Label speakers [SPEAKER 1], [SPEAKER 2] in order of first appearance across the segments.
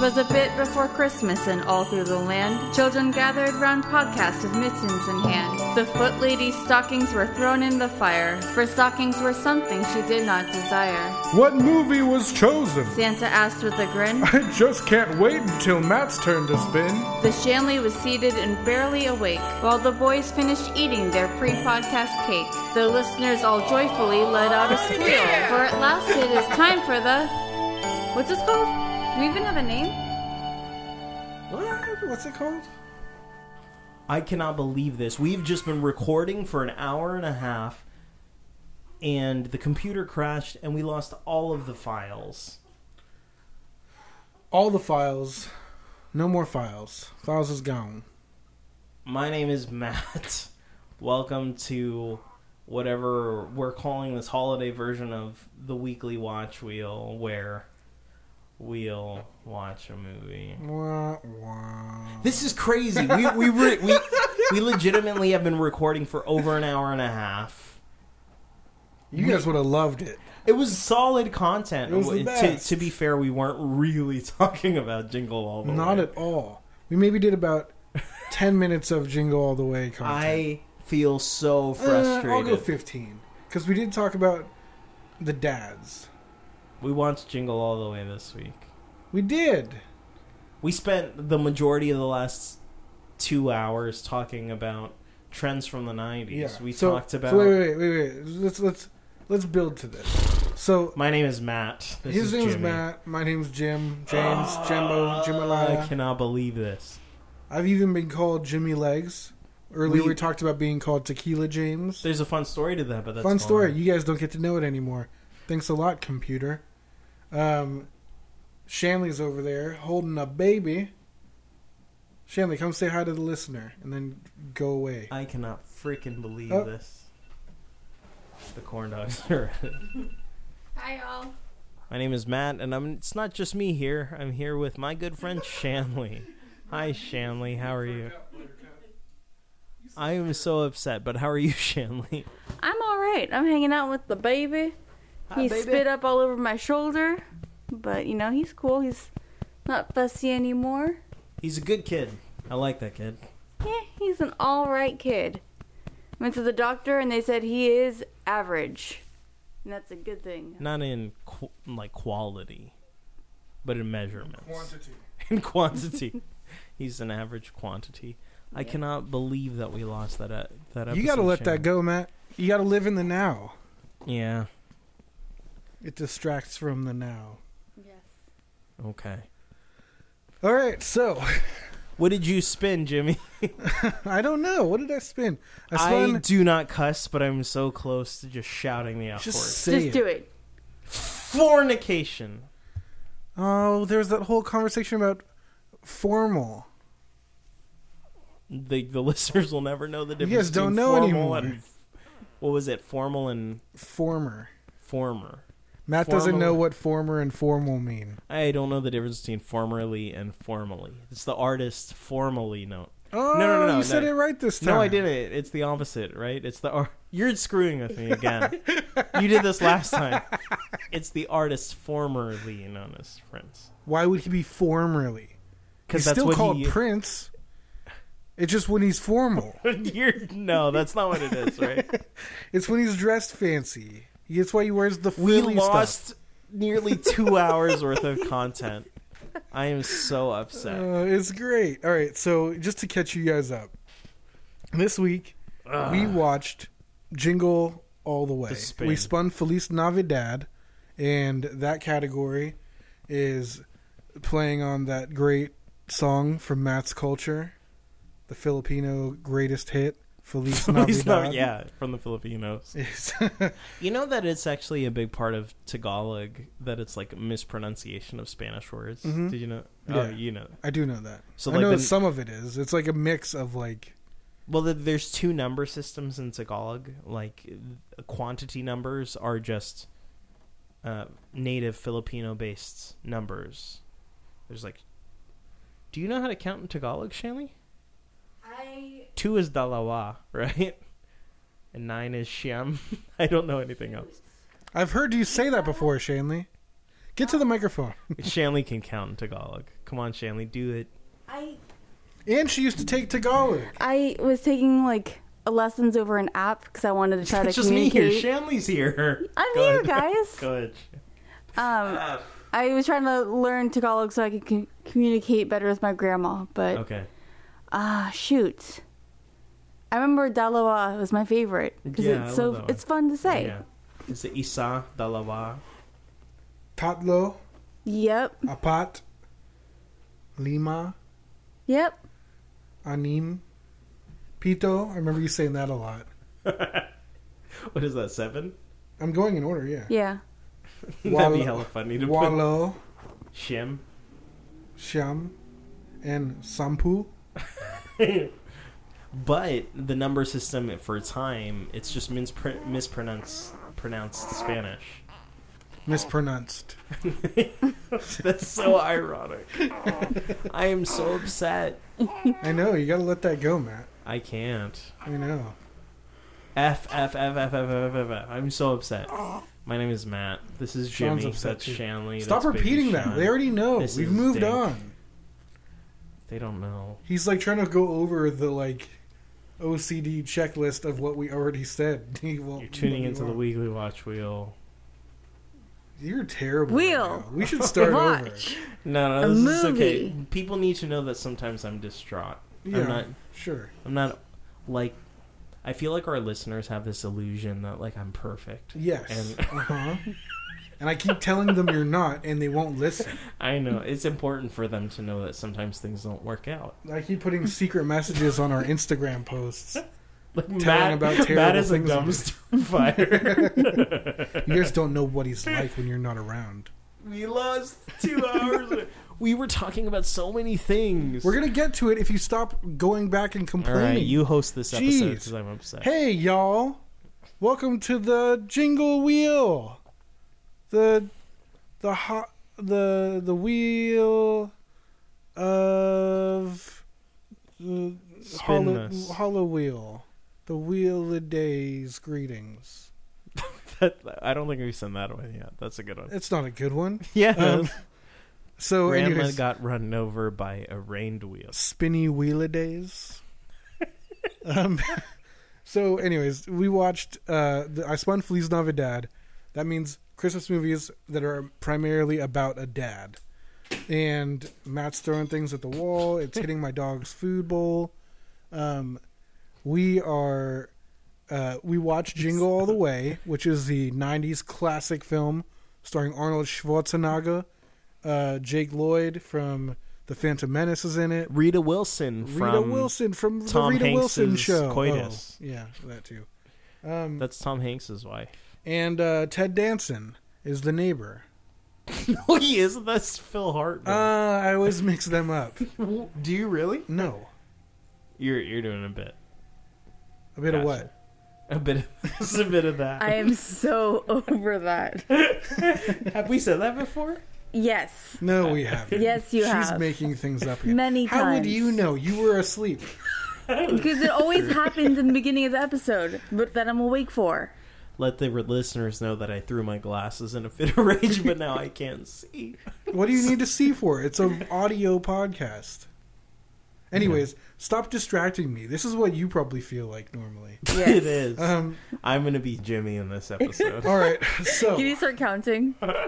[SPEAKER 1] was a bit before Christmas, and all through the land, children gathered round podcasts with mittens in hand. The foot lady's stockings were thrown in the fire, for stockings were something she did not desire.
[SPEAKER 2] What movie was chosen?
[SPEAKER 1] Santa asked with a grin.
[SPEAKER 2] I just can't wait until Matt's turn to spin.
[SPEAKER 1] The Shanley was seated and barely awake while the boys finished eating their pre podcast cake. The listeners all joyfully let out a squeal, for at last it is time for the. What's this called? Do we even have a name?
[SPEAKER 2] What? What's it called?
[SPEAKER 3] I cannot believe this. We've just been recording for an hour and a half, and the computer crashed, and we lost all of the files.
[SPEAKER 2] All the files. No more files. Files is gone.
[SPEAKER 3] My name is Matt. Welcome to whatever we're calling this holiday version of the weekly watch wheel, where we'll watch a movie.
[SPEAKER 2] Wah, wah.
[SPEAKER 3] This is crazy. We we re- we we legitimately have been recording for over an hour and a half.
[SPEAKER 2] You guys would have loved it.
[SPEAKER 3] It was solid content.
[SPEAKER 2] It was the
[SPEAKER 3] To-
[SPEAKER 2] best.
[SPEAKER 3] To, be fair, we weren't really talking about Jingle All the
[SPEAKER 2] Not
[SPEAKER 3] Way.
[SPEAKER 2] at all. We maybe did about 10 minutes of Jingle All the Way content.
[SPEAKER 3] I feel so
[SPEAKER 2] Uh,
[SPEAKER 3] frustrated.
[SPEAKER 2] I'll go 15. Because we did talk about the dads.
[SPEAKER 3] we watched Jingle All the Way this week.
[SPEAKER 2] We did.
[SPEAKER 3] We spent the majority of the last two hours talking about trends from the 90s. We
[SPEAKER 2] So-
[SPEAKER 3] talked about.
[SPEAKER 2] So wait, wait, wait, wait. Let's, let's, let's build to this. So
[SPEAKER 3] My name is Matt. This
[SPEAKER 2] his
[SPEAKER 3] is
[SPEAKER 2] name's
[SPEAKER 3] Jimmy. Ah,
[SPEAKER 2] Matt. My name's Jim. James. Jimbo. Jimalaya.
[SPEAKER 3] I cannot believe this.
[SPEAKER 2] I've even been called Jimmy Legs. Earlier we,
[SPEAKER 3] We-
[SPEAKER 2] talked about being called Tequila James.
[SPEAKER 3] There's a fun story to that, but that's
[SPEAKER 2] Fun story.
[SPEAKER 3] gone.
[SPEAKER 2] You guys don't get to know it anymore. Thanks a lot, computer. Um, Shanley's over there holding a baby. Shanley, come say hi to the listener and then go away.
[SPEAKER 3] I cannot freaking believe
[SPEAKER 2] Oh.
[SPEAKER 3] this. The corn dogs are at it.
[SPEAKER 1] Hi, all.
[SPEAKER 3] My name is Matt, and I'm, it's not just me here. I'm here with my good friend Shanley. Hi, Shanley. How are you? I am so upset, but how are you, Shanley?
[SPEAKER 1] I'm alright. I'm hanging out with the Uh, baby.
[SPEAKER 3] Ah,
[SPEAKER 1] he spit up all over my shoulder, but you know, he's cool. He's not fussy anymore.
[SPEAKER 3] He's a good kid. I like that kid.
[SPEAKER 1] Yeah, he's an alright kid. Went to the doctor and they said he is average. And that's a good thing.
[SPEAKER 3] Not in qu- like quality, but in measurements. in quantity. He's an average quantity. I cannot believe that we lost that uh, that episode.
[SPEAKER 2] You got to let
[SPEAKER 3] Shanley.
[SPEAKER 2] that go, Matt. You got to live in the now.
[SPEAKER 3] Yeah.
[SPEAKER 2] It distracts from the now.
[SPEAKER 1] Yes.
[SPEAKER 3] Okay.
[SPEAKER 2] All right, so
[SPEAKER 3] What did you spin, Jimmy?
[SPEAKER 2] I don't know. What did I spin? I
[SPEAKER 3] I
[SPEAKER 2] spun.
[SPEAKER 3] do not cuss, but I'm so close to just shouting the F
[SPEAKER 2] just
[SPEAKER 3] word.
[SPEAKER 2] say
[SPEAKER 1] Just do it.
[SPEAKER 3] Fornication.
[SPEAKER 2] Oh, there was that whole conversation about formal.
[SPEAKER 3] The the listeners will never know the difference.
[SPEAKER 2] guys don't
[SPEAKER 3] between
[SPEAKER 2] know
[SPEAKER 3] formal
[SPEAKER 2] anymore.
[SPEAKER 3] And, what was it? Formal and
[SPEAKER 2] Former.
[SPEAKER 3] former.
[SPEAKER 2] Matt doesn't
[SPEAKER 3] Formal.
[SPEAKER 2] know what former and formal mean.
[SPEAKER 3] I don't know the difference between formerly and formally. It's the artist formally note.
[SPEAKER 2] Oh,
[SPEAKER 3] no, no,
[SPEAKER 2] you
[SPEAKER 3] no.
[SPEAKER 2] said it right this time.
[SPEAKER 3] No, I didn't. It's the opposite, right? It's the art. You're screwing with me again. you did this last time. It's the artist formerly known as Prince.
[SPEAKER 2] Why would he be formerly?
[SPEAKER 3] Because
[SPEAKER 2] He's
[SPEAKER 3] that's
[SPEAKER 2] still
[SPEAKER 3] what
[SPEAKER 2] called
[SPEAKER 3] he.
[SPEAKER 2] Prince. It's just when he's formal.
[SPEAKER 3] You're, no, that's not what it is, right?
[SPEAKER 2] it's when he's dressed fancy. That's why he wears the
[SPEAKER 3] we
[SPEAKER 2] frilly stuff.
[SPEAKER 3] lost nearly two hours worth of content. I am so upset.
[SPEAKER 2] Uh, it's great. All right, so just to catch you guys up, this week we watched Jingle All the Way.
[SPEAKER 3] The spin.
[SPEAKER 2] We spun Feliz Navidad, and that category is playing on that great song from Matt's Culture, the Filipino greatest hit, Feliz
[SPEAKER 3] At least
[SPEAKER 2] Navidad.
[SPEAKER 3] not- yeah, from the Filipinos.
[SPEAKER 2] yeah.
[SPEAKER 3] You know that it's actually a big part of Tagalog that it's like mispronunciation of Spanish words.
[SPEAKER 2] Mhm.
[SPEAKER 3] Did you know?
[SPEAKER 2] Yeah.
[SPEAKER 3] Oh, you know.
[SPEAKER 2] I do know that.
[SPEAKER 3] So
[SPEAKER 2] I
[SPEAKER 3] like
[SPEAKER 2] know
[SPEAKER 3] the-
[SPEAKER 2] some of it is. It's like a mix of like
[SPEAKER 3] Well, th- there's two number systems in Tagalog. Like uh, quantity numbers are just uh, native Filipino-based numbers. There's like, do you know how to count in Tagalog, Shanley?
[SPEAKER 1] I
[SPEAKER 3] Two is dalawa, right? And nine is sham. I don't know anything else.
[SPEAKER 2] I've heard you say that before, Shanley. Get to the microphone.
[SPEAKER 3] Shanley can count in Tagalog. Come on, Shanley, do it.
[SPEAKER 4] I
[SPEAKER 2] And she used to take Tagalog.
[SPEAKER 4] I was taking like lessons over an app because I wanted to try to
[SPEAKER 3] It's just me
[SPEAKER 4] communicate.
[SPEAKER 3] here. Shanley's here.
[SPEAKER 4] I'm
[SPEAKER 3] Go
[SPEAKER 4] here,
[SPEAKER 3] ahead.
[SPEAKER 4] guys.
[SPEAKER 3] Go ahead.
[SPEAKER 4] Um,
[SPEAKER 3] Ah,
[SPEAKER 4] I was trying to learn Tagalog so I could co- communicate better with my grandma, but
[SPEAKER 3] Okay.
[SPEAKER 4] ah, shoot. I remember Dalawa was my favorite because
[SPEAKER 3] Yeah, I
[SPEAKER 4] it's so
[SPEAKER 3] love that one.
[SPEAKER 4] it's fun to say.
[SPEAKER 3] Yeah. Is it Isa Dalawa?
[SPEAKER 2] Tatlo,
[SPEAKER 4] Yep,
[SPEAKER 2] apat, lima,
[SPEAKER 4] yep.
[SPEAKER 2] anim, pito. I remember you saying that a lot.
[SPEAKER 3] What is that? Seven?
[SPEAKER 2] I'm going in order, yeah.
[SPEAKER 4] Yeah.
[SPEAKER 3] That'd be
[SPEAKER 2] Walo-
[SPEAKER 3] hella funny to put
[SPEAKER 2] Walo,
[SPEAKER 3] Shim.
[SPEAKER 2] sham, and sampu.
[SPEAKER 3] but the number system for time, it's just mispr- mispronounced pronounced Spanish.
[SPEAKER 2] Mispronounced.
[SPEAKER 3] That's so ironic. I am so upset.
[SPEAKER 2] I know, you gotta let that go, Matt.
[SPEAKER 3] I can't.
[SPEAKER 2] I know.
[SPEAKER 3] F F F F F F F F. I'm so upset. My name is Matt. This is
[SPEAKER 2] Sean's
[SPEAKER 3] Jimmy.
[SPEAKER 2] upset
[SPEAKER 3] That's
[SPEAKER 2] too.
[SPEAKER 3] Shanley.
[SPEAKER 2] Stop
[SPEAKER 3] That's Baby
[SPEAKER 2] repeating that.
[SPEAKER 3] Sean.
[SPEAKER 2] They already know.
[SPEAKER 3] This
[SPEAKER 2] We've
[SPEAKER 3] is
[SPEAKER 2] moved
[SPEAKER 3] Dink.
[SPEAKER 2] on.
[SPEAKER 3] They don't know.
[SPEAKER 2] He's like trying to go over the like OCD checklist of what we already said. He won't-
[SPEAKER 3] You're tuning
[SPEAKER 2] he
[SPEAKER 3] into the
[SPEAKER 2] won't.
[SPEAKER 3] Weekly Watch Wheel.
[SPEAKER 2] You're terrible.
[SPEAKER 4] Wheel.
[SPEAKER 2] right now. we should start over.
[SPEAKER 4] Watch.
[SPEAKER 3] No,
[SPEAKER 4] A
[SPEAKER 3] no, this is okay.
[SPEAKER 4] movie.
[SPEAKER 3] People need to know that sometimes I'm distraught.
[SPEAKER 2] Yeah,
[SPEAKER 3] I'm not.
[SPEAKER 2] sure.
[SPEAKER 3] I'm not like. I feel like our listeners have this illusion that like I'm perfect.
[SPEAKER 2] Yes.
[SPEAKER 3] And-
[SPEAKER 2] uh-huh. and I keep telling them you're not, and they won't listen.
[SPEAKER 3] I know it's important for them to know that sometimes things don't work out.
[SPEAKER 2] I keep putting secret messages on our Instagram posts.
[SPEAKER 3] Like Matt,
[SPEAKER 2] Telling about
[SPEAKER 3] Matt
[SPEAKER 2] terrible
[SPEAKER 3] is a
[SPEAKER 2] things.
[SPEAKER 3] dumpster fire.
[SPEAKER 2] You guys don't know what he's like when you're not around.
[SPEAKER 3] we lost two hours. we were talking about so many things.
[SPEAKER 2] We're gonna get to it if you stop going back and
[SPEAKER 3] All
[SPEAKER 2] complaining.
[SPEAKER 3] right, you host this episode
[SPEAKER 2] Jeez.
[SPEAKER 3] because I'm upset.
[SPEAKER 2] Hey, y'all. Welcome to the jingle wheel. The the hot the the wheel of the
[SPEAKER 3] Spin
[SPEAKER 2] hollow,
[SPEAKER 3] this.
[SPEAKER 2] hollow wheel. The wheel of days greetings.
[SPEAKER 3] That, I don't think we sent that one yet. That's a good one.
[SPEAKER 2] It's not a good one.
[SPEAKER 3] Yeah.
[SPEAKER 2] Um, So
[SPEAKER 3] Grandma
[SPEAKER 2] anyways,
[SPEAKER 3] got run over by a rained wheel.
[SPEAKER 2] spinny wheel of days. um, so, anyways, we watched uh, the, I Spun Feliz Navidad. That means Christmas movies that are primarily about a dad. And Matt's throwing things at the wall. It's hitting my dog's food bowl. Um, we are. Uh, we watched Jingle All the Way, which is the '90s classic film starring Arnold Schwarzenegger. Uh, Jake Lloyd from The Phantom Menace is in it.
[SPEAKER 3] Rita Wilson from
[SPEAKER 2] Rita Wilson from
[SPEAKER 3] Tom
[SPEAKER 2] the Rita Wilson
[SPEAKER 3] Hanks's
[SPEAKER 2] show.
[SPEAKER 3] coitus.
[SPEAKER 2] Oh, yeah, that too. Um,
[SPEAKER 3] That's Tom Hanks's wife.
[SPEAKER 2] and uh, Ted Danson is the neighbor.
[SPEAKER 3] Oh, he is. That's Phil
[SPEAKER 2] Uh,
[SPEAKER 3] Hartman.
[SPEAKER 2] I always mix them up.
[SPEAKER 3] Do you really?
[SPEAKER 2] No,
[SPEAKER 3] You're you're doing a bit.
[SPEAKER 2] a bit of
[SPEAKER 3] Gotcha.
[SPEAKER 2] what?
[SPEAKER 3] A bit. Of, it's a bit of that.
[SPEAKER 4] I am so over that.
[SPEAKER 3] Have we said that before?
[SPEAKER 4] Yes.
[SPEAKER 2] No, we haven't.
[SPEAKER 4] Yes, you
[SPEAKER 2] She's
[SPEAKER 4] have.
[SPEAKER 2] making things up. Again.
[SPEAKER 4] Many
[SPEAKER 2] How
[SPEAKER 4] times.
[SPEAKER 2] would you know? You were asleep.
[SPEAKER 3] Oh,
[SPEAKER 4] Because it always happens in the beginning of the episode, but that I'm awake for.
[SPEAKER 3] Let the listeners know that I threw my glasses in a fit of rage, but now I can't see.
[SPEAKER 2] What do you need to see for? It's an audio podcast. Anyways, stop distracting me. This is what you probably feel like normally.
[SPEAKER 4] Yes.
[SPEAKER 3] It is.
[SPEAKER 2] Um,
[SPEAKER 3] I'm gonna be Jimmy in this episode.
[SPEAKER 2] all right,
[SPEAKER 3] Oh.
[SPEAKER 2] so
[SPEAKER 4] Can you start counting?
[SPEAKER 3] One.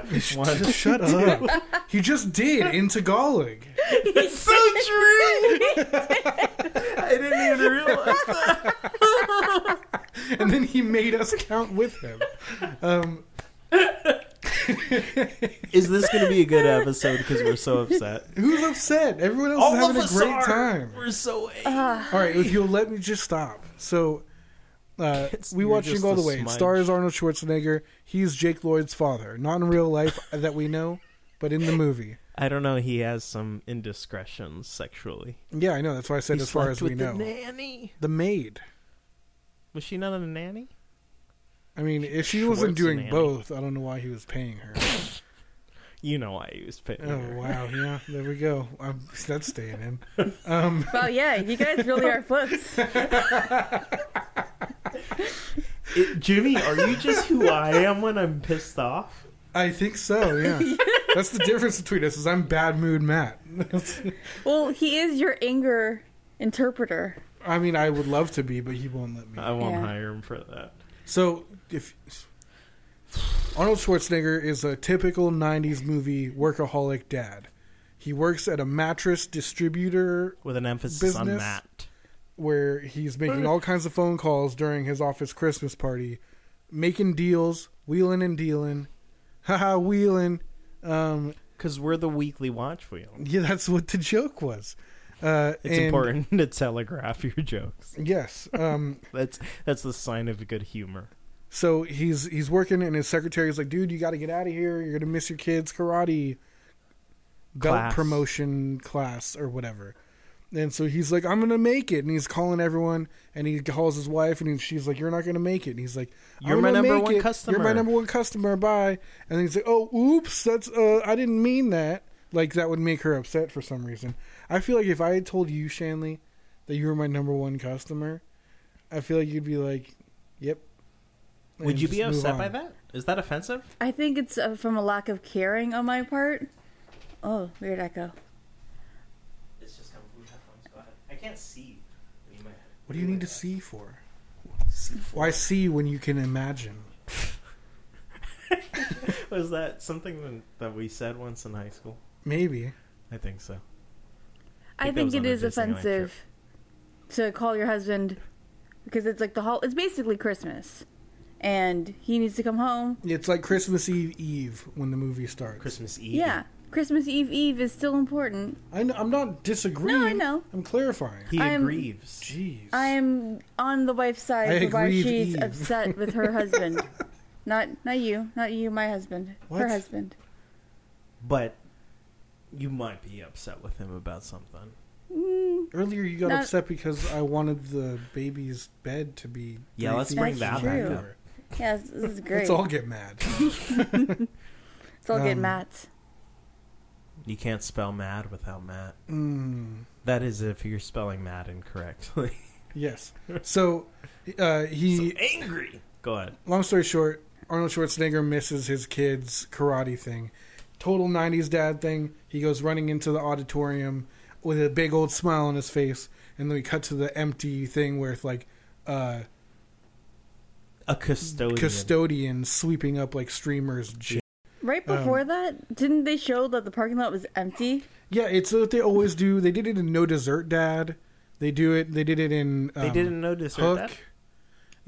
[SPEAKER 2] just shut up. You just did in Tagalog.
[SPEAKER 3] It's so true. I didn't even realize that.
[SPEAKER 2] and then he made us count with him. Um,
[SPEAKER 3] Is this going to be a good episode? Because we're so upset.
[SPEAKER 2] who's upset? Everyone else is having a great time.
[SPEAKER 3] We're so.
[SPEAKER 4] Uh-huh.
[SPEAKER 2] All right, if you'll let me just stop. So, uh,
[SPEAKER 3] It's-
[SPEAKER 2] we
[SPEAKER 3] you're
[SPEAKER 2] watched
[SPEAKER 3] just
[SPEAKER 2] Jingle All the
[SPEAKER 3] a
[SPEAKER 2] Way. It
[SPEAKER 3] smudge.
[SPEAKER 2] stars Arnold Schwarzenegger. He's Jake Lloyd's father, not in real life that we know, but in the movie.
[SPEAKER 3] I don't know. He has some indiscretions sexually.
[SPEAKER 2] Yeah, I know. That's why I said
[SPEAKER 3] He
[SPEAKER 2] as far
[SPEAKER 3] slept
[SPEAKER 2] as we
[SPEAKER 3] with
[SPEAKER 2] know.
[SPEAKER 3] The nanny.
[SPEAKER 2] the maid.
[SPEAKER 3] Was she not a nanny?
[SPEAKER 2] I mean, if she wasn't
[SPEAKER 3] Schwarzenanny.
[SPEAKER 2] doing both, I don't know why he was paying her.
[SPEAKER 3] You know why he was paying
[SPEAKER 2] oh
[SPEAKER 3] her.
[SPEAKER 2] wow, yeah, there we go. Um that's staying in. Um,
[SPEAKER 4] Well, yeah, you guys really are flips.
[SPEAKER 3] It- Jimmy, are you just who I am when I'm pissed off?
[SPEAKER 2] I think so. Yeah, that's the difference between us. Is I'm bad mood Matt.
[SPEAKER 4] Well, he is your anger interpreter.
[SPEAKER 2] I mean, I would love to be, but he won't let me.
[SPEAKER 3] I won't
[SPEAKER 4] Yeah.
[SPEAKER 3] hire him for that.
[SPEAKER 2] So if Arnold Schwarzenegger is a typical '90s movie workaholic dad, he works at a mattress distributor
[SPEAKER 3] With an emphasis on
[SPEAKER 2] Business?
[SPEAKER 3] Matt.
[SPEAKER 2] where he's making all kinds of phone calls during his office Christmas party, making deals, wheeling and dealing, haha, wheeling. Um,
[SPEAKER 3] Because we're the weekly watch wheel.
[SPEAKER 2] yeah, that's what the joke was. Uh,
[SPEAKER 3] It's
[SPEAKER 2] and-
[SPEAKER 3] important to telegraph your jokes.
[SPEAKER 2] Yes. Um,
[SPEAKER 3] That's that's the sign of good humor.
[SPEAKER 2] so he's he's working, and his secretary's like, "Dude, you got to get out of here. You're gonna miss your kids' karate belt
[SPEAKER 3] Class.
[SPEAKER 2] promotion class or whatever." And so he's like, "I'm gonna make it," and he's calling everyone, and he calls his wife, and he, she's like, "You're not gonna make it," and he's like, "I'm
[SPEAKER 3] You're my
[SPEAKER 2] gonna
[SPEAKER 3] number
[SPEAKER 2] make
[SPEAKER 3] one
[SPEAKER 2] it. You're my
[SPEAKER 3] customer."
[SPEAKER 2] number one customer. Bye." And he's like, "Oh, oops, that's uh, I didn't mean that." Like that would make her upset for some reason. I feel like if I had told you, Shanley, that you were my number one customer, I feel like you'd be like, "Yep."
[SPEAKER 3] Would
[SPEAKER 2] and
[SPEAKER 3] you be
[SPEAKER 2] just move
[SPEAKER 3] upset by
[SPEAKER 2] on.
[SPEAKER 3] that? Is that offensive?
[SPEAKER 4] I think it's uh, from a lack of caring on my part. Oh, weird echo.
[SPEAKER 3] It's just coming from headphones. Go ahead. I can't see.
[SPEAKER 2] What do you need to see for? Why see when you can imagine?
[SPEAKER 3] Was that something that, that we said once in high school?
[SPEAKER 2] Maybe.
[SPEAKER 3] I think so.
[SPEAKER 4] I
[SPEAKER 3] that
[SPEAKER 4] think
[SPEAKER 3] was
[SPEAKER 4] it
[SPEAKER 3] on a
[SPEAKER 4] is
[SPEAKER 3] Disneyland
[SPEAKER 4] offensive to call your husband because it's like the hol- it's basically Christmas, and he needs to come home.
[SPEAKER 2] It's like Christmas Eve Eve when the movie starts.
[SPEAKER 3] Christmas Eve.
[SPEAKER 4] Yeah, Christmas Eve Eve is still important.
[SPEAKER 2] I know, I'm not disagreeing.
[SPEAKER 4] No, I know.
[SPEAKER 2] I'm clarifying.
[SPEAKER 3] He
[SPEAKER 4] I'm-
[SPEAKER 3] agrees.
[SPEAKER 2] Jeez.
[SPEAKER 4] I am on the wife's
[SPEAKER 2] I
[SPEAKER 4] side for why
[SPEAKER 2] agree with
[SPEAKER 4] she's
[SPEAKER 2] Eve.
[SPEAKER 4] upset with her husband. Not not you, not you, my husband, her
[SPEAKER 2] What?
[SPEAKER 4] husband.
[SPEAKER 3] But you might be upset with him about something.
[SPEAKER 4] Mm,
[SPEAKER 2] Earlier you got
[SPEAKER 4] Not-
[SPEAKER 2] upset because I wanted the baby's bed to be.
[SPEAKER 3] Yeah,
[SPEAKER 2] three
[SPEAKER 3] let's
[SPEAKER 2] feet
[SPEAKER 4] bring
[SPEAKER 2] from
[SPEAKER 4] that back up.
[SPEAKER 2] the floor.
[SPEAKER 4] yeah, this, this is great.
[SPEAKER 2] Let's all get mad.
[SPEAKER 4] It's all good,
[SPEAKER 2] um,
[SPEAKER 4] Matt.
[SPEAKER 3] You can't spell mad without Matt.
[SPEAKER 2] Mm,
[SPEAKER 3] That is if you're spelling mad incorrectly.
[SPEAKER 2] yes. So uh, he.
[SPEAKER 3] angry. Go ahead.
[SPEAKER 2] long story short, Arnold Schwarzenegger misses his kids' karate thing. Total 90s dad thing. He goes running into the auditorium with a big old smile on his face. And then we cut to the empty thing where it's like uh,
[SPEAKER 3] A custodian.
[SPEAKER 2] custodians sweeping up like streamers. and shit.
[SPEAKER 4] Right
[SPEAKER 2] um,
[SPEAKER 4] before that, didn't they show that the parking lot was empty?
[SPEAKER 2] Yeah, it's what they always do. They did it in No Dessert Dad. They do it. They did it in. Um,
[SPEAKER 3] they didn't notice her
[SPEAKER 2] Hook.
[SPEAKER 3] that.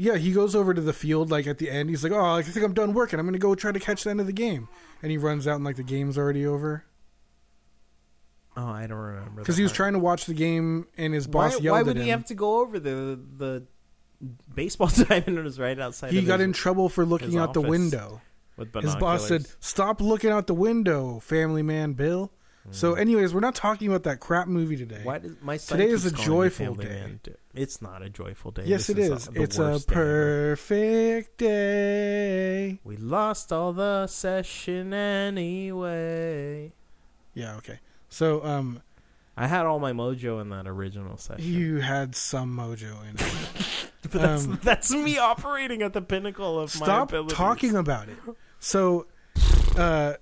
[SPEAKER 2] Yeah, he goes over to the field like at the end. He's like, "Oh, I think I'm done working. I'm gonna go try to catch the end of the game." And he runs out and like the game's already over.
[SPEAKER 3] Oh, I don't remember.
[SPEAKER 2] Because
[SPEAKER 3] that
[SPEAKER 2] he was
[SPEAKER 3] part.
[SPEAKER 2] trying to watch the game and his boss
[SPEAKER 3] Why,
[SPEAKER 2] yelled
[SPEAKER 3] why would
[SPEAKER 2] at him.
[SPEAKER 3] he
[SPEAKER 2] He,
[SPEAKER 3] have to go over the the baseball diamond was right outside? of
[SPEAKER 2] got
[SPEAKER 3] his-
[SPEAKER 2] in trouble for looking
[SPEAKER 3] his
[SPEAKER 2] out the
[SPEAKER 3] office.
[SPEAKER 2] window.
[SPEAKER 3] with
[SPEAKER 2] His boss said,
[SPEAKER 3] binoculars.
[SPEAKER 2] "Stop looking out the window, family man, Bill." So,
[SPEAKER 3] Hmm.
[SPEAKER 2] anyways, we're not talking about that crap movie today.
[SPEAKER 3] "Why does my son
[SPEAKER 2] Today
[SPEAKER 3] keeps
[SPEAKER 2] is a
[SPEAKER 3] calling me
[SPEAKER 2] joyful
[SPEAKER 3] Family
[SPEAKER 2] day.
[SPEAKER 3] Man d- It's not a joyful day.
[SPEAKER 2] Yes,
[SPEAKER 3] This uh,
[SPEAKER 2] it is.
[SPEAKER 3] the
[SPEAKER 2] It's a
[SPEAKER 3] worst day ever.
[SPEAKER 2] perfect day.
[SPEAKER 3] We lost all the session anyway.
[SPEAKER 2] Yeah. Okay. So, um,
[SPEAKER 3] I had all my mojo in that original session.
[SPEAKER 2] you had some mojo in it.
[SPEAKER 3] But that's,
[SPEAKER 2] um,
[SPEAKER 3] that's me operating at the pinnacle of my
[SPEAKER 2] Stop
[SPEAKER 3] abilities.
[SPEAKER 2] talking about it. So, uh,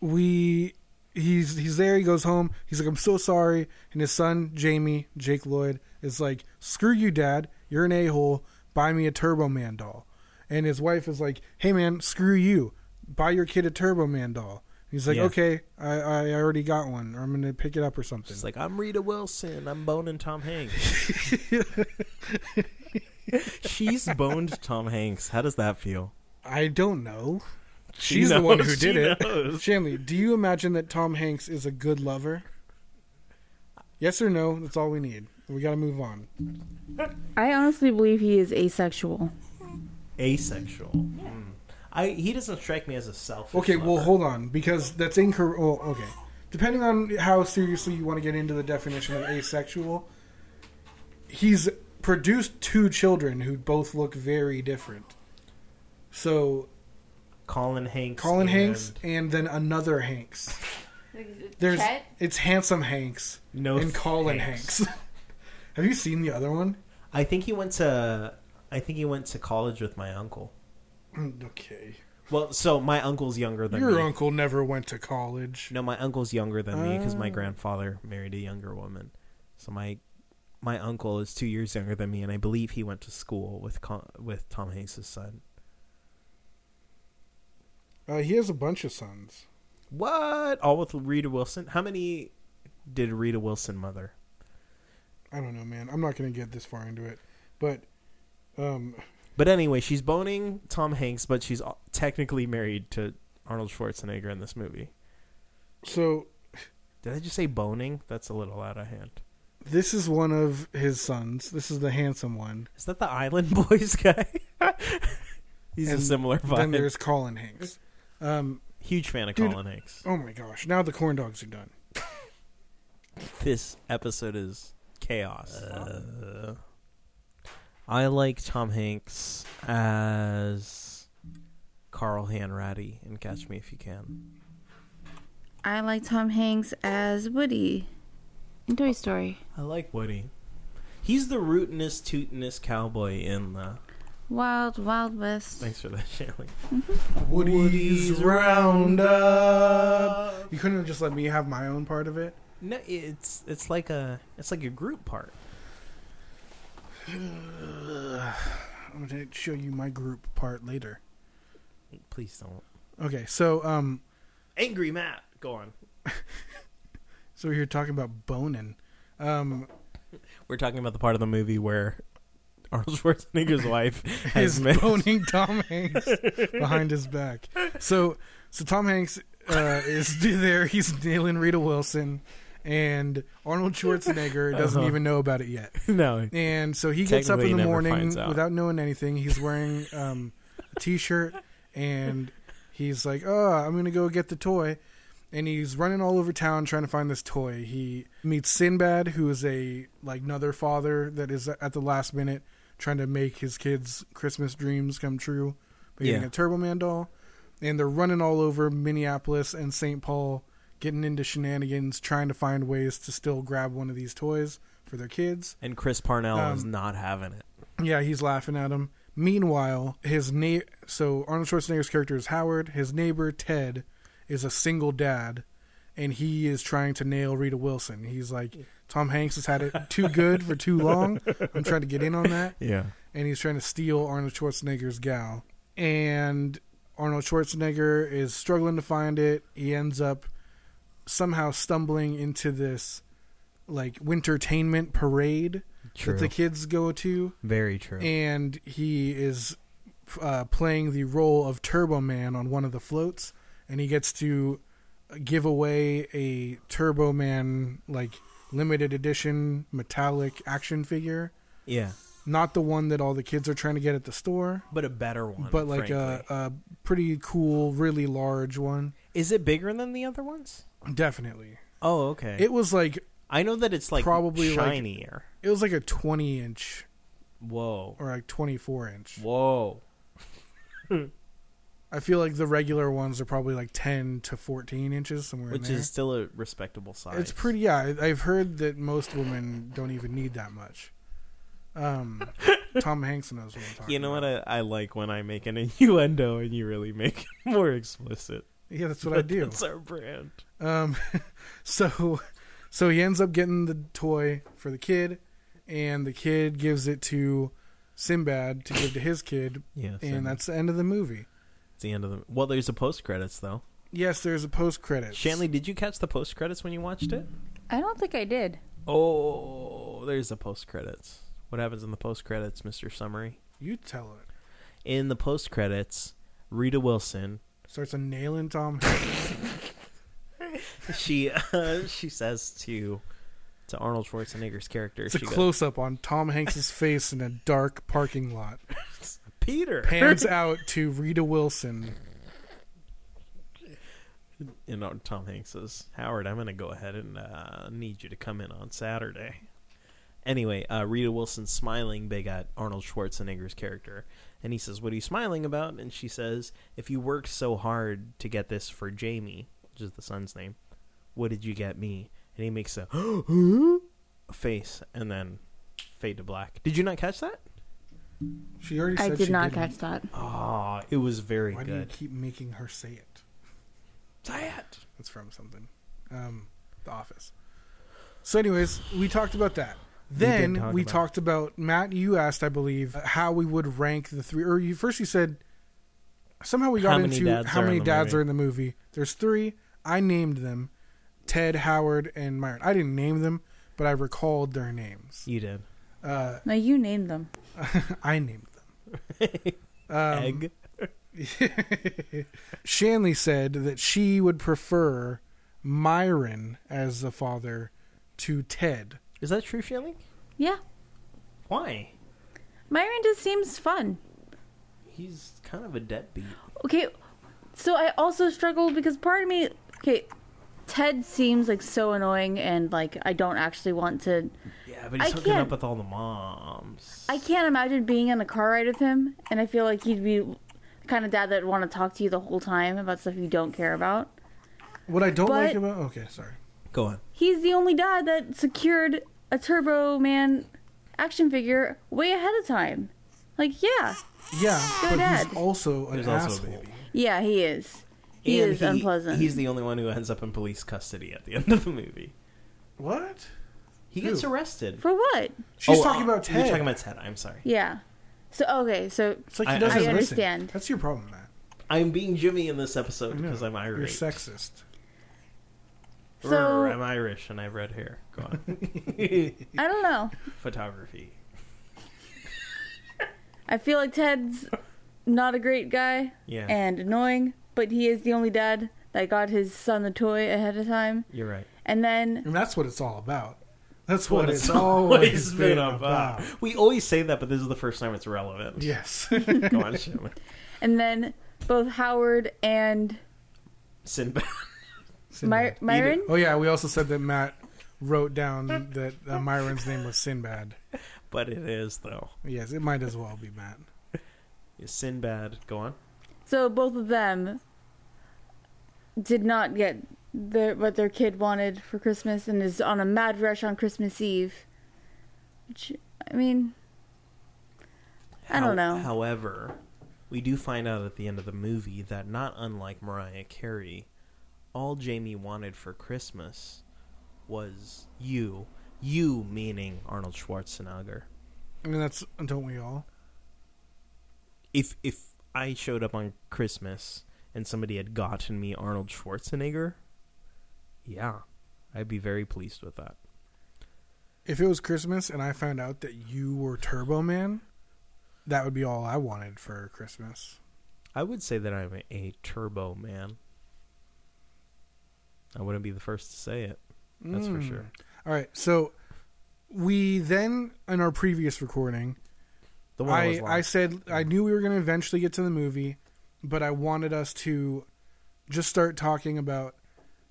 [SPEAKER 2] we he's he's there. He goes home. He's like, I'm so sorry. And his son Jamie Jake Lloyd is like, Screw you, Dad. You're an a hole. Buy me a Turbo Man doll. And his wife is like, Hey, man, screw you. Buy your kid a Turbo Man doll. He's like,
[SPEAKER 3] Yeah.
[SPEAKER 2] Okay, I, I already got one, or I'm gonna pick it up or something.
[SPEAKER 3] It's like I'm Rita Wilson. I'm boning Tom Hanks. She's boned Tom Hanks. How does that feel?
[SPEAKER 2] I don't know.
[SPEAKER 3] She
[SPEAKER 2] She's the one
[SPEAKER 3] knows,
[SPEAKER 2] who did
[SPEAKER 3] she
[SPEAKER 2] it.
[SPEAKER 3] knows.
[SPEAKER 2] Shanley, do you imagine that Tom Hanks is a good lover? Yes or no? That's all we need. We got to move on.
[SPEAKER 4] I honestly believe he is asexual.
[SPEAKER 3] Asexual. Mm. I he doesn't strike me as a selfish.
[SPEAKER 2] Okay, well,
[SPEAKER 3] lover.
[SPEAKER 2] hold on because that's incorrect. Well, okay, depending on how seriously you want to get into the definition of asexual, he's produced two children who both look very different. So
[SPEAKER 3] Colin Hanks.
[SPEAKER 2] Colin
[SPEAKER 3] and-
[SPEAKER 2] Hanks and then another Hanks. There's it's handsome Hanks
[SPEAKER 3] No
[SPEAKER 2] and Colin
[SPEAKER 3] thanks.
[SPEAKER 2] Hanks. Have you seen the other one?
[SPEAKER 3] I think he went to. I think he went to college with my uncle.
[SPEAKER 2] Mm, Okay.
[SPEAKER 3] Well, so my uncle's younger than
[SPEAKER 2] Your
[SPEAKER 3] me.
[SPEAKER 2] uncle never went to college.
[SPEAKER 3] No, my uncle's younger than me because my
[SPEAKER 2] Oh.
[SPEAKER 3] grandfather married a younger woman. So my my uncle is two years younger than me, and I believe he went to school with Con- with Tom Hanks's son.
[SPEAKER 2] Uh, he has a bunch of sons.
[SPEAKER 3] What? All with Rita Wilson? How many did Rita Wilson mother?
[SPEAKER 2] I don't know, man. I'm not going to get this far into it, but um,
[SPEAKER 3] But anyway, she's boning Tom Hanks, but she's al- technically married to Arnold Schwarzenegger in this movie.
[SPEAKER 2] so
[SPEAKER 3] Did I just say boning? That's a little out of hand.
[SPEAKER 2] this is one of his sons. This is the handsome one.
[SPEAKER 3] Is that the Island Boys guy? He's a
[SPEAKER 2] And
[SPEAKER 3] similar
[SPEAKER 2] Then
[SPEAKER 3] vibe.
[SPEAKER 2] there's Colin Hanks. Um,
[SPEAKER 3] Huge fan of
[SPEAKER 2] Dude.
[SPEAKER 3] Colin Hanks.
[SPEAKER 2] oh my gosh! Now the corn dogs are done.
[SPEAKER 3] This episode is chaos. Uh, I like Tom Hanks as Carl Hanratty in Catch Me If You Can.
[SPEAKER 4] I like Tom Hanks as Woody.
[SPEAKER 1] In Toy Story.
[SPEAKER 3] I like Woody. He's the rootinest, tootinest cowboy in the.
[SPEAKER 4] Wild, Wild West.
[SPEAKER 3] Thanks for that, Shanley.
[SPEAKER 2] Woody's, roundup. You couldn't have just let me have my own part of it.
[SPEAKER 3] No, it's it's like a it's like a group part.
[SPEAKER 2] I'm going to show you my group part later.
[SPEAKER 3] Please don't.
[SPEAKER 2] Okay, so um,
[SPEAKER 3] Angry Matt, go on.
[SPEAKER 2] so we were talking about boning. Um,
[SPEAKER 3] We're talking about the part of the movie where Arnold Schwarzenegger's wife has
[SPEAKER 2] is
[SPEAKER 3] met.
[SPEAKER 2] boning Tom Hanks behind his back. So, so Tom Hanks uh, is there. He's nailing Rita Wilson, and Arnold Schwarzenegger doesn't
[SPEAKER 3] Uh-huh.
[SPEAKER 2] even know about it yet.
[SPEAKER 3] no,
[SPEAKER 2] And so he gets up
[SPEAKER 3] Technically,
[SPEAKER 2] in the
[SPEAKER 3] he never
[SPEAKER 2] morning
[SPEAKER 3] finds out.
[SPEAKER 2] without knowing anything. He's wearing um, a t-shirt, and he's like, "Oh, I'm gonna go get the toy." And he's running all over town trying to find this toy. He meets Sinbad, who is a like another father that is at the last minute trying to make his kids' Christmas dreams come true by getting
[SPEAKER 3] Yeah.
[SPEAKER 2] a Turbo Man doll. And they're running all over Minneapolis and St. Paul, getting into shenanigans, trying to find ways to still grab one of these toys for their kids.
[SPEAKER 3] and Chris Parnell is
[SPEAKER 2] Um,
[SPEAKER 3] not having it.
[SPEAKER 2] Yeah, he's laughing at him. Meanwhile, his na- so Arnold Schwarzenegger's character is Howard. His neighbor Ted is a single dad, and he is trying to nail Rita Wilson. He's like, Tom Hanks has had it too good for too long. I'm trying to get in on that,
[SPEAKER 3] Yeah,
[SPEAKER 2] and he's trying to steal Arnold Schwarzenegger's gal. And Arnold Schwarzenegger is struggling to find it. He ends up somehow stumbling into this like wintertainment parade
[SPEAKER 3] true.
[SPEAKER 2] that the kids go to
[SPEAKER 3] Very true.
[SPEAKER 2] and he is uh, playing the role of Turbo Man on one of the floats, and he gets to give away a Turbo Man like limited edition metallic action figure,
[SPEAKER 3] yeah,
[SPEAKER 2] not the one that all the kids are trying to get at the store,
[SPEAKER 3] but a better one.
[SPEAKER 2] but like uh, a, a pretty cool, really large one.
[SPEAKER 3] is it bigger than the other ones?
[SPEAKER 2] Definitely,
[SPEAKER 3] Oh, okay.
[SPEAKER 2] it was like
[SPEAKER 3] I know that it's like
[SPEAKER 2] Probably,
[SPEAKER 3] probably
[SPEAKER 2] like-
[SPEAKER 3] shinier.
[SPEAKER 2] it was like a twenty inch
[SPEAKER 3] Whoa,
[SPEAKER 2] or like twenty four inch.
[SPEAKER 3] whoa.
[SPEAKER 2] I feel like the regular ones are probably like ten to fourteen inches somewhere. in
[SPEAKER 3] Which
[SPEAKER 2] there.
[SPEAKER 3] is still a respectable size.
[SPEAKER 2] It's pretty. Yeah, I- I've heard that most women don't even need that much. Um, Tom Hanks knows what I'm talking.
[SPEAKER 3] You know what
[SPEAKER 2] about.
[SPEAKER 3] I, I like when I make an innuendo and you really make it more explicit.
[SPEAKER 2] yeah, that's what I do.
[SPEAKER 3] That's our brand.
[SPEAKER 2] Um, so, so he ends up getting the toy for the kid, and the kid gives it to Sinbad to give to his kid,
[SPEAKER 3] Yes,
[SPEAKER 2] and that's the end of the movie.
[SPEAKER 3] It's the end of the. Well, there's a post credits though.
[SPEAKER 2] Yes, there's a post credits.
[SPEAKER 3] Shanley, did you catch the post credits when you watched it?
[SPEAKER 4] I don't think I did.
[SPEAKER 3] Oh, there's a post credits. What happens in the post credits, Mister Summary?
[SPEAKER 2] you tell it.
[SPEAKER 3] In the post credits, Rita Wilson.
[SPEAKER 2] Starts a nailing Tom. Hanks.
[SPEAKER 3] She uh, she says to to Arnold Schwarzenegger's character.
[SPEAKER 2] It's a
[SPEAKER 3] she goes,
[SPEAKER 2] close up on Tom Hanks's face in a dark parking lot.
[SPEAKER 3] Peter
[SPEAKER 2] Pans out to Rita Wilson.
[SPEAKER 3] you know, Tom Hanks says, Howard, I'm going to go ahead and uh, need you to come in on Saturday. Anyway, uh, Rita Wilson's smiling big at Arnold Schwarzenegger's character. And he says, What are you smiling about? And she says, If you worked so hard to get this for Jamie, which is the son's name, what did you get me? And he makes a face and then fade to black. Did you not catch that?
[SPEAKER 2] She already
[SPEAKER 4] I
[SPEAKER 2] said
[SPEAKER 4] did
[SPEAKER 2] she
[SPEAKER 4] not
[SPEAKER 2] didn't.
[SPEAKER 4] catch that.
[SPEAKER 3] Ah, it was very
[SPEAKER 2] Why do you
[SPEAKER 3] good.
[SPEAKER 2] keep making her say it?
[SPEAKER 3] Say it.
[SPEAKER 2] It's from something. Um, the Office. So, anyways, we talked about that. Then we,
[SPEAKER 3] talk about-
[SPEAKER 2] talked about Matt. You asked, I believe, uh, how we would rank the three. Or you first you said somehow we got
[SPEAKER 3] How many
[SPEAKER 2] into
[SPEAKER 3] dads
[SPEAKER 2] how
[SPEAKER 3] are in
[SPEAKER 2] many
[SPEAKER 3] the
[SPEAKER 2] dads
[SPEAKER 3] movie.
[SPEAKER 2] are in the movie. There's three. I named them: Ted, Howard, and Myron. I didn't name them, but I recalled their names.
[SPEAKER 3] You did.
[SPEAKER 2] Uh,
[SPEAKER 4] No, you named them.
[SPEAKER 2] I named them. Um,
[SPEAKER 3] Egg.
[SPEAKER 2] Shanley said that she would prefer Myron as the father to Ted.
[SPEAKER 3] Is that true, Shelly?
[SPEAKER 4] Yeah.
[SPEAKER 3] Why?
[SPEAKER 4] Myron just seems fun.
[SPEAKER 3] He's kind of a deadbeat.
[SPEAKER 4] Okay, so I also struggle because part of me, okay, Ted seems like so annoying and like I don't actually want to.
[SPEAKER 3] Yeah, but
[SPEAKER 4] I
[SPEAKER 3] he's hooking
[SPEAKER 4] can't-
[SPEAKER 3] up with all the moms.
[SPEAKER 4] I can't imagine being in a car ride with him, and I feel like he'd be the kind of dad that would want to talk to you the whole time about stuff you don't care about.
[SPEAKER 2] What I don't like
[SPEAKER 4] But-
[SPEAKER 2] about okay, sorry.
[SPEAKER 3] Go on.
[SPEAKER 4] He's the only dad that secured a Turbo Man action figure way ahead of time. Like, yeah,
[SPEAKER 2] Yeah, but
[SPEAKER 4] dad.
[SPEAKER 2] he's also an
[SPEAKER 3] He's also a
[SPEAKER 2] asshole.
[SPEAKER 3] baby.
[SPEAKER 4] yeah, he is. He
[SPEAKER 3] And
[SPEAKER 4] is unpleasant.
[SPEAKER 3] He's the only one who ends up in police custody at the end of the movie.
[SPEAKER 2] what?
[SPEAKER 3] He
[SPEAKER 2] Who?
[SPEAKER 3] gets arrested.
[SPEAKER 4] For what?
[SPEAKER 2] She's
[SPEAKER 3] Oh,
[SPEAKER 2] talking
[SPEAKER 3] uh,
[SPEAKER 2] about Ted.
[SPEAKER 3] You're talking about Ted. I'm sorry.
[SPEAKER 4] Yeah. So okay, so
[SPEAKER 2] it's like he
[SPEAKER 3] I-
[SPEAKER 2] doesn't
[SPEAKER 3] I
[SPEAKER 2] listen.
[SPEAKER 4] understand.
[SPEAKER 2] That's your problem, Matt.
[SPEAKER 3] I'm being Jimmy in this episode
[SPEAKER 2] I know.
[SPEAKER 3] because I'm
[SPEAKER 2] You're
[SPEAKER 3] Irish.
[SPEAKER 2] sexist.
[SPEAKER 4] So-
[SPEAKER 3] Brr, I'm Irish and I have red hair. Go on.
[SPEAKER 4] I don't know.
[SPEAKER 3] Photography.
[SPEAKER 4] I feel like Ted's not a great guy
[SPEAKER 3] Yeah.
[SPEAKER 4] and annoying, but he is the only dad that got his son the toy ahead of time.
[SPEAKER 3] You're right.
[SPEAKER 4] And then
[SPEAKER 2] And that's what it's all about. That's
[SPEAKER 3] Well,
[SPEAKER 2] what it's, always been, about.
[SPEAKER 3] We always say that, but this is the first time it's relevant.
[SPEAKER 2] Yes.
[SPEAKER 3] Go on, Shannon.
[SPEAKER 4] and then both Howard and
[SPEAKER 3] Sinbad.
[SPEAKER 4] My-
[SPEAKER 2] Sinbad.
[SPEAKER 4] Myron.
[SPEAKER 2] Oh yeah, we also said that Matt wrote down that uh, Myron's name was Sinbad.
[SPEAKER 3] but it is, though.
[SPEAKER 2] Yes, it might as well be Matt.
[SPEAKER 3] Sinbad. Go on.
[SPEAKER 4] So both of them did not get the what their kid wanted for Christmas and is on a mad rush on Christmas Eve. Which I mean I don't
[SPEAKER 3] How-
[SPEAKER 4] know.
[SPEAKER 3] However, we do find out at the end of the movie that not unlike Mariah Carey, all Jamie wanted for Christmas was you. You meaning Arnold Schwarzenegger.
[SPEAKER 2] I mean, that's don't we all?
[SPEAKER 3] If if I showed up on Christmas and somebody had gotten me Arnold Schwarzenegger, yeah, I'd be very pleased with that.
[SPEAKER 2] If it was Christmas and I found out that you were Turbo Man, that would be all I wanted for Christmas.
[SPEAKER 3] I would say that I'm a turbo man. I wouldn't be the first to say it. That's for sure.
[SPEAKER 2] Hmm. All right, so we then in our previous recording,
[SPEAKER 3] The one that was
[SPEAKER 2] I
[SPEAKER 3] long.
[SPEAKER 2] I said I knew we were going to eventually get to the movie, but I wanted us to just start talking about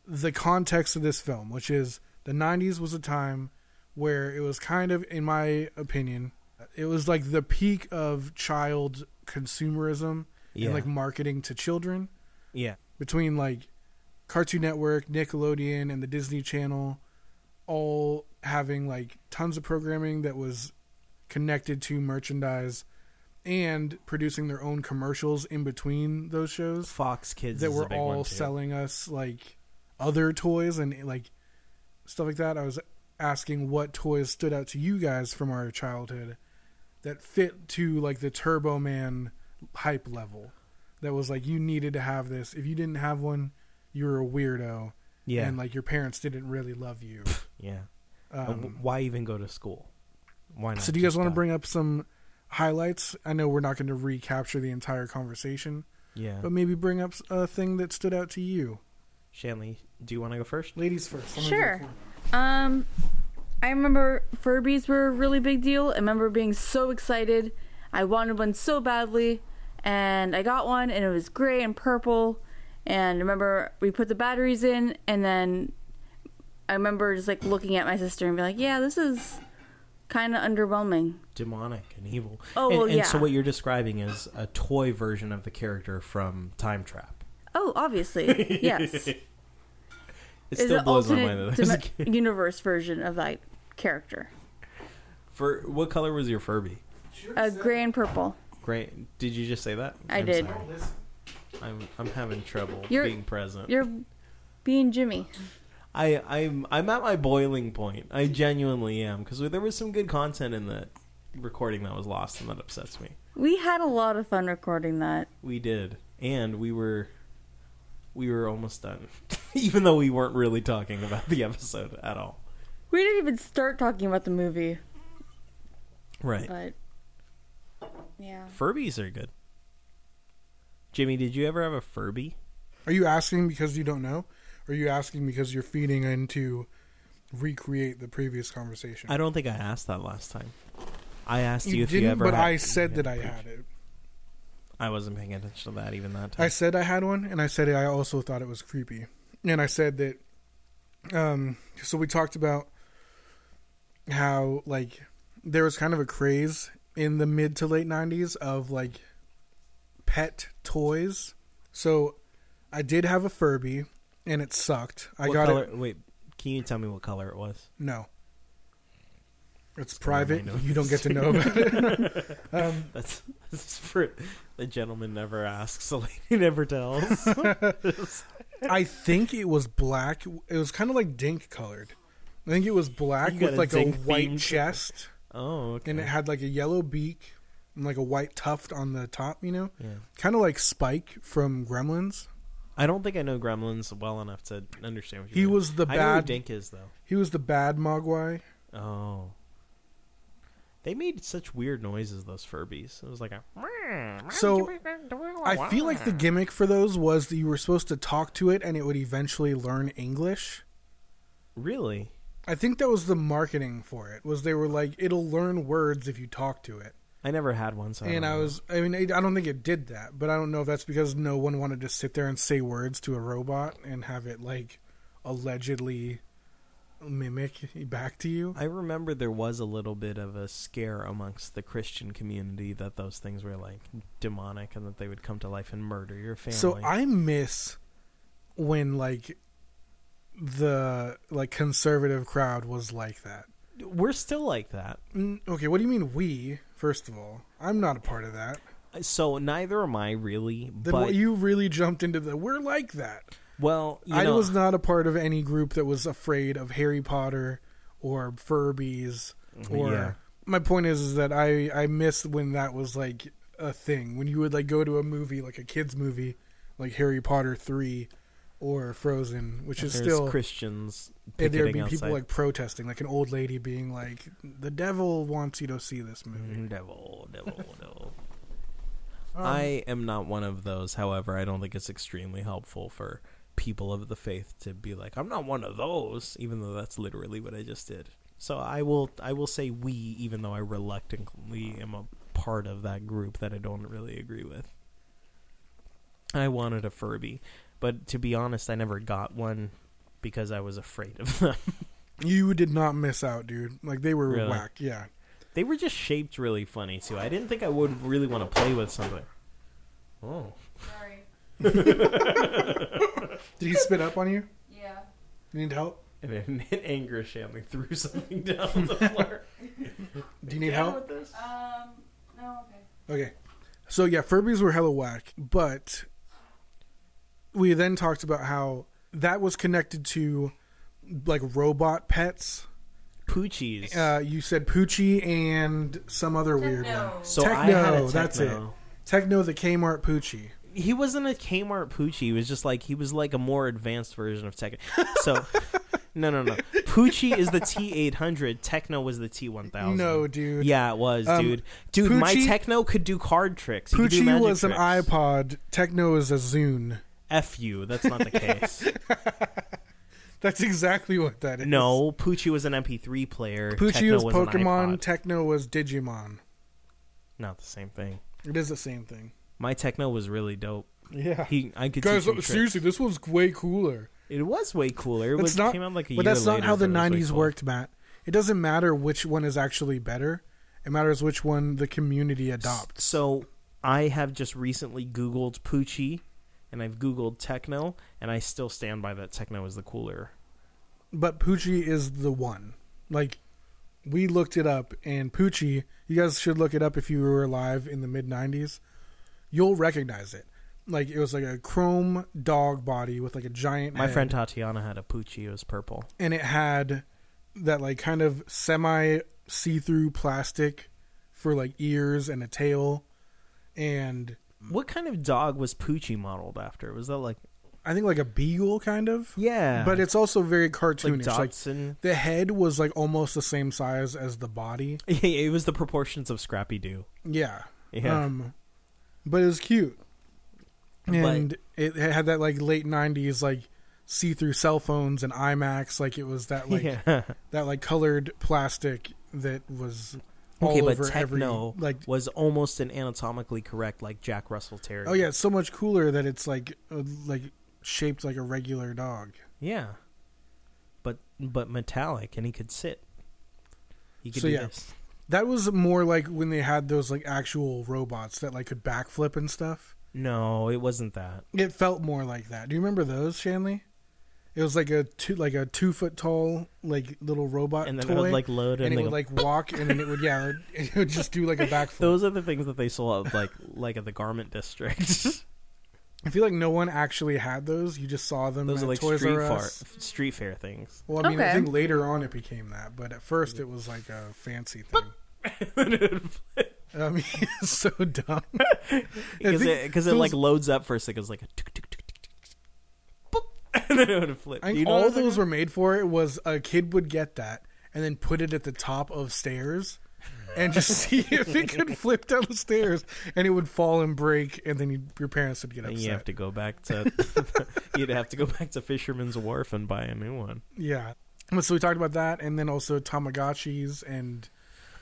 [SPEAKER 2] the context of this film, which is the 90s was a time where it was kind of in my opinion, it was like the peak of child consumerism
[SPEAKER 3] Yeah.
[SPEAKER 2] and like marketing to children.
[SPEAKER 3] yeah.
[SPEAKER 2] between like Cartoon Network, Nickelodeon, and the Disney Channel, all having like tons of programming that was connected to merchandise and producing their own commercials in between those shows
[SPEAKER 3] Fox Kids
[SPEAKER 2] that
[SPEAKER 3] is a
[SPEAKER 2] were
[SPEAKER 3] big one,
[SPEAKER 2] all
[SPEAKER 3] too.
[SPEAKER 2] selling us like other toys and like stuff like that. I was asking what toys stood out to you guys from our childhood that fit to like the Turbo Man hype level. That was like you needed to have this. If you didn't have one, you were a weirdo.
[SPEAKER 3] Yeah,
[SPEAKER 2] And like your parents didn't really love you.
[SPEAKER 3] yeah. And
[SPEAKER 2] Um,
[SPEAKER 3] w- why even go to school? Why not?
[SPEAKER 2] so do you guys
[SPEAKER 3] just
[SPEAKER 2] want to
[SPEAKER 3] die?
[SPEAKER 2] bring up some highlights? I know we're not going to recapture the entire conversation,
[SPEAKER 3] Yeah,
[SPEAKER 2] but maybe bring up a thing that stood out to you.
[SPEAKER 3] Shanley, do you want to go first?
[SPEAKER 2] Ladies first. Let me
[SPEAKER 4] Sure.
[SPEAKER 2] go
[SPEAKER 4] Um, I remember Furbies were a really big deal. I remember being so excited. I wanted one so badly, and I got one, and it was gray and purple. And I remember we put the batteries in, and then I remember just like looking at my sister and being like, "Yeah, this is kind of underwhelming."
[SPEAKER 3] Demonic and evil.
[SPEAKER 4] Oh,
[SPEAKER 3] and,
[SPEAKER 4] well,
[SPEAKER 3] and so
[SPEAKER 4] yeah.
[SPEAKER 3] what you're describing is a toy version of the character from Time Trap.
[SPEAKER 4] Oh, obviously, yes.
[SPEAKER 3] it
[SPEAKER 4] It's
[SPEAKER 3] still
[SPEAKER 4] an
[SPEAKER 3] blows my mind.
[SPEAKER 4] alternate
[SPEAKER 3] That there's a
[SPEAKER 4] dimen-
[SPEAKER 3] kid.
[SPEAKER 4] universe version of that character.
[SPEAKER 3] For what color was your Furby?
[SPEAKER 4] Uh, gray and purple.
[SPEAKER 3] Great. Did you just say that?
[SPEAKER 4] I
[SPEAKER 3] I'm
[SPEAKER 4] did.
[SPEAKER 3] sorry. I'm I'm having trouble
[SPEAKER 4] You're-
[SPEAKER 3] being present.
[SPEAKER 4] You're being Jimmy.
[SPEAKER 3] I I'm I'm at my boiling point. I genuinely am because there was some good content in the recording that was lost, and that upsets me.
[SPEAKER 4] We had a lot of fun recording that.
[SPEAKER 3] We did, and we were we were almost done, even though we weren't really talking about the episode at all.
[SPEAKER 4] We didn't even start talking about the movie,
[SPEAKER 3] Right.
[SPEAKER 4] but yeah.
[SPEAKER 3] Furbies are good. Jimmy, did you ever have a Furby?
[SPEAKER 2] Are you asking because you don't know? Or are you asking because you're feeding into recreate the previous conversation?
[SPEAKER 3] I don't think I asked that last time. I asked you,
[SPEAKER 2] you
[SPEAKER 3] if
[SPEAKER 2] didn't,
[SPEAKER 3] you ever.
[SPEAKER 2] but
[SPEAKER 3] had-
[SPEAKER 2] I said that I had it.
[SPEAKER 3] I wasn't paying attention to that even that time.
[SPEAKER 2] I said I had one, and I said I also thought it was creepy. And I said that. Um, so we talked about how like there was kind of a craze in the mid to late '90s of like pet toys. So I did have a Furby, and it sucked. I
[SPEAKER 3] What
[SPEAKER 2] got
[SPEAKER 3] color,
[SPEAKER 2] it.
[SPEAKER 3] Wait, can you tell me what color it was?
[SPEAKER 2] No, it's
[SPEAKER 3] Sorry,
[SPEAKER 2] private.
[SPEAKER 3] my
[SPEAKER 2] You don't get to know about it.
[SPEAKER 3] That's, that's for the gentleman never asks, the lady never tells.
[SPEAKER 2] I think it was black. It was kind of like dink colored. I think it was black
[SPEAKER 3] You got
[SPEAKER 2] with
[SPEAKER 3] a
[SPEAKER 2] like a
[SPEAKER 3] dink
[SPEAKER 2] white
[SPEAKER 3] themed-
[SPEAKER 2] chest.
[SPEAKER 3] oh, okay.
[SPEAKER 2] and it had like a yellow beak and like a white tuft on the top, you know?
[SPEAKER 3] yeah.
[SPEAKER 2] Kind of like Spike from Gremlins.
[SPEAKER 3] I don't think I know Gremlins well enough to understand what you
[SPEAKER 2] He
[SPEAKER 3] mean.
[SPEAKER 2] was the
[SPEAKER 3] I know who
[SPEAKER 2] bad
[SPEAKER 3] Dink is though.
[SPEAKER 2] he was the bad Mogwai.
[SPEAKER 3] Oh. They made such weird noises those Furbies. It was like a
[SPEAKER 2] So I feel like the gimmick for those was that you were supposed to talk to it and it would eventually learn English.
[SPEAKER 3] really.
[SPEAKER 2] I think that was the marketing for it. Was they were like it'll learn words if you talk to it.
[SPEAKER 3] I never had one, so I don't
[SPEAKER 2] and I
[SPEAKER 3] know.
[SPEAKER 2] was I mean I I don't think it did that, but I don't know if that's because no one wanted to sit there and say words to a robot and have it like allegedly mimic back to you.
[SPEAKER 3] I remember there was a little bit of a scare amongst the Christian community that those things were like demonic and that they would come to life and murder your family.
[SPEAKER 2] So I miss when like the like conservative crowd was like that.
[SPEAKER 3] we're still like that.
[SPEAKER 2] Mm, Okay, what do you mean we? First of all, I'm not a part of that.
[SPEAKER 3] So neither am I really.
[SPEAKER 2] Then
[SPEAKER 3] but
[SPEAKER 2] what- you really jumped into the we're like that.
[SPEAKER 3] well, you
[SPEAKER 2] I
[SPEAKER 3] know,
[SPEAKER 2] was not a part of any group that was afraid of Harry Potter or Furbies or
[SPEAKER 3] Mm-hmm. Yeah.
[SPEAKER 2] my point is, is that I I miss when that was like a thing when you would like go to a movie like a kids movie like Harry Potter 3 or Frozen which is
[SPEAKER 3] there's
[SPEAKER 2] still
[SPEAKER 3] Christians.
[SPEAKER 2] and there would be
[SPEAKER 3] picketing
[SPEAKER 2] people
[SPEAKER 3] outside.
[SPEAKER 2] like protesting like an old lady being like the devil wants you to see this movie.
[SPEAKER 3] Mm-hmm. devil, devil, devil. I am not one of those. However, I don't think it's extremely helpful for people of the faith to be like, "I'm not one of those," even though that's literally what I just did. So I will, I will say we, even though I reluctantly am a part of that group that I don't really agree with. I wanted a Furby, but to be honest, I never got one because I was afraid of them.
[SPEAKER 2] You did not miss out, dude. Like they were
[SPEAKER 3] Really?
[SPEAKER 2] whack. Yeah.
[SPEAKER 3] They were just shaped really funny too. I didn't think I would really want to play with something. Oh,
[SPEAKER 4] Sorry.
[SPEAKER 2] Did he spit up on you?
[SPEAKER 4] Yeah.
[SPEAKER 2] You need help?
[SPEAKER 3] and in in anger, Shanley threw something down on the floor.
[SPEAKER 2] Do you Uh, need
[SPEAKER 3] Down
[SPEAKER 2] help?
[SPEAKER 3] with this?
[SPEAKER 4] Um. No. Okay.
[SPEAKER 2] Okay. So yeah, Furbies were hella whack, but we then talked about how that was connected to like robot pets.
[SPEAKER 3] Poochies.
[SPEAKER 2] Uh, you said Poochie and some other weird one.
[SPEAKER 3] so I
[SPEAKER 2] techno,
[SPEAKER 3] had a techno.
[SPEAKER 2] that's it. Techno the Kmart Poochie.
[SPEAKER 3] He wasn't a Kmart Poochie. He was just like he was like a more advanced version of Techno. So no, no, no. Poochie is the T eight hundred. Techno was the T one thousand.
[SPEAKER 2] No, dude.
[SPEAKER 3] Yeah, it was,
[SPEAKER 2] Um,
[SPEAKER 3] dude. Dude, my
[SPEAKER 2] Poochie-
[SPEAKER 3] Techno could do card tricks. He could do
[SPEAKER 2] Poochie
[SPEAKER 3] magic
[SPEAKER 2] was an
[SPEAKER 3] tricks.
[SPEAKER 2] iPod. Techno is a Zune.
[SPEAKER 3] F you. That's not the case.
[SPEAKER 2] That's exactly what that is.
[SPEAKER 3] No, Poochie was an MP3 player.
[SPEAKER 2] Poochie
[SPEAKER 3] Techno
[SPEAKER 2] was
[SPEAKER 3] an
[SPEAKER 2] Pokemon.
[SPEAKER 3] iPod.
[SPEAKER 2] Techno was Digimon.
[SPEAKER 3] Not the same thing.
[SPEAKER 2] It is the same thing.
[SPEAKER 3] My techno was really dope.
[SPEAKER 2] Yeah.
[SPEAKER 3] He, I could
[SPEAKER 2] Guys,
[SPEAKER 3] teach him
[SPEAKER 2] look, seriously,
[SPEAKER 3] tricks.
[SPEAKER 2] this was way cooler.
[SPEAKER 3] it was way cooler. It
[SPEAKER 2] That's
[SPEAKER 3] was
[SPEAKER 2] not-
[SPEAKER 3] came out like a year
[SPEAKER 2] but that's not
[SPEAKER 3] later,
[SPEAKER 2] how the
[SPEAKER 3] but it was way
[SPEAKER 2] '90s
[SPEAKER 3] cool.
[SPEAKER 2] worked, Matt. It doesn't matter which one is actually better. It matters which one the community adopts.
[SPEAKER 3] So I have just recently Googled Poochie, and I've Googled techno, and I still stand by that techno is the cooler.
[SPEAKER 2] But Poochie is the one. Like we looked it up, and Poochie, you guys should look it up if you were alive in the mid 90s. You'll recognize it. Like, it was like a chrome dog body with like a giant.
[SPEAKER 3] My
[SPEAKER 2] head,
[SPEAKER 3] friend Tatiana had a Poochie. It was purple.
[SPEAKER 2] And it had that like kind of semi see through plastic for like ears and a tail. And
[SPEAKER 3] What kind of dog was Poochie modeled after? Was that like
[SPEAKER 2] I think like a beagle kind of.
[SPEAKER 3] yeah,
[SPEAKER 2] But it's also very
[SPEAKER 3] like
[SPEAKER 2] cartoonish. Like,
[SPEAKER 3] Dotson?
[SPEAKER 2] the head was like almost the same size as the body.
[SPEAKER 3] it was the proportions of Scrappy Doo.
[SPEAKER 2] Yeah.
[SPEAKER 3] Yeah.
[SPEAKER 2] Um, but it was cute,
[SPEAKER 3] But-
[SPEAKER 2] and it had that like late '90s like see-through cell phones and IMAX. Like it was that like
[SPEAKER 3] yeah.
[SPEAKER 2] that like colored plastic that was all
[SPEAKER 3] okay,
[SPEAKER 2] over
[SPEAKER 3] but techno
[SPEAKER 2] every like.
[SPEAKER 3] was almost an anatomically correct like Jack Russell Terrier.
[SPEAKER 2] Oh yeah, it's so much cooler that it's like uh, like shaped like a regular dog.
[SPEAKER 3] yeah, but but metallic, and he could sit. He could
[SPEAKER 2] So,
[SPEAKER 3] do
[SPEAKER 2] yeah.
[SPEAKER 3] this.
[SPEAKER 2] That was more like when they had those like actual robots that like could backflip and stuff.
[SPEAKER 3] No, it wasn't that.
[SPEAKER 2] It felt more like that. Do you remember those, Shanley? It was like a two like a two foot tall like little robot
[SPEAKER 3] And then it
[SPEAKER 2] toy,
[SPEAKER 3] would like load
[SPEAKER 2] and
[SPEAKER 3] and,
[SPEAKER 2] it
[SPEAKER 3] they
[SPEAKER 2] would
[SPEAKER 3] go,
[SPEAKER 2] like walk, and then it would yeah, it would just do like a backflip.
[SPEAKER 3] Those are the things that they sold at like like at the garment district.
[SPEAKER 2] I feel like no one actually had those. You just saw them.
[SPEAKER 3] Those
[SPEAKER 2] at
[SPEAKER 3] are like
[SPEAKER 2] Toys
[SPEAKER 3] street
[SPEAKER 2] R
[SPEAKER 3] far,
[SPEAKER 2] Us.
[SPEAKER 3] street fair things.
[SPEAKER 2] Well, I mean, I
[SPEAKER 4] Okay.
[SPEAKER 2] think later on it became that, but at first it was like a fancy thing. I mean, it's so dumb.
[SPEAKER 3] Because
[SPEAKER 2] think
[SPEAKER 3] it, 'cause it
[SPEAKER 2] those-
[SPEAKER 3] like loads up for a second. It's like a tick, tick, tick, tick, tick, boop, and then it would flip.
[SPEAKER 2] I
[SPEAKER 3] Do you
[SPEAKER 2] think
[SPEAKER 3] know
[SPEAKER 2] all
[SPEAKER 3] what I'm
[SPEAKER 2] those
[SPEAKER 3] talking
[SPEAKER 2] were made for it was a kid would get that and then put it at the top of stairs and just see if it could flip down the stairs and it would fall and break and then you, your parents would get
[SPEAKER 3] about?
[SPEAKER 2] upset.
[SPEAKER 3] Then you have to go back to you'd have to go back to Fisherman's Wharf and buy a new one.
[SPEAKER 2] Yeah. But so we talked about that and then also Tamagotchis and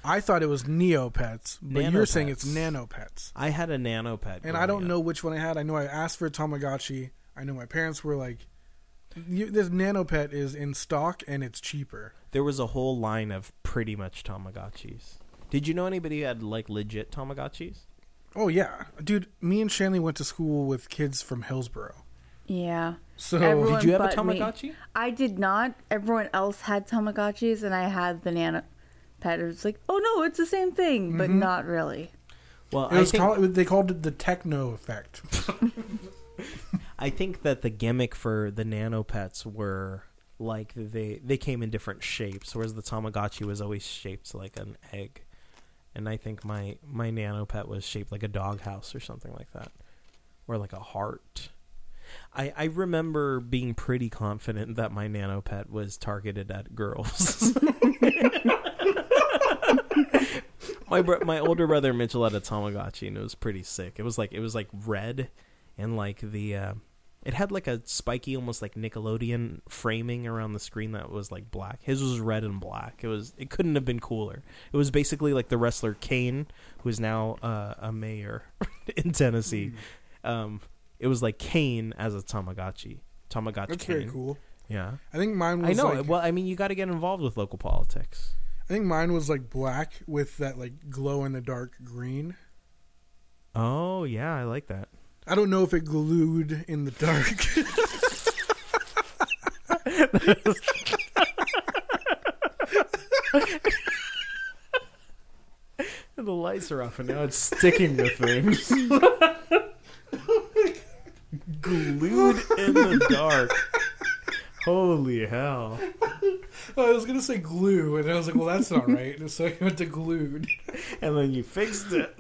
[SPEAKER 2] I thought it was Neopets, but you're saying it's
[SPEAKER 3] Nanopets. Oh
[SPEAKER 2] Nanopets.
[SPEAKER 3] I had a nano pet,
[SPEAKER 2] And I don't know which one I had. I know I asked for a Tamagotchi. I know my parents were like, you, this Nanopet is in stock and it's cheaper.
[SPEAKER 3] There was a whole line of pretty much Tamagotchis. Did you know anybody who had like legit Tamagotchis?
[SPEAKER 2] Oh yeah, dude. Me and Shanley went to school with kids from Hillsboro.
[SPEAKER 4] Yeah.
[SPEAKER 2] So
[SPEAKER 4] Everyone-
[SPEAKER 3] Did you have a
[SPEAKER 4] But me.
[SPEAKER 3] Tamagotchi?
[SPEAKER 4] I did not. Everyone else had Tamagotchis, and I had the Nana Pet. It was like, oh no, it's the same thing, but
[SPEAKER 3] Mm-hmm.
[SPEAKER 4] not really.
[SPEAKER 3] Well,
[SPEAKER 2] it
[SPEAKER 3] I
[SPEAKER 2] was
[SPEAKER 3] think,
[SPEAKER 2] call- they called it the techno effect.
[SPEAKER 3] I think that the gimmick for the nano pets were like they they came in different shapes, whereas the Tamagotchi was always shaped like an egg. And I think my my nano pet was shaped like a doghouse or something like that, or like a heart. I, I remember being pretty confident that my nano pet was targeted at girls. my bro- my older brother Mitchell had a Tamagotchi and it was pretty sick. It was like it was like red and like the uh, it had like a spiky almost like Nickelodeon framing around the screen that was like black. His was red and black. It was it couldn't have been cooler. It was basically like the wrestler Kane who is now uh, a mayor in Tennessee.
[SPEAKER 2] Mm.
[SPEAKER 3] Um, it was like Kane as a Tamagotchi. Tamagotchi
[SPEAKER 2] That's
[SPEAKER 3] Kane.
[SPEAKER 2] very cool.
[SPEAKER 3] Yeah.
[SPEAKER 2] I think mine was.
[SPEAKER 3] I know.
[SPEAKER 2] Like,
[SPEAKER 3] well, I mean, you got to get involved with local politics.
[SPEAKER 2] I think mine was like black with that like glow in the dark green.
[SPEAKER 3] Oh, yeah, I like that.
[SPEAKER 2] I don't know if it glued in the dark.
[SPEAKER 3] The lights are off, and now it's sticking to things. Glued in the dark. Holy hell.
[SPEAKER 2] I was gonna say glue, and I was like, well, that's not right. And so I went to glued.
[SPEAKER 3] And then you fixed it.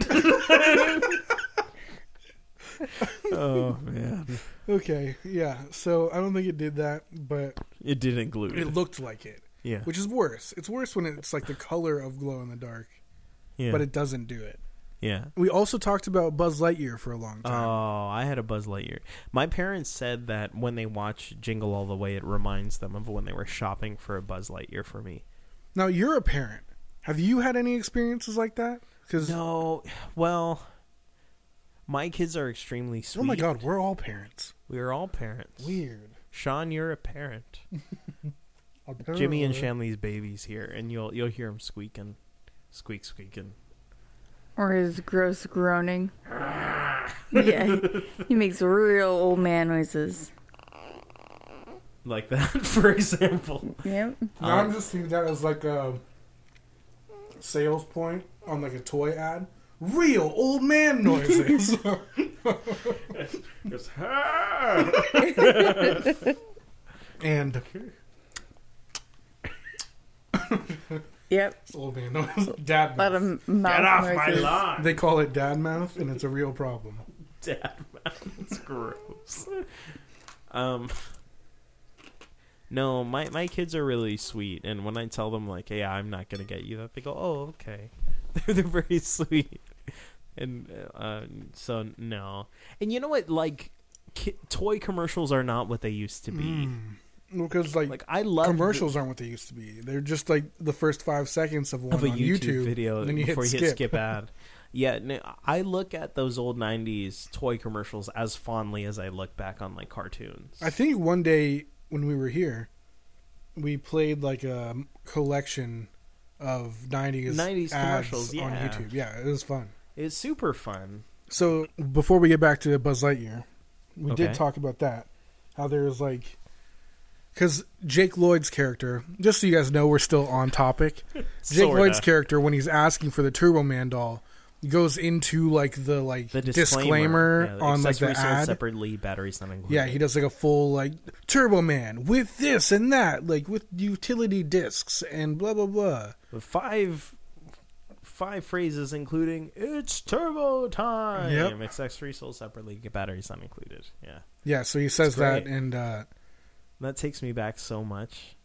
[SPEAKER 3] oh, man.
[SPEAKER 2] Okay, yeah. So I don't think it did that, but
[SPEAKER 3] It didn't glue
[SPEAKER 2] it looked like it,
[SPEAKER 3] Yeah.
[SPEAKER 2] which is worse. It's worse when it's like the color of glow in the dark,
[SPEAKER 3] yeah.
[SPEAKER 2] but it doesn't do it.
[SPEAKER 3] yeah.
[SPEAKER 2] We also talked about Buzz Lightyear for a long time.
[SPEAKER 3] Oh, I had a Buzz Lightyear. My parents said that when they watch Jingle All the Way, it reminds them of when they were shopping for a Buzz Lightyear for me.
[SPEAKER 2] now you're a parent. Have you had any experiences like that? Because
[SPEAKER 3] No, well, my kids are extremely sweet.
[SPEAKER 2] oh my god, we're all parents.
[SPEAKER 3] we are all parents.
[SPEAKER 2] Weird.
[SPEAKER 3] Sean, you're a parent. Jimmy and Shanley's babies here, and you'll you'll hear them squeaking, squeak squeaking.
[SPEAKER 4] Or his gross groaning. yeah, he makes real old man noises.
[SPEAKER 3] Like that, for example.
[SPEAKER 4] Yep.
[SPEAKER 2] Now I'm just seeing that as like a sales point on like a toy ad. Real old man noises.
[SPEAKER 5] Just,
[SPEAKER 2] and
[SPEAKER 4] Yep.
[SPEAKER 2] old man noises. Dad
[SPEAKER 4] A lot
[SPEAKER 2] mouth.
[SPEAKER 4] of mouth
[SPEAKER 5] get off my
[SPEAKER 4] noises.
[SPEAKER 5] lawn.
[SPEAKER 2] They call it dad mouth, and it's a real problem.
[SPEAKER 3] Dad mouth. It's gross. Um. No, my my kids are really sweet, and when I tell them like, "Hey, I'm not gonna get you that," they go, "Oh, okay." They're they're very sweet, and uh, so no. And you know what? Like, ki- toy commercials are not what they used to be.
[SPEAKER 2] Hmm. Because like,
[SPEAKER 3] Like I love
[SPEAKER 2] commercials aren't what they used to be. They're just like the first five seconds of one
[SPEAKER 3] of a
[SPEAKER 2] on
[SPEAKER 3] YouTube,
[SPEAKER 2] YouTube,
[SPEAKER 3] video
[SPEAKER 2] and then you
[SPEAKER 3] before
[SPEAKER 2] hit
[SPEAKER 3] you hit
[SPEAKER 2] skip.
[SPEAKER 3] skip ad. Yeah, no, I look at those old '90s toy commercials as fondly as I look back on like cartoons.
[SPEAKER 2] I think one day when we were here, we played like a collection of 90s,
[SPEAKER 3] 90s
[SPEAKER 2] ads
[SPEAKER 3] commercials,
[SPEAKER 2] on
[SPEAKER 3] yeah.
[SPEAKER 2] YouTube. Yeah, it was fun.
[SPEAKER 3] It's super fun.
[SPEAKER 2] So before we get back to Buzz Lightyear, we
[SPEAKER 3] Okay.
[SPEAKER 2] did talk about that. How there was like, because Jake Lloyd's character. Just so you guys know, we're still on topic. Jake
[SPEAKER 3] Sorta.
[SPEAKER 2] Lloyd's character, when he's asking for the Turbo Man doll, goes into like the like
[SPEAKER 3] The disclaimer,
[SPEAKER 2] disclaimer,
[SPEAKER 3] Yeah,
[SPEAKER 2] on like the
[SPEAKER 3] accessories sold
[SPEAKER 2] ad.
[SPEAKER 3] separately, batteries not included.
[SPEAKER 2] Yeah, he does like a full like Turbo Man with this and that, like with utility discs and blah blah blah.
[SPEAKER 3] With five five phrases, including "It's turbo time."
[SPEAKER 2] Yep.
[SPEAKER 3] Accessories sold separately, batteries not included. Yeah,
[SPEAKER 2] Yeah, so he says that,
[SPEAKER 3] great.
[SPEAKER 2] and uh,
[SPEAKER 3] that takes me back so much.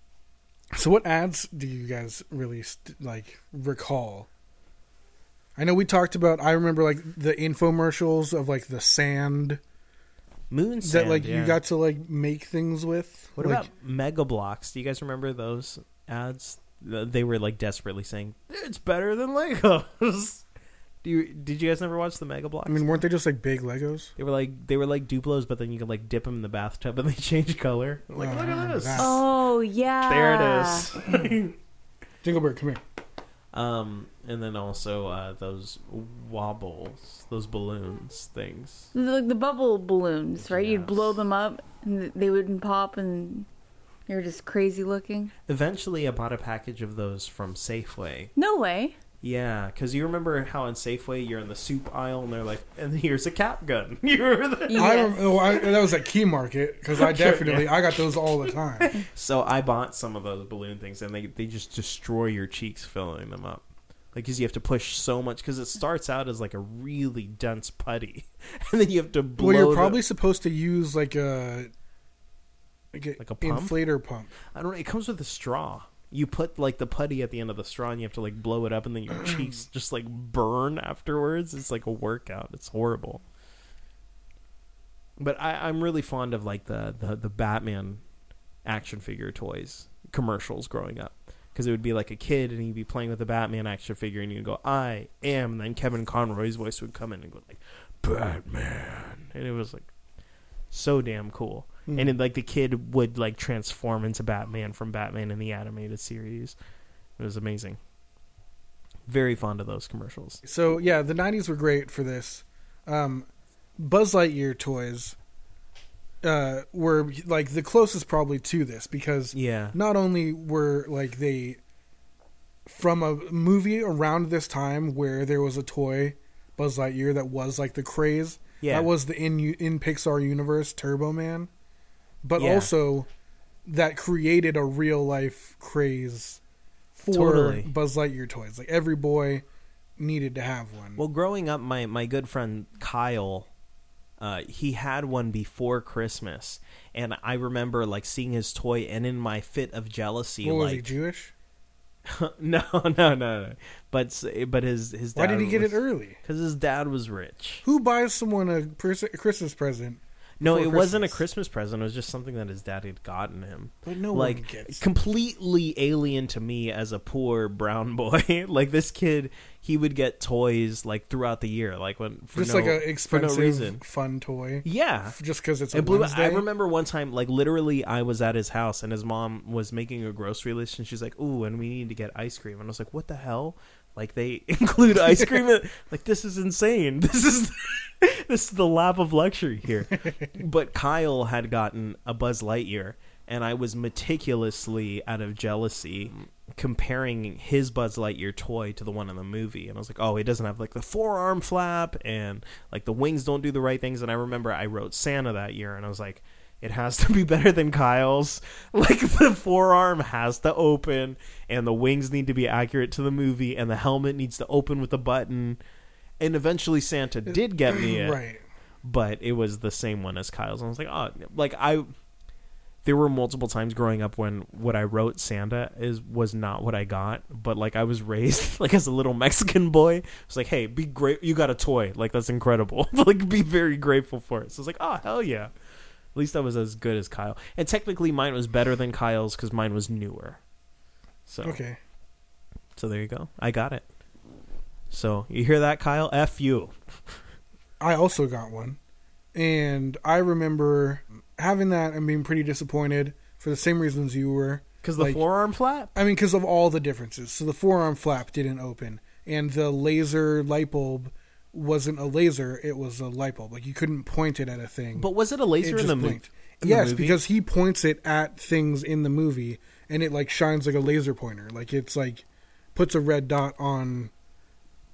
[SPEAKER 2] so what ads do you guys really st- like recall? I know we talked about. I remember like the infomercials of like the sand
[SPEAKER 3] Moon
[SPEAKER 2] that like you got to like make things with.
[SPEAKER 3] What
[SPEAKER 2] like,
[SPEAKER 3] about Mega Blocks? Do you guys remember those ads? Th- They were like desperately saying, "It's better than Legos." Do you, did you guys never watch the Mega Blocks?
[SPEAKER 2] I mean, weren't they just like big Legos?
[SPEAKER 3] they were like they were like Duplos, but then you could like dip them in the bathtub and they change color. Like,
[SPEAKER 2] Oh,
[SPEAKER 3] look at this.
[SPEAKER 2] that.
[SPEAKER 4] Oh yeah.
[SPEAKER 3] There it is.
[SPEAKER 2] Dingleberg, come here.
[SPEAKER 3] Um, and then also uh, those wobbles, those balloons things.
[SPEAKER 4] They're Like the bubble balloons, right? You'd
[SPEAKER 3] Yes.
[SPEAKER 4] blow them up, and th- they wouldn't pop, and you're just crazy looking.
[SPEAKER 3] Eventually, I bought a package of those from Safeway.
[SPEAKER 4] No way.
[SPEAKER 3] Yeah, because you remember how in Safeway you're in the soup aisle and they're like, "And here's a cap gun." you remember that?
[SPEAKER 2] I
[SPEAKER 4] Yes.
[SPEAKER 2] don't. Oh, I, that was at Key Market because I
[SPEAKER 3] Sure, yeah.
[SPEAKER 2] definitely I got those all the time.
[SPEAKER 3] So I bought some of those balloon things, and they they just destroy your cheeks filling them up. Like, because you have to push so much, because it starts out as like a really dense putty, and then you have to blow.
[SPEAKER 2] well, you're
[SPEAKER 3] the-
[SPEAKER 2] probably supposed to use like a like a,
[SPEAKER 3] Like a pump?
[SPEAKER 2] inflator pump.
[SPEAKER 3] I don't know. It comes with a straw. You put like the putty at the end of the straw, and you have to like blow it up, and then your cheeks just like burn afterwards. It's like a workout. It's horrible. But I, I'm really fond of like the, the the Batman action figure toys commercials growing up because it would be like a kid and he'd be playing with a Batman action figure and he'd go I am and then Kevin Conroy's voice would come in and go like Batman and it was like so damn cool
[SPEAKER 2] Hmm.
[SPEAKER 3] and then like the kid would like transform into Batman from Batman in the animated series it was amazing very fond of those commercials
[SPEAKER 2] So yeah, the '90s were great for this. Um, Buzz Lightyear toys uh, were like the closest probably to this because
[SPEAKER 3] yeah
[SPEAKER 2] not only were like they from a movie around this time where there was a toy Buzz Lightyear that was like the craze.
[SPEAKER 3] Yeah.
[SPEAKER 2] That was the in in Pixar universe Turbo Man. But
[SPEAKER 3] Yeah.
[SPEAKER 2] also that created a real life craze for
[SPEAKER 3] Totally.
[SPEAKER 2] Buzz Lightyear toys. Like every boy needed to have one.
[SPEAKER 3] Well, growing up, my my good friend Kyle, uh, he had one before Christmas, and I remember like seeing his toy, and in my fit of jealousy,
[SPEAKER 2] what was he
[SPEAKER 3] like
[SPEAKER 2] Jewish?
[SPEAKER 3] no, no, no, no, but s- but his his
[SPEAKER 2] Why
[SPEAKER 3] dad
[SPEAKER 2] did he get
[SPEAKER 3] was,
[SPEAKER 2] it early?
[SPEAKER 3] Because his dad was rich.
[SPEAKER 2] Who buys someone a pers- a Christmas present?
[SPEAKER 3] No, it
[SPEAKER 2] before
[SPEAKER 3] wasn't a Christmas present. It was just something that his dad had gotten him.
[SPEAKER 2] But no one
[SPEAKER 3] like
[SPEAKER 2] gets-
[SPEAKER 3] completely alien to me as a poor brown boy. like this kid, he would get toys like throughout the year, like when for
[SPEAKER 2] Just
[SPEAKER 3] no-
[SPEAKER 2] like an
[SPEAKER 3] for no
[SPEAKER 2] expensive
[SPEAKER 3] reason.
[SPEAKER 2] fun toy.
[SPEAKER 3] Yeah,
[SPEAKER 2] just because it's a
[SPEAKER 3] It blew,
[SPEAKER 2] Wednesday.
[SPEAKER 3] I remember one time, like literally, I was at his house and his mom was making a grocery list, and she's like, "Ooh, and we need to get ice cream." And I was like, "What the hell? Like they include ice cream? in- like this is insane. This is this is the lap of luxury here." but Kyle had gotten a Buzz Lightyear, and I was meticulously out of jealousy comparing his Buzz Lightyear toy to the one in the movie, and I was like, oh, it doesn't have like the forearm flap, and like the wings don't do the right things. And I remember I wrote Santa that year, and I was like. It has to be better than Kyle's. Like the forearm has to open, and the wings need to be accurate to the movie, and the helmet needs to open with the button. And eventually, Santa did get me it,
[SPEAKER 2] Right.
[SPEAKER 3] but it was the same one as Kyle's. And I was like, oh, like I. There were multiple times growing up when what I wrote Santa is was not what I got, but like I was raised like as a little Mexican boy. It's like, hey, be great. You got a toy, like that's incredible. like, be very grateful for it. So it's like, oh hell yeah. At least I was as good as Kyle, and technically mine was better than Kyle's because mine was newer. So
[SPEAKER 2] Okay.
[SPEAKER 3] so there you go. I got it. So you hear that, Kyle? F you.
[SPEAKER 2] I also got one. And I remember having that and being pretty disappointed for the same reasons you were.
[SPEAKER 3] Because the
[SPEAKER 2] Like-
[SPEAKER 3] forearm flap.
[SPEAKER 2] I mean, because of all the differences. So the forearm flap didn't open, and the laser light bulb wasn't a laser; it was a light bulb. Like you couldn't point it at a thing.
[SPEAKER 3] But was it a laser
[SPEAKER 2] it
[SPEAKER 3] in the
[SPEAKER 2] just
[SPEAKER 3] movie?
[SPEAKER 2] blinked. yes, because he points it at things in the movie, and it like shines like a laser pointer. Like it's like puts a red dot on.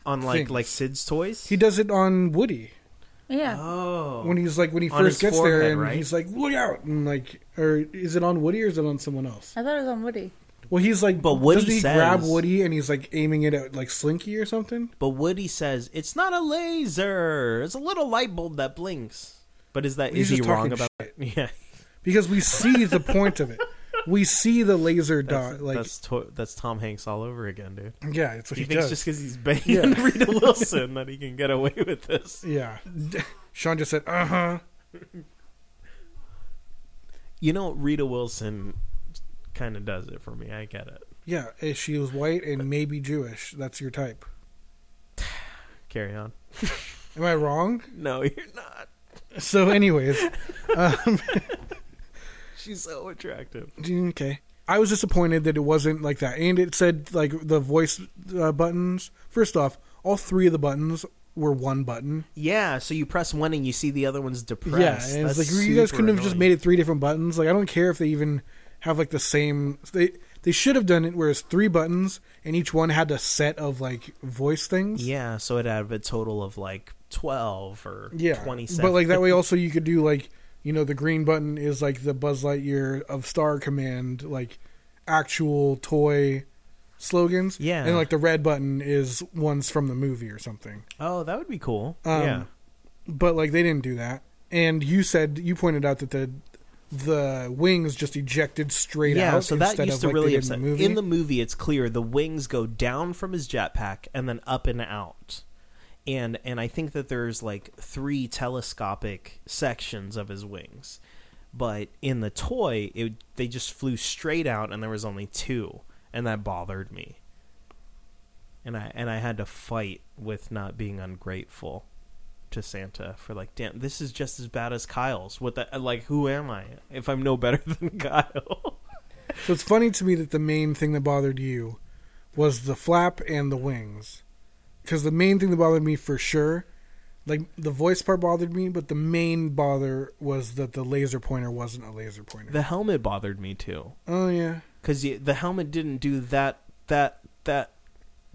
[SPEAKER 3] on like
[SPEAKER 2] things.
[SPEAKER 3] like Sid's toys.
[SPEAKER 2] He does it on Woody
[SPEAKER 4] Yeah.
[SPEAKER 3] oh,
[SPEAKER 2] when he's like when he
[SPEAKER 3] On
[SPEAKER 2] first
[SPEAKER 3] his
[SPEAKER 2] gets
[SPEAKER 3] forehead,
[SPEAKER 2] there, and
[SPEAKER 3] right?
[SPEAKER 2] he's like, "Look out!" and like, or is it on Woody or is it on someone else?
[SPEAKER 4] I thought it was on Woody.
[SPEAKER 2] Well, he's like,
[SPEAKER 3] But Woody
[SPEAKER 2] doesn't he grab
[SPEAKER 3] says-
[SPEAKER 2] Woody and he's like aiming it at like Slinky or something?
[SPEAKER 3] but Woody says it's not a laser. It's a little light bulb that blinks. But is that
[SPEAKER 2] He's
[SPEAKER 3] is he
[SPEAKER 2] just
[SPEAKER 3] wrong
[SPEAKER 2] talking
[SPEAKER 3] about that? Yeah,
[SPEAKER 2] because we see the point of it. We see the laser dot. Like,
[SPEAKER 3] that's to- that's Tom Hanks all over again, dude.
[SPEAKER 2] yeah, it's what
[SPEAKER 3] He,
[SPEAKER 2] he,
[SPEAKER 3] thinks
[SPEAKER 2] does.
[SPEAKER 3] just because he's banging
[SPEAKER 2] Yeah.
[SPEAKER 3] Rita Wilson that he can get away with this.
[SPEAKER 2] yeah. Sean just said, "Uh huh."
[SPEAKER 3] You know, Rita Wilson kind of does it for me. I get it.
[SPEAKER 2] Yeah, if she was white and maybe Jewish. That's your type.
[SPEAKER 3] Carry on.
[SPEAKER 2] Am I wrong?
[SPEAKER 3] No, you're not.
[SPEAKER 2] So, anyways,
[SPEAKER 3] She's so attractive.
[SPEAKER 2] okay. I was disappointed that it wasn't like that, and it said like the voice uh, buttons. First off, all three of the buttons were one button.
[SPEAKER 3] Yeah, so you press one and you see the other one's depressed.
[SPEAKER 2] Yeah, and it's
[SPEAKER 3] That's
[SPEAKER 2] like you guys
[SPEAKER 3] super
[SPEAKER 2] couldn't have just
[SPEAKER 3] annoying.
[SPEAKER 2] made it three different buttons. Like I don't care if they even have like the same. They they should have done it where it's three buttons and each one had a set of like voice things.
[SPEAKER 3] Yeah, so it'd have a total of like twelve or
[SPEAKER 2] yeah,
[SPEAKER 3] twenty seven.
[SPEAKER 2] But like that way, also you could do like you know the green button is like the Buzz Lightyear of Star Command like actual toy slogans.
[SPEAKER 3] Yeah.
[SPEAKER 2] and like the red button is ones from the movie or something.
[SPEAKER 3] Oh, that would be cool.
[SPEAKER 2] Um,
[SPEAKER 3] yeah.
[SPEAKER 2] but like they didn't do that. And you said you pointed out that the the wings just ejected straight
[SPEAKER 3] Yeah,
[SPEAKER 2] out.
[SPEAKER 3] so that
[SPEAKER 2] instead
[SPEAKER 3] used
[SPEAKER 2] of,
[SPEAKER 3] to
[SPEAKER 2] like, they
[SPEAKER 3] really
[SPEAKER 2] did
[SPEAKER 3] upset.
[SPEAKER 2] In the, movie.
[SPEAKER 3] in the movie, it's clear the wings go down from his jetpack and then up and out, and and I think that there's like three telescopic sections of his wings, but in the toy, it they just flew straight out and there was only two, and that bothered me. And I and I had to fight with not being ungrateful to Santa for like, damn, this is just as bad as Kyle's. What the like? Who am I if I'm no better than Kyle?
[SPEAKER 2] so it's funny to me that the main thing that bothered you was the flap and the wings, because the main thing that bothered me for sure, like the voice part bothered me, but the main bother was that the laser pointer wasn't a laser pointer.
[SPEAKER 3] The helmet bothered me too
[SPEAKER 2] oh yeah,
[SPEAKER 3] because the helmet didn't do that that that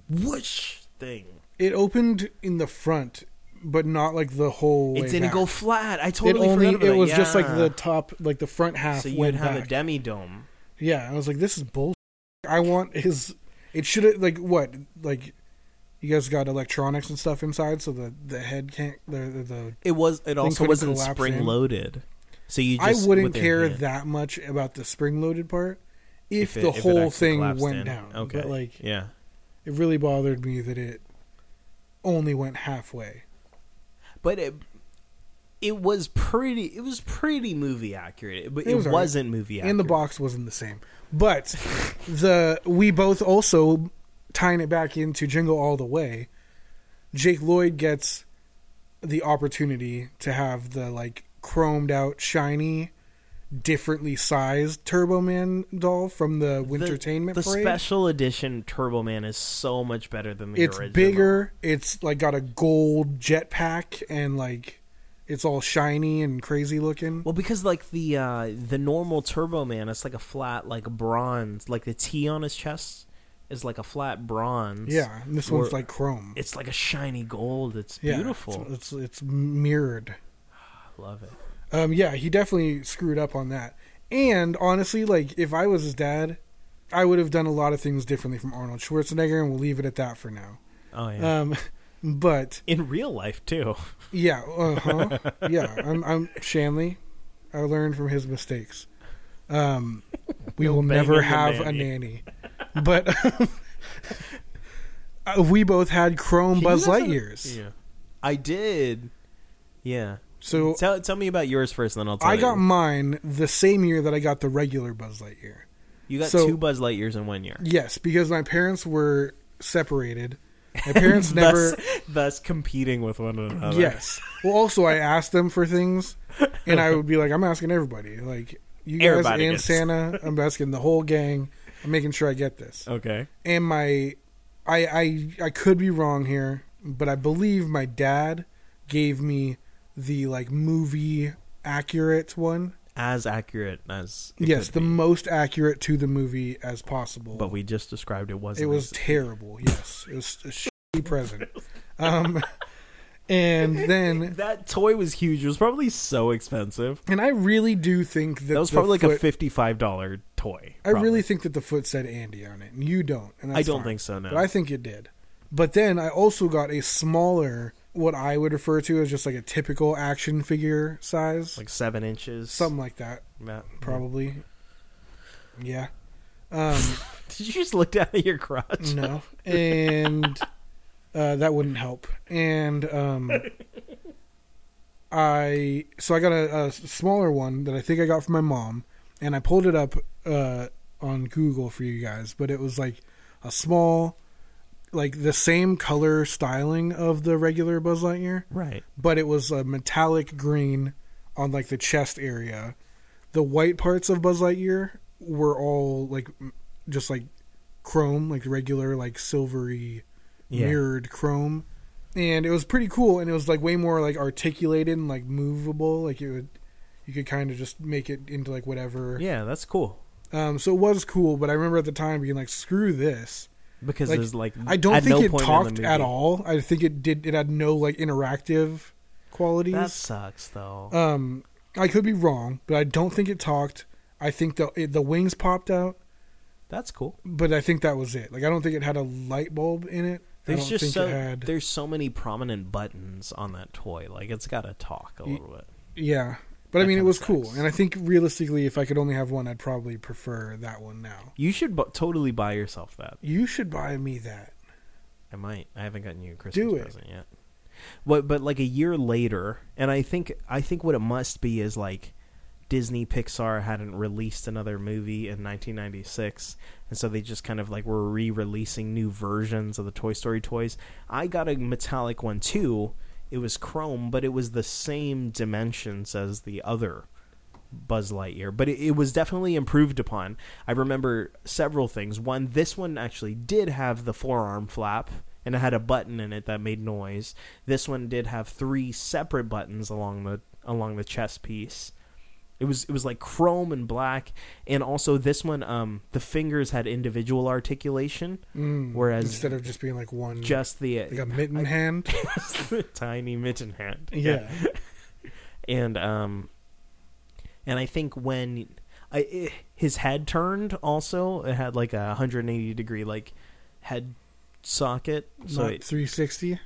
[SPEAKER 3] whoosh thing.
[SPEAKER 2] it opened in the front, but not like the whole.
[SPEAKER 3] It
[SPEAKER 2] way
[SPEAKER 3] didn't
[SPEAKER 2] back.
[SPEAKER 3] go flat. I totally
[SPEAKER 2] it only
[SPEAKER 3] forgot about
[SPEAKER 2] it
[SPEAKER 3] that.
[SPEAKER 2] was just like
[SPEAKER 3] Yeah.
[SPEAKER 2] the top, like the front half.
[SPEAKER 3] so you would
[SPEAKER 2] went
[SPEAKER 3] have
[SPEAKER 2] back.
[SPEAKER 3] a demi dome.
[SPEAKER 2] Yeah, I was like, this is bullshit. I want his. It should have like what like, you guys got electronics and stuff inside, so the the head can't. The, the, the
[SPEAKER 3] It was. It also
[SPEAKER 2] couldn't
[SPEAKER 3] wasn't
[SPEAKER 2] collapse
[SPEAKER 3] spring
[SPEAKER 2] in.
[SPEAKER 3] loaded. So you.
[SPEAKER 2] I
[SPEAKER 3] Just,
[SPEAKER 2] wouldn't
[SPEAKER 3] with your
[SPEAKER 2] care
[SPEAKER 3] hand-
[SPEAKER 2] that much about the spring loaded part if,
[SPEAKER 3] if it-
[SPEAKER 2] the
[SPEAKER 3] if it
[SPEAKER 2] whole
[SPEAKER 3] actually
[SPEAKER 2] thing
[SPEAKER 3] collapsed
[SPEAKER 2] went
[SPEAKER 3] in.
[SPEAKER 2] down.
[SPEAKER 3] Okay.
[SPEAKER 2] But like,
[SPEAKER 3] yeah.
[SPEAKER 2] it really bothered me that it only went halfway.
[SPEAKER 3] but it it was pretty it was pretty movie accurate but
[SPEAKER 2] It
[SPEAKER 3] it,
[SPEAKER 2] was
[SPEAKER 3] was
[SPEAKER 2] all
[SPEAKER 3] not movie accurate
[SPEAKER 2] and the box wasn't the same. But the we both also tying it back into Jingle All the Way. Jake Lloyd gets the opportunity to have the like chromed out, shiny, differently sized Turbo Man doll from the
[SPEAKER 3] the,
[SPEAKER 2] Wintertainment
[SPEAKER 3] the
[SPEAKER 2] Parade.
[SPEAKER 3] special edition turbo man is so much better than the
[SPEAKER 2] it's
[SPEAKER 3] original
[SPEAKER 2] bigger. It's like got a gold jetpack and like it's all shiny and crazy looking.
[SPEAKER 3] Well, because like the uh, the normal Turbo Man, it's like a flat like bronze. Like the T on his chest is like a flat bronze.
[SPEAKER 2] Yeah, and this
[SPEAKER 3] Or-
[SPEAKER 2] one's like chrome.
[SPEAKER 3] it's like a shiny gold. It's
[SPEAKER 2] Yeah,
[SPEAKER 3] beautiful.
[SPEAKER 2] It's, it's it's mirrored.
[SPEAKER 3] I love it.
[SPEAKER 2] Um, yeah, he definitely screwed up on that. And honestly, like if I was his dad, I would have done a lot of things differently from Arnold Schwarzenegger, and we'll leave it at that for now.
[SPEAKER 3] Oh yeah.
[SPEAKER 2] Um, but
[SPEAKER 3] in real life too.
[SPEAKER 2] yeah, uh huh, yeah. I'm, I'm Shanley. I learned from his mistakes. Um, we will never
[SPEAKER 3] banging
[SPEAKER 2] have
[SPEAKER 3] the
[SPEAKER 2] a
[SPEAKER 3] nanny.
[SPEAKER 2] nanny, but um, uh, we both had chrome
[SPEAKER 3] Can you
[SPEAKER 2] Buzz
[SPEAKER 3] guys-
[SPEAKER 2] Lightyears.
[SPEAKER 3] Yeah. I did. Yeah.
[SPEAKER 2] So
[SPEAKER 3] Tell tell me about yours first, and then I'll tell
[SPEAKER 2] I
[SPEAKER 3] you.
[SPEAKER 2] got mine the same year that I got the regular Buzz Lightyear.
[SPEAKER 3] you got
[SPEAKER 2] so-
[SPEAKER 3] two Buzz Lightyears in one year.
[SPEAKER 2] Yes, because my parents were separated. My parents never.
[SPEAKER 3] thus, thus competing with one another.
[SPEAKER 2] Yes. Well, also I asked them for things, and I would be like, I'm asking everybody, like you guys
[SPEAKER 3] Everybody
[SPEAKER 2] and
[SPEAKER 3] gets-
[SPEAKER 2] Santa. I'm asking the whole gang. I'm making sure I get this.
[SPEAKER 3] Okay.
[SPEAKER 2] And my, I I I could be wrong here, but I believe my dad gave me the like movie accurate one.
[SPEAKER 3] As accurate as it
[SPEAKER 2] yes,
[SPEAKER 3] could
[SPEAKER 2] the
[SPEAKER 3] be.
[SPEAKER 2] most accurate to the movie as possible.
[SPEAKER 3] but we just described it wasn't.
[SPEAKER 2] It was terrible. Yes, it was a shitty present. Um, and then,
[SPEAKER 3] that toy was huge. It was probably so expensive.
[SPEAKER 2] and I really do think that
[SPEAKER 3] That was
[SPEAKER 2] the
[SPEAKER 3] probably like a
[SPEAKER 2] foot-
[SPEAKER 3] fifty-five dollar toy.
[SPEAKER 2] I really
[SPEAKER 3] probably.
[SPEAKER 2] think that the foot said Andy on it, and you don't. And that's
[SPEAKER 3] I don't
[SPEAKER 2] fine.
[SPEAKER 3] think so. No.
[SPEAKER 2] But I think it did. But then I also got a smaller, what I would refer to as just like a typical action figure size,
[SPEAKER 3] like seven inches.
[SPEAKER 2] something like that,
[SPEAKER 3] Matt,
[SPEAKER 2] probably. Yeah. Um,
[SPEAKER 3] Did you just look down at your crotch?
[SPEAKER 2] No, and uh, that wouldn't help. And um, I so I got a, a smaller one that I think I got from my mom, and I pulled it up uh, on Google for you guys. But it was like a small, like the same color styling of the regular Buzz Lightyear,
[SPEAKER 3] Right.
[SPEAKER 2] but it was a metallic green on like the chest area. The white parts of Buzz Lightyear were all like m- just like chrome, like regular like silvery
[SPEAKER 3] Yeah.
[SPEAKER 2] mirrored chrome. And it was pretty cool and it was like way more like articulated and like movable, like it would you could kind of just make it into like whatever.
[SPEAKER 3] Yeah, that's cool.
[SPEAKER 2] Um so it was cool, but I remember at the time being like screw this.
[SPEAKER 3] Because
[SPEAKER 2] Like,
[SPEAKER 3] there's like
[SPEAKER 2] I don't
[SPEAKER 3] Mm. at
[SPEAKER 2] think
[SPEAKER 3] no
[SPEAKER 2] it
[SPEAKER 3] point in the
[SPEAKER 2] talked
[SPEAKER 3] movie-
[SPEAKER 2] at all. I think it did it had no like interactive qualities.
[SPEAKER 3] That sucks though.
[SPEAKER 2] Um, I could be wrong, but I don't think it talked. I think the it, the wings popped out,
[SPEAKER 3] that's cool.
[SPEAKER 2] but I think that was it. Like I don't think it had a light bulb in it. I
[SPEAKER 3] There's
[SPEAKER 2] don't
[SPEAKER 3] just
[SPEAKER 2] think
[SPEAKER 3] so
[SPEAKER 2] it had.
[SPEAKER 3] there's so many prominent buttons on that toy. Like it's got to talk a
[SPEAKER 2] Ye-
[SPEAKER 3] little bit.
[SPEAKER 2] yeah, but I
[SPEAKER 3] that
[SPEAKER 2] mean it
[SPEAKER 3] kinda
[SPEAKER 2] was cool,
[SPEAKER 3] sucks.
[SPEAKER 2] and I think realistically, if I could only have one, I'd probably prefer that one now.
[SPEAKER 3] You should bu- totally buy yourself that.
[SPEAKER 2] You should buy me that.
[SPEAKER 3] I might. I haven't gotten you a Christmas
[SPEAKER 2] Do it.
[SPEAKER 3] present yet. But but like a year later, and I think I think what it must be is like Disney Pixar hadn't released another movie in 1996, and so they just kind of like were re-releasing new versions of the Toy Story toys. I got a metallic one too. It was chrome, but it was the same dimensions as the other Buzz Lightyear, but it, it was definitely improved upon. I remember several things. One, this one actually did have the forearm flap, and it had a button in it that made noise. This one did have three separate buttons along the along the chest piece. It was it was like chrome and black, and also this one, um, the fingers had individual articulation,
[SPEAKER 2] Mm.
[SPEAKER 3] Whereas-
[SPEAKER 2] instead of just being like one,
[SPEAKER 3] just the
[SPEAKER 2] like a mitten hand.
[SPEAKER 3] tiny mitten hand.
[SPEAKER 2] Yeah,
[SPEAKER 3] and um and i think when i i his head turned also it had like a 180 degree like head socket so
[SPEAKER 2] not
[SPEAKER 3] it,
[SPEAKER 2] 360.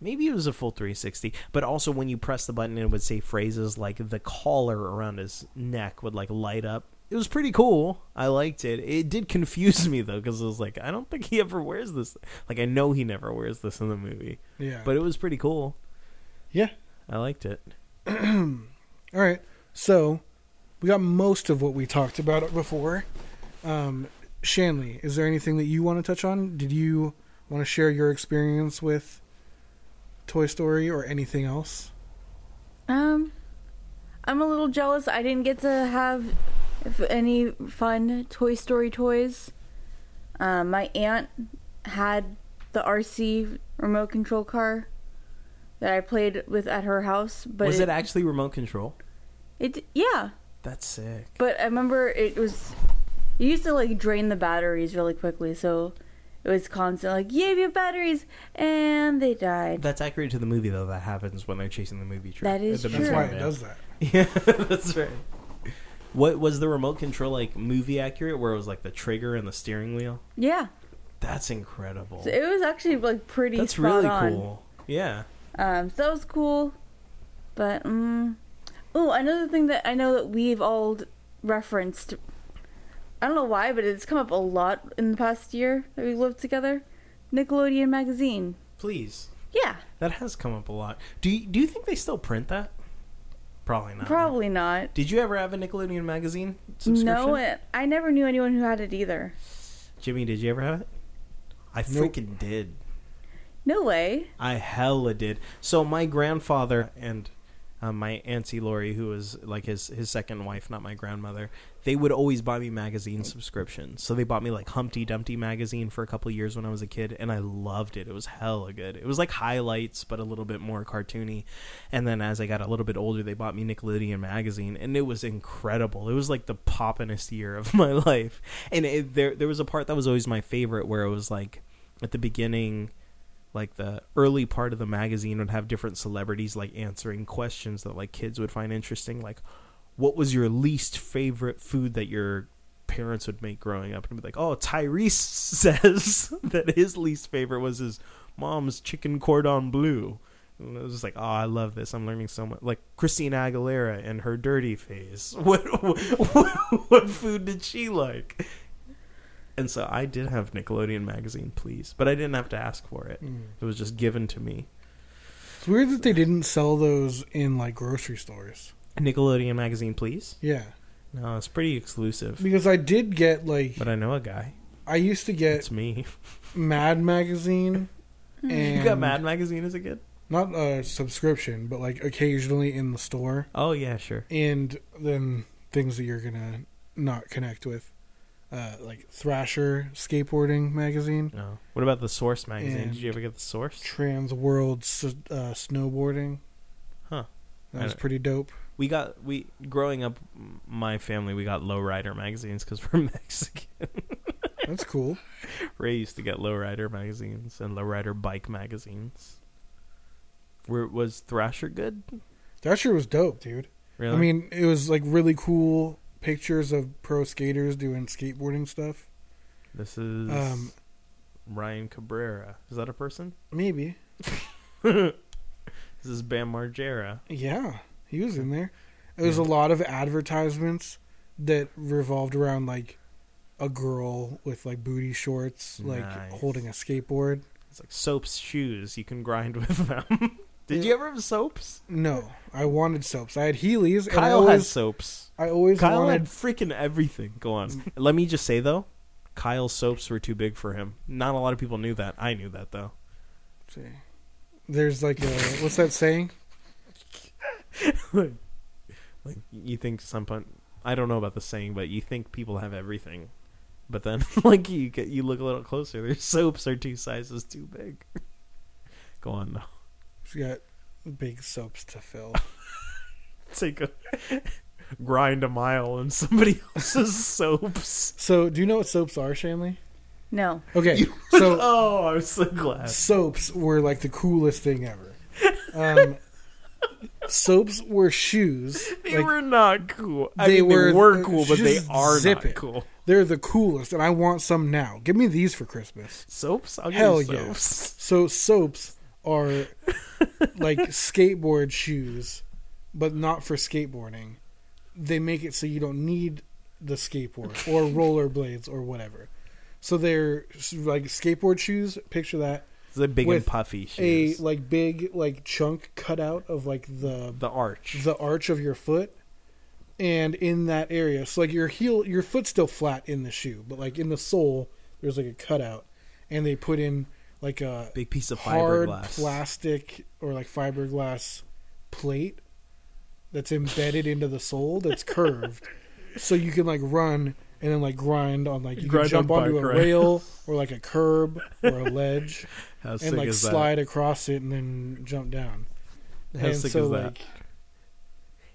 [SPEAKER 3] maybe it was a full 360 but also when you press the button it would say phrases like the collar around his neck would like light up it was pretty cool i liked it it did confuse me though because i was like i don't think he ever wears this like i know he never wears this in the movie
[SPEAKER 2] Yeah,
[SPEAKER 3] but it was pretty cool
[SPEAKER 2] yeah.
[SPEAKER 3] i liked it
[SPEAKER 2] All right. So we got most of what we talked about before. Um, Shanley, is there anything that you want to touch on? Did you want to share your experience with Toy Story or anything else?
[SPEAKER 4] Um, I'm a little jealous. I didn't get to have f- any fun Toy Story toys. Um, my aunt had the RC remote control car that I played with at her house. But
[SPEAKER 3] was it, actually remote control?
[SPEAKER 4] It yeah,
[SPEAKER 3] That's sick.
[SPEAKER 4] but I remember it was. You used to like drain the batteries really quickly, so it was constant like, "Yay, we have batteries!" and they died.
[SPEAKER 3] That's accurate to the movie though. That happens when they're chasing the movie truck.
[SPEAKER 4] That is
[SPEAKER 3] the
[SPEAKER 2] That's
[SPEAKER 4] Sure.
[SPEAKER 2] why it does that.
[SPEAKER 3] Yeah, that's right. What was the remote control like movie accurate where it was like the trigger and the steering wheel?
[SPEAKER 4] yeah,
[SPEAKER 3] That's incredible.
[SPEAKER 4] so it was actually like pretty.
[SPEAKER 3] That's
[SPEAKER 4] spot
[SPEAKER 3] really
[SPEAKER 4] on.
[SPEAKER 3] cool. Yeah.
[SPEAKER 4] Um, so that was cool. But um, oh, another thing that I know that we've all d- referenced. I don't know why, but it's come up a lot in the past year that we lived together. Nickelodeon magazine.
[SPEAKER 3] Please.
[SPEAKER 4] Yeah,
[SPEAKER 3] That has come up a lot. Do you, do you think they still print that? Probably not.
[SPEAKER 4] probably not.
[SPEAKER 3] Did you ever have a Nickelodeon magazine Oh. subscription?
[SPEAKER 4] No, it, I never knew anyone who had it either.
[SPEAKER 3] Jimmy, did you ever have it? I
[SPEAKER 2] Nope.
[SPEAKER 3] freaking did.
[SPEAKER 4] No way.
[SPEAKER 3] I hella did. So my grandfather and uh, my auntie Lori, who was like his his second wife, not my grandmother, they would always buy me magazine subscriptions. So they bought me like Humpty Dumpty magazine for a couple of years when I was a kid, and I loved it. It was hella good. It was like highlights, but a little bit more cartoony. And then as I got a little bit older, they bought me Nickelodeon magazine, and it was incredible. It was like the poppinest year of my life. And it, there there was a part that was always my favorite, where it was like at the beginning like the early part of the magazine would have different celebrities like answering questions that like kids would find interesting like what was your least favorite food that your parents would make growing up and be like oh tyrese says that his least favorite was his mom's chicken cordon bleu and it was just like oh i love this i'm learning so much like christina aguilera and her dirty face what what, what food did she like and so i did have nickelodeon magazine please but i didn't have to ask for it
[SPEAKER 2] Mm.
[SPEAKER 3] it was just given to me.
[SPEAKER 2] It's weird that they didn't sell those in like grocery stores.
[SPEAKER 3] Nickelodeon magazine, please.
[SPEAKER 2] Yeah,
[SPEAKER 3] No, it's pretty exclusive.
[SPEAKER 2] because I did get like
[SPEAKER 3] But I know a guy.
[SPEAKER 2] I used to get
[SPEAKER 3] It's me.
[SPEAKER 2] Mad magazine. And
[SPEAKER 3] You got Mad magazine as a kid?
[SPEAKER 2] Not a subscription, but like occasionally in the store,
[SPEAKER 3] Oh yeah, sure.
[SPEAKER 2] and then things that you're gonna not connect with, uh, like Thrasher skateboarding magazine,
[SPEAKER 3] No. What about the Source magazine?
[SPEAKER 2] And-
[SPEAKER 3] Did you ever get the Source?
[SPEAKER 2] Trans World s- uh, snowboarding.
[SPEAKER 3] Huh.
[SPEAKER 2] that was
[SPEAKER 3] I-
[SPEAKER 2] pretty dope.
[SPEAKER 3] We got we growing up, m- my family we got Lowrider magazines because we're Mexican.
[SPEAKER 2] That's cool.
[SPEAKER 3] Ray used to get Lowrider magazines and Lowrider bike magazines. Where was Thrasher good?
[SPEAKER 2] Thrasher was dope, dude.
[SPEAKER 3] Really?
[SPEAKER 2] I mean, it was like really cool pictures of pro skaters doing skateboarding stuff.
[SPEAKER 3] this is
[SPEAKER 2] Um,
[SPEAKER 3] Ryan Cabrera. Is that a person?
[SPEAKER 2] Maybe,
[SPEAKER 3] This is Bam Margera.
[SPEAKER 2] yeah, he was in there. It was a lot of advertisements that revolved around like a girl with like booty shorts, like
[SPEAKER 3] Nice.
[SPEAKER 2] holding a skateboard.
[SPEAKER 3] It's like soaps shoes. You can grind with them. Did you ever have soaps?
[SPEAKER 2] No, I wanted soaps. I had Heelys. and I
[SPEAKER 3] Kyle had
[SPEAKER 2] always,
[SPEAKER 3] soaps.
[SPEAKER 2] I always
[SPEAKER 3] Kyle had
[SPEAKER 2] wanted.
[SPEAKER 3] freaking everything. Go on. Let me just say though, Kyle's soaps were too big for him. Not a lot of people knew that. I knew that though.
[SPEAKER 2] see. There's like a what's that saying?
[SPEAKER 3] Like you think some pun- I don't know about the saying, but you think people have everything, but then like you get you look a little closer. Their soaps are two sizes too big. Go on though.
[SPEAKER 2] She got big soaps to fill.
[SPEAKER 3] Take a grind a mile in somebody else's soaps.
[SPEAKER 2] So, do you know what soaps are, Shanley?
[SPEAKER 4] No.
[SPEAKER 2] Okay, so
[SPEAKER 3] oh, I'm so glad.
[SPEAKER 2] soaps were like the coolest thing ever. Um, soaps were shoes.
[SPEAKER 3] They
[SPEAKER 2] like,
[SPEAKER 3] were not cool. I
[SPEAKER 2] They
[SPEAKER 3] mean, they
[SPEAKER 2] were-
[SPEAKER 3] were, cool, but they
[SPEAKER 2] just
[SPEAKER 3] are
[SPEAKER 2] zip
[SPEAKER 3] not
[SPEAKER 2] it.
[SPEAKER 3] cool.
[SPEAKER 2] they're the coolest, and I want some now. Give me these for Christmas.
[SPEAKER 3] Soaps? I'll
[SPEAKER 2] Hell
[SPEAKER 3] give you
[SPEAKER 2] yeah.
[SPEAKER 3] soaps.
[SPEAKER 2] So soaps are like skateboard shoes, but not for skateboarding. They make it so you don't need the skateboard or rollerblades or whatever. So they're s- like skateboard shoes. Picture that
[SPEAKER 3] The big
[SPEAKER 2] With
[SPEAKER 3] and puffy
[SPEAKER 2] a
[SPEAKER 3] shoes.
[SPEAKER 2] like big like chunk cut out of like the
[SPEAKER 3] the arch.
[SPEAKER 2] the arch of your foot and in that area so like your heel your foot's still flat in the shoe but like in the sole there's like a cutout and they put in like a
[SPEAKER 3] big piece of
[SPEAKER 2] hard
[SPEAKER 3] fiberglass.
[SPEAKER 2] plastic or like fiberglass plate that's embedded into the sole that's curved so you can like run and then like grind on like you
[SPEAKER 3] Grind
[SPEAKER 2] can
[SPEAKER 3] on
[SPEAKER 2] jump onto
[SPEAKER 3] bike,
[SPEAKER 2] a
[SPEAKER 3] right?
[SPEAKER 2] rail or like a curb or a ledge
[SPEAKER 3] How sick
[SPEAKER 2] and like
[SPEAKER 3] is
[SPEAKER 2] slide across it and then jump down
[SPEAKER 3] How
[SPEAKER 2] and
[SPEAKER 3] sick
[SPEAKER 2] so
[SPEAKER 3] is that?
[SPEAKER 2] like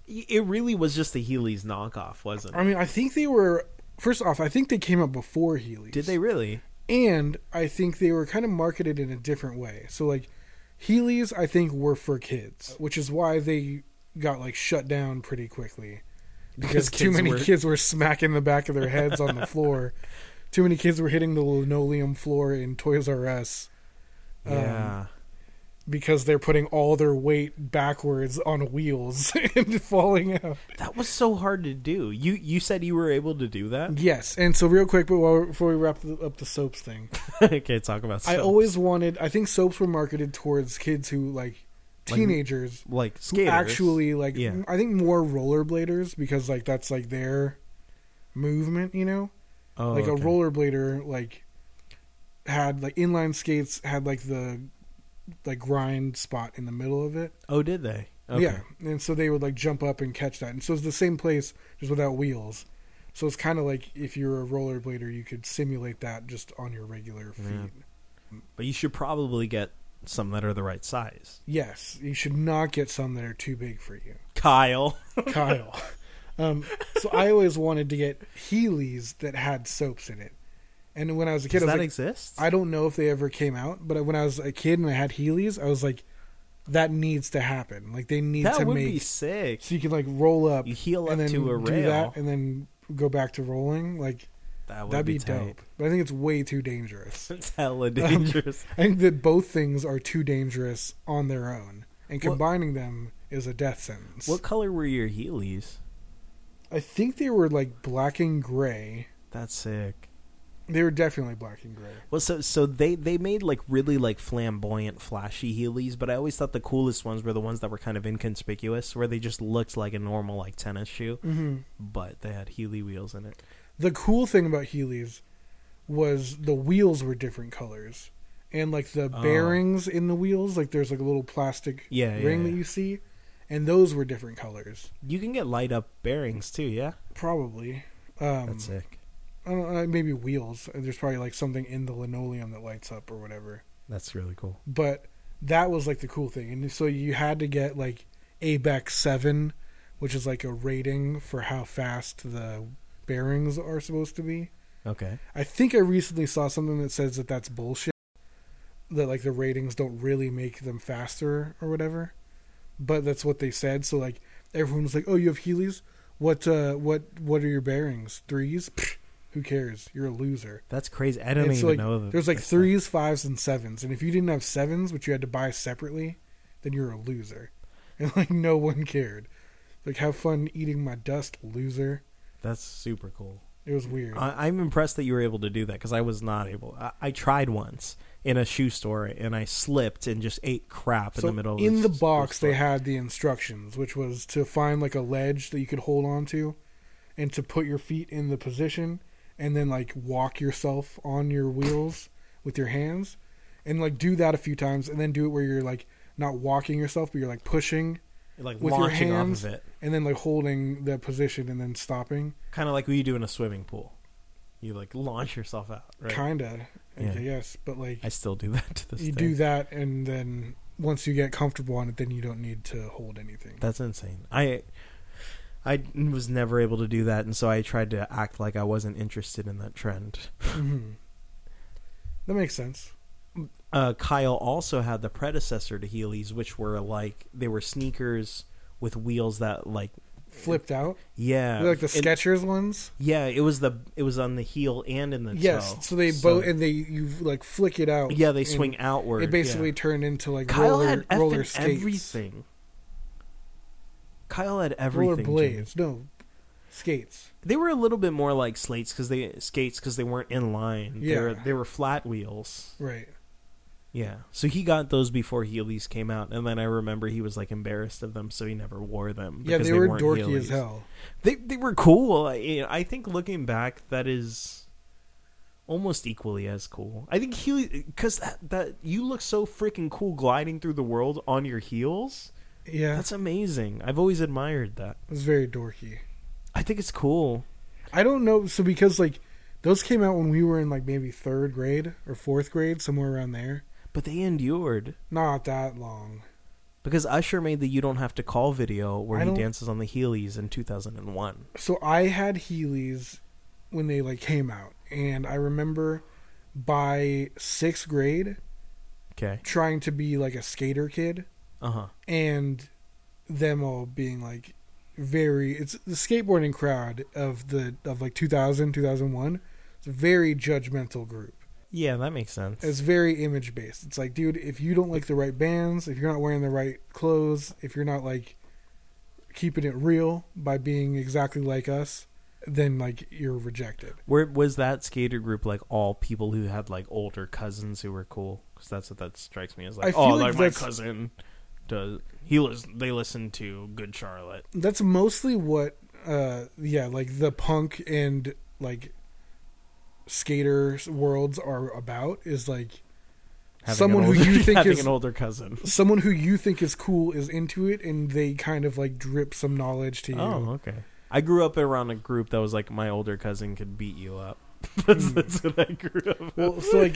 [SPEAKER 3] Y- It really was just the Heelys knockoff, wasn't
[SPEAKER 2] I
[SPEAKER 3] it?
[SPEAKER 2] mean, I think they were first off, I think they came up before Heelys.
[SPEAKER 3] Did they really?
[SPEAKER 2] And I think they were kind of marketed in a different way. So like Heelys I think were for kids, which is why they got like shut down pretty quickly. Because,
[SPEAKER 3] Because
[SPEAKER 2] too
[SPEAKER 3] kids
[SPEAKER 2] many
[SPEAKER 3] were-
[SPEAKER 2] kids were smacking the back of their heads on the floor. Too many kids were hitting the linoleum floor in Toys R Us Um,
[SPEAKER 3] yeah.
[SPEAKER 2] because they're putting all their weight backwards on wheels and falling out.
[SPEAKER 3] That was so hard to do. You you said you were able to do that?
[SPEAKER 2] Yes, and so real quick, but while, before we wrap the, up the soaps thing,
[SPEAKER 3] okay, talk about
[SPEAKER 2] I
[SPEAKER 3] soaps.
[SPEAKER 2] always wanted. I think soaps were marketed towards kids who like teenagers
[SPEAKER 3] like
[SPEAKER 2] who
[SPEAKER 3] skaters.
[SPEAKER 2] actually like.
[SPEAKER 3] Yeah.
[SPEAKER 2] I think more rollerbladers because like that's like their movement, you know.
[SPEAKER 3] oh,
[SPEAKER 2] like
[SPEAKER 3] okay.
[SPEAKER 2] a rollerblader, like had like inline skates had like the like grind spot in the middle of it.
[SPEAKER 3] Oh, did they? Okay.
[SPEAKER 2] Yeah, and so they would like jump up and catch that, and so it's the same place just without wheels. So it's kind of like if you're a rollerblader, you could simulate that just on your regular feet.
[SPEAKER 3] Yeah. But you should probably get some that are the right size.
[SPEAKER 2] Yes, you should not get some that are too big for you,
[SPEAKER 3] Kyle.
[SPEAKER 2] Kyle. um, so I always wanted to get Heelys that had soaps in it, and when I was a kid,
[SPEAKER 3] Does
[SPEAKER 2] I was
[SPEAKER 3] that
[SPEAKER 2] like,
[SPEAKER 3] exist?
[SPEAKER 2] I don't know if they ever came out, but when I was a kid and I had Heelys, I was like, that needs to happen. Like they need
[SPEAKER 3] that
[SPEAKER 2] to
[SPEAKER 3] would
[SPEAKER 2] make
[SPEAKER 3] be sick.
[SPEAKER 2] so you can like roll up,
[SPEAKER 3] You heel up
[SPEAKER 2] and then
[SPEAKER 3] to a
[SPEAKER 2] do
[SPEAKER 3] rail.
[SPEAKER 2] that, and then go back to rolling. Like
[SPEAKER 3] That would
[SPEAKER 2] that'd be,
[SPEAKER 3] tight.
[SPEAKER 2] dope. Um, But I think it's way too dangerous.
[SPEAKER 3] It's hella dangerous.
[SPEAKER 2] I think that both things are too dangerous on their own, and
[SPEAKER 3] What-
[SPEAKER 2] combining them is a death sentence.
[SPEAKER 3] what color were your Heelys?
[SPEAKER 2] I think they were like black and gray.
[SPEAKER 3] That's sick.
[SPEAKER 2] They were definitely black and gray.
[SPEAKER 3] Well, so so they they made like really like flamboyant, flashy Heelys, but I always thought the coolest ones were the ones that were kind of inconspicuous, where they just looked like a normal like tennis shoe,
[SPEAKER 2] Mm-hmm.
[SPEAKER 3] but they had Heely wheels in it.
[SPEAKER 2] the cool thing about Heelys was the wheels were different colors. And like the
[SPEAKER 3] Oh.
[SPEAKER 2] bearings in the wheels, like there's like a little plastic
[SPEAKER 3] Yeah, yeah,
[SPEAKER 2] ring that
[SPEAKER 3] yeah.
[SPEAKER 2] you see, and those were different colors,
[SPEAKER 3] You can get light up bearings too, yeah.
[SPEAKER 2] probably. Um,
[SPEAKER 3] That's sick.
[SPEAKER 2] I don't know, maybe wheels. There's probably like something in the linoleum that lights up or whatever.
[SPEAKER 3] That's really cool.
[SPEAKER 2] But that was like the cool thing, and so you had to get like ABEC seven, which is like a rating for how fast the bearings are supposed to be.
[SPEAKER 3] Okay.
[SPEAKER 2] I think I recently saw something that says that that's bullshit. That like the ratings don't really make them faster or whatever, but that's what they said. So like everyone was like, "Oh, you have Heelys? What? uh What? What are your bearings? Threes? Pfft, who cares? You're a loser."
[SPEAKER 3] That's crazy. I don't
[SPEAKER 2] And
[SPEAKER 3] even
[SPEAKER 2] so, like,
[SPEAKER 3] know. that
[SPEAKER 2] There's like
[SPEAKER 3] that's
[SPEAKER 2] threes, fives, and sevens, and if you didn't have sevens, which you had to buy separately, then you're a loser, and like no one cared. Like have fun eating my dust, loser.
[SPEAKER 3] that- That's super cool.
[SPEAKER 2] It was weird.
[SPEAKER 3] I, I'm impressed that you were able to do that because I was not able. I, I tried once in a shoe store and I slipped and just ate crap in the middle. of
[SPEAKER 2] in the
[SPEAKER 3] s-
[SPEAKER 2] box
[SPEAKER 3] store.
[SPEAKER 2] they had the instructions which was to find like a ledge that you could hold on to and to put your feet in the position and then like walk yourself on your wheels with your hands and like do that a few times and then do it where you're like not walking yourself but you're like pushing
[SPEAKER 3] like
[SPEAKER 2] with your
[SPEAKER 3] launching
[SPEAKER 2] hands.
[SPEAKER 3] off of it,
[SPEAKER 2] and then like holding the position and then stopping
[SPEAKER 3] kind of like what you do in a swimming pool. You like launch yourself out. Right?
[SPEAKER 2] kinda
[SPEAKER 3] Yeah.
[SPEAKER 2] i guess but like
[SPEAKER 3] I still do that to this.
[SPEAKER 2] you
[SPEAKER 3] day.
[SPEAKER 2] do that and then once you get comfortable on it then you don't need to hold anything
[SPEAKER 3] That's insane. I I was never able to do that, and so I tried to act like I wasn't interested in that trend.
[SPEAKER 2] Mhm. that makes sense
[SPEAKER 3] uh, Kyle also had the predecessor to Heelys, which were like they were sneakers with wheels that like
[SPEAKER 2] flipped out
[SPEAKER 3] yeah,
[SPEAKER 2] like the
[SPEAKER 3] And-
[SPEAKER 2] Skechers ones.
[SPEAKER 3] yeah, it was the it was on the heel and in the
[SPEAKER 2] Yes,
[SPEAKER 3] toe.
[SPEAKER 2] so they both and they you like flick it out.
[SPEAKER 3] yeah they
[SPEAKER 2] and
[SPEAKER 3] swing outward.
[SPEAKER 2] It basically
[SPEAKER 3] yeah.
[SPEAKER 2] turned into like
[SPEAKER 3] Kyle
[SPEAKER 2] roller
[SPEAKER 3] had effing
[SPEAKER 2] roller skates,
[SPEAKER 3] everything. Kyle had
[SPEAKER 2] roller
[SPEAKER 3] everything. Jimmy.
[SPEAKER 2] blades. No, skates.
[SPEAKER 3] They were a little bit more like slates because they skates because they weren't in line.
[SPEAKER 2] Yeah.
[SPEAKER 3] they were, they were flat wheels.
[SPEAKER 2] Right.
[SPEAKER 3] Yeah. So he got those before Heelys came out, and then I remember he was like embarrassed of them, so he never wore them.
[SPEAKER 2] Yeah,
[SPEAKER 3] because
[SPEAKER 2] they, were
[SPEAKER 3] weren't
[SPEAKER 2] dorky
[SPEAKER 3] Heelys.
[SPEAKER 2] as hell.
[SPEAKER 3] They they were cool. I, I think looking back, that is almost equally as cool. I think Heely because that, that you look so freaking cool gliding through the world on your heels.
[SPEAKER 2] Yeah,
[SPEAKER 3] That's amazing. I've always admired that.
[SPEAKER 2] it was very dorky.
[SPEAKER 3] I think it's cool.
[SPEAKER 2] I don't know. So because like those came out when we were in like maybe third grade or fourth grade, somewhere around there.
[SPEAKER 3] But they endured.
[SPEAKER 2] Not that long.
[SPEAKER 3] Because Usher made the "You Don't Have to Call" video where
[SPEAKER 2] I
[SPEAKER 3] he
[SPEAKER 2] don't-
[SPEAKER 3] dances on the Heelys in 2001.
[SPEAKER 2] so I had Heelys when they like came out, and I remember by sixth grade
[SPEAKER 3] Okay.
[SPEAKER 2] trying to be like a skater kid,
[SPEAKER 3] Uh huh.
[SPEAKER 2] and them all being like very it's the skateboarding crowd of the of like 2000 2001 it's a very judgmental group
[SPEAKER 3] Yeah, that makes sense.
[SPEAKER 2] it's very image based it's like dude if you don't like the right bands if you're not wearing the right clothes if you're not like keeping it real by being exactly like us then like you're rejected
[SPEAKER 3] Where was that skater group like all people who had like older cousins who were cool? Because that's what that strikes me as
[SPEAKER 2] I
[SPEAKER 3] like,
[SPEAKER 2] feel
[SPEAKER 3] oh,
[SPEAKER 2] like
[SPEAKER 3] like, my
[SPEAKER 2] that's-
[SPEAKER 3] cousin does. He was they listen to Good Charlotte.
[SPEAKER 2] that's mostly what uh yeah like the punk and like skaters worlds are about is like
[SPEAKER 3] Having an
[SPEAKER 2] Someone who
[SPEAKER 3] older-
[SPEAKER 2] you think
[SPEAKER 3] having
[SPEAKER 2] is-
[SPEAKER 3] an older cousin.
[SPEAKER 2] someone who you think is cool is into it and they kind of like drip some knowledge to you
[SPEAKER 3] Oh, okay. I grew up around a group that was like my older cousin could beat you up.
[SPEAKER 2] Mm.
[SPEAKER 3] that's, that's what I grew up. with.
[SPEAKER 2] well so like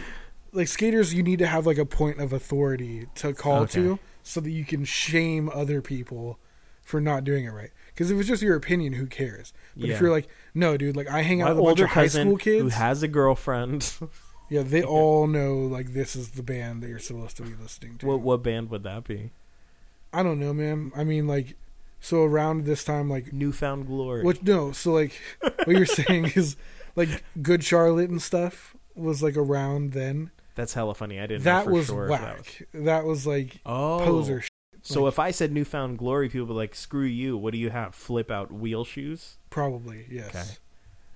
[SPEAKER 2] like skaters you need to have like a point of authority to call
[SPEAKER 3] Okay.
[SPEAKER 2] to so that you can shame other people for not doing it right because if it's just your opinion who cares but
[SPEAKER 3] Yeah.
[SPEAKER 2] if you're like no dude like i hang out
[SPEAKER 3] My
[SPEAKER 2] with a bunch
[SPEAKER 3] older
[SPEAKER 2] of high
[SPEAKER 3] cousin
[SPEAKER 2] school
[SPEAKER 3] who
[SPEAKER 2] kids
[SPEAKER 3] has a girlfriend.
[SPEAKER 2] yeah they all know like this is the band that you're supposed to be listening to
[SPEAKER 3] what what band would that be?
[SPEAKER 2] i don't know man i mean like so around this time like
[SPEAKER 3] Newfound Glory.
[SPEAKER 2] Which no, so like what you're saying is like Good Charlotte and stuff was like around then.
[SPEAKER 3] That's hella funny. I didn't. know
[SPEAKER 2] That
[SPEAKER 3] for
[SPEAKER 2] was
[SPEAKER 3] sure if that was-
[SPEAKER 2] whack. That was like
[SPEAKER 3] Oh,
[SPEAKER 2] poser. Sh-
[SPEAKER 3] So
[SPEAKER 2] Like-
[SPEAKER 3] if I said newfound glory, people would be like, "Screw you! What do you have? Flip out wheel shoes?"
[SPEAKER 2] probably yes.
[SPEAKER 3] Okay.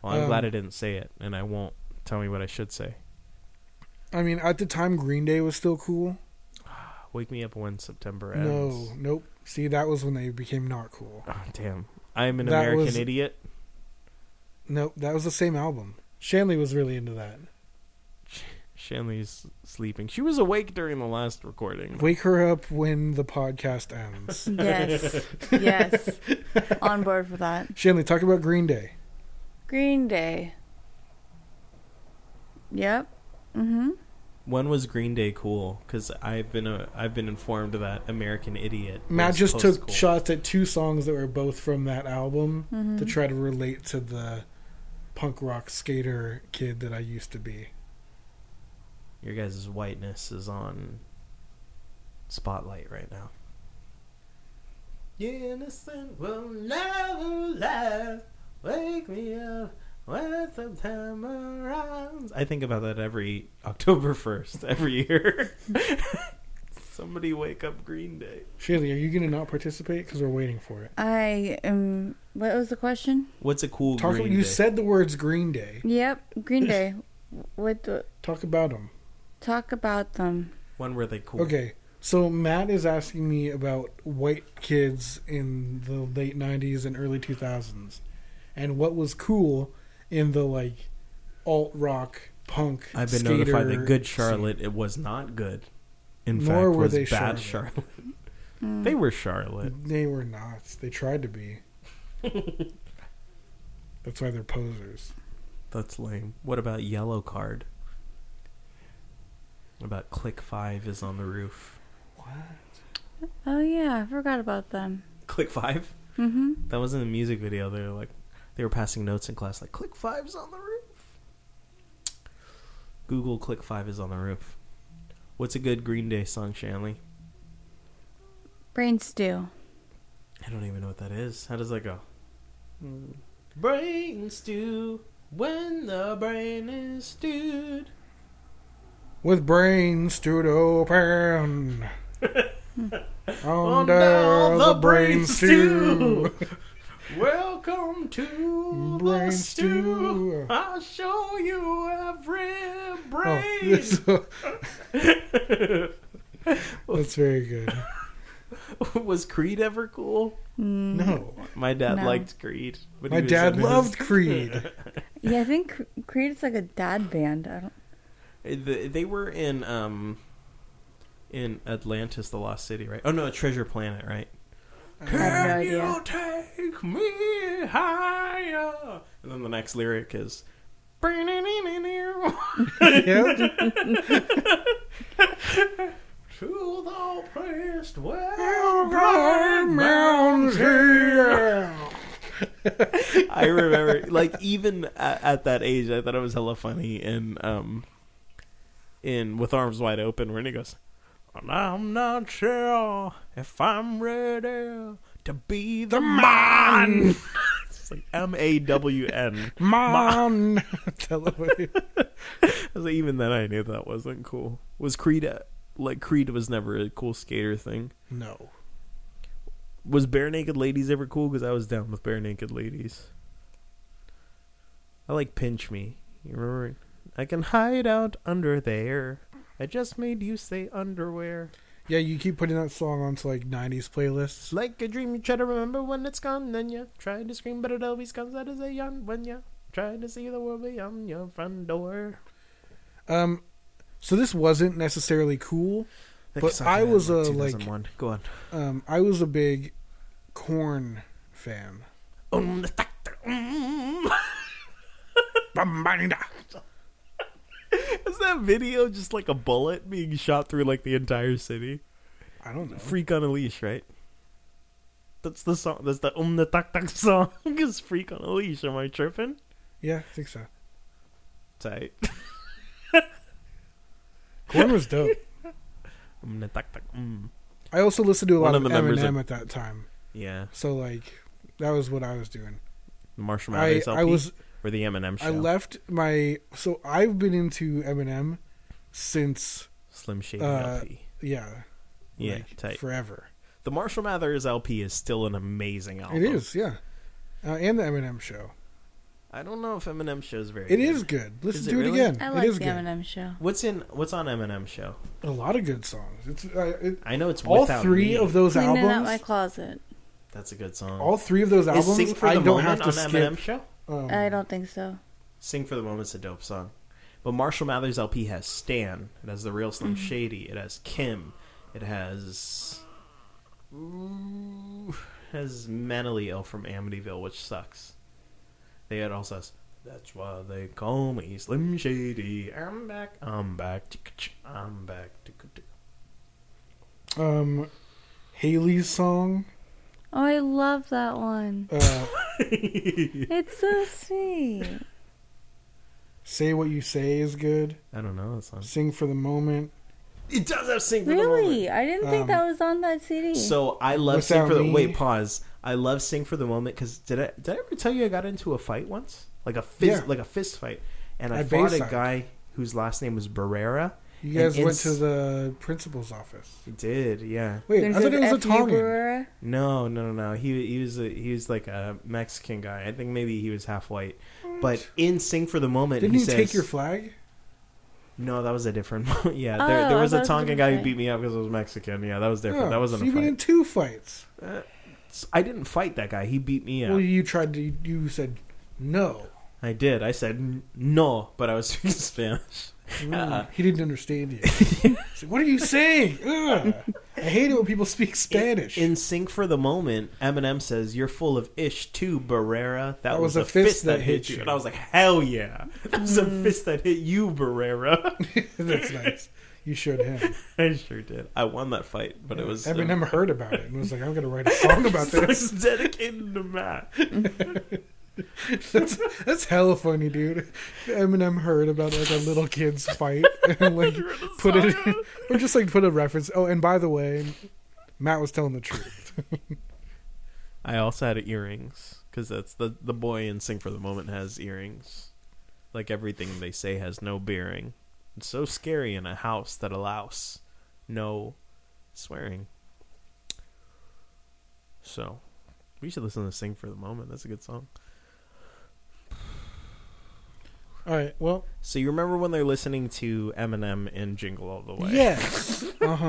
[SPEAKER 3] Well, I'm
[SPEAKER 2] Um,
[SPEAKER 3] glad I didn't say it, and I won't tell me what I should say.
[SPEAKER 2] I mean, at the time, Green Day was still cool.
[SPEAKER 3] Wake me up when September
[SPEAKER 2] No,
[SPEAKER 3] ends.
[SPEAKER 2] nope. See, that was when they became not cool.
[SPEAKER 3] Oh, damn, I'm an
[SPEAKER 2] That
[SPEAKER 3] American
[SPEAKER 2] was-
[SPEAKER 3] idiot.
[SPEAKER 2] Nope, that was the same album. Shanley was really into that.
[SPEAKER 3] Shanley's sleeping. She was awake during the last recording.
[SPEAKER 2] Wake her up when the podcast ends.
[SPEAKER 4] Yes. yes. On board for that.
[SPEAKER 2] Shanley, talk about Green Day.
[SPEAKER 4] Green Day. Yep. Mm-hmm.
[SPEAKER 3] When was Green Day cool? Because I've been a, I've been informed that American Idiot. was
[SPEAKER 2] Matt just took
[SPEAKER 3] post-cool.
[SPEAKER 2] shots at two songs that were both from that album to try to relate to the punk rock skater kid that I used to be.
[SPEAKER 3] Your guys' whiteness is on spotlight right now. Innocent will never laugh. Wake me up when September arrives. I think about that every October 1st, every year. Somebody wake up Green Day.
[SPEAKER 2] Shaylee, are you going to not participate? Because we're waiting for it.
[SPEAKER 4] I am. What was the question?
[SPEAKER 3] What's a cool
[SPEAKER 2] Talk.
[SPEAKER 3] Green
[SPEAKER 2] you
[SPEAKER 3] Day?
[SPEAKER 2] said the words Green Day.
[SPEAKER 4] Yep. Green Day. What the,
[SPEAKER 2] Talk about them.
[SPEAKER 4] talk about them?
[SPEAKER 3] when were they cool?
[SPEAKER 2] Okay, so Matt is asking me about white kids in the late '90s and early 2000s, and what was cool in the like alt rock punk.
[SPEAKER 3] I've been
[SPEAKER 2] skater
[SPEAKER 3] notified that Good
[SPEAKER 2] scene.
[SPEAKER 3] Charlotte it was not good. In
[SPEAKER 2] Nor
[SPEAKER 3] fact,
[SPEAKER 2] were
[SPEAKER 3] was
[SPEAKER 2] they
[SPEAKER 3] bad
[SPEAKER 2] Charlotte.
[SPEAKER 3] Charlotte.
[SPEAKER 4] Hmm.
[SPEAKER 3] They were Charlotte.
[SPEAKER 2] They were not. They tried to be. That's why they're posers.
[SPEAKER 3] That's lame. What about yellow card? What about click five is on the roof?
[SPEAKER 2] What?
[SPEAKER 4] Oh yeah, I forgot about them.
[SPEAKER 3] Click five?
[SPEAKER 4] Mm-hmm.
[SPEAKER 3] That was in the music video. They were like, they were passing notes in class like, click five's on the roof. Google click five is on the roof. What's a good Green Day song, Shanley?
[SPEAKER 4] Brain stew.
[SPEAKER 3] I don't even know what that is. How does that go? Hmm. Brain stew when the brain is stewed.
[SPEAKER 2] With brains stewed open. Under
[SPEAKER 3] down
[SPEAKER 2] the, brain stew.
[SPEAKER 3] Welcome to
[SPEAKER 2] Brain
[SPEAKER 3] the stew.
[SPEAKER 2] stew.
[SPEAKER 3] I'll show you every
[SPEAKER 2] Oh,
[SPEAKER 3] brain.
[SPEAKER 2] so- that's very good.
[SPEAKER 3] was Creed ever cool?
[SPEAKER 4] Hmm.
[SPEAKER 2] No,
[SPEAKER 3] My dad
[SPEAKER 4] No.
[SPEAKER 3] liked Creed. But
[SPEAKER 2] Mm-hmm. my
[SPEAKER 3] he was
[SPEAKER 2] dad
[SPEAKER 3] in his-
[SPEAKER 2] loved Creed.
[SPEAKER 4] Yeah, I think Cre- Creed is like a dad band. I don't.
[SPEAKER 3] Th- They were in um, in Atlantis, the Lost City, right? Oh no, Treasure Planet, right?
[SPEAKER 4] I have no
[SPEAKER 3] Can
[SPEAKER 4] idea.
[SPEAKER 3] you take me higher? And then the next lyric is.
[SPEAKER 2] Yep.
[SPEAKER 3] To the priest I remember, like, even at, at that age, I thought it was hella funny. And um, in with arms wide open, when he goes, "And "I'm not sure if I'm ready to be the man." it's like M A W N.
[SPEAKER 2] Man. Tell it what it-
[SPEAKER 3] I was like, even then, I knew that wasn't cool. Was Creed uh, like Creed was never a cool skater thing?
[SPEAKER 2] no.
[SPEAKER 3] Was bare naked ladies ever cool? Because I was down with bare naked ladies. I like pinch me. You remember? I can hide out under there. I just made you say underwear.
[SPEAKER 2] Yeah, you keep putting that song onto like 90s playlists.
[SPEAKER 3] Like a dream, you try to remember when it's gone, and you try to scream, but it always comes out as a yawn when you try to see the world beyond your front door.
[SPEAKER 2] Um, so this wasn't necessarily cool. But
[SPEAKER 3] sucked
[SPEAKER 2] I
[SPEAKER 3] in,
[SPEAKER 2] was a, like-
[SPEAKER 3] 2001. go on.
[SPEAKER 2] Um, I was a big corn fan.
[SPEAKER 3] Um, the factor, um. Is that video just like a bullet being shot through like the entire city?
[SPEAKER 2] I don't know.
[SPEAKER 3] Freak on a leash, right? That's the song. That's the um the tak tak song. Is freak on a leash? Am I tripping?
[SPEAKER 2] Yeah, I think so.
[SPEAKER 3] Tight.
[SPEAKER 2] Corn was dope.
[SPEAKER 3] Um the tak tak um.
[SPEAKER 2] I also listened to a
[SPEAKER 3] One
[SPEAKER 2] lot
[SPEAKER 3] of
[SPEAKER 2] of,
[SPEAKER 3] the members
[SPEAKER 2] Eminem
[SPEAKER 3] of-
[SPEAKER 2] at that time.
[SPEAKER 3] Yeah,
[SPEAKER 2] So like, that was what I was doing.
[SPEAKER 3] the Marshall
[SPEAKER 2] I,
[SPEAKER 3] Mathers LP
[SPEAKER 2] I was
[SPEAKER 3] or the Eminem show.
[SPEAKER 2] I left my so I've been into Eminem since
[SPEAKER 3] Slim Shady
[SPEAKER 2] uh,
[SPEAKER 3] LP.
[SPEAKER 2] yeah
[SPEAKER 3] Yeah,
[SPEAKER 2] like,
[SPEAKER 3] tight.
[SPEAKER 2] forever.
[SPEAKER 3] the Marshall Mathers LP is still an amazing album.
[SPEAKER 2] It is yeah, uh, and the Eminem show.
[SPEAKER 3] I don't know if Eminem show is very.
[SPEAKER 2] It
[SPEAKER 3] good.
[SPEAKER 2] is good. Listen
[SPEAKER 3] it
[SPEAKER 2] to it
[SPEAKER 3] really?
[SPEAKER 2] again.
[SPEAKER 4] I like
[SPEAKER 2] it is
[SPEAKER 4] the
[SPEAKER 2] good.
[SPEAKER 4] Eminem show.
[SPEAKER 3] What's in? What's on Eminem show?
[SPEAKER 2] A lot of good songs. It's uh, it,
[SPEAKER 3] I know it's
[SPEAKER 2] all
[SPEAKER 3] Without
[SPEAKER 2] three
[SPEAKER 3] Me.
[SPEAKER 2] of those
[SPEAKER 4] Cleaning out
[SPEAKER 2] albums.
[SPEAKER 4] my closet.
[SPEAKER 3] That's a good song.
[SPEAKER 2] all three of those
[SPEAKER 3] is Sing
[SPEAKER 2] albums.
[SPEAKER 3] for
[SPEAKER 2] I
[SPEAKER 3] the
[SPEAKER 2] don't
[SPEAKER 3] Moment
[SPEAKER 2] have to
[SPEAKER 3] on
[SPEAKER 2] skip.
[SPEAKER 3] Eminem show.
[SPEAKER 2] Um,
[SPEAKER 4] I don't think so.
[SPEAKER 3] Sing for the Moment's a dope song, but Marshall Mathers LP has Stan. It has the real Slim Shady. It has Kim. It has. Ooh, it has mentally ill from Amityville, which sucks. They had also has. That's why they call me Slim Shady. I'm back. I'm back. tick-a-tick, I'm back. tick-a-tick.
[SPEAKER 2] um, Haley's song.
[SPEAKER 4] Oh, I love that one.
[SPEAKER 2] Uh,
[SPEAKER 4] It's so sweet.
[SPEAKER 2] Say what you say is good.
[SPEAKER 3] I don't know that song.
[SPEAKER 2] Sing for the moment.
[SPEAKER 3] It does have Sing for the Moment.
[SPEAKER 4] Really? I didn't think
[SPEAKER 2] Um,
[SPEAKER 4] that was on that CD.
[SPEAKER 3] So I love
[SPEAKER 2] Without
[SPEAKER 3] sing for the
[SPEAKER 2] Me.
[SPEAKER 3] wait pause. I love sing for the moment because did I did I ever tell you I got into a fight once like a fist
[SPEAKER 2] Yeah.
[SPEAKER 3] like a fist fight and I
[SPEAKER 2] At
[SPEAKER 3] fought a
[SPEAKER 2] Bayside.
[SPEAKER 3] guy whose last name was Barrera.
[SPEAKER 2] You guys
[SPEAKER 3] And
[SPEAKER 2] went
[SPEAKER 3] ins-
[SPEAKER 2] to the principal's office.
[SPEAKER 3] He did yeah
[SPEAKER 2] Wait,
[SPEAKER 4] There's
[SPEAKER 2] I thought it was a
[SPEAKER 4] F. U.
[SPEAKER 2] Tongan.
[SPEAKER 4] Barrera.
[SPEAKER 3] no no no no he he was a, he was like a Mexican guy I think maybe he was half white but in sing for the moment
[SPEAKER 2] Didn't
[SPEAKER 3] he
[SPEAKER 2] you
[SPEAKER 3] says,
[SPEAKER 2] take your flag?
[SPEAKER 3] no that was a different yeah
[SPEAKER 4] Oh,
[SPEAKER 3] there, there
[SPEAKER 4] I
[SPEAKER 3] was
[SPEAKER 4] thought it
[SPEAKER 3] a
[SPEAKER 4] was a
[SPEAKER 3] Tongan
[SPEAKER 4] different
[SPEAKER 3] guy who
[SPEAKER 4] fight.
[SPEAKER 3] beat me up because I was Mexican yeah that was different
[SPEAKER 2] Oh,
[SPEAKER 3] that wasn't
[SPEAKER 2] so
[SPEAKER 3] a
[SPEAKER 2] you've
[SPEAKER 3] fight
[SPEAKER 2] been in two fights.
[SPEAKER 3] I didn't fight that guy he beat me up
[SPEAKER 2] Well, you tried to. You said no.
[SPEAKER 3] I did. I said "N- no, but I was speaking Spanish. Uh,
[SPEAKER 2] He didn't understand you. He's like, what are you saying? Ugh. I hate it when people speak Spanish.
[SPEAKER 3] In sync for the moment, Eminem says, "You're full of ish too, Barrera." That, was, a fist, that, hit you. and I was like, "Hell yeah, that was a fist that hit you, Barrera."
[SPEAKER 2] That's nice. You showed him.
[SPEAKER 3] I sure did. I won that fight, but it was
[SPEAKER 2] Eminem heard about it and was like, "I'm gonna write a song about
[SPEAKER 3] It
[SPEAKER 2] this."
[SPEAKER 3] was dedicated to Matt.
[SPEAKER 2] That's, that's hella funny, dude. Eminem heard about like a little kid's fight and like put it, or just like put a reference. Oh, and by the way, Matt was telling the truth.
[SPEAKER 3] I also had earrings because that's the the boy in Sing for the Moment has earrings. Like everything they say has no bearing. It's so scary in a house that allows no swearing. So, we should listen to Sing for the Moment. That's a good song.
[SPEAKER 2] All right. Well,
[SPEAKER 3] So you remember when they're listening to Eminem in Jingle All the Way?
[SPEAKER 2] yes. Uh huh.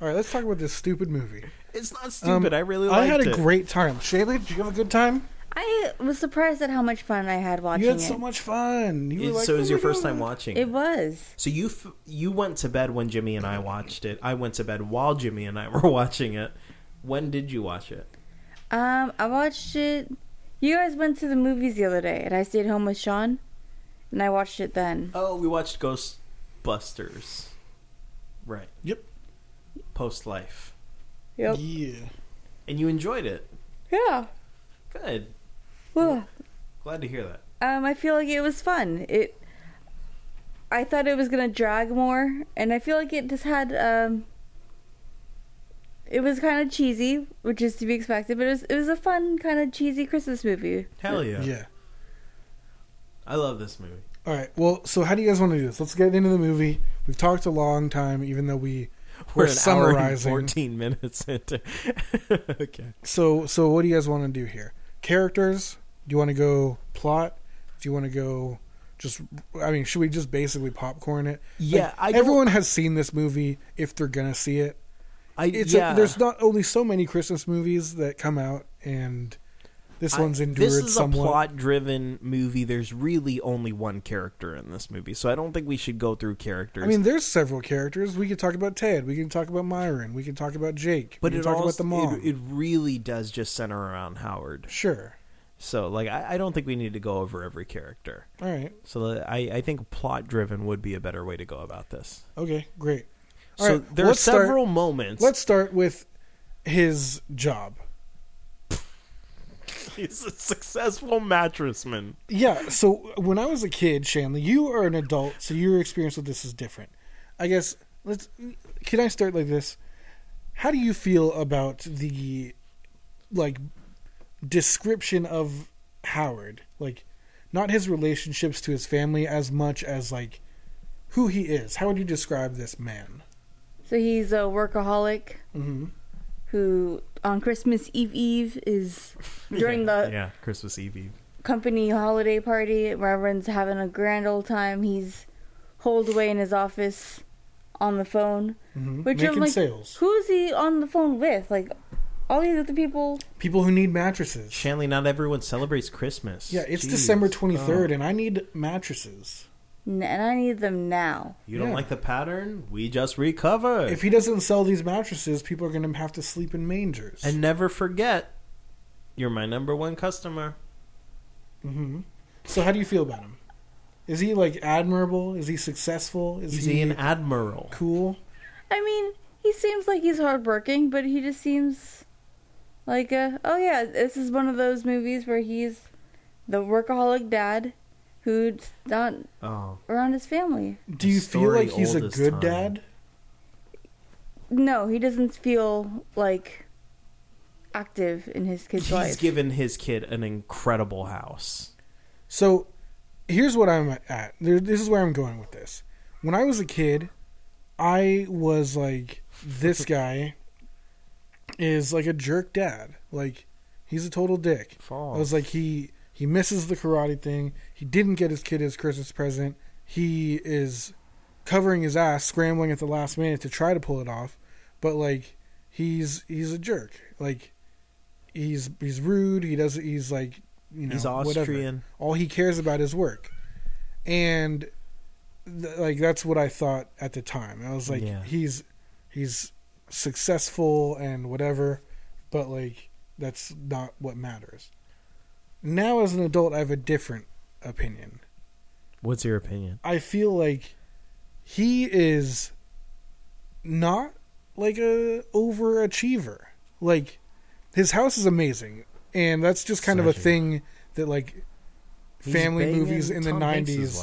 [SPEAKER 2] All right. Let's talk about this stupid movie.
[SPEAKER 3] it's not
[SPEAKER 2] Um,
[SPEAKER 3] stupid. I really liked
[SPEAKER 2] I had a
[SPEAKER 3] it.
[SPEAKER 2] great time. Shaylee, did you have a good time?
[SPEAKER 4] I was surprised at how much fun I had watching
[SPEAKER 2] You had
[SPEAKER 4] it.
[SPEAKER 2] so much fun. You
[SPEAKER 3] It-
[SPEAKER 2] were like,
[SPEAKER 3] so it
[SPEAKER 2] "Oh
[SPEAKER 3] was
[SPEAKER 2] my
[SPEAKER 3] your first
[SPEAKER 2] God."
[SPEAKER 3] time watching
[SPEAKER 4] It was.
[SPEAKER 3] So you f- you went to bed when Jimmy and I watched it. I went to bed while Jimmy and I were watching it. When did you watch it?
[SPEAKER 4] Um, I watched it. You guys went to the movies the other day, and I stayed home with Sean, and I watched it then.
[SPEAKER 3] Oh, we watched Ghostbusters. Right.
[SPEAKER 2] Yep.
[SPEAKER 3] Post Life,
[SPEAKER 4] Yep.
[SPEAKER 2] Yeah.
[SPEAKER 3] and you enjoyed it.
[SPEAKER 4] Yeah.
[SPEAKER 3] Good.
[SPEAKER 4] Well,
[SPEAKER 3] Glad to hear that.
[SPEAKER 4] um, I feel like it was fun. It. I thought it was gonna drag more, and I feel like it just had um. It was kind of cheesy, which is to be expected, but it was it was a fun kind of cheesy Christmas movie.
[SPEAKER 3] Hell yeah.
[SPEAKER 2] Yeah.
[SPEAKER 3] I love this movie.
[SPEAKER 2] All right. Well, so how do you guys want to do this? Let's get into the movie. We've talked a long time, even though we were
[SPEAKER 3] We're an hour and
[SPEAKER 2] summarizing.
[SPEAKER 3] fourteen minutes into. okay.
[SPEAKER 2] So, so what do you guys want to do here? Characters? Do you want to go plot? Do you want to go? Just, I mean, should we just basically popcorn it?
[SPEAKER 3] Yeah, I
[SPEAKER 2] Like,
[SPEAKER 3] don't-
[SPEAKER 2] everyone has seen this movie if they're gonna see it.
[SPEAKER 3] I
[SPEAKER 2] It's
[SPEAKER 3] yeah.
[SPEAKER 2] a, there's not only so many Christmas movies that come out, and this
[SPEAKER 3] I-
[SPEAKER 2] one's endured
[SPEAKER 3] This is
[SPEAKER 2] somewhat.
[SPEAKER 3] a plot-driven movie. There's really only one character in this movie, so I don't think we should go through characters.
[SPEAKER 2] I mean, there's several characters. We could talk about Ted. We can talk about Myron. We can talk about Jake.
[SPEAKER 3] but
[SPEAKER 2] we can
[SPEAKER 3] it
[SPEAKER 2] talk
[SPEAKER 3] all
[SPEAKER 2] about the mom.
[SPEAKER 3] It, it really does just center around Howard.
[SPEAKER 2] sure.
[SPEAKER 3] So, like, I, I don't think we need to go over every character.
[SPEAKER 2] All right.
[SPEAKER 3] So, I, I think plot-driven would be a better way to go about this.
[SPEAKER 2] Okay. Great. All
[SPEAKER 3] so
[SPEAKER 2] right,
[SPEAKER 3] there are
[SPEAKER 2] let's start-
[SPEAKER 3] several moments.
[SPEAKER 2] Let's start with his job.
[SPEAKER 3] He's a successful mattressman.
[SPEAKER 2] Yeah. So when I was a kid, Shanley, you are an adult, so your experience with this is different. I guess let's. Can I start like this? How do you feel about the like description of Howard? Like, not his relationships to his family as much as like who he is. How would you describe this man?
[SPEAKER 4] So he's a workaholic
[SPEAKER 3] Mm-hmm.
[SPEAKER 4] who on Christmas Eve Eve is during the
[SPEAKER 3] yeah Christmas Eve Eve.
[SPEAKER 4] company holiday party. Reverend's having a grand old time. He's holed away in his office on the phone.
[SPEAKER 3] Mm-hmm.
[SPEAKER 4] Which
[SPEAKER 2] Making
[SPEAKER 4] I'm like,
[SPEAKER 2] sales.
[SPEAKER 4] who is he on the phone with? Like all these other people.
[SPEAKER 2] People who need mattresses.
[SPEAKER 3] Shanley, not everyone celebrates Christmas.
[SPEAKER 2] yeah, it's
[SPEAKER 3] Jeez.
[SPEAKER 2] December twenty third,
[SPEAKER 3] Oh.
[SPEAKER 2] and I need mattresses.
[SPEAKER 4] N- And I need them now.
[SPEAKER 3] Oh, You don't
[SPEAKER 2] Yeah.
[SPEAKER 3] like the pattern? We just recover.
[SPEAKER 2] If he doesn't sell these mattresses, people are going to have to sleep in mangers.
[SPEAKER 3] And never forget, you're my number one customer.
[SPEAKER 2] Mm-hmm. So how do you feel about him? Is he like admirable? Is he successful? Is,
[SPEAKER 3] Is
[SPEAKER 2] he,
[SPEAKER 3] he an admiral?
[SPEAKER 2] cool?
[SPEAKER 4] I mean, he seems like he's hardworking, but he just seems like a oh yeah, this is one of those movies where he's the workaholic dad who's not
[SPEAKER 3] Oh,
[SPEAKER 4] around his family.
[SPEAKER 2] Do you feel
[SPEAKER 3] story
[SPEAKER 2] like he's a
[SPEAKER 3] old as
[SPEAKER 2] good
[SPEAKER 3] time.
[SPEAKER 2] dad?
[SPEAKER 4] No, he doesn't feel like active in his kid's
[SPEAKER 3] he's
[SPEAKER 4] life.
[SPEAKER 3] given his kid an incredible house.
[SPEAKER 2] So here's what I'm at. There, this is where I'm going with this. When I was a kid, I was like, this guy is like a jerk dad. Like he's a total dick.
[SPEAKER 3] False.
[SPEAKER 2] I was like he he misses the karate thing. He didn't get his kid his Christmas present. He is covering his ass, scrambling at the last minute to try to pull it off. But like he's he's a jerk. Like he's he's rude. He does he's like you know
[SPEAKER 3] He's
[SPEAKER 2] Whatever.
[SPEAKER 3] Austrian.
[SPEAKER 2] All he cares about is work, and th- like that's what I thought at the time. I was like
[SPEAKER 3] Yeah.
[SPEAKER 2] he's he's successful and whatever, but like that's not what matters. Now as an adult, I have a different opinion.
[SPEAKER 3] What's your opinion?
[SPEAKER 2] I feel like he is not like a overachiever. Like his house is amazing, and that's just kind of a
[SPEAKER 3] Sergio.
[SPEAKER 2] thing that like family movies in the nineties,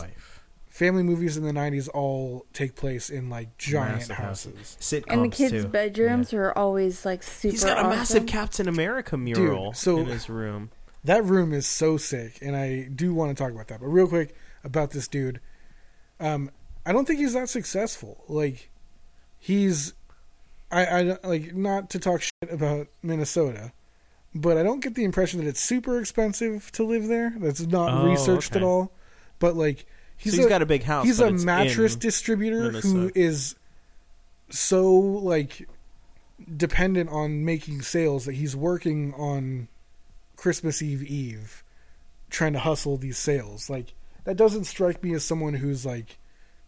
[SPEAKER 2] family movies in the nineties all take place in like giant
[SPEAKER 3] Massive houses.
[SPEAKER 2] houses.
[SPEAKER 3] Sitcoms
[SPEAKER 4] and the kids'
[SPEAKER 3] too.
[SPEAKER 4] bedrooms are always like super.
[SPEAKER 3] He's got a massive
[SPEAKER 4] awesome.
[SPEAKER 3] Captain America mural
[SPEAKER 2] so-
[SPEAKER 3] in his room.
[SPEAKER 2] That room is so sick, and I do want to talk about that. But real quick about this dude, um, I don't think he's that successful. Like he's, I, I don't- like not to talk shit about Minnesota, but I don't get the impression that it's super expensive to live there. That's not
[SPEAKER 3] Oh,
[SPEAKER 2] researched
[SPEAKER 3] okay.
[SPEAKER 2] at all. But like he's,
[SPEAKER 3] he's got a big house,
[SPEAKER 2] He's
[SPEAKER 3] but
[SPEAKER 2] a
[SPEAKER 3] it's
[SPEAKER 2] mattress
[SPEAKER 3] in
[SPEAKER 2] distributor who
[SPEAKER 3] Minnesota.
[SPEAKER 2] is so like dependent on making sales that he's working on Christmas Eve Eve trying to hustle these sales. Like that doesn't strike me as someone who's like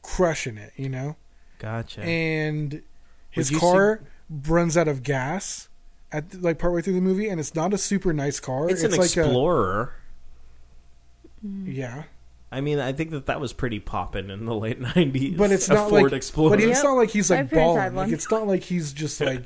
[SPEAKER 2] crushing it, you know?
[SPEAKER 3] Gotcha.
[SPEAKER 2] And his
[SPEAKER 3] you
[SPEAKER 2] car runs out of gas at like partway through the movie and it's not a super nice car.
[SPEAKER 3] it's, an
[SPEAKER 2] like
[SPEAKER 3] explorer.
[SPEAKER 2] a yeah.
[SPEAKER 3] I mean, I think that that was pretty poppin' in the late '90s.
[SPEAKER 2] But it's
[SPEAKER 3] a
[SPEAKER 2] not
[SPEAKER 3] Ford
[SPEAKER 2] like
[SPEAKER 3] Explorer.
[SPEAKER 2] but it's
[SPEAKER 4] Yep.
[SPEAKER 2] not like he's
[SPEAKER 4] My
[SPEAKER 2] like
[SPEAKER 4] parents had
[SPEAKER 2] balling. Like
[SPEAKER 4] one.
[SPEAKER 2] it's not like he's just like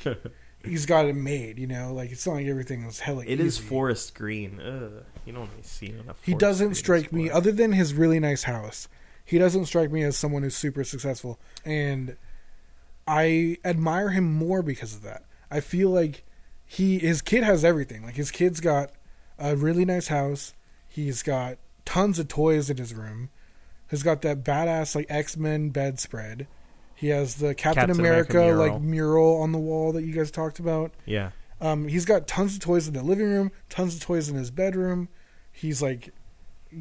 [SPEAKER 2] he's got it made. You know, like it's not like everything is hella.
[SPEAKER 3] It is
[SPEAKER 2] easy.
[SPEAKER 3] forest green. Ugh, you don't really see enough.
[SPEAKER 2] He
[SPEAKER 3] forest
[SPEAKER 2] doesn't
[SPEAKER 3] green
[SPEAKER 2] strike me,
[SPEAKER 3] Explorer.
[SPEAKER 2] other than his really nice house, he doesn't strike me as someone who's super successful. And I admire him more because of that. I feel like he his kid has everything. Like his kid's got a really nice house. He's got tons of toys in his room. He's got that badass like X Men bedspread. He has the Captain,
[SPEAKER 3] Captain America
[SPEAKER 2] America,
[SPEAKER 3] mural.
[SPEAKER 2] like mural on the wall that you guys talked about.
[SPEAKER 3] Yeah,
[SPEAKER 2] Um, he's got tons of toys in the living room, tons of toys in his bedroom. He's like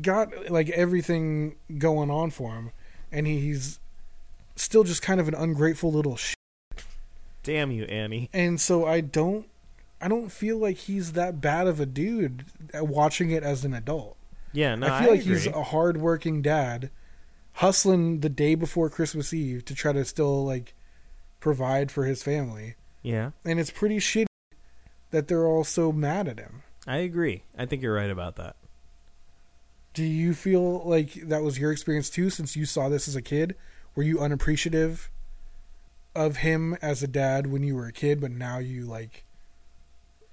[SPEAKER 2] got like everything going on for him, and he's still just kind of an ungrateful little sh.
[SPEAKER 3] damn you, Annie.
[SPEAKER 2] And so I don't, I don't feel like he's that bad of a dude. uh, Watching it as an adult,
[SPEAKER 3] Yeah, no,
[SPEAKER 2] I feel like
[SPEAKER 3] agree.
[SPEAKER 2] he's a hardworking dad, hustling the day before Christmas Eve to try to still like provide for his family,
[SPEAKER 3] yeah,
[SPEAKER 2] and it's pretty shitty that they're all so mad at him.
[SPEAKER 3] I agree. I think you're right about that.
[SPEAKER 2] Do you feel like that was your experience too, since you saw this as a kid? Were you unappreciative of him as a dad when you were a kid, but now you like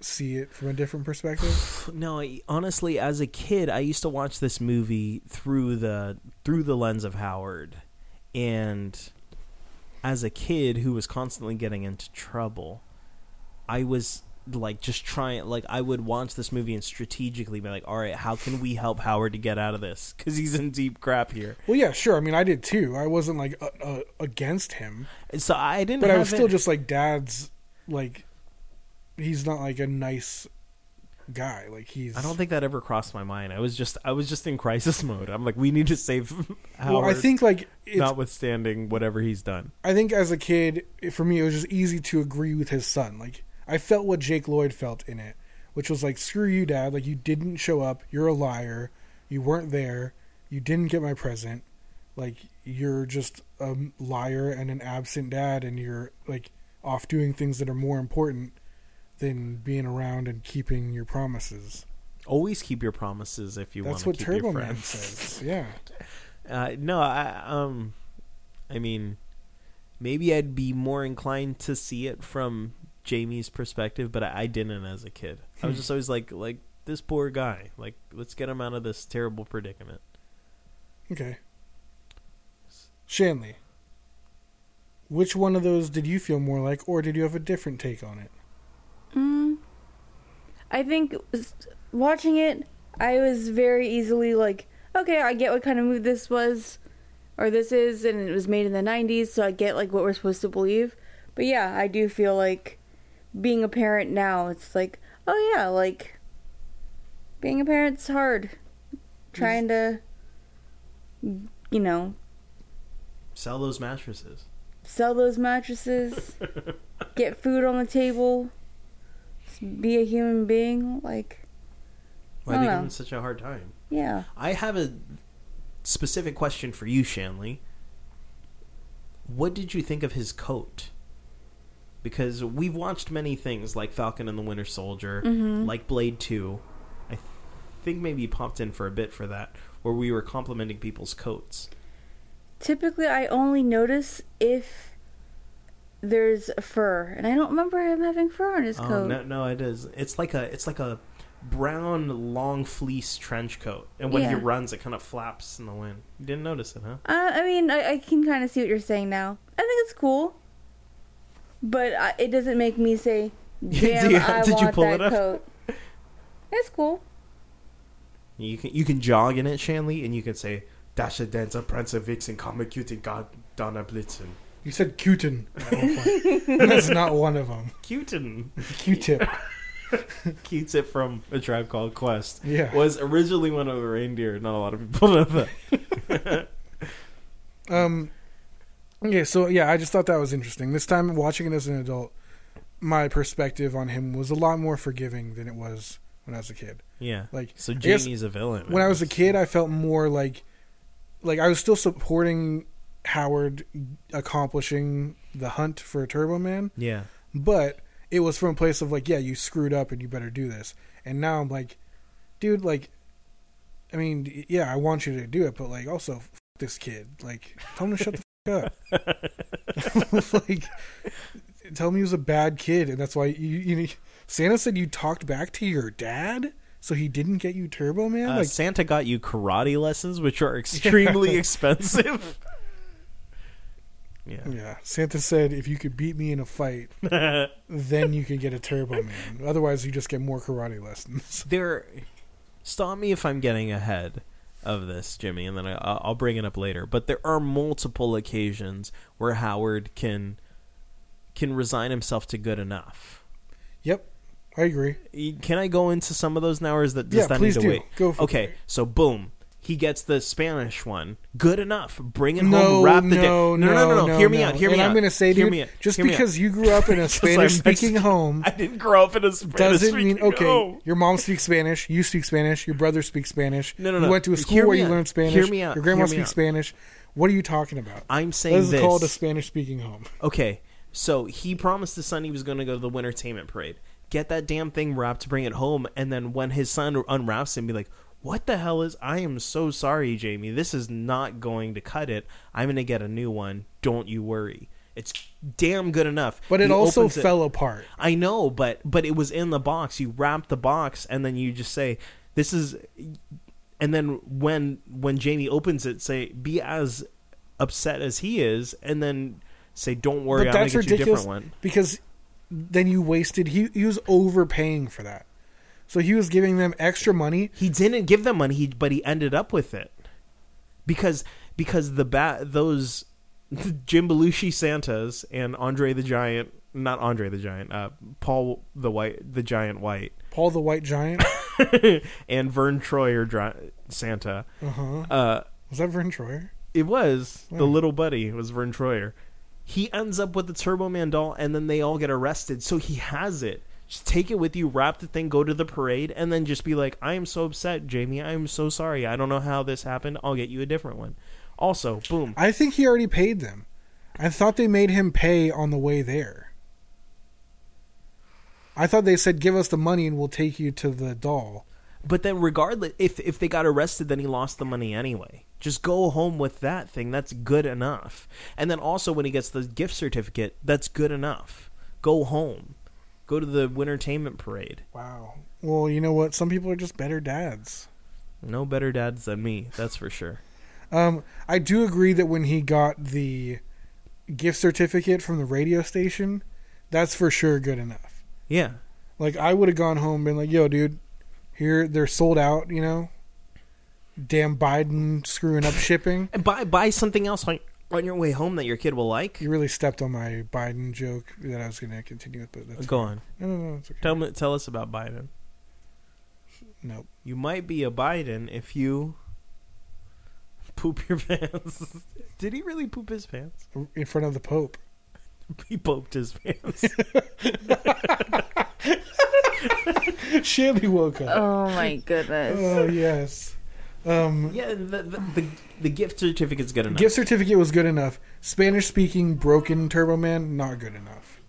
[SPEAKER 2] see it from a different perspective?
[SPEAKER 3] No, I, honestly, as a kid, I used to watch this movie through the through the lens of Howard, and as a kid who was constantly getting into trouble, I was like just trying like I would watch this movie and strategically be like, all right, how can we help Howard to get out of this? Because he's in deep crap here.
[SPEAKER 2] Well, yeah, sure. I mean, I did too. I wasn't like uh, uh, against him,
[SPEAKER 3] So I didn't.
[SPEAKER 2] but I
[SPEAKER 3] have
[SPEAKER 2] was
[SPEAKER 3] it-
[SPEAKER 2] still just like dad's like he's not like a nice guy. Like he's
[SPEAKER 3] I don't think that ever crossed my mind. I was just I was just in crisis mode. I'm like, we need to save Howard.
[SPEAKER 2] Well, I think like it's
[SPEAKER 3] notwithstanding whatever he's done.
[SPEAKER 2] I think as a kid, it- for me, it was just easy to agree with his son. Like I felt what Jake Lloyd felt in it, which was like, "Screw you, Dad! Like you didn't show up. You're a liar. You weren't there. You didn't get my present. Like you're just a liar and an absent dad, and you're like off doing things that are more important than being around and keeping your promises."
[SPEAKER 3] Always keep your promises if you want
[SPEAKER 2] That's
[SPEAKER 3] to
[SPEAKER 2] what
[SPEAKER 3] keep your
[SPEAKER 2] Turbo Man
[SPEAKER 3] friends.
[SPEAKER 2] says. Yeah,
[SPEAKER 3] Uh, no, I um, I mean, maybe I'd be more inclined to see it from Jamie's perspective, but I, I didn't as a kid. I was just always like, like this poor guy. Like, let's get him out of this terrible predicament.
[SPEAKER 2] Okay. Shanley, which one of those did you feel more like, or did you have a different take on it?
[SPEAKER 4] Mm. I think s- watching it, I was very easily like, okay, I get what kind of movie this was, or this is, and it was made in the 90s, so I get like what we're supposed to believe. But yeah, I do feel like being a parent now, it's like, oh yeah, like being a parent's hard. Trying to, you know,
[SPEAKER 3] Sell those mattresses.
[SPEAKER 4] sell those mattresses, get food on the table, be a human being. Like,
[SPEAKER 3] Why
[SPEAKER 4] I don't
[SPEAKER 3] do you give
[SPEAKER 4] know.
[SPEAKER 3] him such a hard time?
[SPEAKER 4] yeah.
[SPEAKER 3] I have a specific question for you, Shanley. What did you think of his coat? Because we've watched many things like Falcon and the Winter Soldier,
[SPEAKER 4] Mm-hmm.
[SPEAKER 3] like Blade 2. I th- think maybe you popped in for a bit for that, where we were complimenting people's coats.
[SPEAKER 4] Typically, I only notice if there's fur, and I don't remember him having fur on his
[SPEAKER 3] Oh,
[SPEAKER 4] coat.
[SPEAKER 3] no, no, it is. It's like a it's like a brown long fleece trench coat, and when he
[SPEAKER 4] Yeah.
[SPEAKER 3] runs, it kind of flaps in the wind. You didn't notice it, huh?
[SPEAKER 4] Uh, I mean, I, I can kind of see what you're saying now. I think it's cool, but I, it doesn't make me say,
[SPEAKER 3] Do you-
[SPEAKER 4] "Damn, I
[SPEAKER 3] did you
[SPEAKER 4] want
[SPEAKER 3] pull
[SPEAKER 4] that
[SPEAKER 3] it up?
[SPEAKER 4] coat." It's cool.
[SPEAKER 3] You can you can jog in it, Shanley, and you can say Dasha Dancer, Prince of Vixen, Comic Cutie, God Donna Blitzen.
[SPEAKER 2] You said Cutin. at one point. That's not one of them.
[SPEAKER 3] Cutin.
[SPEAKER 2] Q-tip.
[SPEAKER 3] Q-tip from a tribe called Quest.
[SPEAKER 2] Yeah.
[SPEAKER 3] Was originally one of the reindeer. Not a lot of people know that.
[SPEAKER 2] Um. Okay, so yeah, I just thought that was interesting. This time, watching it as an adult, my perspective on him was a lot more forgiving than it was when I was a kid.
[SPEAKER 3] Yeah.
[SPEAKER 2] Like,
[SPEAKER 3] so
[SPEAKER 2] I guess
[SPEAKER 3] Jamie's a villain.
[SPEAKER 2] when I was a kid, I felt more like, like I was still supporting Howard accomplishing the hunt for Turbo Man,
[SPEAKER 3] Yeah.
[SPEAKER 2] but it was from a place of like, yeah, you screwed up and you better do this. And now I'm like, dude, like, I mean, y- yeah, I want you to do it, but like, also f- this kid. Like, tell him to shut the
[SPEAKER 3] Uh,
[SPEAKER 2] f- up. like, tell him he was a bad kid, and that's why you, you. Santa said you talked back to your dad, so he didn't get you Turbo Man.
[SPEAKER 3] Uh,
[SPEAKER 2] like,
[SPEAKER 3] Santa got you karate lessons, which are extremely expensive. yeah.
[SPEAKER 2] yeah, Santa said if you could beat me in a fight, then you could get a Turbo Man. Otherwise, you just get more karate lessons.
[SPEAKER 3] there stop me if i'm getting ahead of this jimmy and then I, I'll I'll bring it up later but there are multiple occasions where howard can can resign himself to good enough
[SPEAKER 2] Yep, I agree.
[SPEAKER 3] E- can i go into some of those now or is that does
[SPEAKER 2] Yeah,
[SPEAKER 3] that
[SPEAKER 2] please
[SPEAKER 3] need to
[SPEAKER 2] do.
[SPEAKER 3] wait
[SPEAKER 2] Go for
[SPEAKER 3] okay
[SPEAKER 2] it.
[SPEAKER 3] so boom he gets the Spanish one. Good enough. Bring it
[SPEAKER 2] No,
[SPEAKER 3] home. Wrap the
[SPEAKER 2] no,
[SPEAKER 3] dick.
[SPEAKER 2] no,
[SPEAKER 3] no, no, no, Hear me
[SPEAKER 2] no.
[SPEAKER 3] out. Hear
[SPEAKER 2] and
[SPEAKER 3] me out.
[SPEAKER 2] I'm gonna say,
[SPEAKER 3] hear
[SPEAKER 2] dude,
[SPEAKER 3] me out.
[SPEAKER 2] just
[SPEAKER 3] hear me out.
[SPEAKER 2] because you grew up in a
[SPEAKER 3] 'Cause I'm
[SPEAKER 2] Spanish-speaking
[SPEAKER 3] Mexican.
[SPEAKER 2] home
[SPEAKER 3] I didn't grow up in a Spanish
[SPEAKER 2] doesn't mean okay.
[SPEAKER 3] No.
[SPEAKER 2] Your mom speaks Spanish. You speak Spanish. Your brother speaks Spanish.
[SPEAKER 3] No, no, no.
[SPEAKER 2] You went to a
[SPEAKER 3] Hear
[SPEAKER 2] school where
[SPEAKER 3] me
[SPEAKER 2] you
[SPEAKER 3] out.
[SPEAKER 2] learned Spanish.
[SPEAKER 3] Hear me out.
[SPEAKER 2] Your grandma
[SPEAKER 3] Hear me
[SPEAKER 2] speaks
[SPEAKER 3] out.
[SPEAKER 2] Spanish. What are you talking about?
[SPEAKER 3] I'm saying
[SPEAKER 2] That is
[SPEAKER 3] this.
[SPEAKER 2] called a Spanish-speaking home.
[SPEAKER 3] Okay, so he promised his son he was going to go to the Wintertainment Parade, get that damn thing wrapped, bring it home, and then when his son unwraps it, be like, "What the hell is? I am so sorry, Jamie. This is not going to cut it. I'm going to get a new one. Don't you worry. It's damn good enough."
[SPEAKER 2] But it
[SPEAKER 3] He
[SPEAKER 2] also
[SPEAKER 3] opens it-
[SPEAKER 2] fell apart.
[SPEAKER 3] I know, but but it was in the box. You wrap the box, and then you just say, "This is." And then when when Jamie opens it, say, "Be as upset as he is," and then say, "Don't worry,
[SPEAKER 2] but
[SPEAKER 3] I'm gonna
[SPEAKER 2] that's
[SPEAKER 3] get you a
[SPEAKER 2] ridiculous
[SPEAKER 3] different one."
[SPEAKER 2] because then you wasted. He he was overpaying for that, so he was giving them extra money.
[SPEAKER 3] He didn't give them money, he, but he ended up with it because because the bat those Jim Belushi Santas and Andre the Giant, not Andre the Giant, uh, Paul the White, the Giant White.
[SPEAKER 2] Paul the White Giant
[SPEAKER 3] and Vern Troyer dri- Santa.
[SPEAKER 2] Uh-huh.
[SPEAKER 3] Uh,
[SPEAKER 2] was that Vern Troyer?
[SPEAKER 3] it was the little buddy was Vern Troyer. He ends up with the Turbo Man doll, and then they all get arrested. So he has it. Just take it with you, wrap the thing, go to the parade, and then just be like, "I am so upset, Jamie. I am so sorry. I don't know how this happened. I'll get you a different one." Also, boom.
[SPEAKER 2] I think he already paid them. I thought they made him pay on the way there. I thought they said, "Give us the money and we'll take you to the doll."
[SPEAKER 3] But then, regardless, if if they got arrested, then he lost the money anyway. Just go home with that thing. That's good enough. And then also, when he gets the gift certificate, that's good enough. Go home. Go to the wintertainment parade.
[SPEAKER 2] Wow. Well, you know what? Some people are just better dads.
[SPEAKER 3] No better dads than me. That's for sure.
[SPEAKER 2] Um, I do agree that when he got the gift certificate from the radio station, that's for sure good enough.
[SPEAKER 3] Yeah.
[SPEAKER 2] Like I would have gone home and been like, "Yo, dude, here they're sold out." You know, damn Biden screwing up shipping.
[SPEAKER 3] And buy buy something else on on your way home that your kid will like.
[SPEAKER 2] You really stepped on my Biden joke that I was going to continue with, but that's
[SPEAKER 3] Go on.
[SPEAKER 2] No, no, no, it's okay.
[SPEAKER 3] Tell me. Tell us about Biden.
[SPEAKER 2] Nope.
[SPEAKER 3] You might be a Biden if you poop your pants. Did he really poop his pants?
[SPEAKER 2] In front of the Pope.
[SPEAKER 3] He pooped his pants.
[SPEAKER 2] Shanley woke up.
[SPEAKER 4] Oh my goodness.
[SPEAKER 2] Oh yes. Um,
[SPEAKER 3] Yeah, the, the, the, the gift certificate's good enough.
[SPEAKER 2] gift certificate was good enough. Spanish speaking broken Turbo Man not good enough.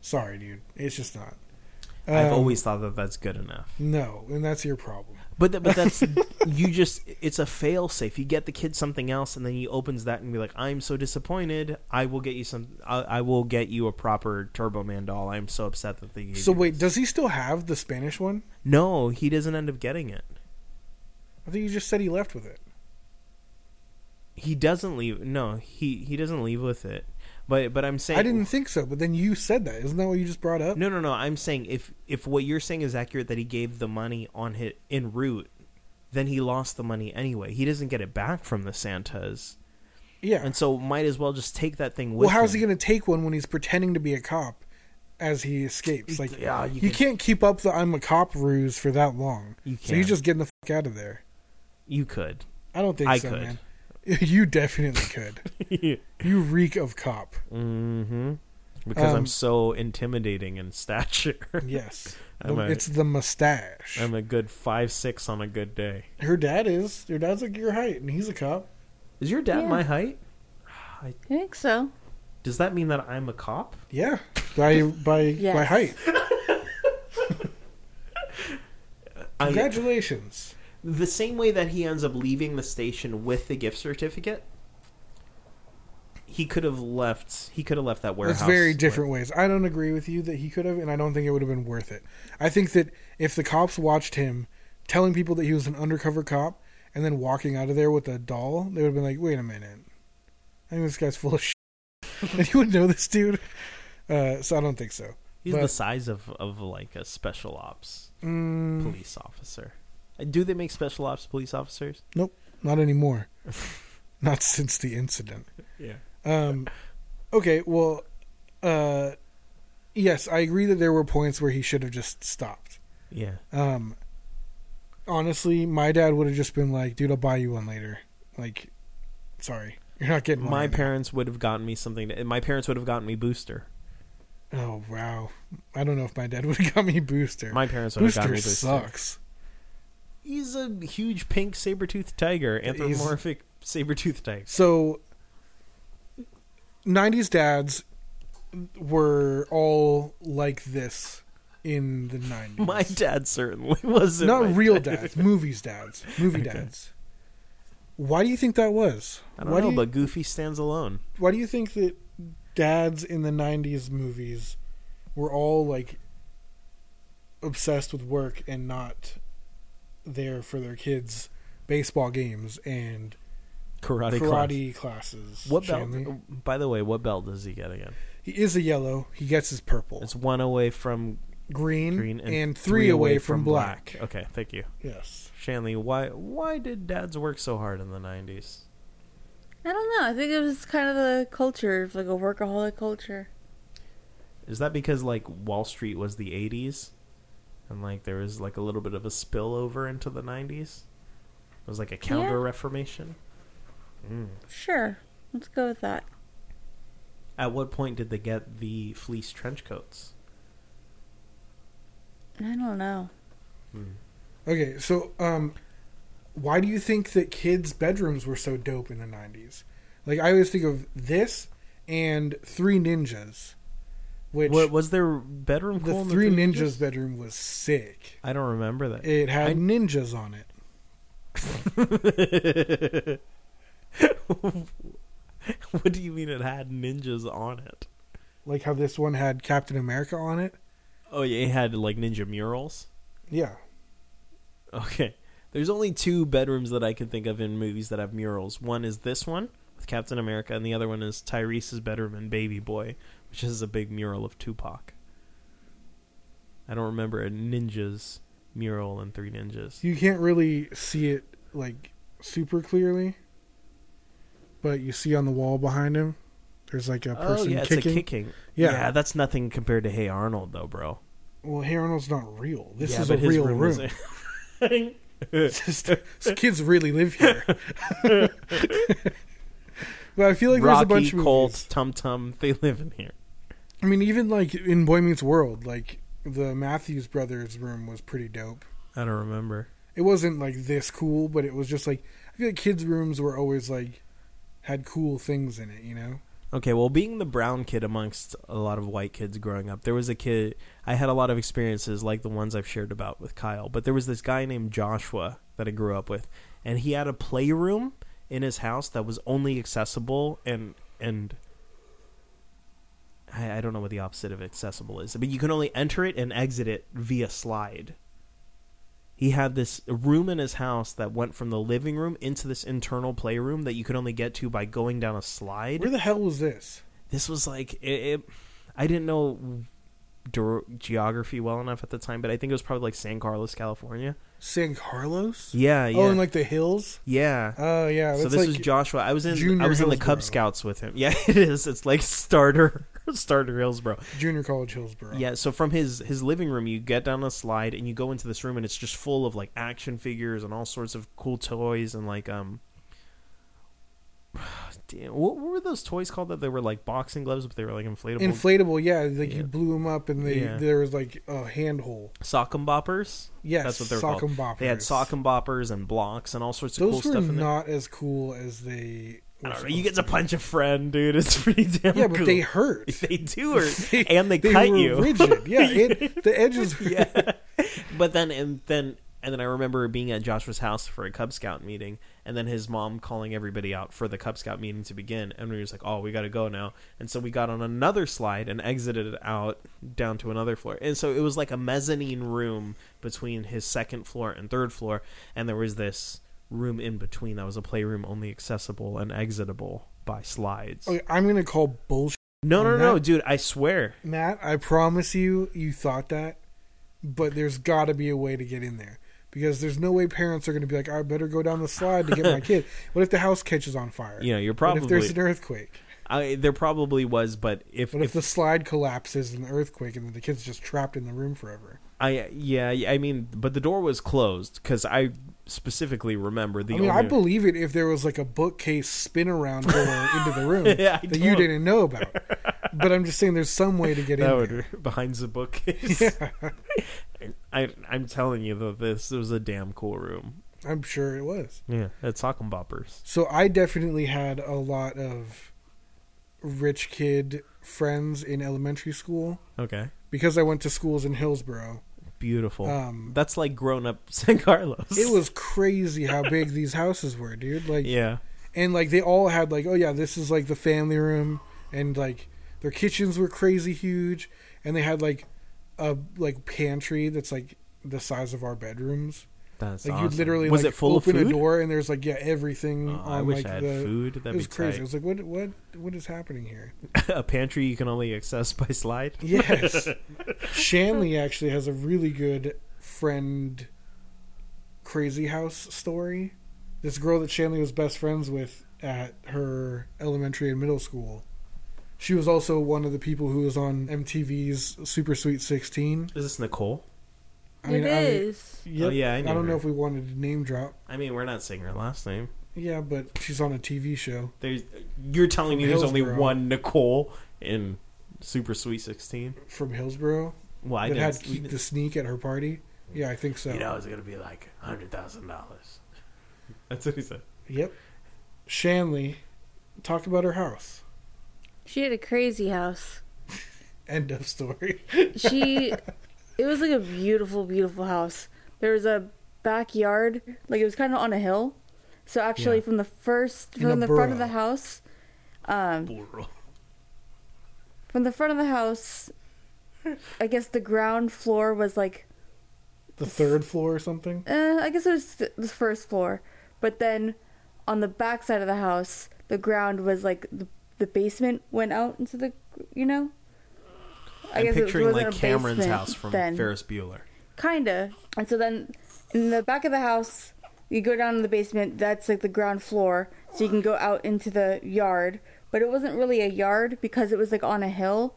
[SPEAKER 2] Sorry, dude. It's just not.
[SPEAKER 3] I've
[SPEAKER 2] Um,
[SPEAKER 3] always thought that that's good enough.
[SPEAKER 2] no, and that's your problem.
[SPEAKER 3] But th- but that's you just it's a fail safe. You get the kid something else, and then he opens that and be like, "I'm so disappointed. I will get you some. I, I will get you a proper Turbo Man doll. I'm so upset that they. gave
[SPEAKER 2] So
[SPEAKER 3] you
[SPEAKER 2] wait,
[SPEAKER 3] this."
[SPEAKER 2] does he still have the Spanish one?
[SPEAKER 3] no, he doesn't end up getting it.
[SPEAKER 2] I think you just said he left with it.
[SPEAKER 3] He doesn't leave. No, he he doesn't leave with it. But but I'm saying
[SPEAKER 2] I didn't think so, but then you said that. Isn't that what you just brought up?
[SPEAKER 3] No, no, no. I'm saying if if what you're saying is accurate that he gave the money on hit en route, then he lost the money anyway. He doesn't get it back from the Santas,
[SPEAKER 2] Yeah.
[SPEAKER 3] Mm-hmm. and so might as well just take that thing with.
[SPEAKER 2] Well, how's he
[SPEAKER 3] him.
[SPEAKER 2] going to take one when he's pretending to be a cop as he escapes? Like,
[SPEAKER 3] Yeah, you
[SPEAKER 2] you,
[SPEAKER 3] can-
[SPEAKER 2] can't keep up the "I'm a cop" ruse for that long.
[SPEAKER 3] You
[SPEAKER 2] So he's
[SPEAKER 3] can.
[SPEAKER 2] just getting the fuck out of there.
[SPEAKER 3] You could.
[SPEAKER 2] I don't think
[SPEAKER 3] I
[SPEAKER 2] so,
[SPEAKER 3] could.
[SPEAKER 2] man. You definitely could. you reek of cop.
[SPEAKER 3] mm-hmm. Because
[SPEAKER 2] Um,
[SPEAKER 3] I'm so intimidating in stature.
[SPEAKER 2] Yes,
[SPEAKER 3] I'm
[SPEAKER 2] The-
[SPEAKER 3] a-
[SPEAKER 2] it's the mustache.
[SPEAKER 3] I'm a good five six on a good day.
[SPEAKER 2] Her dad is. Her dad's like your height, and he's a cop.
[SPEAKER 3] Is your dad
[SPEAKER 4] Yeah.
[SPEAKER 3] my height?
[SPEAKER 4] I think so.
[SPEAKER 3] Does that mean that I'm a cop?
[SPEAKER 2] Yeah, by by by
[SPEAKER 4] Yes.
[SPEAKER 2] height.
[SPEAKER 3] I'm,
[SPEAKER 2] Congratulations.
[SPEAKER 3] the same way that he ends up leaving the station with the gift certificate. He could have left. He could have left that warehouse.
[SPEAKER 2] It's very different ways. I don't agree with you that he could have, and I don't think it would have been worth it. I think that if the cops watched him telling people that he was an undercover cop and then walking out of there with a doll, they would have been like, "Wait a minute, I think this guy's full of shit." and you would know this dude. Uh, so I don't think so.
[SPEAKER 3] He's
[SPEAKER 2] But-
[SPEAKER 3] the size of, of like a special ops
[SPEAKER 2] Mm,
[SPEAKER 3] police officer. Uh, Do they make special ops police officers?
[SPEAKER 2] nope, not anymore. not since the incident.
[SPEAKER 3] Yeah.
[SPEAKER 2] Um, okay, well, uh, yes, I agree that there were points where he should have just stopped.
[SPEAKER 3] Yeah.
[SPEAKER 2] Um, honestly, my dad would have just been like, "Dude, I'll buy you one later." Like, sorry, you're not getting one
[SPEAKER 3] My
[SPEAKER 2] right now.
[SPEAKER 3] parents would have gotten me something. To, my parents would have gotten me booster.
[SPEAKER 2] Oh wow, I don't know if my dad would have got me booster.
[SPEAKER 3] My parents would have gotten
[SPEAKER 2] booster
[SPEAKER 3] me booster.
[SPEAKER 2] sucks.
[SPEAKER 3] He's a huge pink saber-toothed tiger, anthropomorphic saber-toothed tiger.
[SPEAKER 2] So, 90s dads were all like this in the 90s.
[SPEAKER 3] My dad certainly wasn't.
[SPEAKER 2] Not
[SPEAKER 3] my
[SPEAKER 2] real
[SPEAKER 3] dad.
[SPEAKER 2] dads, movies dads, movie dads. Why do you think that was?
[SPEAKER 3] I don't
[SPEAKER 2] why
[SPEAKER 3] know,
[SPEAKER 2] do you,
[SPEAKER 3] but Goofy stands alone.
[SPEAKER 2] why do you think that dads in the 90s movies were all like obsessed with work and not there for their kids baseball games and
[SPEAKER 3] Karate, karate.
[SPEAKER 2] karate classes?
[SPEAKER 3] What belt?
[SPEAKER 2] Shanley?
[SPEAKER 3] By the way, what belt does he get again?
[SPEAKER 2] He is a yellow. He gets his purple.
[SPEAKER 3] It's one away from
[SPEAKER 2] green,
[SPEAKER 3] green
[SPEAKER 2] and, three, away from, black.
[SPEAKER 3] Okay, thank you,
[SPEAKER 2] Yes.
[SPEAKER 3] Shanley. Why why did dads work so hard in the nineties?
[SPEAKER 4] I don't know. I think it was kind of the culture, like a workaholic culture.
[SPEAKER 3] Is that because like Wall Street was the eighties, and like there was like a little bit of a spillover into the nineties? It was like a counter reformation. Mm.
[SPEAKER 4] Sure. Let's go with that.
[SPEAKER 3] At what point did they get the fleece trench coats?
[SPEAKER 4] I don't know.
[SPEAKER 2] Okay, so um, why do you think that kids' bedrooms were so dope in the '90s? Like I always think of this and Three Ninjas, which
[SPEAKER 3] What was their bedroom?
[SPEAKER 2] the
[SPEAKER 3] cool in
[SPEAKER 2] Three ninjas, bedroom was sick.
[SPEAKER 3] I don't remember that.
[SPEAKER 2] It had
[SPEAKER 3] I-
[SPEAKER 2] ninjas on it.
[SPEAKER 3] what do you mean it had ninjas on it?
[SPEAKER 2] Like how this one had Captain America on it.
[SPEAKER 3] Oh yeah, it had like ninja murals.
[SPEAKER 2] Yeah,
[SPEAKER 3] Okay. There's only two bedrooms that I can think of in movies that have murals. One is this one with Captain America, and the other one is Tyrese's bedroom in Baby Boy, which is a big mural of Tupac. I don't remember a ninja's mural in Three Ninjas.
[SPEAKER 2] you can't really see it like super clearly, but you see on the wall behind him, there's like a
[SPEAKER 3] Oh
[SPEAKER 2] person
[SPEAKER 3] yeah, it's
[SPEAKER 2] kicking.
[SPEAKER 3] a kicking.
[SPEAKER 2] Yeah.
[SPEAKER 3] yeah, that's nothing compared to Hey Arnold though, bro.
[SPEAKER 2] Well, Hey Arnold's not real. This
[SPEAKER 3] Yeah,
[SPEAKER 2] is a
[SPEAKER 3] but his
[SPEAKER 2] real room.
[SPEAKER 3] is-
[SPEAKER 2] Just- these kids really live here. but I feel like there's a
[SPEAKER 3] Rocky,
[SPEAKER 2] bunch of
[SPEAKER 3] Colt,
[SPEAKER 2] movies.
[SPEAKER 3] Tum Tum, they live in here.
[SPEAKER 2] I mean, even like in Boy Meets World, like the Matthews brothers room was pretty dope.
[SPEAKER 3] I don't remember.
[SPEAKER 2] It wasn't like this cool, but it was just like I feel like kids' rooms were always like had cool things in it. You know,
[SPEAKER 3] Okay, well, being the brown kid amongst a lot of white kids growing up, there was a kid. I had a lot of experiences like the ones I've shared about with Kyle, but there was this guy named Joshua that I grew up with, and he had a playroom in his house that was only accessible and and I, I don't know what the opposite of accessible is, but you can only enter it and exit it via slide. He had this room in his house that went from the living room into this internal playroom that you could only get to by going down a slide
[SPEAKER 2] where the hell was this?
[SPEAKER 3] this was like it, it I didn't know dur- geography well enough at the time, but I think it was probably like San Carlos, California.
[SPEAKER 2] San Carlos?
[SPEAKER 3] Yeah, yeah,
[SPEAKER 2] Oh, in like the hills.
[SPEAKER 3] yeah.
[SPEAKER 2] Oh yeah.
[SPEAKER 3] so
[SPEAKER 2] that's
[SPEAKER 3] this
[SPEAKER 2] like,
[SPEAKER 3] was Joshua. I was in
[SPEAKER 2] Junior
[SPEAKER 3] I was in the
[SPEAKER 2] Hillsborough.
[SPEAKER 3] Cub Scouts with him. Yeah, it is. It's like starter starter Hillsboro.
[SPEAKER 2] Junior College Hillsboro.
[SPEAKER 3] Yeah, so from his his living room, you get down a slide and you go into this room, and it's just full of like action figures and all sorts of cool toys and like um. Damn, what, what were those toys called that they were like boxing gloves, but they were like inflatable
[SPEAKER 2] Inflatable, yeah. Like
[SPEAKER 3] Yeah.
[SPEAKER 2] you blew them up, and they,
[SPEAKER 3] Yeah.
[SPEAKER 2] there was like a hand hole.
[SPEAKER 3] sock and boppers.
[SPEAKER 2] Yes,
[SPEAKER 3] that's what they're
[SPEAKER 2] sock
[SPEAKER 3] called.
[SPEAKER 2] and boppers.
[SPEAKER 3] They had sock and boppers and blocks and all sorts of
[SPEAKER 2] Those
[SPEAKER 3] cool
[SPEAKER 2] were
[SPEAKER 3] stuff. in there.
[SPEAKER 2] not as cool as they.
[SPEAKER 3] I
[SPEAKER 2] were
[SPEAKER 3] don't know, you get
[SPEAKER 2] supposed
[SPEAKER 3] to punch a friend, dude. It's pretty damn
[SPEAKER 2] be. Yeah, but
[SPEAKER 3] cool.
[SPEAKER 2] they hurt.
[SPEAKER 3] They do, or, and they, cut
[SPEAKER 2] were
[SPEAKER 3] you.
[SPEAKER 2] Rigid. Yeah, it, the edges.
[SPEAKER 3] yeah, but then and then And then I remember being at Joshua's house for a Cub Scout meeting, and then his mom calling everybody out for the Cub Scout meeting to begin. And we was like, "Oh, we got to go now." And so we got on another slide and exited out down to another floor. And so it was like a mezzanine room between his second floor and third floor, and there was this room in between that was a playroom only accessible and exitable by slides.
[SPEAKER 2] Okay, I'm gonna call bullshit.
[SPEAKER 3] No, no,
[SPEAKER 2] Oh, And
[SPEAKER 3] no,
[SPEAKER 2] that-
[SPEAKER 3] dude, I swear.
[SPEAKER 2] Matt, I promise you, you thought that, but there's got to be a way to get in there because there's no way parents are going to be like, I better go down the slide to get my kid. What if the house catches on fire?
[SPEAKER 3] You know, you're
[SPEAKER 2] What if there's
[SPEAKER 3] probably-
[SPEAKER 2] an earthquake?
[SPEAKER 3] I, there probably was, but if,
[SPEAKER 2] What if
[SPEAKER 3] if
[SPEAKER 2] the slide collapses in the earthquake and then the kid's just trapped in the room forever?
[SPEAKER 3] I yeah, yeah, I mean, but the door was closed because I specifically remember the.
[SPEAKER 2] I mean, I
[SPEAKER 3] only-
[SPEAKER 2] believe it if there was like a bookcase spin around door into the room
[SPEAKER 3] Yeah, I
[SPEAKER 2] that you
[SPEAKER 3] don't.
[SPEAKER 2] didn't know about. But I'm just saying, there's some way to get in.
[SPEAKER 3] that
[SPEAKER 2] there.
[SPEAKER 3] would behind the bookcase. I I'm telling you though, this was a damn cool room.
[SPEAKER 2] I'm sure it was.
[SPEAKER 3] Yeah, at Sock and Boppers.
[SPEAKER 2] So I definitely had a lot of rich kid friends in elementary school
[SPEAKER 3] Okay,
[SPEAKER 2] because I went to schools in Hillsboro.
[SPEAKER 3] beautiful.
[SPEAKER 2] Um,
[SPEAKER 3] That's like grown up San Carlos.
[SPEAKER 2] It was crazy how big these houses were, dude. Like,
[SPEAKER 3] yeah,
[SPEAKER 2] and like they all had like, oh yeah, this is like the family room, and like their kitchens were crazy huge, and they had like a like pantry that's like the size of our bedrooms.
[SPEAKER 3] that's
[SPEAKER 2] Like
[SPEAKER 3] awesome.
[SPEAKER 2] you literally
[SPEAKER 3] was
[SPEAKER 2] like,
[SPEAKER 3] it full of
[SPEAKER 2] open
[SPEAKER 3] food?
[SPEAKER 2] a door and there's like yeah everything.
[SPEAKER 3] Oh,
[SPEAKER 2] on,
[SPEAKER 3] I wish
[SPEAKER 2] like,
[SPEAKER 3] I had
[SPEAKER 2] the,
[SPEAKER 3] food. That'd
[SPEAKER 2] it was
[SPEAKER 3] be
[SPEAKER 2] crazy.
[SPEAKER 3] tight.
[SPEAKER 2] I was like, what what what is happening here?
[SPEAKER 3] a pantry you can only access by slide.
[SPEAKER 2] Yes. Shanley actually has a really good friend crazy house story. This girl that Shanley was best friends with at her elementary and middle school. She was also one of the people who was on MTV's Super Sweet 16.
[SPEAKER 3] Is this Nicole?
[SPEAKER 2] I mean,
[SPEAKER 4] it
[SPEAKER 2] I-
[SPEAKER 4] is.
[SPEAKER 2] Yep.
[SPEAKER 3] Oh, yeah, I
[SPEAKER 2] I
[SPEAKER 3] knew
[SPEAKER 2] don't know
[SPEAKER 3] her.
[SPEAKER 2] if we wanted to name drop.
[SPEAKER 3] I mean, we're not saying her last name.
[SPEAKER 2] Yeah, but she's on a TV show.
[SPEAKER 3] There's, you're telling me there's only
[SPEAKER 2] Hillsborough.
[SPEAKER 3] one Nicole in Super Sweet Sixteen.
[SPEAKER 2] From Hillsboro,
[SPEAKER 3] Well, I
[SPEAKER 2] that had
[SPEAKER 3] didn't.
[SPEAKER 2] Keep the Sneak at her party. Yeah, I think so.
[SPEAKER 3] You know, it's gonna be like hundred thousand dollars. That's what he said.
[SPEAKER 2] Yep. Shanley, talk about her house.
[SPEAKER 4] She had a crazy house.
[SPEAKER 2] End of story.
[SPEAKER 4] she it was like a beautiful beautiful house there was a backyard like it was kind of on a hill so actually
[SPEAKER 3] Yeah.
[SPEAKER 4] from the first
[SPEAKER 2] In
[SPEAKER 4] from the
[SPEAKER 2] a
[SPEAKER 4] front of the
[SPEAKER 2] burrow.
[SPEAKER 4] house um from the front of the house i guess the ground floor was like
[SPEAKER 2] The third floor or something.
[SPEAKER 4] uh, i guess it was th- the first floor but then on the back side of the house the ground was like the, the basement went out into the you know I
[SPEAKER 3] I'm
[SPEAKER 4] guess it
[SPEAKER 3] picturing
[SPEAKER 4] wasn't
[SPEAKER 3] like
[SPEAKER 4] a
[SPEAKER 3] Cameron's
[SPEAKER 4] basement
[SPEAKER 3] house from
[SPEAKER 4] then.
[SPEAKER 3] Ferris Bueller.
[SPEAKER 4] Kinda. And so then in the back of the house, you go down to the basement, that's like the ground floor, so you can go out into the yard. But it wasn't really a yard because it was like on a hill.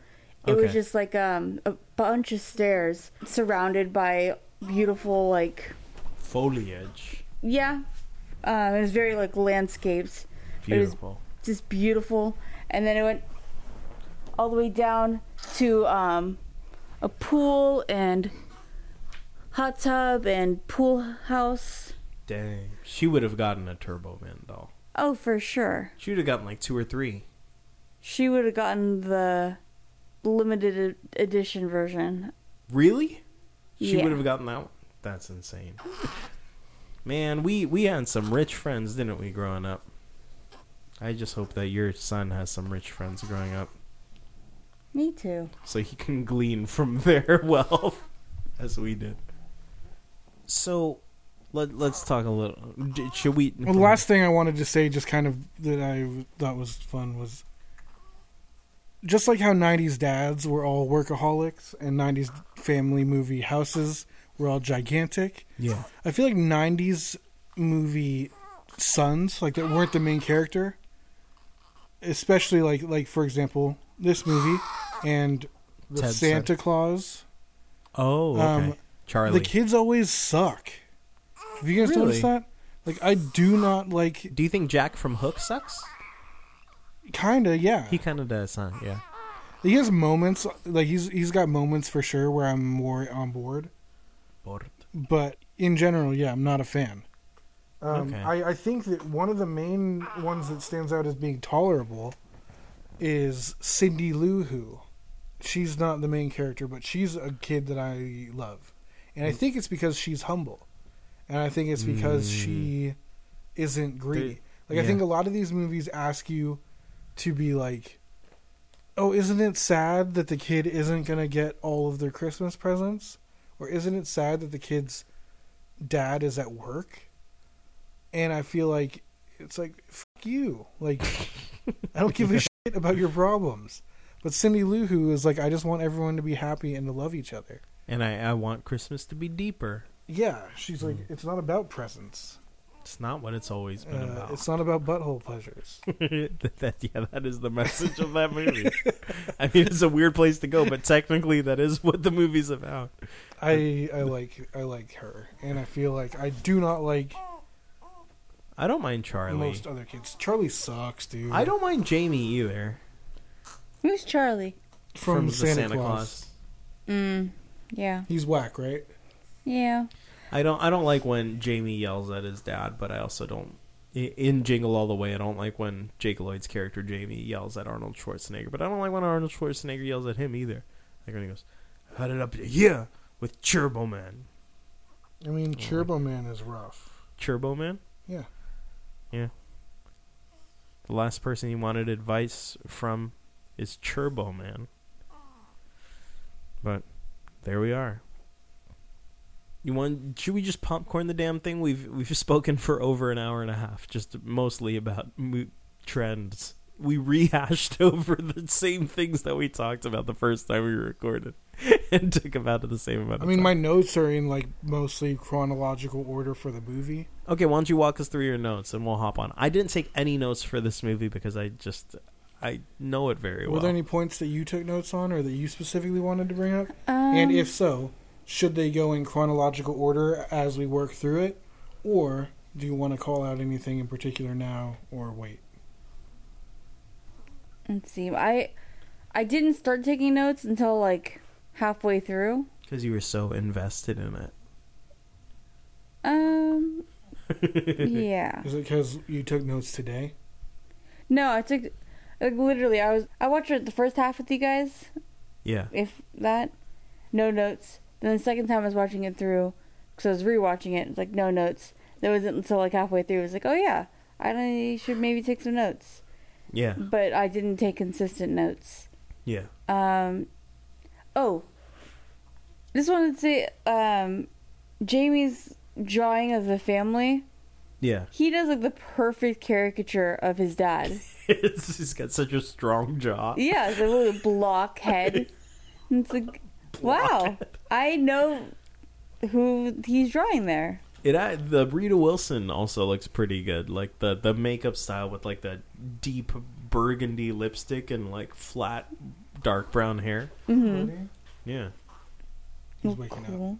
[SPEAKER 4] It was
[SPEAKER 3] Okay.
[SPEAKER 4] just like um, a bunch of stairs surrounded by beautiful, like,
[SPEAKER 3] Foliage,
[SPEAKER 4] yeah. Um, it was very like landscaped. It was
[SPEAKER 3] beautiful.
[SPEAKER 4] just beautiful. And then it went all the way down to um, a pool and hot tub and pool house.
[SPEAKER 3] Dang, she would have gotten a turbo vent though.
[SPEAKER 4] Oh, for sure.
[SPEAKER 3] She would have gotten like two or three.
[SPEAKER 4] She would have gotten the limited e- edition version.
[SPEAKER 3] Really? She
[SPEAKER 4] Yeah.
[SPEAKER 3] would have gotten that one. That's insane. Man, we we had some rich friends, didn't we, growing up? I just hope that your son has some rich friends growing up,
[SPEAKER 4] Me too.
[SPEAKER 3] so he can glean from their wealth, as we did. So, let let's talk a little. d- Should we?
[SPEAKER 2] Well, the last thing I wanted to say, just kind of that I thought was fun, was just like how '90s dads were all workaholics and '90s family movie houses were all gigantic.
[SPEAKER 3] Yeah.
[SPEAKER 2] I feel like '90s movie sons, like that weren't the main character, especially like like for example this movie and the
[SPEAKER 3] Ted
[SPEAKER 2] Santa Claus.
[SPEAKER 3] Oh, okay.
[SPEAKER 2] Um,
[SPEAKER 3] Charlie.
[SPEAKER 2] The kids always suck. Have you guys
[SPEAKER 3] Really?
[SPEAKER 2] noticed that? Like I do not like
[SPEAKER 3] Do you think Jack from Hook sucks?
[SPEAKER 2] kinda, yeah.
[SPEAKER 3] He
[SPEAKER 2] He,
[SPEAKER 3] kind of does, huh? Yeah.
[SPEAKER 2] has moments like he's he's got moments for sure where I'm more on board. But in general, yeah, I'm not a fan. Um,
[SPEAKER 3] Okay.
[SPEAKER 2] I, I think that one of the main ones that stands out as being tolerable is Cindy Lou Who. She's not the main character, but she's a kid that I love. And I think it's because she's humble. and I think it's because she isn't greedy. like I
[SPEAKER 3] yeah.
[SPEAKER 2] think a lot of these movies ask you to be like, "Oh, isn't it sad that the kid isn't gonna get all of their Christmas presents?" Or isn't it sad that the kid's dad is at work? And I feel like it's like fuck you. Like I don't give a shit about your problems. But Cindy Lou Who is like, I just want everyone to be happy and to love each other.
[SPEAKER 3] And I, I want Christmas to be deeper.
[SPEAKER 2] Yeah, she's like, it's not about presents.
[SPEAKER 3] It's not what it's always been
[SPEAKER 2] Uh,
[SPEAKER 3] about.
[SPEAKER 2] it's not about butthole pleasures.
[SPEAKER 3] that, that- yeah, that is the message of that movie. I mean, it's a weird place to go, but technically, that is what the movie's about.
[SPEAKER 2] I I like I like her, and I feel like I do not like
[SPEAKER 3] I don't mind Charlie.
[SPEAKER 2] most other kids. Charlie sucks, dude.
[SPEAKER 3] I don't mind Jamie either.
[SPEAKER 4] Who's Charlie?
[SPEAKER 2] from,
[SPEAKER 3] the
[SPEAKER 2] Santa, Claus.
[SPEAKER 4] Mm. Yeah.
[SPEAKER 2] He's whack, right?
[SPEAKER 4] Yeah.
[SPEAKER 3] I don't. I don't like when Jamie yells at his dad, but I also don't. i- In Jingle All the Way, I don't like when Jake Lloyd's character Jamie yells at Arnold Schwarzenegger, but I don't like when Arnold Schwarzenegger yells at him either. Like when he goes, "Cut it up, yeah," with Turbo Man.
[SPEAKER 2] I mean, Turbo Man is rough.
[SPEAKER 3] Turbo Man.
[SPEAKER 2] Yeah.
[SPEAKER 3] Yeah. The last person you wanted advice from is Turbo Man. But there we are. You want? Should we just popcorn the damn thing? We've we've spoken for over an hour and a half, just mostly about mo- trends. We rehashed over the same things that we talked about the first time we recorded, and took about the same amount.
[SPEAKER 2] I
[SPEAKER 3] Of
[SPEAKER 2] mean,
[SPEAKER 3] time.
[SPEAKER 2] my notes are in like mostly chronological order for the movie.
[SPEAKER 3] Okay, why don't you walk us through your notes and we'll hop on. I didn't take any notes for this movie because I just I know it very well.
[SPEAKER 2] Were there any points that you took notes on, or that you specifically wanted to bring up? and if so, should they go in chronological order as we work through it, or do you want to call out anything in particular now, or wait?
[SPEAKER 4] Um, Let's see. I I didn't start taking notes until like halfway through.
[SPEAKER 3] Because you were so invested in it.
[SPEAKER 4] Um. yeah.
[SPEAKER 2] Is it because you took notes today?
[SPEAKER 4] No, I took like literally. I was I watched it the first half with you guys,
[SPEAKER 3] Yeah.
[SPEAKER 4] if that, no notes. Then the second time I was watching it through, because I was rewatching it. Like no notes. That wasn't until like halfway through. It was like, oh yeah, I don't- should maybe take some notes.
[SPEAKER 3] Yeah.
[SPEAKER 4] But I didn't take consistent notes.
[SPEAKER 3] Yeah.
[SPEAKER 4] Um, oh, just wanted to say, um, Jamie's drawing of the family.
[SPEAKER 3] Yeah.
[SPEAKER 4] He does like the perfect caricature of his dad.
[SPEAKER 3] it's he's got such a strong jaw.
[SPEAKER 4] Yeah, it's a little block head. And it's like, wow, I know who he's drawing there.
[SPEAKER 3] It I, the Rita Wilson also looks pretty good. Like the the makeup style with like the deep burgundy lipstick and like flat dark brown hair.
[SPEAKER 4] Mm-hmm.
[SPEAKER 2] Ready?
[SPEAKER 3] Yeah.
[SPEAKER 2] He's waking up.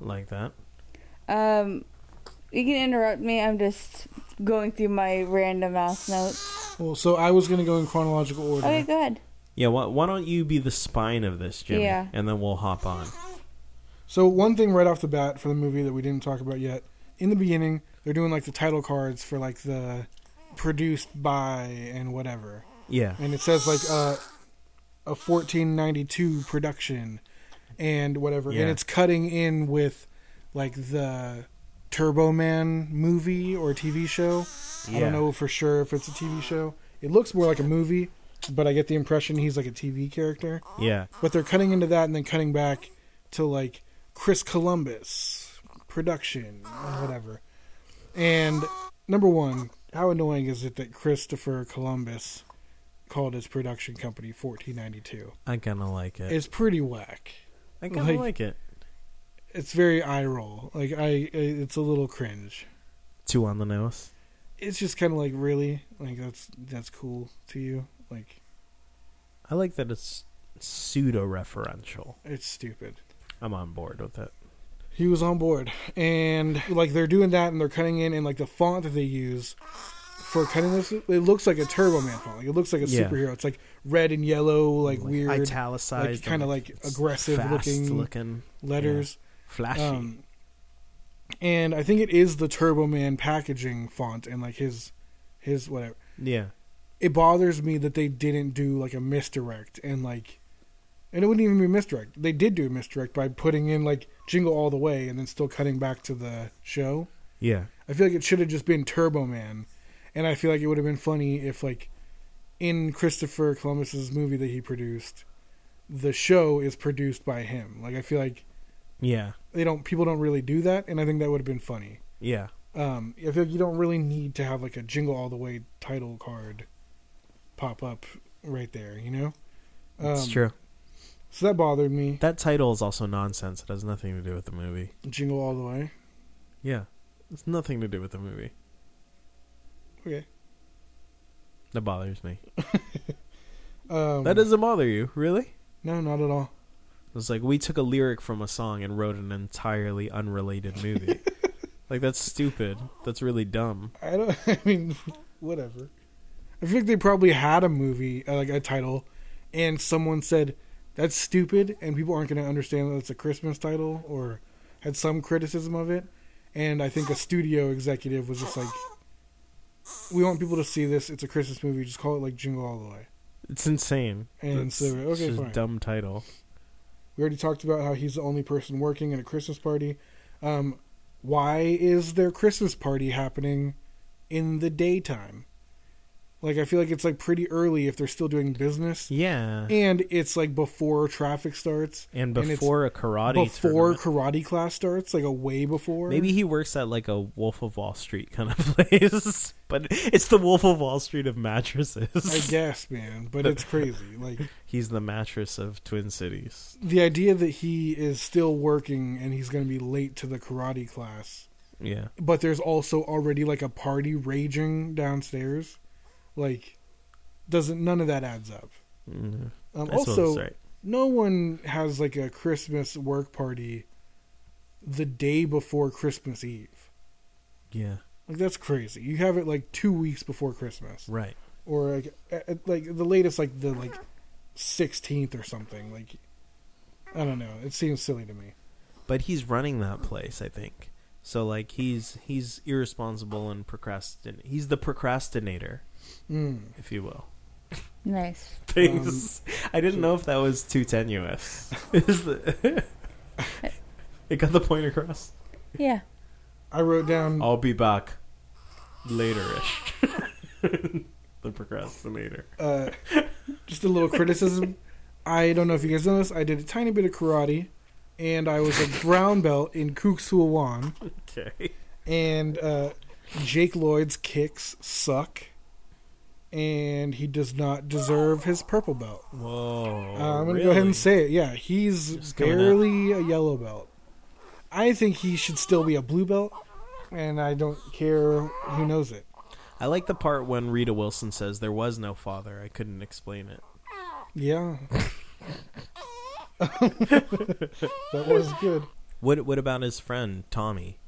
[SPEAKER 3] Like that.
[SPEAKER 4] Um, you can interrupt me. I'm just going through my random mouse notes.
[SPEAKER 2] Well, so I was going to go in chronological order.
[SPEAKER 4] Okay, go ahead.
[SPEAKER 3] Yeah, why, why don't you be the spine of this, Jimmy?
[SPEAKER 4] Yeah.
[SPEAKER 3] And then we'll hop on.
[SPEAKER 2] So one thing right off the bat for the movie that we didn't talk about yet, in the beginning, they're doing like the title cards for like the produced by and whatever.
[SPEAKER 3] Yeah.
[SPEAKER 2] and it says like uh, a fourteen ninety two production and whatever,
[SPEAKER 3] Yeah.
[SPEAKER 2] and it's cutting in with like the Turbo Man movie or TV show. I
[SPEAKER 3] Yeah.
[SPEAKER 2] don't know for sure if it's a TV show. It looks more like a movie, but I get the impression he's like a TV character.
[SPEAKER 3] Yeah.
[SPEAKER 2] But they're cutting into that and then cutting back to like Chris Columbus production or whatever. And number one, how annoying is it that Christopher Columbus called his production company 1492?
[SPEAKER 3] I kind of like it.
[SPEAKER 2] It's pretty whack.
[SPEAKER 3] I kind of
[SPEAKER 2] like-
[SPEAKER 3] like, it.
[SPEAKER 2] It's very eye roll. Like I, it's a little cringe.
[SPEAKER 3] Two on the nose.
[SPEAKER 2] It's just kind of like really like that's that's cool to you. Like
[SPEAKER 3] I like that it's pseudo referential.
[SPEAKER 2] it's stupid.
[SPEAKER 3] I'm on board with it.
[SPEAKER 2] he was on board and like they're doing that and they're cutting in and like the font that they use for cutting this it looks like a turbo man font like it looks like a
[SPEAKER 3] Yeah.
[SPEAKER 2] superhero it's like red and yellow like, weird like,
[SPEAKER 3] italicized,
[SPEAKER 2] kinda,
[SPEAKER 3] and,
[SPEAKER 2] like, aggressive
[SPEAKER 3] fast
[SPEAKER 2] looking
[SPEAKER 3] looking
[SPEAKER 2] letters
[SPEAKER 3] flashy.
[SPEAKER 2] um and i think it is the turbo man packaging font and like his his whatever
[SPEAKER 3] yeah,
[SPEAKER 2] it bothers me that they didn't do like a misdirect and like And it wouldn't even be misdirect. They did do a misdirect by putting in like Jingle All the Way and then still cutting back to the show.
[SPEAKER 3] Yeah.
[SPEAKER 2] I feel like it should have just been Turbo Man, and I feel like it would have been funny if like in Christopher Columbus's movie that he produced, the show is produced by him. Like I feel like
[SPEAKER 3] Yeah.
[SPEAKER 2] they don't people don't really do that, and I think that would have been funny.
[SPEAKER 3] Yeah.
[SPEAKER 2] Um, I feel like you don't really need to have like a Jingle All the Way title card pop up right there, you know.
[SPEAKER 3] It's
[SPEAKER 2] Um,
[SPEAKER 3] true.
[SPEAKER 2] So that bothered me.
[SPEAKER 3] That title is also nonsense. It has nothing to do with the movie.
[SPEAKER 2] Jingle All the Way.
[SPEAKER 3] Yeah. It's nothing to do with the movie.
[SPEAKER 2] Okay.
[SPEAKER 3] That bothers me.
[SPEAKER 2] Um,
[SPEAKER 3] That doesn't bother you, really?
[SPEAKER 2] no, not at all.
[SPEAKER 3] It's like we took a lyric from a song and wrote an entirely unrelated movie. like that's stupid. That's really dumb.
[SPEAKER 2] I don't. I mean, whatever. I feel like they probably had a movie, uh, like a title, and someone said that's stupid, and people aren't going to understand that it's a Christmas title, or had some criticism of it. And I think a studio executive was just like, "We want people to see this. It's a Christmas movie. Just call it like Jingle All the Way."
[SPEAKER 3] It's insane.
[SPEAKER 2] And
[SPEAKER 3] That's-
[SPEAKER 2] so, okay,
[SPEAKER 3] it's just a
[SPEAKER 2] fine.
[SPEAKER 3] dumb title.
[SPEAKER 2] We already talked about how he's the only person working at a Christmas party. Um, why is their Christmas party happening in the daytime? Like, I feel like it's like pretty early if they're still doing business,
[SPEAKER 3] Yeah.
[SPEAKER 2] and it's like before traffic starts
[SPEAKER 3] And
[SPEAKER 2] it's
[SPEAKER 3] before a karate
[SPEAKER 2] before
[SPEAKER 3] tournament.
[SPEAKER 2] karate class starts, like a way before.
[SPEAKER 3] Maybe he works at like a Wolf of Wall Street kind of place, but it's the Wolf of Wall Street of
[SPEAKER 2] I
[SPEAKER 3] mattresses.
[SPEAKER 2] guess, man, but it's crazy. Like
[SPEAKER 3] He's the mattress of Twin Cities.
[SPEAKER 2] the idea that he is still working and he's going to be late to the karate class
[SPEAKER 3] Yeah.
[SPEAKER 2] but there's also already like a party raging downstairs. Like, doesn't none of that adds up? Um,
[SPEAKER 3] Mm. I suppose
[SPEAKER 2] also,
[SPEAKER 3] that's right.
[SPEAKER 2] no one has like a Christmas work party the day before Christmas Eve.
[SPEAKER 3] Yeah.
[SPEAKER 2] Like that's crazy. You have it like two weeks before Christmas,
[SPEAKER 3] Right.
[SPEAKER 2] or like at, at- like the latest like the like sixteenth or something. Like, I don't know. It seems silly to me.
[SPEAKER 3] but he's running that place i think so like he's he's irresponsible and procrastin he's the procrastinator
[SPEAKER 2] Mm.
[SPEAKER 3] if you will
[SPEAKER 4] Nice.
[SPEAKER 3] things i didn't know if that was too tenuous Is the- it got the point across
[SPEAKER 4] Yeah.
[SPEAKER 2] I wrote down.
[SPEAKER 3] i'll be back laterish the procrastinator
[SPEAKER 2] uh, just a little criticism. I don't know if you guys know this. I did a tiny bit of karate, and I was a brown belt in Kuksuwan.
[SPEAKER 3] okay
[SPEAKER 2] And uh, Jake Lloyd's kicks suck, and he does not deserve his purple belt. Uh,
[SPEAKER 3] whoa
[SPEAKER 2] I'm gonna
[SPEAKER 3] Oh, really?
[SPEAKER 2] go ahead and say it. Yeah, he's
[SPEAKER 3] Just coming up.
[SPEAKER 2] barely a yellow belt. I think he should still be a blue belt, and I don't care who knows it.
[SPEAKER 3] i like the part when rita wilson says there was no father i couldn't explain it
[SPEAKER 2] Yeah, that was good.
[SPEAKER 3] what what about his friend tommy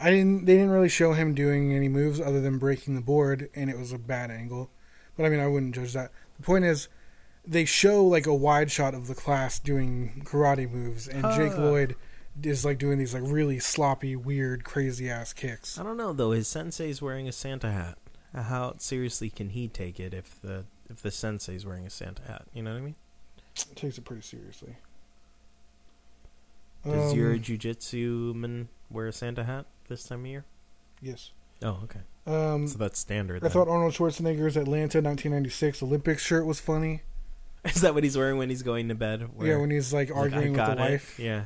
[SPEAKER 2] I didn't. They didn't really show him doing any moves other than breaking the board, and it was a bad angle. But I mean, I wouldn't judge that. The point is, they show like a wide shot of the class doing karate moves, and Jake
[SPEAKER 3] Ah.
[SPEAKER 2] Lloyd is like doing these like really sloppy, weird, crazy ass kicks.
[SPEAKER 3] I don't know though. His sensei's wearing a Santa hat. How seriously can he take it if the if the sensei's wearing a Santa hat? You know what I mean?
[SPEAKER 2] takes it pretty seriously.
[SPEAKER 3] Does
[SPEAKER 2] Um,
[SPEAKER 3] your jujitsu man wear a Santa hat this time of year?
[SPEAKER 2] yes?
[SPEAKER 3] Oh, okay.
[SPEAKER 2] Um,
[SPEAKER 3] So that's standard.
[SPEAKER 2] I
[SPEAKER 3] then.
[SPEAKER 2] thought Arnold Schwarzenegger's Atlanta 1996 Olympics shirt was funny.
[SPEAKER 3] Is that what he's wearing when he's going to bed?
[SPEAKER 2] Yeah,
[SPEAKER 3] Where
[SPEAKER 2] when he's like
[SPEAKER 3] he's like,
[SPEAKER 2] arguing
[SPEAKER 3] "I
[SPEAKER 2] with
[SPEAKER 3] got
[SPEAKER 2] the
[SPEAKER 3] it."
[SPEAKER 2] wife.
[SPEAKER 3] Yeah.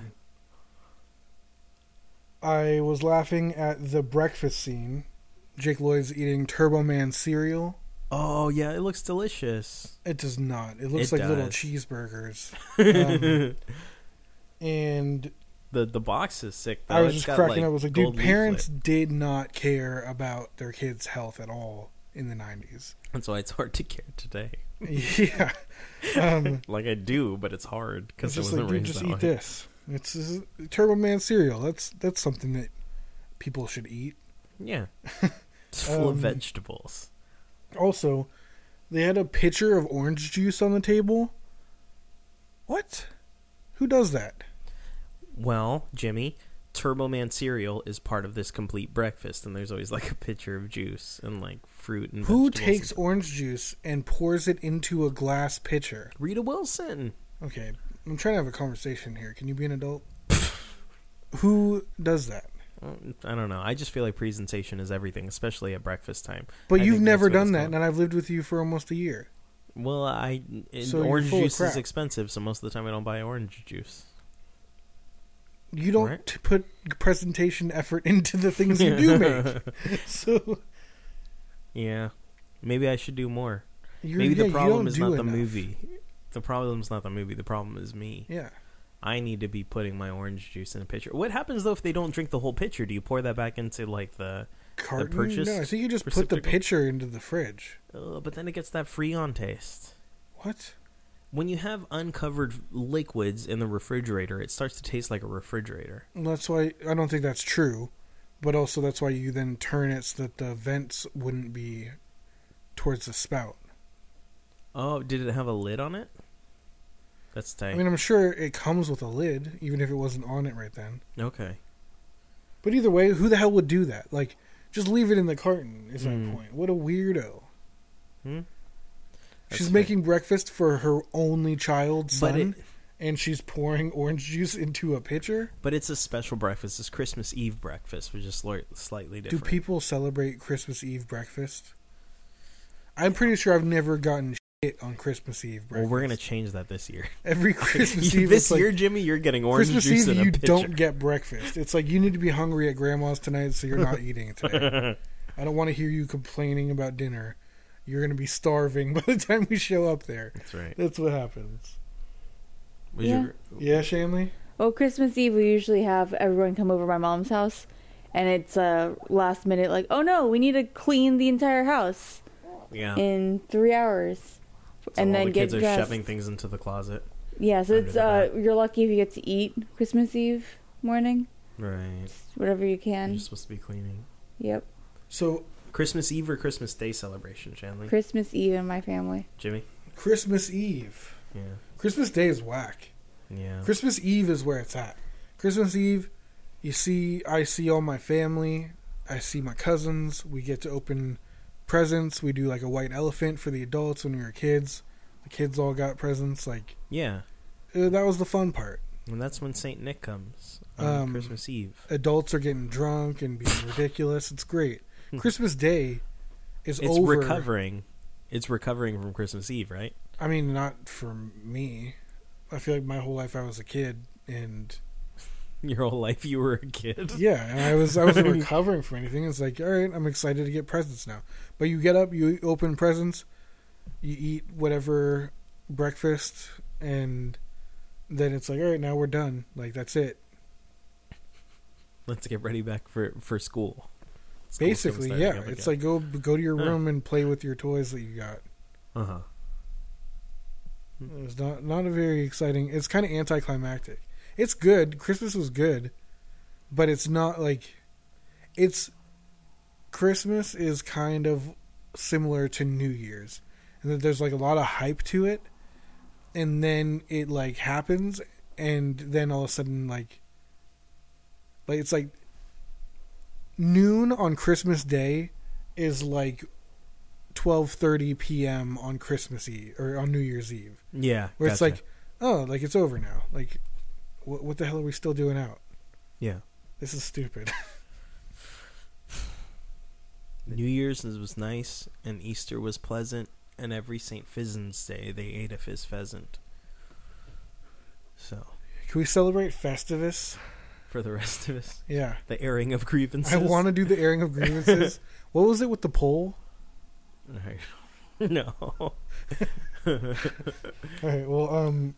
[SPEAKER 2] I was laughing at the breakfast scene. Jake Lloyd's eating Turbo Man cereal.
[SPEAKER 3] Oh yeah, it looks delicious.
[SPEAKER 2] It does not. It looks
[SPEAKER 3] It
[SPEAKER 2] like little
[SPEAKER 3] does.
[SPEAKER 2] cheeseburgers. Um, and
[SPEAKER 3] The the box is sick. Though.
[SPEAKER 2] I was
[SPEAKER 3] It's
[SPEAKER 2] just
[SPEAKER 3] got,
[SPEAKER 2] cracking up. I was like, dude,
[SPEAKER 3] gold leaflet.
[SPEAKER 2] parents did not care about their kids' health at all in the 90s.
[SPEAKER 3] That's why it's hard to care today.
[SPEAKER 2] yeah. Um,
[SPEAKER 3] Like I do, but it's hard
[SPEAKER 2] it's
[SPEAKER 3] because it
[SPEAKER 2] just like,
[SPEAKER 3] wasn't
[SPEAKER 2] dude,
[SPEAKER 3] raised
[SPEAKER 2] just
[SPEAKER 3] that
[SPEAKER 2] eat
[SPEAKER 3] way.
[SPEAKER 2] this. It's this is Turbo Man cereal. That's, that's something that people should eat.
[SPEAKER 3] Yeah. It's full of
[SPEAKER 2] Um,
[SPEAKER 3] vegetables.
[SPEAKER 2] Also, they had a pitcher of orange juice on the table. What? Who does that?
[SPEAKER 3] Well, Jimmy, Turbo Man cereal is part of this complete breakfast, and there's always like a pitcher of juice and like fruit and
[SPEAKER 2] Who
[SPEAKER 3] vegetables
[SPEAKER 2] takes orange juice and pours it into a glass pitcher?
[SPEAKER 3] Rita Wilson?
[SPEAKER 2] Okay, I'm trying to have a conversation here. Can you be an adult? Who does that?
[SPEAKER 3] Mm, I don't know. I just feel like presentation is everything, especially at breakfast time.
[SPEAKER 2] But
[SPEAKER 3] I
[SPEAKER 2] you've
[SPEAKER 3] think
[SPEAKER 2] never
[SPEAKER 3] that's what
[SPEAKER 2] done
[SPEAKER 3] it's
[SPEAKER 2] that,
[SPEAKER 3] called.
[SPEAKER 2] and I've lived with you for almost a year.
[SPEAKER 3] Well, I and
[SPEAKER 2] So you're
[SPEAKER 3] orange
[SPEAKER 2] full of
[SPEAKER 3] juice
[SPEAKER 2] crap.
[SPEAKER 3] is expensive, so most of the time I don't buy orange juice.
[SPEAKER 2] You don't
[SPEAKER 3] Right.
[SPEAKER 2] t- put presentation effort into the things you do make. So
[SPEAKER 3] Yeah, maybe I should do more.
[SPEAKER 2] you're,
[SPEAKER 3] maybe
[SPEAKER 2] yeah,
[SPEAKER 3] the
[SPEAKER 2] you
[SPEAKER 3] problem
[SPEAKER 2] don't
[SPEAKER 3] is
[SPEAKER 2] do
[SPEAKER 3] not the
[SPEAKER 2] enough.
[SPEAKER 3] movie. The problem's not the movie. The problem is me.
[SPEAKER 2] Yeah,
[SPEAKER 3] I need to be putting my orange juice in a pitcher. What happens though if they don't drink the whole pitcher? Do you pour that back into like the?
[SPEAKER 2] carton.
[SPEAKER 3] purchase
[SPEAKER 2] no, I think you just put the
[SPEAKER 3] reciprocal?
[SPEAKER 2] pitcher into the fridge.
[SPEAKER 3] Uh, but then it gets that Freon taste.
[SPEAKER 2] What?
[SPEAKER 3] When you have uncovered liquids in the refrigerator, it starts to taste like a refrigerator.
[SPEAKER 2] That's why I don't think that's true, but also that's why you then turn it so that the vents wouldn't be towards the spout.
[SPEAKER 3] Oh, did it have a lid on it? That's tight.
[SPEAKER 2] I mean, I'm sure it comes with a lid, even if it wasn't on it right then.
[SPEAKER 3] okay.
[SPEAKER 2] But either way, who the hell would do that? Like, just leave it in the carton. Is
[SPEAKER 3] Mm.
[SPEAKER 2] my point. What a weirdo.
[SPEAKER 3] Hmm? That's
[SPEAKER 2] she's
[SPEAKER 3] fair.
[SPEAKER 2] making breakfast for her only child
[SPEAKER 3] But
[SPEAKER 2] son,
[SPEAKER 3] it,
[SPEAKER 2] and she's pouring orange juice into a pitcher.
[SPEAKER 3] but it's a special breakfast. It's Christmas Eve breakfast, which is sli- slightly different.
[SPEAKER 2] Do people celebrate Christmas Eve breakfast? I'm pretty sure I've never gotten shit on Christmas Eve breakfast.
[SPEAKER 3] well, we're gonna change that this year.
[SPEAKER 2] every Christmas Eve.
[SPEAKER 3] this
[SPEAKER 2] it's like,
[SPEAKER 3] year, Jimmy, you're getting orange
[SPEAKER 2] Christmas
[SPEAKER 3] juice
[SPEAKER 2] Eve,
[SPEAKER 3] in a
[SPEAKER 2] you
[SPEAKER 3] pitcher.
[SPEAKER 2] don't get breakfast. It's like you need to be hungry at grandma's tonight, so you're not eating today. I don't want to hear you complaining about dinner. You're going to be starving by the time we show up there.
[SPEAKER 3] That's right.
[SPEAKER 2] That's what happens.
[SPEAKER 3] Was
[SPEAKER 4] Yeah.
[SPEAKER 3] your-
[SPEAKER 2] Yeah, Shanley?
[SPEAKER 4] Well, Christmas Eve we usually have everyone come over to my mom's house, and it's uh, last minute like, oh no, we need to clean the entire house
[SPEAKER 3] yeah.
[SPEAKER 4] in three hours,
[SPEAKER 3] Oh. So
[SPEAKER 4] and
[SPEAKER 3] all
[SPEAKER 4] then
[SPEAKER 3] the
[SPEAKER 4] get
[SPEAKER 3] kids are
[SPEAKER 4] dressed.
[SPEAKER 3] shoving things into the closet.
[SPEAKER 4] yeah, so
[SPEAKER 3] under
[SPEAKER 4] it's
[SPEAKER 3] the
[SPEAKER 4] uh, you're lucky if you get to eat Christmas Eve morning,
[SPEAKER 3] Right.
[SPEAKER 4] Just whatever you can.
[SPEAKER 3] You're supposed to be cleaning.
[SPEAKER 4] Yep,
[SPEAKER 2] So,
[SPEAKER 3] Christmas Eve or Christmas Day celebration, Shanley?
[SPEAKER 4] Christmas Eve in my family.
[SPEAKER 3] Jimmy?
[SPEAKER 2] Christmas Eve.
[SPEAKER 3] Yeah.
[SPEAKER 2] Christmas Day is whack.
[SPEAKER 3] Yeah.
[SPEAKER 2] Christmas Eve is where it's at. Christmas Eve, you see, I see all my family. I see my cousins. We get to open presents. We do like a white elephant for the adults when we were kids. The kids all got presents. Like,
[SPEAKER 3] yeah.
[SPEAKER 2] uh, that was the fun part.
[SPEAKER 3] And that's when St. Nick comes on
[SPEAKER 2] Um,
[SPEAKER 3] Christmas Eve.
[SPEAKER 2] Adults are getting drunk and being ridiculous. It's great. Christmas Day is
[SPEAKER 3] It's
[SPEAKER 2] over.
[SPEAKER 3] recovering. It's recovering from Christmas Eve, right?
[SPEAKER 2] I mean, not for me. I feel like my whole life I was a kid, and
[SPEAKER 3] Your whole life you were a kid.
[SPEAKER 2] Yeah, and I was I wasn't recovering from anything. It's like, all right, I'm excited to get presents now. But you get up, you open presents, you eat whatever breakfast, and then it's like, all right, now we're done. Like that's it.
[SPEAKER 3] Let's get ready back for for school. School's gonna
[SPEAKER 2] Basically,
[SPEAKER 3] start
[SPEAKER 2] yeah,
[SPEAKER 3] up
[SPEAKER 2] it's
[SPEAKER 3] again.
[SPEAKER 2] like go go to your
[SPEAKER 3] Yeah.
[SPEAKER 2] room and play with your toys that you got.
[SPEAKER 3] uh-huh.
[SPEAKER 2] Mm-hmm. It's not not a very exciting. It's kind of anticlimactic. It's good. Christmas was good, but it's not like it's Christmas is kind of similar to New Year's, and that there's like a lot of hype to it, and then it like happens, and then all of a sudden like like it's like noon on Christmas Day is like. 12:30 p.m. on Christmas Eve or on New Year's Eve
[SPEAKER 3] Yeah.
[SPEAKER 2] where it's
[SPEAKER 3] gotcha.
[SPEAKER 2] like, oh, like it's over now. Like, what what the hell are we still doing out?
[SPEAKER 3] Yeah.
[SPEAKER 2] This is stupid.
[SPEAKER 3] New Year's is- was nice and Easter was pleasant and every St. Fizzon's Day they ate a fizz pheasant. So,
[SPEAKER 2] Can we celebrate Festivus?
[SPEAKER 3] for the rest of us,
[SPEAKER 2] Yeah,
[SPEAKER 3] the airing of grievances.
[SPEAKER 2] I want to do the airing of grievances. what was it with the poll?
[SPEAKER 3] Alright. no.
[SPEAKER 2] All right, well, um,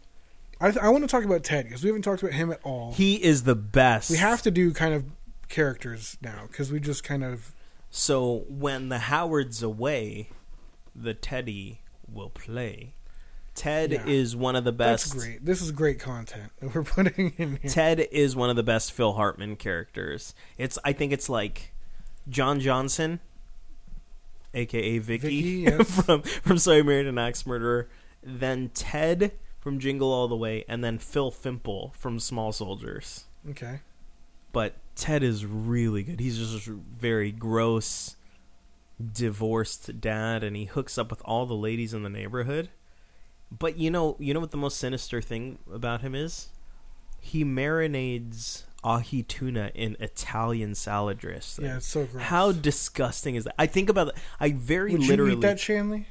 [SPEAKER 2] I th- I want to talk about Ted because we haven't talked about him at all.
[SPEAKER 3] He is the best.
[SPEAKER 2] we have to do kind of characters now because we just kind of
[SPEAKER 3] So when the Howard's away, the Teddy will play. Ted
[SPEAKER 2] Yeah.
[SPEAKER 3] is one of the best.
[SPEAKER 2] that's great. This is great content that we're putting in here.
[SPEAKER 3] Ted is one of the best Phil Hartman characters. It's I think it's like John Johnson, aka Vicky,
[SPEAKER 2] Vicky, yes.
[SPEAKER 3] from from Sorry Married an Axe Murderer, then Ted from Jingle All the Way, and then Phil Fimple from Small Soldiers.
[SPEAKER 2] Okay,
[SPEAKER 3] But Ted is really good. He's just a very gross, divorced dad, and he hooks up with all the ladies in the neighborhood. But you know, you know what the most sinister thing about him is? He marinades ahi tuna in Italian salad dressing.
[SPEAKER 2] Yeah, it's so gross.
[SPEAKER 3] How disgusting is that? I think about that. I very
[SPEAKER 2] Would
[SPEAKER 3] literally
[SPEAKER 2] you eat that, Shanley?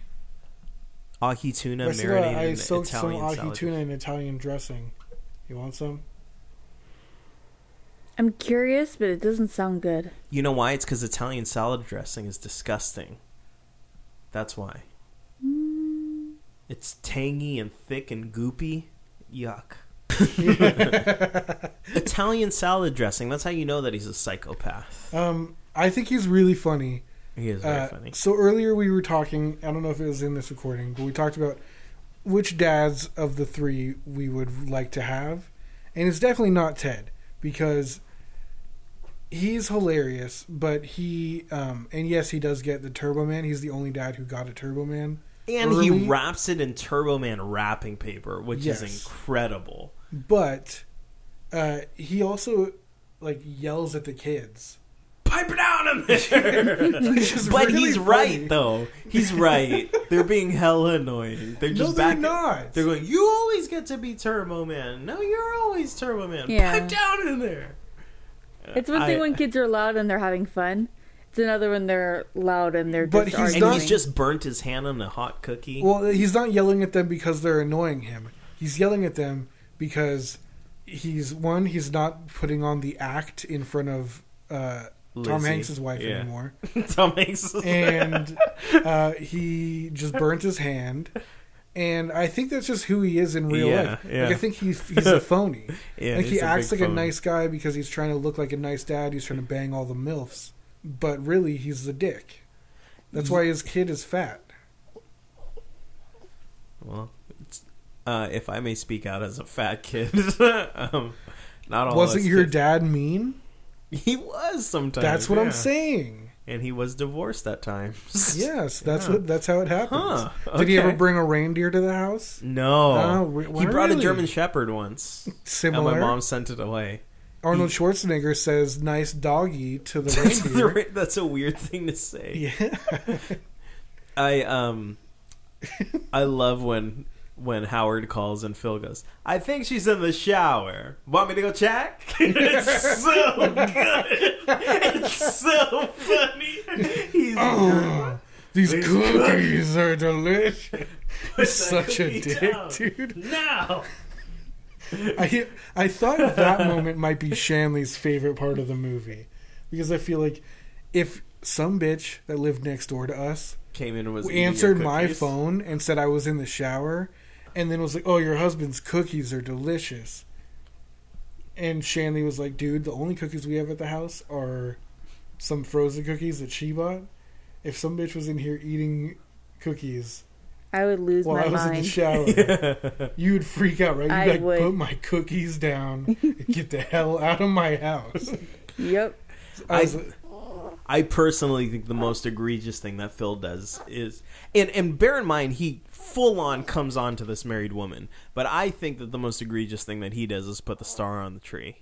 [SPEAKER 3] ahi tuna
[SPEAKER 2] Rest of the-
[SPEAKER 3] marinated
[SPEAKER 2] I
[SPEAKER 3] in
[SPEAKER 2] soaked some
[SPEAKER 3] Italian
[SPEAKER 2] ahi
[SPEAKER 3] salad.
[SPEAKER 2] tuna in Italian dressing. You want some?
[SPEAKER 4] I'm curious, but it doesn't sound good.
[SPEAKER 3] You know why? It's because Italian salad dressing is disgusting. That's why. It's tangy and thick and goopy. Yuck. Italian salad dressing. That's how you know that he's a psychopath.
[SPEAKER 2] Um, I think he's really funny.
[SPEAKER 3] He is very
[SPEAKER 2] Uh,
[SPEAKER 3] funny.
[SPEAKER 2] So earlier we were talking. I don't know if it was in this recording, but we talked about which dads of the three we would like to have, and it's definitely not Ted because he's hilarious. But he, um, and yes, he does get the Turbo Man. He's the only dad who got a Turbo Man.
[SPEAKER 3] And he
[SPEAKER 2] early.
[SPEAKER 3] wraps it in Turbo Man wrapping paper, which
[SPEAKER 2] Yes.
[SPEAKER 3] is incredible.
[SPEAKER 2] But uh, he also like yells at the kids.
[SPEAKER 3] Pipe it down in there!
[SPEAKER 2] It's just
[SPEAKER 3] but
[SPEAKER 2] really
[SPEAKER 3] he's
[SPEAKER 2] funny.
[SPEAKER 3] right, though. He's right. they're being hella annoying. They're
[SPEAKER 2] No,
[SPEAKER 3] just
[SPEAKER 2] they're
[SPEAKER 3] back.
[SPEAKER 2] not.
[SPEAKER 3] They're going, you always get to be Turbo Man. No, you're always Turbo Man.
[SPEAKER 4] Yeah.
[SPEAKER 3] Pipe down in there.
[SPEAKER 4] It's one
[SPEAKER 3] I-
[SPEAKER 4] thing when kids are loud and they're having fun. It's another when they're loud and they're
[SPEAKER 2] But
[SPEAKER 4] just
[SPEAKER 2] he's
[SPEAKER 4] arguing.
[SPEAKER 3] And he's just burnt his hand on a hot cookie.
[SPEAKER 2] Well, he's not yelling at them because they're annoying him. He's yelling at them because he's one. He's not putting on the act in front of uh, Tom
[SPEAKER 3] Lizzie.
[SPEAKER 2] Hanks's wife
[SPEAKER 3] Yeah.
[SPEAKER 2] anymore,
[SPEAKER 3] Tom Hanks.
[SPEAKER 2] and uh, he just burnt his hand. And I think that's just who he is in real
[SPEAKER 3] Yeah,
[SPEAKER 2] life.
[SPEAKER 3] yeah.
[SPEAKER 2] Like I think he's he's a phony.
[SPEAKER 3] Yeah,
[SPEAKER 2] like he
[SPEAKER 3] he's a
[SPEAKER 2] acts
[SPEAKER 3] big
[SPEAKER 2] like a
[SPEAKER 3] phone.
[SPEAKER 2] nice guy because he's trying to look like a nice dad. He's trying to bang all the milfs, but really he's a dick. That's why his kid is fat.
[SPEAKER 3] Well, it's, uh, if I may speak out as a fat kid, um, not all
[SPEAKER 2] Wasn't
[SPEAKER 3] us
[SPEAKER 2] your
[SPEAKER 3] kids-
[SPEAKER 2] dad mean?
[SPEAKER 3] He was sometimes.
[SPEAKER 2] That's what
[SPEAKER 3] yeah.
[SPEAKER 2] I'm saying.
[SPEAKER 3] And he was divorced that time.
[SPEAKER 2] Yes, that's
[SPEAKER 3] Yeah.
[SPEAKER 2] what that's how it happens.
[SPEAKER 3] Huh,
[SPEAKER 2] Did he ever
[SPEAKER 3] okay.
[SPEAKER 2] bring a reindeer to the house? Oh,
[SPEAKER 3] No,
[SPEAKER 2] re-
[SPEAKER 3] he brought
[SPEAKER 2] really?
[SPEAKER 3] a German Shepherd once,
[SPEAKER 2] Similar.
[SPEAKER 3] and my mom sent it away.
[SPEAKER 2] Arnold Schwarzenegger says "nice doggy" to the
[SPEAKER 3] That's, the
[SPEAKER 2] reindeer.
[SPEAKER 3] re- that's a weird thing to say.
[SPEAKER 2] yeah,
[SPEAKER 3] I um, I love when when Howard calls and Phil goes. I think she's in the shower. Want me to go check? it's so good. It's so funny. He's
[SPEAKER 2] Oh, these
[SPEAKER 3] These
[SPEAKER 2] cookies are delicious.
[SPEAKER 3] Put
[SPEAKER 2] Such
[SPEAKER 3] the
[SPEAKER 2] a
[SPEAKER 3] cookie
[SPEAKER 2] dick,
[SPEAKER 3] down.
[SPEAKER 2] dude.
[SPEAKER 3] Now.
[SPEAKER 2] I I thought that moment might be Shanley's favorite part of the movie because I feel like if some bitch that lived next door to us
[SPEAKER 3] Came in and was eating your
[SPEAKER 2] answered my
[SPEAKER 3] cookies.
[SPEAKER 2] phone and said I was in the shower, and then was like, "Oh, your husband's cookies are delicious." And Shanley was like, "Dude, the only cookies we have at the house are some frozen cookies that she bought. If some bitch was in here eating cookies
[SPEAKER 4] I would lose
[SPEAKER 2] while
[SPEAKER 4] my
[SPEAKER 2] I was in
[SPEAKER 4] mind.
[SPEAKER 2] the shower, you would freak out, right? You'd
[SPEAKER 4] I
[SPEAKER 2] be like,
[SPEAKER 4] would.
[SPEAKER 2] put my cookies down, and get the hell out of my house."
[SPEAKER 4] yep.
[SPEAKER 2] I
[SPEAKER 3] I-
[SPEAKER 2] was,
[SPEAKER 3] I personally think the most egregious thing that Phil does is, and and bear in mind he full on comes on to this married woman, but I think that the most egregious thing that he does is put the star on the tree.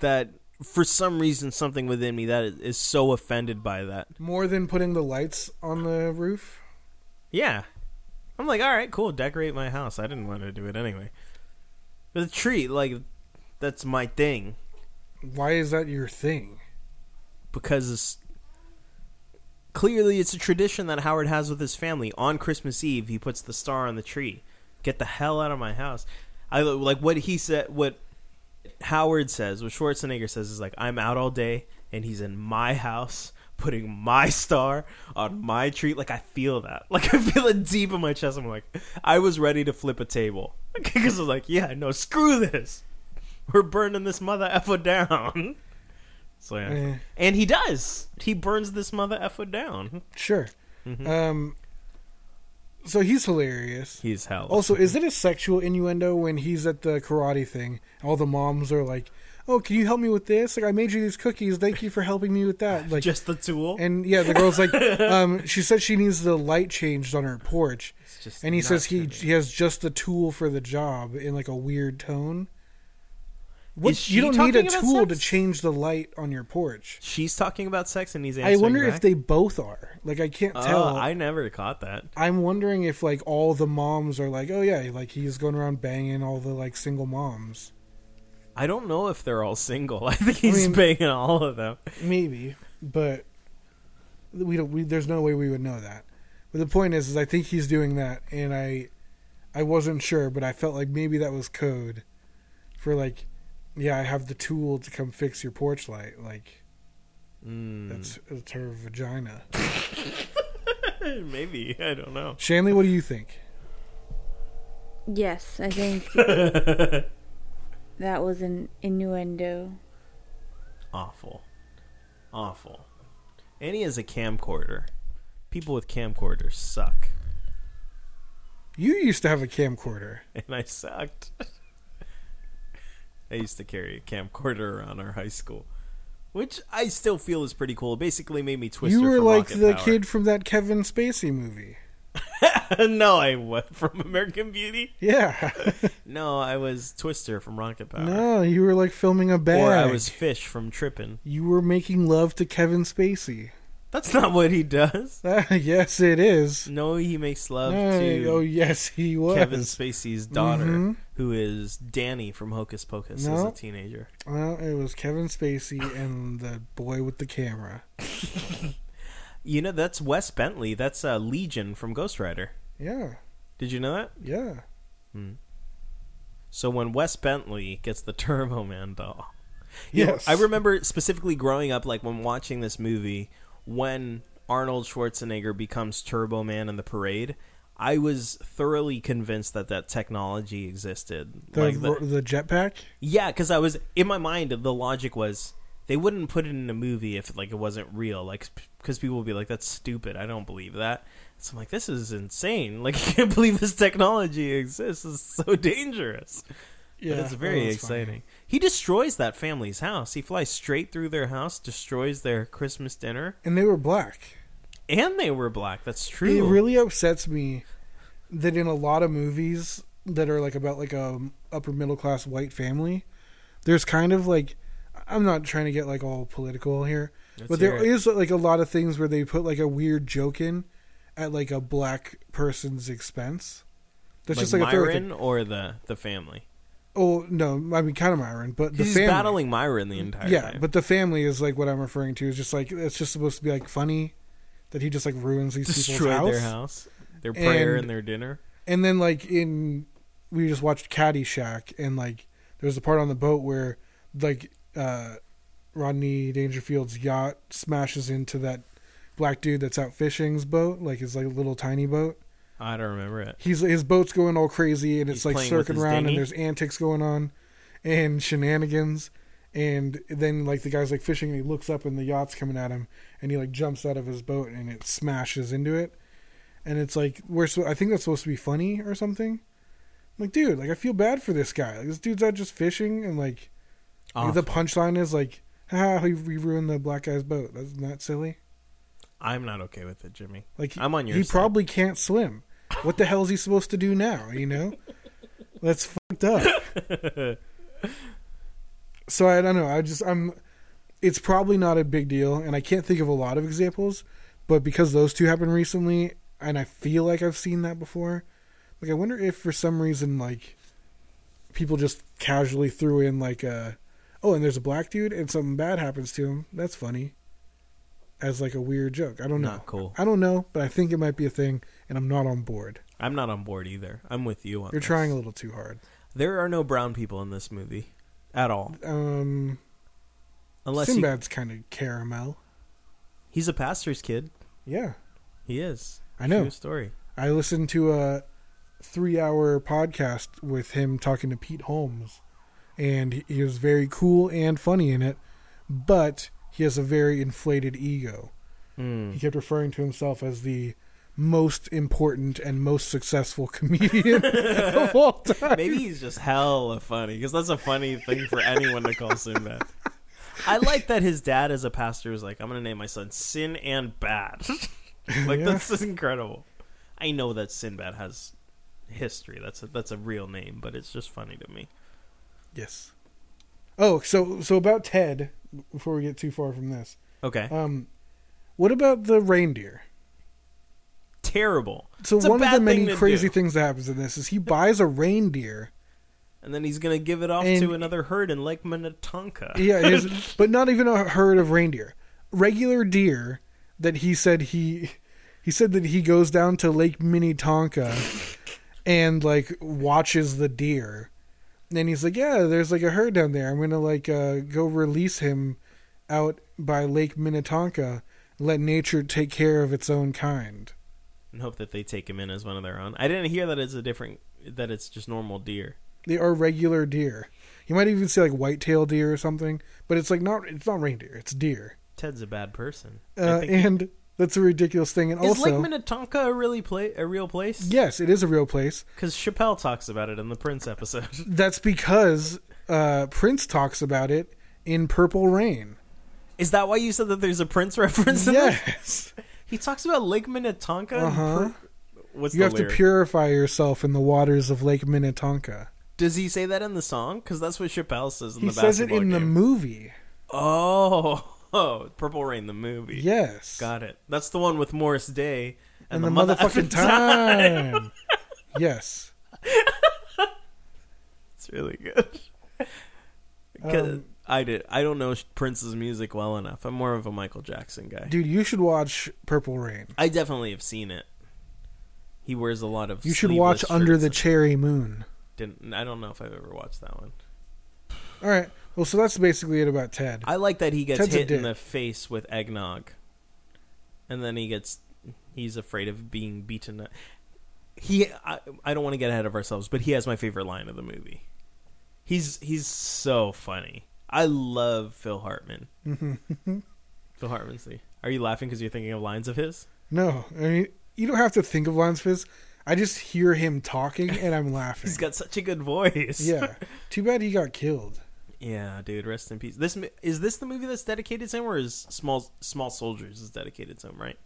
[SPEAKER 3] That for some reason something within me that is, is so offended by that.
[SPEAKER 2] more than putting the lights on the roof.
[SPEAKER 3] Yeah, I'm like, all right, cool, decorate my house. I didn't want to do it anyway. But the tree, like, that's my thing
[SPEAKER 2] Why is that your thing?
[SPEAKER 3] because it's, clearly it's a tradition that Howard has with his family. On Christmas Eve, he puts the star on the tree. Get the hell out of my house! I like what he said. What Howard says, what Schwarzenegger says, is like, I'm out all day, and he's in my house putting my star on my tree. Like I feel that. Like I feel it deep in my chest. I'm like, I was ready to flip a table because I'm like, yeah, no, screw this. We're burning this mother effer down. So yeah.
[SPEAKER 2] Eh.
[SPEAKER 3] And he does. He burns this mother effer down.
[SPEAKER 2] Sure. Um, so he's hilarious.
[SPEAKER 3] He's hell.
[SPEAKER 2] Also, is it a sexual innuendo when he's at the karate thing? All the moms are like, "Oh, can you help me with this? Like, I made you these cookies. Thank you for helping me with that." Like,
[SPEAKER 3] just the tool.
[SPEAKER 2] and yeah, the girl's like, um, she said she needs the light changed on her porch,
[SPEAKER 3] just
[SPEAKER 2] and he
[SPEAKER 3] not
[SPEAKER 2] says he
[SPEAKER 3] turning.
[SPEAKER 2] he has just the tool for the job in like a weird tone. What,
[SPEAKER 3] Is
[SPEAKER 2] you
[SPEAKER 3] she
[SPEAKER 2] don't need a
[SPEAKER 3] talking about
[SPEAKER 2] tool to
[SPEAKER 3] sex?
[SPEAKER 2] change the light on your porch.
[SPEAKER 3] She's talking about sex and he's
[SPEAKER 2] I
[SPEAKER 3] answering
[SPEAKER 2] wonder if
[SPEAKER 3] back?
[SPEAKER 2] they both are. Like I can't
[SPEAKER 3] Oh,
[SPEAKER 2] tell.
[SPEAKER 3] I never caught that.
[SPEAKER 2] I'm wondering if like all the moms are like, oh yeah, like he's going around banging all the like single moms.
[SPEAKER 3] I don't know if they're all single. I think he's
[SPEAKER 2] mean-
[SPEAKER 3] banging all of them.
[SPEAKER 2] Maybe, but we don't. We, there's no way we would know that. But the point is, is I think he's doing that, and I, I wasn't sure, but I felt like maybe that was code, for like, yeah, I have the tool to come fix your porch light. Like
[SPEAKER 3] Hmm.
[SPEAKER 2] that's that's her vagina.
[SPEAKER 3] Maybe I don't know.
[SPEAKER 2] Shanley, what do you think?
[SPEAKER 4] Yes, I think that was an innuendo.
[SPEAKER 3] Awful, awful. And he has a camcorder. People with camcorders suck,
[SPEAKER 2] You used to have a camcorder.
[SPEAKER 3] and I sucked. I used to carry a camcorder around our high school, which I still feel is pretty cool. It basically made me twister.
[SPEAKER 2] you were
[SPEAKER 3] from
[SPEAKER 2] like
[SPEAKER 3] Rocket
[SPEAKER 2] the
[SPEAKER 3] Power.
[SPEAKER 2] kid from that Kevin Spacey movie.
[SPEAKER 3] no, I was from American Beauty.
[SPEAKER 2] Yeah.
[SPEAKER 3] No, I was Twister from Rocket Power.
[SPEAKER 2] no, you were like filming a bag.
[SPEAKER 3] Or I was Fish from Trippin'.
[SPEAKER 2] You were making love to Kevin Spacey.
[SPEAKER 3] That's not what he does.
[SPEAKER 2] yes, it is.
[SPEAKER 3] No, he makes love
[SPEAKER 2] No,
[SPEAKER 3] to
[SPEAKER 2] oh yes, he was.
[SPEAKER 3] Kevin Spacey's daughter,
[SPEAKER 2] Mhm.
[SPEAKER 3] who is Danny from Hocus Pocus as
[SPEAKER 2] No.
[SPEAKER 3] a teenager.
[SPEAKER 2] well, it was Kevin Spacey and the boy with the camera.
[SPEAKER 3] You know, that's Wes Bentley. That's uh, Legion from Ghost Rider.
[SPEAKER 2] Yeah,
[SPEAKER 3] Did you know that?
[SPEAKER 2] yeah.
[SPEAKER 3] So when Wes Bentley gets the Turbo Man doll, You know,
[SPEAKER 2] Yes,
[SPEAKER 3] I remember specifically growing up, like when watching this movie, when Arnold Schwarzenegger becomes Turbo Man in the parade. I was thoroughly convinced that that technology existed.
[SPEAKER 2] the
[SPEAKER 3] like the-
[SPEAKER 2] ro- the, jetpack.
[SPEAKER 3] yeah, because I was in my mind. The logic was they wouldn't put it in a movie if like it wasn't real, like because people would be like, "That's stupid. I don't believe that." So I'm like, "This is insane. Like, I can't believe this technology exists. It's so dangerous."
[SPEAKER 2] Yeah,
[SPEAKER 3] but it's very
[SPEAKER 2] that was funny.
[SPEAKER 3] exciting. He destroys that family's house. He flies straight through their house, destroys their Christmas dinner,
[SPEAKER 2] And they were black.
[SPEAKER 3] and they were black. That's
[SPEAKER 2] It
[SPEAKER 3] true.
[SPEAKER 2] really upsets me that in a lot of movies that are like about like a upper middle class white family, there's kind of like I'm not trying to get like all political here, but there
[SPEAKER 3] hear it.
[SPEAKER 2] is like a lot of things where they put like a weird joke in at like a black person's expense. That's
[SPEAKER 3] like
[SPEAKER 2] just like a favorite.
[SPEAKER 3] Myron or the the family.
[SPEAKER 2] Oh no, I mean kind of Myron, but the
[SPEAKER 3] He's
[SPEAKER 2] family.
[SPEAKER 3] battling Myron the entire
[SPEAKER 2] yeah,
[SPEAKER 3] time.
[SPEAKER 2] but the family is like what I'm referring to. Is just like it's just supposed to be like funny that he just like ruins these
[SPEAKER 3] destroyed
[SPEAKER 2] people's house.
[SPEAKER 3] their house, their prayer,
[SPEAKER 2] And-
[SPEAKER 3] and, their dinner.
[SPEAKER 2] And then like in we just watched Caddyshack and like there's a part on the boat where like uh Rodney Dangerfield's yacht smashes into that black dude that's out fishing's boat, like his like little tiny boat.
[SPEAKER 3] I don't remember it.
[SPEAKER 2] He's his boat's going all crazy and it's
[SPEAKER 3] He's
[SPEAKER 2] like
[SPEAKER 3] playing with
[SPEAKER 2] circling
[SPEAKER 3] his
[SPEAKER 2] around
[SPEAKER 3] dinghy?
[SPEAKER 2] and there's antics going on and shenanigans and then like the guy's like fishing and he looks up and the yacht's coming at him and he like jumps out of his boat and it smashes into it and it's like we're so I think that's supposed to be funny or something. I'm like, dude, like I feel bad for this guy. Like, this dude's out just fishing and like
[SPEAKER 3] Awful.
[SPEAKER 2] the punchline is like, haha, you you ruined the black guy's boat. That's not silly.
[SPEAKER 3] I'm not okay with it, Jimmy.
[SPEAKER 2] Like he-
[SPEAKER 3] I'm on your
[SPEAKER 2] He
[SPEAKER 3] side.
[SPEAKER 2] probably can't swim. What the hell is he supposed to do now? You know, that's fucked up. so I don't know. I just I'm. It's probably not a big deal, and I can't think of a lot of examples. But because those two happened recently, and I feel like I've seen that before. Like I wonder if for some reason like people just casually threw in like a oh, and there's a black dude, and something bad happens to him. That's funny. As like a weird joke. I don't know.
[SPEAKER 3] Not cool.
[SPEAKER 2] I don't know, but I think it might be a thing, and I'm not on board.
[SPEAKER 3] I'm not on board either. I'm with you on.
[SPEAKER 2] You're
[SPEAKER 3] this.
[SPEAKER 2] trying a little too hard.
[SPEAKER 3] There are no brown people in this movie at all,
[SPEAKER 2] Um,
[SPEAKER 3] unless you-
[SPEAKER 2] Sinbad's kind of caramel.
[SPEAKER 3] he's a pastor's kid.
[SPEAKER 2] Yeah,
[SPEAKER 3] He is.
[SPEAKER 2] I know.
[SPEAKER 3] True story.
[SPEAKER 2] I listened to a three-hour podcast with him talking to Pete Holmes, and he- he was very cool and funny in it, but he has a very inflated ego.
[SPEAKER 3] Hmm.
[SPEAKER 2] He kept referring to himself as the most important and most successful comedian of all time.
[SPEAKER 3] Maybe he's just hella funny because that's a funny thing for anyone to call Sinbad. I like that his dad, as a pastor, was like, "I'm going to name my son Sin and Bad." like
[SPEAKER 2] Yeah.
[SPEAKER 3] that's just incredible. I know that Sinbad has history. That's a, that's a real name, but it's just funny to me.
[SPEAKER 2] Yes. Oh, so so about Ted. Before we get too far from this,
[SPEAKER 3] Okay.
[SPEAKER 2] um, what about the reindeer?
[SPEAKER 3] Terrible.
[SPEAKER 2] So
[SPEAKER 3] It's a
[SPEAKER 2] one of
[SPEAKER 3] bad
[SPEAKER 2] the
[SPEAKER 3] thing
[SPEAKER 2] many
[SPEAKER 3] to
[SPEAKER 2] crazy
[SPEAKER 3] do.
[SPEAKER 2] things that happens in this is he buys a reindeer.
[SPEAKER 3] And then he's gonna give it off
[SPEAKER 2] And-
[SPEAKER 3] to another herd in Lake Minnetonka.
[SPEAKER 2] Yeah, his, but not even a herd of reindeer, regular deer that he said he he said that he goes down to Lake Minnetonka and like watches the deer. And then he's like, "Yeah, there's like a herd down there. I'm gonna like uh, go release him out by Lake Minnetonka, let nature take care of its own kind."
[SPEAKER 3] and hope that they take him in as one of their own. I didn't hear that it's a different that it's just normal deer.
[SPEAKER 2] They are regular deer. You might even say like white-tailed deer or something, but it's like not it's not reindeer, it's deer.
[SPEAKER 3] Ted's a bad person. I
[SPEAKER 2] Uh,
[SPEAKER 3] think-
[SPEAKER 2] and that's a ridiculous thing. And
[SPEAKER 3] is
[SPEAKER 2] also,
[SPEAKER 3] Lake Minnetonka a really pla a real place?
[SPEAKER 2] Yes, it is a real place.
[SPEAKER 3] because Chappelle talks about it in the Prince episode.
[SPEAKER 2] That's because uh, Prince talks about it in Purple Rain.
[SPEAKER 3] is that why you said that there's a Prince reference? in this?
[SPEAKER 2] Yes.
[SPEAKER 3] he talks about Lake Minnetonka. in
[SPEAKER 2] Uh-huh.
[SPEAKER 3] Pr- What's
[SPEAKER 2] You
[SPEAKER 3] the
[SPEAKER 2] have to
[SPEAKER 3] lyric?
[SPEAKER 2] purify yourself in the waters of Lake Minnetonka.
[SPEAKER 3] Does he say that in the song? Because that's what Chappelle says in
[SPEAKER 2] He
[SPEAKER 3] the
[SPEAKER 2] says it
[SPEAKER 3] basketball
[SPEAKER 2] in the
[SPEAKER 3] game.
[SPEAKER 2] movie.
[SPEAKER 3] oh, oh, Purple Rain, the movie.
[SPEAKER 2] Yes.
[SPEAKER 3] got it. That's the one with Morris Day
[SPEAKER 2] and
[SPEAKER 3] and,
[SPEAKER 2] the,
[SPEAKER 3] mother
[SPEAKER 2] motherfucking time. yes.
[SPEAKER 3] It's really good. 'Cause
[SPEAKER 2] Um,
[SPEAKER 3] I did. I don't know Prince's music well enough. I'm more of a Michael Jackson guy.
[SPEAKER 2] Dude, you should watch Purple Rain.
[SPEAKER 3] I definitely have seen it. He wears a lot of.
[SPEAKER 2] You should
[SPEAKER 3] sleeveless
[SPEAKER 2] watch Under
[SPEAKER 3] shirts
[SPEAKER 2] the
[SPEAKER 3] and-
[SPEAKER 2] Cherry Moon.
[SPEAKER 3] Didn't I don't know if I've ever watched that one.
[SPEAKER 2] All right. Well, so that's basically it about Ted.
[SPEAKER 3] I like that he gets
[SPEAKER 2] Ted's a
[SPEAKER 3] hit in
[SPEAKER 2] dick.
[SPEAKER 3] the face with eggnog, and then he gets he's afraid of being beaten. He I, I don't want to get ahead of ourselves, but he has my favorite line of the movie. He's he's so funny. I love Phil Hartman. Phil Hartman's the. Are you laughing because you're thinking of lines of his?
[SPEAKER 2] no, I mean, you don't have to think of lines of his. I just hear him talking and I'm laughing.
[SPEAKER 3] He's got such a good voice.
[SPEAKER 2] yeah. Too bad he got killed.
[SPEAKER 3] yeah, dude. Rest in peace. This mo- is this the movie that's dedicated to him, or is small small soldiers is dedicated to him? Right.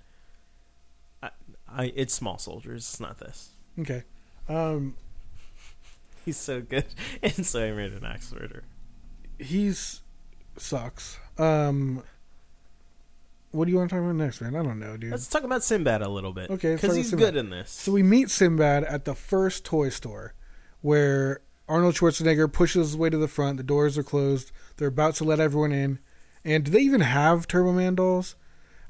[SPEAKER 3] I, I it's small soldiers. It's not this.
[SPEAKER 2] Okay. Um,
[SPEAKER 3] He's so good, and so I made an axe murder.
[SPEAKER 2] he's sucks. Um, what do you want to talk about next, man? I don't know, dude.
[SPEAKER 3] Let's talk about Sinbad a little bit,
[SPEAKER 2] Okay, let's talk
[SPEAKER 3] because
[SPEAKER 2] about
[SPEAKER 3] he's
[SPEAKER 2] Sinbad.
[SPEAKER 3] good in this.
[SPEAKER 2] so we meet Sinbad at the first toy store, where Arnold Schwarzenegger pushes his way to the front. The doors are closed. They're about to let everyone in. And do they even have Turbo Man dolls?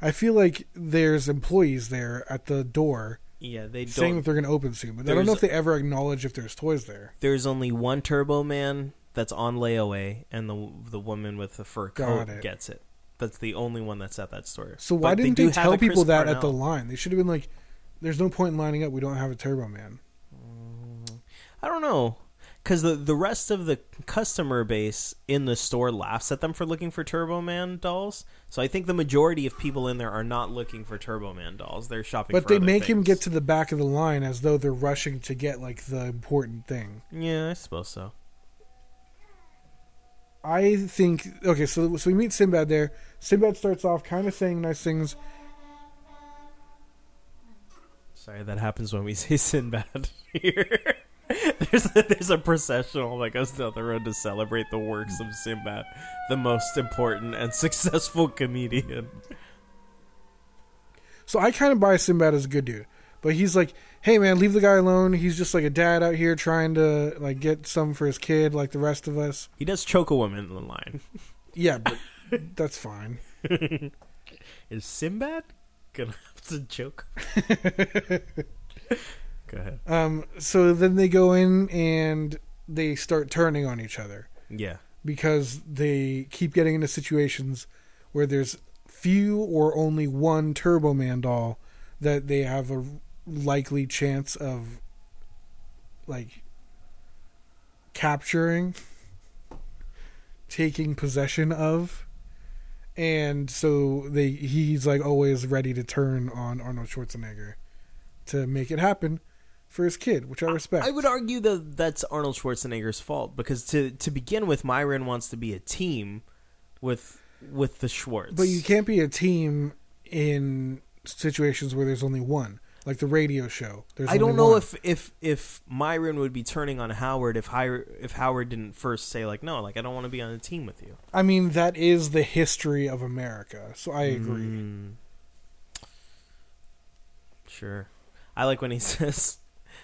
[SPEAKER 2] I feel like there's employees there at the door
[SPEAKER 3] yeah, they
[SPEAKER 2] saying
[SPEAKER 3] don't.
[SPEAKER 2] that they're going to open soon, but I don't know
[SPEAKER 3] There's-
[SPEAKER 2] if they ever acknowledge if there's toys there.
[SPEAKER 3] There's only one Turbo Man that's on layaway, and the the woman with the fur
[SPEAKER 2] Got
[SPEAKER 3] coat
[SPEAKER 2] it.
[SPEAKER 3] gets it. That's the only one that's at that store.
[SPEAKER 2] So why
[SPEAKER 3] But
[SPEAKER 2] didn't
[SPEAKER 3] do
[SPEAKER 2] they,
[SPEAKER 3] have a
[SPEAKER 2] tell
[SPEAKER 3] Chris
[SPEAKER 2] people that at the
[SPEAKER 3] Parnell.
[SPEAKER 2] line? They should have been like, "There's no point in lining up. We don't have a Turbo Man."
[SPEAKER 3] I don't know. Because the, the rest of the customer base in the store laughs at them for looking for Turbo Man dolls. So I think the majority of people in there are not looking for Turbo Man dolls. They're shopping
[SPEAKER 2] But
[SPEAKER 3] for
[SPEAKER 2] they
[SPEAKER 3] other
[SPEAKER 2] make him
[SPEAKER 3] things.
[SPEAKER 2] get to the back of the line as though they're rushing to get like the important thing.
[SPEAKER 3] Yeah, I suppose so.
[SPEAKER 2] I think okay, so so we meet Sinbad there. Sinbad starts off kind of saying nice things.
[SPEAKER 3] Sorry, that happens when we say Sinbad here. there's, a, there's a processional that goes down the road to celebrate the works of Sinbad, the most important and successful comedian.
[SPEAKER 2] So I kind of buy Sinbad as a good dude, but he's like, "Hey man, leave the guy alone. He's just like a dad out here trying to like get some for his kid, like the rest of us."
[SPEAKER 3] He does choke a woman in the line.
[SPEAKER 2] Yeah, but that's fine.
[SPEAKER 3] Is Sinbad gonna have to choke? Go ahead.
[SPEAKER 2] Um, so then they go in and they start turning on each other.
[SPEAKER 3] Yeah.
[SPEAKER 2] because they keep getting into situations where there's few or only one Turbo Man doll that they have a likely chance of like capturing, taking possession of. And so they he's like always ready to turn on Arnold Schwarzenegger to make it happen for his kid, which I respect.
[SPEAKER 3] I would argue that that's Arnold Schwarzenegger's fault because to to begin with, Myron wants to be a team with with the Schwartz.
[SPEAKER 2] But you can't be a team in situations where there's only one. like the radio show. There's
[SPEAKER 3] I don't
[SPEAKER 2] only
[SPEAKER 3] know
[SPEAKER 2] one.
[SPEAKER 3] if if if Myron would be turning on Howard if Hy- if Howard didn't first say like no, like I don't want to be on the team with you.
[SPEAKER 2] I mean that is the history of America. So I agree.
[SPEAKER 3] Mm. Sure. I like when he says,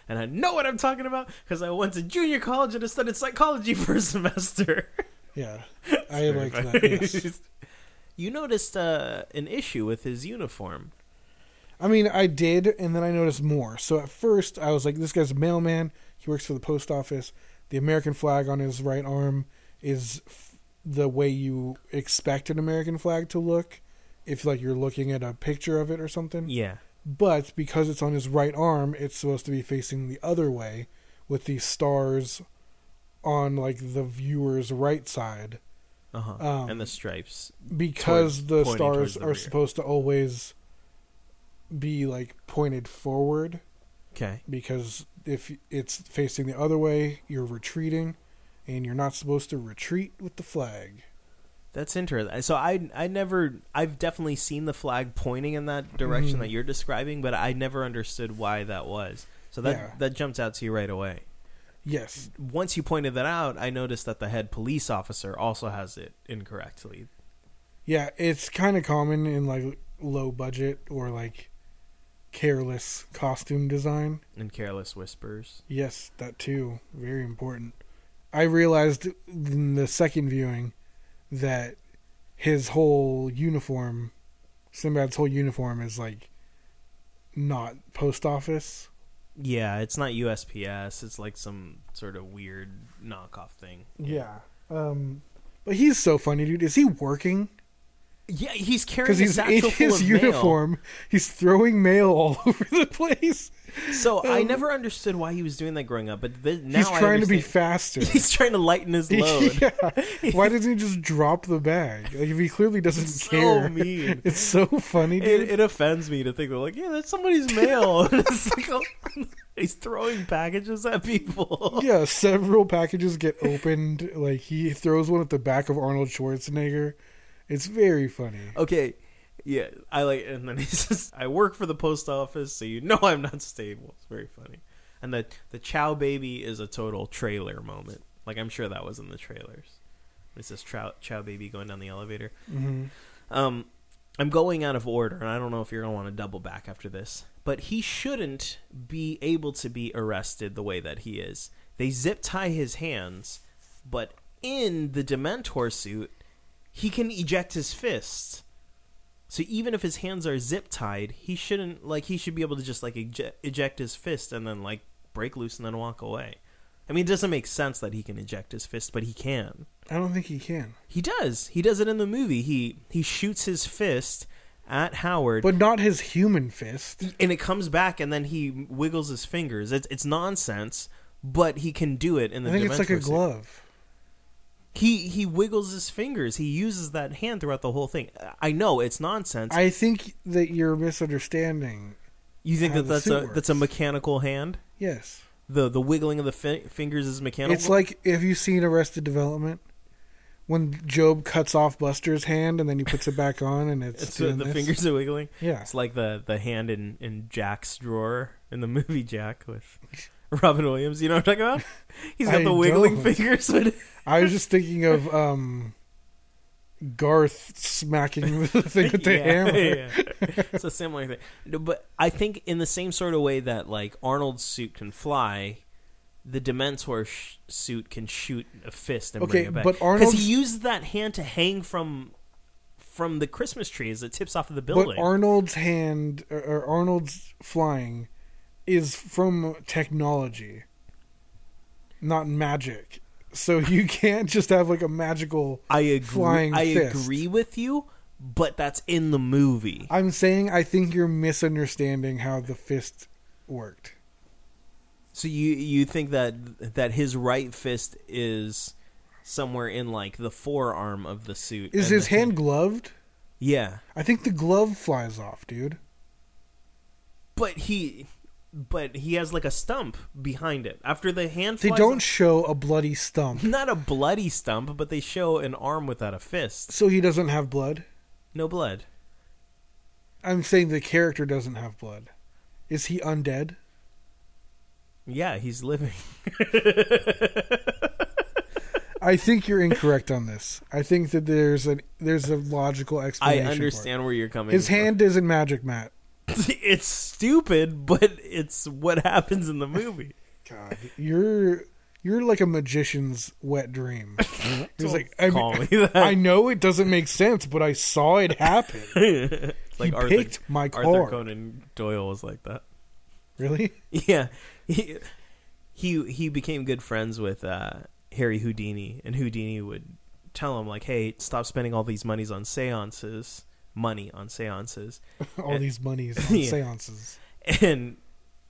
[SPEAKER 3] and I know what I'm talking about because I went to junior college and I studied psychology for a semester.
[SPEAKER 2] Yeah, I like that. Yes.
[SPEAKER 3] you noticed uh, an issue with his uniform.
[SPEAKER 2] I mean, I did, and then I noticed more. So at first, I was like, "This guy's a mailman. He works for the post office. The American flag on his right arm is f- the way you expect an American flag to look, if like you're looking at a picture of it or something."
[SPEAKER 3] Yeah.
[SPEAKER 2] But because it's on his right arm, it's supposed to be facing the other way, with these stars on like the viewer's right side.
[SPEAKER 3] Uh-huh.
[SPEAKER 2] Um,
[SPEAKER 3] and the stripes.
[SPEAKER 2] because
[SPEAKER 3] Towards-
[SPEAKER 2] the
[SPEAKER 3] pointing
[SPEAKER 2] stars
[SPEAKER 3] towards the
[SPEAKER 2] are
[SPEAKER 3] rear.
[SPEAKER 2] supposed to always be like pointed forward
[SPEAKER 3] Okay.
[SPEAKER 2] because if it's facing the other way you're retreating and you're not supposed to retreat with the flag
[SPEAKER 3] That's interesting. So I I never I've definitely seen the flag pointing in that direction
[SPEAKER 2] Mhm.
[SPEAKER 3] that you're describing, but I never understood why that was. So that
[SPEAKER 2] Yeah.
[SPEAKER 3] that jumps out to you right away.
[SPEAKER 2] yes
[SPEAKER 3] Once you pointed that out, I noticed that the head police officer also has it incorrectly.
[SPEAKER 2] yeah it's kind of common in like low budget or like careless costume design
[SPEAKER 3] in careless whispers.
[SPEAKER 2] Yes, that too. Very important. I realized in the second viewing that his whole uniform, Sinbad's whole uniform, is like not post office.
[SPEAKER 3] Yeah, it's not USPS. It's like some sort of weird knockoff thing.
[SPEAKER 2] Um, but he's so funny, dude. Is he working?
[SPEAKER 3] Yeah, he's carrying
[SPEAKER 2] Because
[SPEAKER 3] his
[SPEAKER 2] he's
[SPEAKER 3] satchel
[SPEAKER 2] in
[SPEAKER 3] full
[SPEAKER 2] his
[SPEAKER 3] of mail.
[SPEAKER 2] uniform. He's throwing mail all over the place.
[SPEAKER 3] So I never understood why he was doing that growing up, but th- now
[SPEAKER 2] Um, he's
[SPEAKER 3] I
[SPEAKER 2] trying to be
[SPEAKER 3] understand-
[SPEAKER 2] faster.
[SPEAKER 3] He's trying to lighten his load.
[SPEAKER 2] Yeah. Why doesn't he just drop the bag? Like if he clearly doesn't
[SPEAKER 3] It's so
[SPEAKER 2] care.
[SPEAKER 3] mean.
[SPEAKER 2] It's so funny, dude.
[SPEAKER 3] It, it offends me to think that, like, yeah, that's somebody's mail. It's like, oh, he's throwing packages at people.
[SPEAKER 2] yeah, several packages get opened. Like he throws one at the back of Arnold Schwarzenegger. It's very funny.
[SPEAKER 3] Okay, yeah, I like, and then he says, "I work for the post office, so you know I'm not stable." It's very funny, and the the Chow Baby is a total trailer moment. Like I'm sure that was in the trailers. This is Chow, Chow Baby going down the elevator.
[SPEAKER 2] Mm-hmm.
[SPEAKER 3] Um, I'm going out of order, and I don't know if you're gonna want to double back after this, but he shouldn't be able to be arrested the way that he is. They zip tie his hands, but in the Dementor suit, he can eject his fist. So even if his hands are zip tied, he shouldn't like he should be able to just like eject, eject his fist and then like break loose and then walk away. I mean, it doesn't make sense that he can eject his fist, but he can.
[SPEAKER 2] I don't think he can,
[SPEAKER 3] He does. He does it in the movie. He he shoots his fist at Howard,
[SPEAKER 2] but not his human fist.
[SPEAKER 3] and it comes back, and then he wiggles his fingers. It's it's nonsense, but he can do it in
[SPEAKER 2] I
[SPEAKER 3] the.
[SPEAKER 2] think it's like a
[SPEAKER 3] Dementor suit.
[SPEAKER 2] glove.
[SPEAKER 3] He he wiggles his fingers. He uses that hand throughout the whole thing. I know it's nonsense.
[SPEAKER 2] I think that you're misunderstanding.
[SPEAKER 3] you think
[SPEAKER 2] how
[SPEAKER 3] that
[SPEAKER 2] the
[SPEAKER 3] that's a
[SPEAKER 2] suit
[SPEAKER 3] that's a
[SPEAKER 2] works.
[SPEAKER 3] mechanical hand?
[SPEAKER 2] Yes,
[SPEAKER 3] The the wiggling of the fi- fingers is mechanical.
[SPEAKER 2] it's like have you seen Arrested Development? When Job cuts off Buster's hand and then he puts it back on, and it's,
[SPEAKER 3] It's the,
[SPEAKER 2] doing
[SPEAKER 3] the
[SPEAKER 2] this.
[SPEAKER 3] fingers are wiggling.
[SPEAKER 2] Yeah.
[SPEAKER 3] It's like the, the hand in, in Jack's drawer in the movie Jack with Robin Williams. You know what I'm talking about? He's got
[SPEAKER 2] I
[SPEAKER 3] the wiggling
[SPEAKER 2] don't.
[SPEAKER 3] fingers. But
[SPEAKER 2] I was just thinking of um, Garth smacking the thing with the
[SPEAKER 3] Yeah,
[SPEAKER 2] hammer.
[SPEAKER 3] yeah. It's a similar thing. No, But I think in the same sort of way that like Arnold's suit can fly, the Dementor sh- suit can shoot a fist and bring
[SPEAKER 2] Okay,
[SPEAKER 3] it back.
[SPEAKER 2] but
[SPEAKER 3] Because
[SPEAKER 2] Arnold's-
[SPEAKER 3] he used that hand to hang from from the Christmas tree as it tips off of the
[SPEAKER 2] But
[SPEAKER 3] building.
[SPEAKER 2] Arnold's hand or, or Arnold's flying is from technology, not magic. So you can't just have like a magical.
[SPEAKER 3] I agree.
[SPEAKER 2] flying
[SPEAKER 3] I
[SPEAKER 2] fist.
[SPEAKER 3] agree with you, but that's in the movie.
[SPEAKER 2] I'm saying I think you're misunderstanding how the fist worked.
[SPEAKER 3] So you you think that that his right fist is somewhere in like the forearm of the suit?
[SPEAKER 2] Is
[SPEAKER 3] and
[SPEAKER 2] his
[SPEAKER 3] the-
[SPEAKER 2] hand gloved?
[SPEAKER 3] Yeah,
[SPEAKER 2] I think the glove flies off, dude.
[SPEAKER 3] but he but he has like a stump behind it. After the hand,
[SPEAKER 2] They
[SPEAKER 3] flies
[SPEAKER 2] don't show a bloody stump,
[SPEAKER 3] not a bloody stump, but they show an arm without a fist.
[SPEAKER 2] so he doesn't have blood.
[SPEAKER 3] No blood.
[SPEAKER 2] I'm saying the character doesn't have blood. Is he undead?
[SPEAKER 3] Yeah, he's living.
[SPEAKER 2] I think you're incorrect on this. I think that there's a there's a logical
[SPEAKER 3] I
[SPEAKER 2] explanation. for it.
[SPEAKER 3] understand where you're coming.
[SPEAKER 2] His
[SPEAKER 3] from.
[SPEAKER 2] hand isn't magic, Matt.
[SPEAKER 3] it's stupid, but it's what happens in the movie.
[SPEAKER 2] God, you're you're like a magician's wet dream. He's like, I,
[SPEAKER 3] Call me that.
[SPEAKER 2] I know it doesn't make sense, but I saw it happen.
[SPEAKER 3] It's like
[SPEAKER 2] he
[SPEAKER 3] Arthur,
[SPEAKER 2] picked my
[SPEAKER 3] Arthur
[SPEAKER 2] card.
[SPEAKER 3] Conan Doyle was like that.
[SPEAKER 2] Really?
[SPEAKER 3] Yeah, he he he became good friends with uh, Harry Houdini, and Houdini would tell him like, "Hey, stop spending all these monies on seances, money on seances."
[SPEAKER 2] All these monies on
[SPEAKER 3] Yeah.
[SPEAKER 2] seances.
[SPEAKER 3] And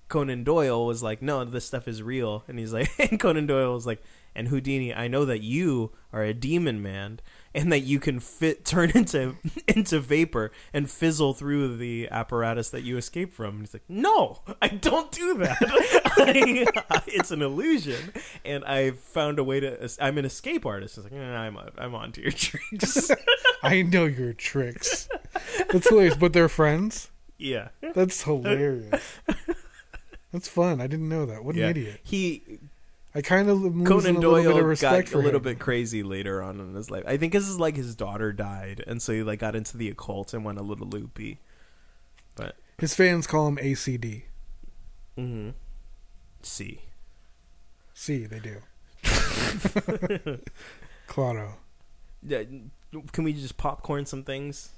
[SPEAKER 3] Conan Doyle was like, "No, this stuff is real." And he's like, and Conan Doyle was like, "And Houdini, I know that you are a demon man." And that you can fit turn into into vapor and fizzle through the apparatus that you escape from. And he's like, "No, I don't do that. I- it's an illusion." And I found a way to. I'm an escape artist. It's like, "Nah, I'm I'm onto your tricks.
[SPEAKER 2] I know your tricks. That's hilarious. But they're friends.
[SPEAKER 3] yeah.
[SPEAKER 2] That's hilarious. That's fun. I didn't know that. What an
[SPEAKER 3] yeah.
[SPEAKER 2] idiot.
[SPEAKER 3] He
[SPEAKER 2] I kind of losing
[SPEAKER 3] Conan
[SPEAKER 2] a little bit of
[SPEAKER 3] Doyle
[SPEAKER 2] respect
[SPEAKER 3] got
[SPEAKER 2] for
[SPEAKER 3] a little
[SPEAKER 2] him.
[SPEAKER 3] bit crazy later on in his life. I think this is like his daughter died, and so he like got into the occult and went a little loopy. But
[SPEAKER 2] His fans call him ACD.
[SPEAKER 3] mm-hmm. see,
[SPEAKER 2] See, they do. Claro.
[SPEAKER 3] Yeah, can we just popcorn some things?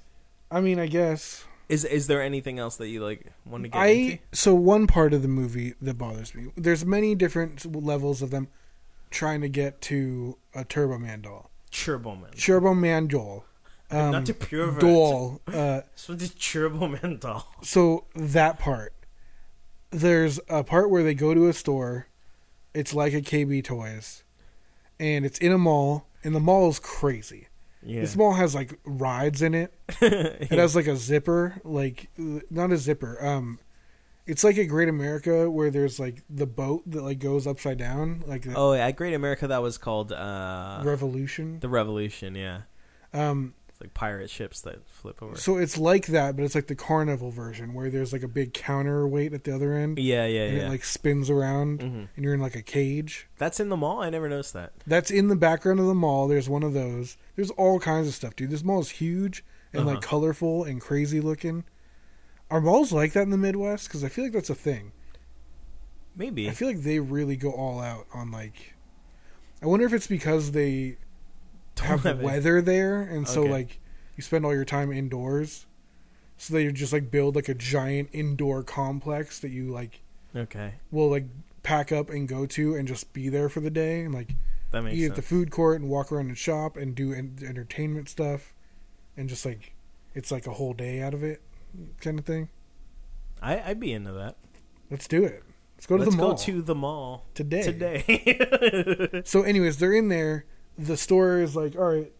[SPEAKER 2] I mean, I guess
[SPEAKER 3] Is is there anything else that you like want to get into?
[SPEAKER 2] I so one part of the movie that bothers me. There's many different levels of them trying to get to a Turbo Man doll.
[SPEAKER 3] Turbo Man.
[SPEAKER 2] Turbo Man doll. Um,
[SPEAKER 3] Not to pure
[SPEAKER 2] doll. Uh,
[SPEAKER 3] So the Turbo Man doll.
[SPEAKER 2] so that part. There's a part where they go to a store. It's like a KB Toys, and it's in a mall. And the mall is crazy.
[SPEAKER 3] Yeah.
[SPEAKER 2] This mall has like rides in it. It has like a zipper, like not a zipper. Um, it's like a Great America where there's like the boat that like goes upside down, like the
[SPEAKER 3] oh, at Great America, that was called uh,
[SPEAKER 2] Revolution.
[SPEAKER 3] the Revolution. Yeah,
[SPEAKER 2] Um,
[SPEAKER 3] it's like pirate ships that flip over.
[SPEAKER 2] so it's like that, but it's like the carnival version where there's like a big counterweight at the other end,
[SPEAKER 3] yeah, yeah,
[SPEAKER 2] and
[SPEAKER 3] yeah.
[SPEAKER 2] it like spins around,
[SPEAKER 3] Mhm.
[SPEAKER 2] and you're in like a cage.
[SPEAKER 3] That's in the mall. I never noticed that.
[SPEAKER 2] That's in the background of the mall. There's one of those. There's all kinds of stuff, dude. This mall is huge and like
[SPEAKER 3] Uh-huh.
[SPEAKER 2] colorful and crazy looking. Are malls like that in the Midwest? Because I feel like that's a thing.
[SPEAKER 3] Maybe.
[SPEAKER 2] I feel like they really go all out on like. I wonder if it's because they have,
[SPEAKER 3] have it.
[SPEAKER 2] weather there, and so
[SPEAKER 3] Okay.
[SPEAKER 2] like you spend all your time indoors, so they just like build like a giant indoor complex that you like
[SPEAKER 3] okay,
[SPEAKER 2] will like pack up and go to and just be there for the day and like
[SPEAKER 3] that makes
[SPEAKER 2] eat at
[SPEAKER 3] sense.
[SPEAKER 2] the food court and walk around and shop and do en- entertainment stuff and just like it's like a whole day out of it kind of thing
[SPEAKER 3] I, I'd be into that.
[SPEAKER 2] let's do it let's go to
[SPEAKER 3] Let's
[SPEAKER 2] the mall
[SPEAKER 3] go to the mall
[SPEAKER 2] today
[SPEAKER 3] today.
[SPEAKER 2] so anyways they're in there the store is like all right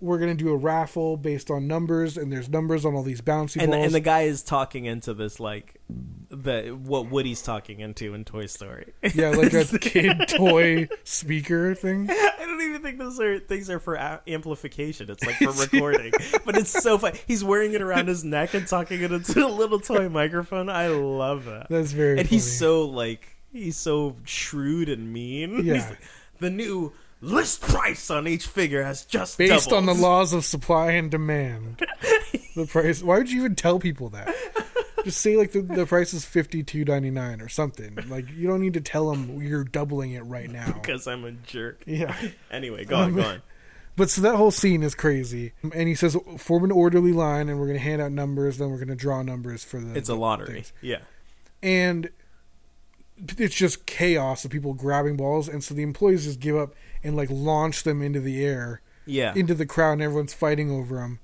[SPEAKER 2] we're gonna do a raffle based on numbers and there's numbers on all these bouncy
[SPEAKER 3] and the,
[SPEAKER 2] balls
[SPEAKER 3] and the guy is talking into this like the what Woody's talking into in Toy Story.
[SPEAKER 2] yeah like a kid toy speaker thing
[SPEAKER 3] I don't even think those are things are for a- amplification. It's like for recording, but it's so fun. He's wearing it around his neck and talking it into a little toy microphone. I love that.
[SPEAKER 2] that's very
[SPEAKER 3] and he's
[SPEAKER 2] funny.
[SPEAKER 3] so like he's so shrewd and mean. He's
[SPEAKER 2] Yeah.
[SPEAKER 3] like, the new list price on each figure has just
[SPEAKER 2] based on the
[SPEAKER 3] doubled."
[SPEAKER 2] laws of supply and demand. the price. Why would you even tell people that? Just say like the, the price is fifty two ninety nine or something. Like you don't need to tell them you're doubling it right now.
[SPEAKER 3] because I'm a jerk.
[SPEAKER 2] Yeah.
[SPEAKER 3] Anyway, go on, go on.
[SPEAKER 2] But so that whole scene is crazy. And he says form an orderly line, and we're gonna hand out numbers. Then we're gonna draw numbers for the.
[SPEAKER 3] It's a lottery.
[SPEAKER 2] things.
[SPEAKER 3] Yeah.
[SPEAKER 2] and it's just chaos of people grabbing balls, and so the employees just give up and like launch them into the air.
[SPEAKER 3] Yeah.
[SPEAKER 2] into the crowd and everyone's fighting over them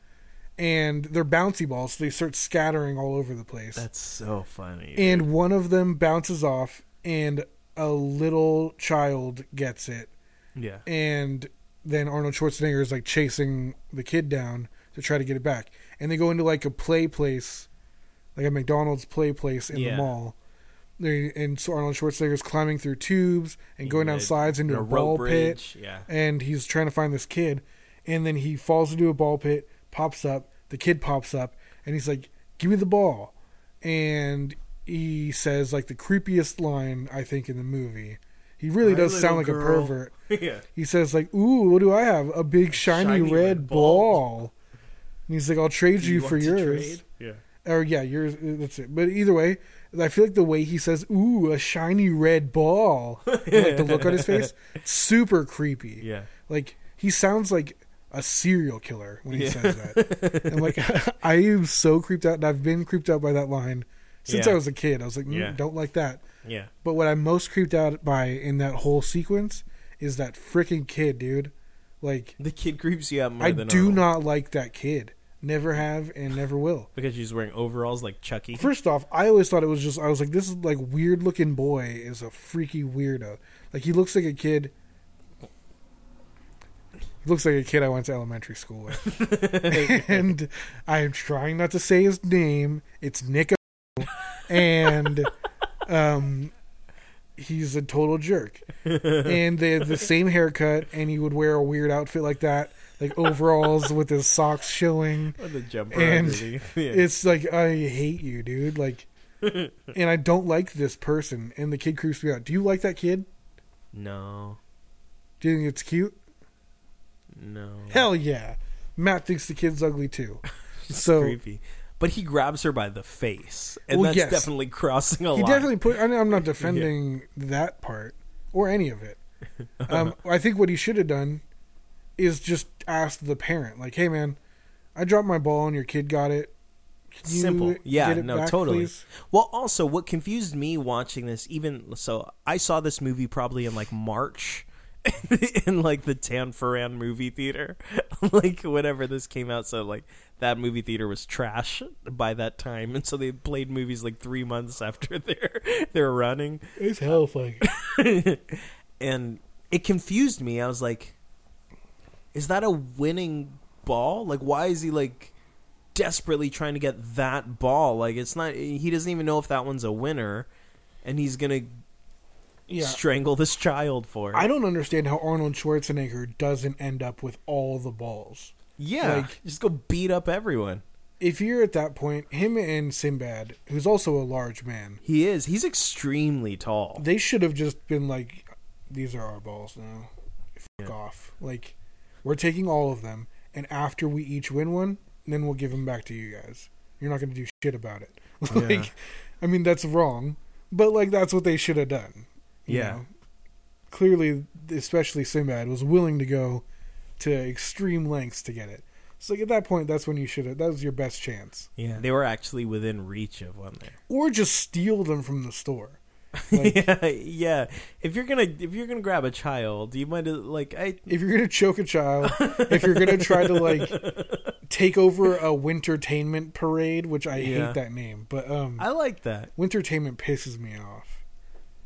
[SPEAKER 2] and they're bouncy balls so they start scattering all over the place
[SPEAKER 3] That's so funny.
[SPEAKER 2] and one of them bounces off and a little child gets it
[SPEAKER 3] yeah.
[SPEAKER 2] and then arnold schwarzenegger is like chasing the kid down to try to get it back and they go into like a play place like a mcdonald's play place in
[SPEAKER 3] Yeah.
[SPEAKER 2] the mall They- and so arnold schwarzenegger's climbing through tubes and going down
[SPEAKER 3] And
[SPEAKER 2] slides into a, ball pit
[SPEAKER 3] Yeah.
[SPEAKER 2] and he's trying to find this kid and then he falls into a ball pit pops up the kid pops up and he's like give me the ball and he says like the creepiest line I think in the movie. He really
[SPEAKER 5] My
[SPEAKER 2] does sound
[SPEAKER 5] little
[SPEAKER 2] like a
[SPEAKER 5] girl.
[SPEAKER 2] pervert.
[SPEAKER 3] yeah.
[SPEAKER 2] He says like, "Ooh, what do I have? A big shiny,
[SPEAKER 3] Shiny
[SPEAKER 2] red,
[SPEAKER 3] red
[SPEAKER 2] ball."
[SPEAKER 3] ball."
[SPEAKER 2] And he's like, "I'll trade you,
[SPEAKER 5] you
[SPEAKER 2] for
[SPEAKER 5] want to
[SPEAKER 2] yours."
[SPEAKER 3] Yeah.
[SPEAKER 2] Or yeah, yours. uh, That's it. But either way, I feel like the way he says, "Ooh, a shiny red ball," and, like the look on his face, super creepy.
[SPEAKER 3] Yeah.
[SPEAKER 2] Like he sounds like a serial killer when he says that. and like I am so creeped out, and I've been creeped out by that line since
[SPEAKER 3] Yeah.
[SPEAKER 2] I was a kid. I was like, mm,
[SPEAKER 3] Yeah.
[SPEAKER 2] don't like that.
[SPEAKER 3] Yeah.
[SPEAKER 2] But what I'm most creeped out by in that whole sequence is that freaking kid, dude. Like
[SPEAKER 3] The kid creeps you out more
[SPEAKER 2] I
[SPEAKER 3] than
[SPEAKER 2] do
[SPEAKER 3] Arnold.
[SPEAKER 2] not like that kid. Never have and never will.
[SPEAKER 3] because she's wearing overalls like Chucky.
[SPEAKER 2] First off, I always thought it was just I was like, this is like weird looking boy is a freaky weirdo. Like he looks like a kid. He looks like a kid I went to elementary school with, and I am trying not to say his name. It's Nick, and um, he's a total jerk. And they have the same haircut, and he would wear a weird outfit like that, like overalls with his socks showing
[SPEAKER 3] Or the jumper
[SPEAKER 2] and
[SPEAKER 3] underneath. Yeah.
[SPEAKER 2] it's like I hate you, dude. Like, and I don't like this person. And the kid creeps me out. Do you like that kid?
[SPEAKER 3] no,
[SPEAKER 2] Do you think it's cute?
[SPEAKER 3] no,
[SPEAKER 2] Hell yeah. Matt thinks the kid's ugly too. so
[SPEAKER 3] creepy. But he grabs her by the face, and
[SPEAKER 2] Well,
[SPEAKER 3] that's
[SPEAKER 2] yes.
[SPEAKER 3] definitely crossing a
[SPEAKER 2] he
[SPEAKER 3] line.
[SPEAKER 2] definitely put. I know I'm not defending that part or any of it. Um, I think what he should have done is just ask the parent, like, "Hey, man, I dropped my ball and your kid got it. Can you
[SPEAKER 3] simple. Yeah,
[SPEAKER 2] get it
[SPEAKER 3] no,
[SPEAKER 2] back,
[SPEAKER 3] totally.
[SPEAKER 2] please?"
[SPEAKER 3] Well, also, what confused me watching this, even so, I saw this movie probably in like March. in like the Tanforan movie theater, like whenever this came out, so like that movie theater was trash by that time, and so they played movies like three months after their their running.
[SPEAKER 2] It's hellfire.
[SPEAKER 3] and it confused me. I was like, is that a winning ball? Like, why is he like desperately trying to get that ball? Like, it's not, he doesn't even know if that one's a winner, and he's gonna
[SPEAKER 2] yeah.
[SPEAKER 3] strangle this child for it.
[SPEAKER 2] I don't understand how Arnold Schwarzenegger doesn't end up with all the balls.
[SPEAKER 3] yeah,
[SPEAKER 2] like-
[SPEAKER 3] just go beat up everyone.
[SPEAKER 2] If you're at that point, him and Sinbad, who's also a large man,
[SPEAKER 3] He is, he's extremely tall.
[SPEAKER 2] they should have just been like, "These are our balls now. F off. Like, we're taking all of them, and after we each win one, then we'll give them back to you guys. You're not going to do shit about it. like,
[SPEAKER 3] Yeah.
[SPEAKER 2] I mean, that's wrong, but like that's what they should have done. you
[SPEAKER 3] Yeah.
[SPEAKER 2] know? Clearly, especially Sinbad was willing to go to extreme lengths to get it. So like at that point, that's when you should have. That was your best chance.
[SPEAKER 3] Yeah, they were actually within reach of one there.
[SPEAKER 2] or just steal them from the store. Like,
[SPEAKER 3] yeah, yeah. If you're gonna if you're gonna grab a child, you might like I
[SPEAKER 2] If you're gonna choke a child, if you're gonna try to like take over a wintertainment parade, which I
[SPEAKER 3] Yeah.
[SPEAKER 2] hate that name, but um,
[SPEAKER 3] I like that.
[SPEAKER 2] wintertainment pisses me off.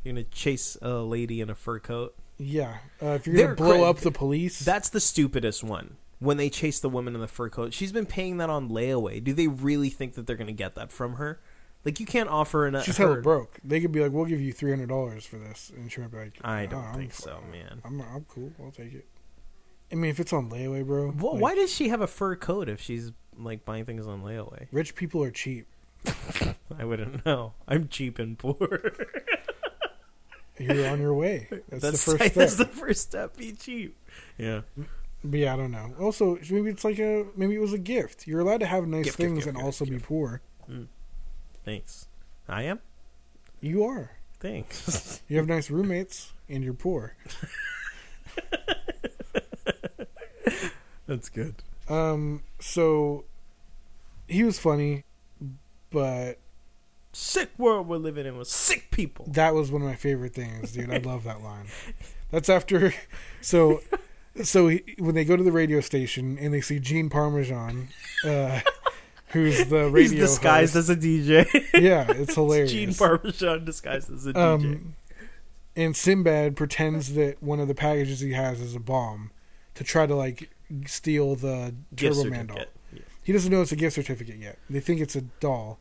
[SPEAKER 3] You're gonna chase a lady in a fur coat.
[SPEAKER 2] Yeah, uh, if you're gonna
[SPEAKER 3] They're
[SPEAKER 2] blow
[SPEAKER 3] cra-
[SPEAKER 2] up the police,
[SPEAKER 3] That's the stupidest one. When they chase the woman in the fur coat, she's been paying that on layaway. Do they really think that they're gonna get that from her? Like you can't offer an.
[SPEAKER 2] she's
[SPEAKER 3] her-
[SPEAKER 2] hella broke. They could be like, "We'll give you three hundred dollars for this," and she'd be like,
[SPEAKER 3] I
[SPEAKER 2] "Nah,
[SPEAKER 3] don't
[SPEAKER 2] Oh, I'm
[SPEAKER 3] think
[SPEAKER 2] f-
[SPEAKER 3] so, man.
[SPEAKER 2] I'm I'm cool. I'll take it." I mean, if it's on layaway, bro.
[SPEAKER 3] Wha-
[SPEAKER 2] like,
[SPEAKER 3] why does she have a fur coat if she's like buying things on layaway?
[SPEAKER 2] rich people are cheap?
[SPEAKER 3] I wouldn't know. I'm cheap and poor.
[SPEAKER 2] You're on your way. That's,
[SPEAKER 3] That's
[SPEAKER 2] the first step.
[SPEAKER 3] That's the first step. Be cheap. Yeah.
[SPEAKER 2] But yeah, I don't know. Also, maybe it's like a maybe it was a gift. You're allowed to have nice
[SPEAKER 3] Gift, gift,
[SPEAKER 2] things
[SPEAKER 3] gift,
[SPEAKER 2] and
[SPEAKER 3] gift,
[SPEAKER 2] also be
[SPEAKER 3] gift.
[SPEAKER 2] poor.
[SPEAKER 3] Thanks. I am.
[SPEAKER 2] You are.
[SPEAKER 3] Thanks.
[SPEAKER 2] You have nice roommates and you're poor.
[SPEAKER 3] that's good.
[SPEAKER 2] Um. So he was funny, but
[SPEAKER 3] Sick world we're living in with sick people.
[SPEAKER 2] that was one of my favorite things, dude. I love that line. That's after. So, so he, when they go to the radio station and they see Gene Parmesan, uh, who's the radio
[SPEAKER 3] He's disguised
[SPEAKER 2] host.
[SPEAKER 3] as a DJ.
[SPEAKER 2] Yeah, it's hilarious.
[SPEAKER 3] Gene Parmesan disguised as a DJ.
[SPEAKER 2] Um, and Sinbad pretends that one of the packages he has is a bomb to try to like steal the
[SPEAKER 3] Gift
[SPEAKER 2] Turbo Man doll.
[SPEAKER 3] certificate. Yeah.
[SPEAKER 2] He doesn't know it's a gift certificate yet. They think it's a doll.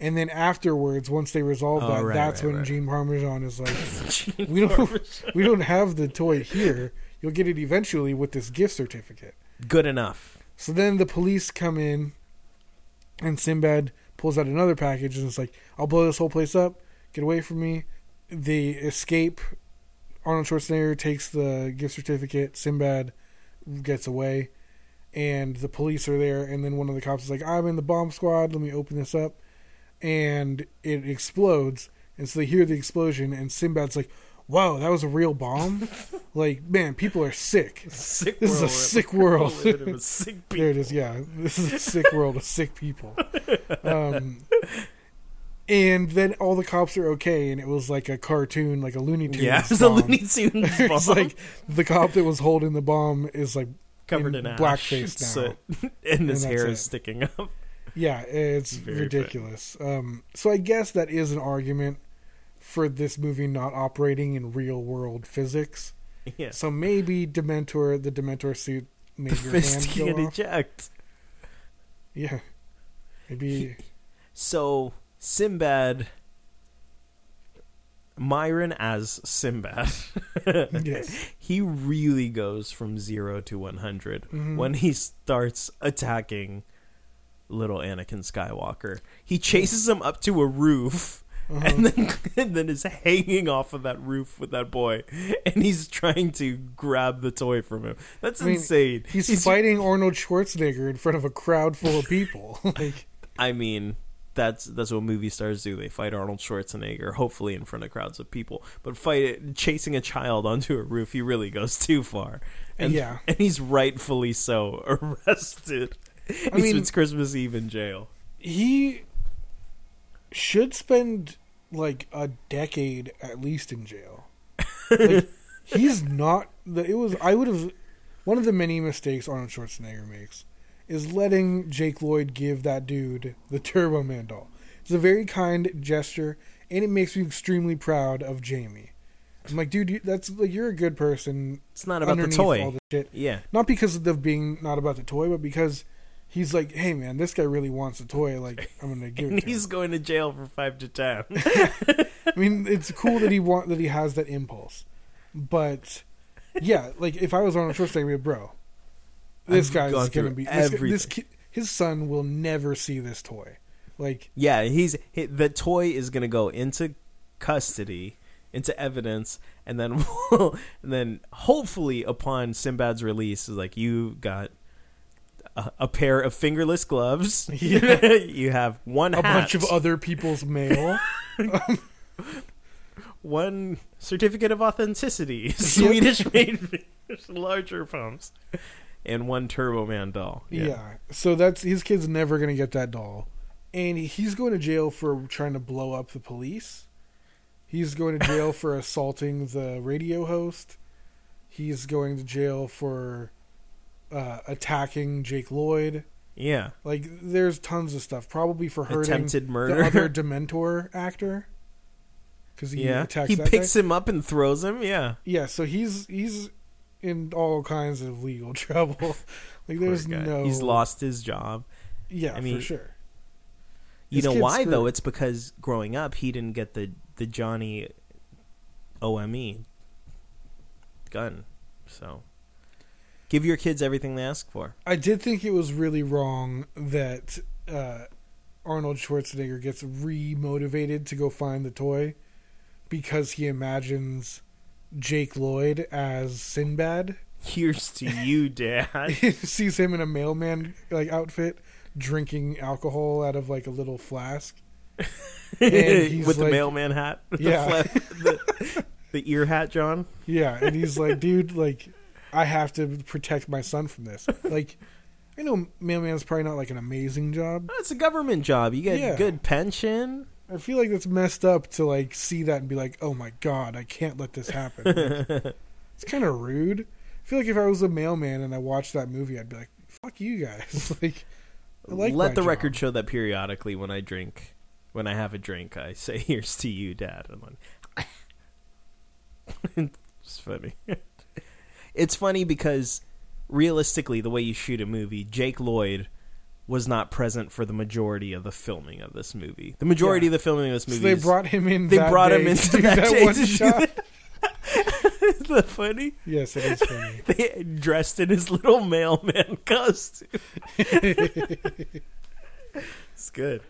[SPEAKER 2] And then afterwards, once they resolve
[SPEAKER 3] Oh,
[SPEAKER 2] that,
[SPEAKER 3] right,
[SPEAKER 2] that's
[SPEAKER 3] right,
[SPEAKER 2] when
[SPEAKER 3] right.
[SPEAKER 2] Gene Parmesan is like,
[SPEAKER 3] Gene
[SPEAKER 2] "We don't,
[SPEAKER 3] Parmesan.
[SPEAKER 2] we don't have the toy here. You'll get it eventually with this gift certificate."
[SPEAKER 3] Good enough.
[SPEAKER 2] So then the police come in, and Sinbad pulls out another package and it's like, I'll blow this whole place up. Get away from me. They escape. Arnold Schwarzenegger takes the gift certificate. Sinbad gets away. And the police are there. And then one of the cops is like, I'm in the bomb squad. Let me open this up. And it explodes. And so they hear the explosion. And Sinbad's like, Whoa, that was a real bomb? like, man, people are sick.
[SPEAKER 3] Sick
[SPEAKER 2] This is a
[SPEAKER 3] world.
[SPEAKER 2] sick world.
[SPEAKER 3] We're living with sick people.
[SPEAKER 2] There it is. Yeah, this is a sick world of sick people. Um, and then all the cops are okay, and it was like a cartoon, like a Looney Tunes.
[SPEAKER 3] Yeah, it's a
[SPEAKER 2] bomb.
[SPEAKER 3] Looney Tunes
[SPEAKER 2] It's
[SPEAKER 3] bomb
[SPEAKER 2] like the cop that was holding the bomb is like,
[SPEAKER 3] covered
[SPEAKER 2] in
[SPEAKER 3] in, ash,
[SPEAKER 2] blackface
[SPEAKER 3] soot, and his
[SPEAKER 2] And
[SPEAKER 3] hair
[SPEAKER 2] that's
[SPEAKER 3] is
[SPEAKER 2] it.
[SPEAKER 3] sticking up.
[SPEAKER 2] yeah, it's
[SPEAKER 3] Very
[SPEAKER 2] ridiculous. Um, so I guess that is an argument for this movie not operating in real world physics.
[SPEAKER 3] Yeah,
[SPEAKER 2] So maybe Dementor, the Dementor suit, made
[SPEAKER 3] the
[SPEAKER 2] your
[SPEAKER 3] fist
[SPEAKER 2] hand
[SPEAKER 3] get
[SPEAKER 2] go off.
[SPEAKER 3] eject.
[SPEAKER 2] Yeah, maybe.
[SPEAKER 3] So Sinbad, Myron as Sinbad,
[SPEAKER 2] yes.
[SPEAKER 3] he really goes from zero to one
[SPEAKER 2] Mm-hmm.
[SPEAKER 3] when he starts attacking little Anakin Skywalker. He chases him up to a roof.
[SPEAKER 2] Mm-hmm.
[SPEAKER 3] And then, and then is hanging off of that roof with that boy, and he's trying to grab the toy from him. That's
[SPEAKER 2] I mean,
[SPEAKER 3] insane.
[SPEAKER 2] He's, fighting Arnold Schwarzenegger in front of a crowd full of people. like,
[SPEAKER 3] I mean, that's that's what movie stars do. They fight Arnold Schwarzenegger, hopefully in front of crowds of people. But fight chasing a child onto a roof, he really goes too far. And,
[SPEAKER 2] Yeah.
[SPEAKER 3] and he's rightfully so arrested.
[SPEAKER 2] I
[SPEAKER 3] he
[SPEAKER 2] mean-
[SPEAKER 3] spends Christmas Eve in jail.
[SPEAKER 2] he should spend like a decade at least in jail. Like, he's not. The, it was. I would have. One of the many mistakes Arnold Schwarzenegger makes is letting Jake Lloyd give that dude the Turbo Man doll. It's a very kind gesture, and it makes me extremely proud of Jamie. I'm like, dude, you, that's like you're a good person.
[SPEAKER 3] It's not about the
[SPEAKER 2] underneath
[SPEAKER 3] toy.
[SPEAKER 2] All the shit
[SPEAKER 3] Yeah,
[SPEAKER 2] not because of the being not about the toy, but because he's like, hey man, this guy really wants a toy. Like I'm gonna give
[SPEAKER 3] and
[SPEAKER 2] it to him.
[SPEAKER 3] he's going to jail for five to ten.
[SPEAKER 2] I mean, it's cool that he want that he has that impulse, but yeah, like if I was Arnold Schwarzenegger, I'd be, bro, this
[SPEAKER 3] I've
[SPEAKER 2] guy's
[SPEAKER 3] gone
[SPEAKER 2] gonna
[SPEAKER 3] through
[SPEAKER 2] be this, guy- this
[SPEAKER 3] everything."
[SPEAKER 2] kid, his son will never see this toy. Like
[SPEAKER 3] Yeah, he's he, the toy is gonna go into custody, into evidence, and then we'll, and then hopefully upon Sinbad's release is like you got a, a pair of fingerless gloves. you have one
[SPEAKER 2] a
[SPEAKER 3] hat,
[SPEAKER 2] bunch of other people's mail.
[SPEAKER 3] one certificate of authenticity, Swedish made larger pumps, and one Turbo Man doll.
[SPEAKER 2] Yeah. So that's his kid's never gonna get that doll, and he's going to jail for trying to blow up the police. He's going to jail for assaulting the radio host. He's going to jail for uh, attacking Jake Lloyd.
[SPEAKER 3] yeah.
[SPEAKER 2] Like, there's tons of stuff. Probably for hurting
[SPEAKER 3] Attempted murder.
[SPEAKER 2] the other Dementor actor. Because he
[SPEAKER 3] Yeah,
[SPEAKER 2] attacks
[SPEAKER 3] he
[SPEAKER 2] that
[SPEAKER 3] picks
[SPEAKER 2] guy.
[SPEAKER 3] him up and throws him. Yeah,
[SPEAKER 2] Yeah, so he's he's in all kinds of legal trouble. like, there's
[SPEAKER 3] Poor guy.
[SPEAKER 2] no.
[SPEAKER 3] He's lost his job.
[SPEAKER 2] Yeah,
[SPEAKER 3] I mean,
[SPEAKER 2] for sure.
[SPEAKER 3] You
[SPEAKER 2] His
[SPEAKER 3] know
[SPEAKER 2] kid's
[SPEAKER 3] why
[SPEAKER 2] screwed.
[SPEAKER 3] though? It's because growing up, he didn't get the the Johnny OME gun. So give your kids everything they ask for.
[SPEAKER 2] I did think it was really wrong that uh, Arnold Schwarzenegger gets re-motivated to go find the toy because he imagines Jake Lloyd as Sinbad.
[SPEAKER 3] Here's to you, Dad.
[SPEAKER 2] He sees him in a mailman like outfit drinking alcohol out of like a little flask. And he's
[SPEAKER 3] With the
[SPEAKER 2] like-
[SPEAKER 3] mailman hat. With
[SPEAKER 2] Yeah.
[SPEAKER 3] The, flap- the, the ear hat, John.
[SPEAKER 2] Yeah, and he's like, dude, like, I have to protect my son from this. Like, I know mailman's probably not like an amazing job.
[SPEAKER 3] Oh, it's a government job. You get
[SPEAKER 2] Yeah.
[SPEAKER 3] good pension.
[SPEAKER 2] I feel like that's messed up to like see that and be like, oh my god, I can't let this happen. Like, it's kind of rude. I feel like if I was a mailman and I watched that movie, I'd be like, fuck you guys. like, I like
[SPEAKER 3] Let
[SPEAKER 2] my
[SPEAKER 3] the
[SPEAKER 2] job.
[SPEAKER 3] record show that periodically when I drink, when I have a drink, I say, "Here's to you, Dad." And then it's funny. it's funny because realistically, the way you shoot a movie, Jake Lloyd was not present for the majority of the filming of this movie. The majority
[SPEAKER 2] Yeah.
[SPEAKER 3] of the filming of this movie.
[SPEAKER 2] So they
[SPEAKER 3] is-
[SPEAKER 2] brought him in.
[SPEAKER 3] they
[SPEAKER 2] that
[SPEAKER 3] brought him
[SPEAKER 2] day
[SPEAKER 3] into
[SPEAKER 2] to do
[SPEAKER 3] that
[SPEAKER 2] that,
[SPEAKER 3] day
[SPEAKER 2] one
[SPEAKER 3] to do
[SPEAKER 2] shot.
[SPEAKER 3] Isn't that funny?
[SPEAKER 2] Yes, it is funny.
[SPEAKER 3] They dressed in his little mailman costume. it's good.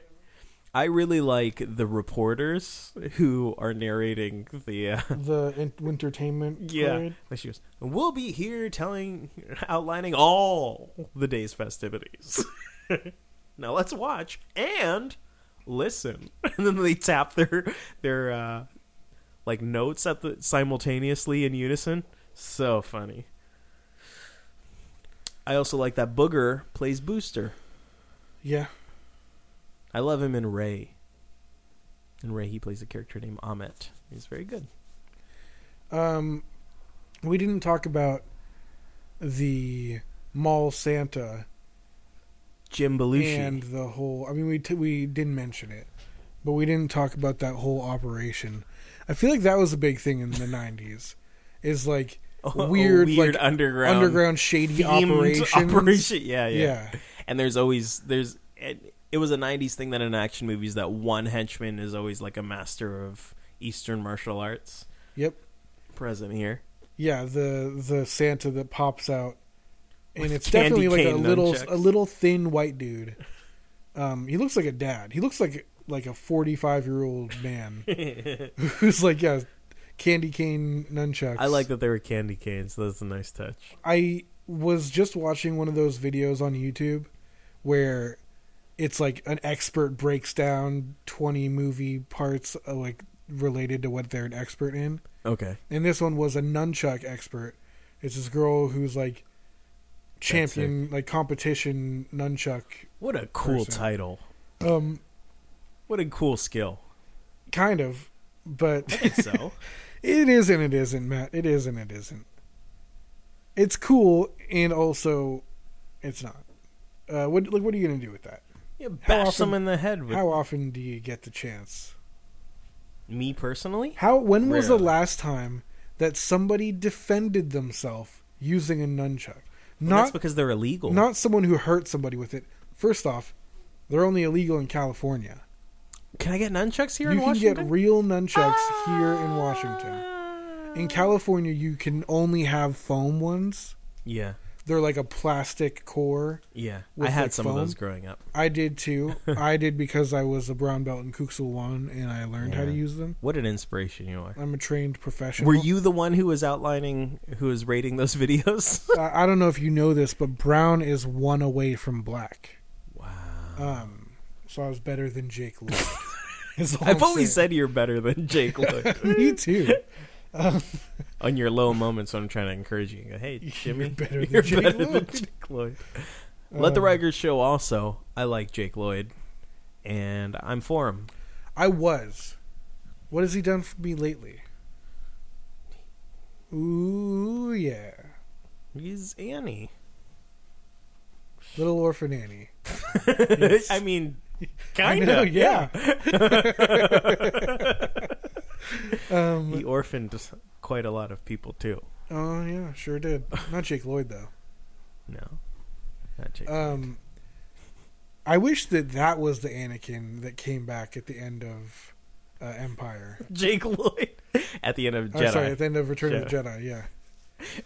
[SPEAKER 3] I really like the reporters who are narrating the. Uh,
[SPEAKER 2] The en- entertainment.
[SPEAKER 3] yeah,
[SPEAKER 2] parade.
[SPEAKER 3] like she goes. We'll be here telling, outlining all the day's festivities. now let's watch and listen. And then they tap their their uh, like notes at the simultaneously in unison. So funny. I also like that Booger plays Booster.
[SPEAKER 2] Yeah.
[SPEAKER 3] I love him in Ray. In Ray, he plays a character named Amit. He's very good.
[SPEAKER 2] Um, we didn't talk about the mall Santa
[SPEAKER 3] Jim Belushi.
[SPEAKER 2] and the whole. I mean, we t- we didn't mention it, but we didn't talk about that whole operation. I feel like that was a big thing in the '90s. Is like
[SPEAKER 3] Oh,
[SPEAKER 2] weird,
[SPEAKER 3] weird
[SPEAKER 2] like,
[SPEAKER 3] underground,
[SPEAKER 2] underground shady
[SPEAKER 3] themed
[SPEAKER 2] operations.
[SPEAKER 3] operation. Yeah, yeah,
[SPEAKER 2] Yeah.
[SPEAKER 3] And there's always there's it, it was a '90s thing that in action movies that one henchman is always like a master of Eastern martial arts.
[SPEAKER 2] Yep.
[SPEAKER 3] Present here,
[SPEAKER 2] Yeah, the the Santa that pops out, and
[SPEAKER 3] With
[SPEAKER 2] it's
[SPEAKER 3] candy
[SPEAKER 2] definitely like a
[SPEAKER 3] cane
[SPEAKER 2] little
[SPEAKER 3] nunchucks.
[SPEAKER 2] a little thin white dude. Um, he looks like a dad. He looks like like a forty five year old man who's like yeah, candy cane nunchucks.
[SPEAKER 3] I like that they were candy canes. That's a nice touch.
[SPEAKER 2] I was just watching one of those videos on YouTube where it's like an expert breaks down twenty movie parts uh, like related to what they're an expert in.
[SPEAKER 3] Okay,
[SPEAKER 2] And this one was a nunchuck expert. It's this girl who's like champion, like competition nunchuck.
[SPEAKER 3] what a cool
[SPEAKER 2] Person.
[SPEAKER 3] title.
[SPEAKER 2] Um,
[SPEAKER 3] What a cool skill.
[SPEAKER 2] kind of,
[SPEAKER 3] I
[SPEAKER 2] but
[SPEAKER 3] think so.
[SPEAKER 2] it is and it isn't, Matt. It is and it isn't. It's cool and also, it's not. Uh, what like what are you gonna do with that?
[SPEAKER 3] Yeah,
[SPEAKER 2] How
[SPEAKER 3] bash
[SPEAKER 2] often-
[SPEAKER 3] them in the head with
[SPEAKER 2] How often do you get the chance?
[SPEAKER 3] me personally.
[SPEAKER 2] How when was the
[SPEAKER 3] Rarely.
[SPEAKER 2] last time that somebody defended themselves using a nunchuck?
[SPEAKER 3] Well, that's
[SPEAKER 2] Not
[SPEAKER 3] because they're illegal.
[SPEAKER 2] Not someone who hurt somebody with it. First off, they're only illegal in California.
[SPEAKER 3] Can I get nunchucks here
[SPEAKER 2] you
[SPEAKER 3] in
[SPEAKER 2] can
[SPEAKER 3] Washington? Ah.
[SPEAKER 2] get real nunchucks here in Washington. In California, you can only have foam ones.
[SPEAKER 3] yeah,
[SPEAKER 2] They're like a plastic core.
[SPEAKER 3] yeah.
[SPEAKER 2] With,
[SPEAKER 3] I had
[SPEAKER 2] like,
[SPEAKER 3] some of
[SPEAKER 2] foam?
[SPEAKER 3] those growing up.
[SPEAKER 2] I did too. I did because I was a brown belt in Kuxul one, and I learned how to
[SPEAKER 3] Yeah.
[SPEAKER 2] use them.
[SPEAKER 3] What an inspiration you are.
[SPEAKER 2] I'm a trained professional.
[SPEAKER 3] Were you the one who was outlining, who was rating those videos?
[SPEAKER 2] I I don't know if you know this, but brown is one away from black.
[SPEAKER 3] wow.
[SPEAKER 2] Um, so I was better than Jake Lloyd. Is all
[SPEAKER 3] I've
[SPEAKER 2] I'm
[SPEAKER 3] always
[SPEAKER 2] saying.
[SPEAKER 3] said you're better than Jake Lloyd
[SPEAKER 2] me too.
[SPEAKER 3] on your low moments when I'm trying to encourage you. Go, hey, Jimmy,
[SPEAKER 2] better than
[SPEAKER 3] you're
[SPEAKER 2] Jake
[SPEAKER 3] better than
[SPEAKER 2] Lloyd."
[SPEAKER 3] Jake Lloyd. Let the
[SPEAKER 2] Um,
[SPEAKER 3] record show also, I like Jake Lloyd, and I'm for him.
[SPEAKER 2] I was. What has he done for me lately? Ooh yeah,
[SPEAKER 3] He's Annie.
[SPEAKER 2] little orphan Annie.
[SPEAKER 3] I mean,
[SPEAKER 2] I
[SPEAKER 3] kind
[SPEAKER 2] know,
[SPEAKER 3] of.
[SPEAKER 2] yeah.
[SPEAKER 3] He orphaned quite a lot of people too.
[SPEAKER 2] Um, Oh yeah, sure did. Not Jake Lloyd though.
[SPEAKER 3] No, not Jake.
[SPEAKER 2] Um, I wish that that was the Anakin that came back at the end of uh, Empire.
[SPEAKER 3] Jake Lloyd at the end of
[SPEAKER 2] Oh,
[SPEAKER 3] Jedi,
[SPEAKER 2] sorry, at the end of Return of the Jedi. Yeah,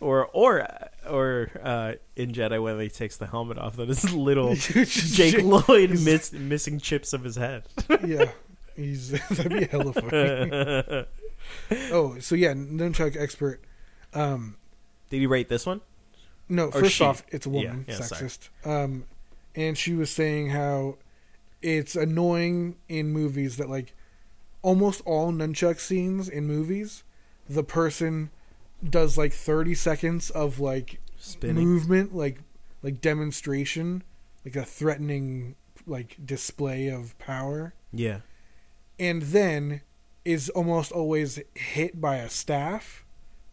[SPEAKER 3] or or or uh, in Jedi when he takes the helmet off, that is little Jake Lloyd miss, missing chips of his head.
[SPEAKER 2] yeah. He's that'd be hella funny.
[SPEAKER 3] Did
[SPEAKER 2] oh, so yeah, nunchuck expert. Um,
[SPEAKER 3] he rate this one?
[SPEAKER 2] No,
[SPEAKER 3] Or
[SPEAKER 2] first
[SPEAKER 3] Oh, she.
[SPEAKER 2] off, it's a woman,
[SPEAKER 3] Yeah, yeah, sorry.
[SPEAKER 2] sexist. Um, and she was saying how it's annoying in movies that like almost all nunchuck scenes in movies, the person does like thirty seconds of like
[SPEAKER 3] Spinning.
[SPEAKER 2] movement, like like demonstration, like a threatening like display of power,
[SPEAKER 3] Yeah,
[SPEAKER 2] and then is almost always hit by a staff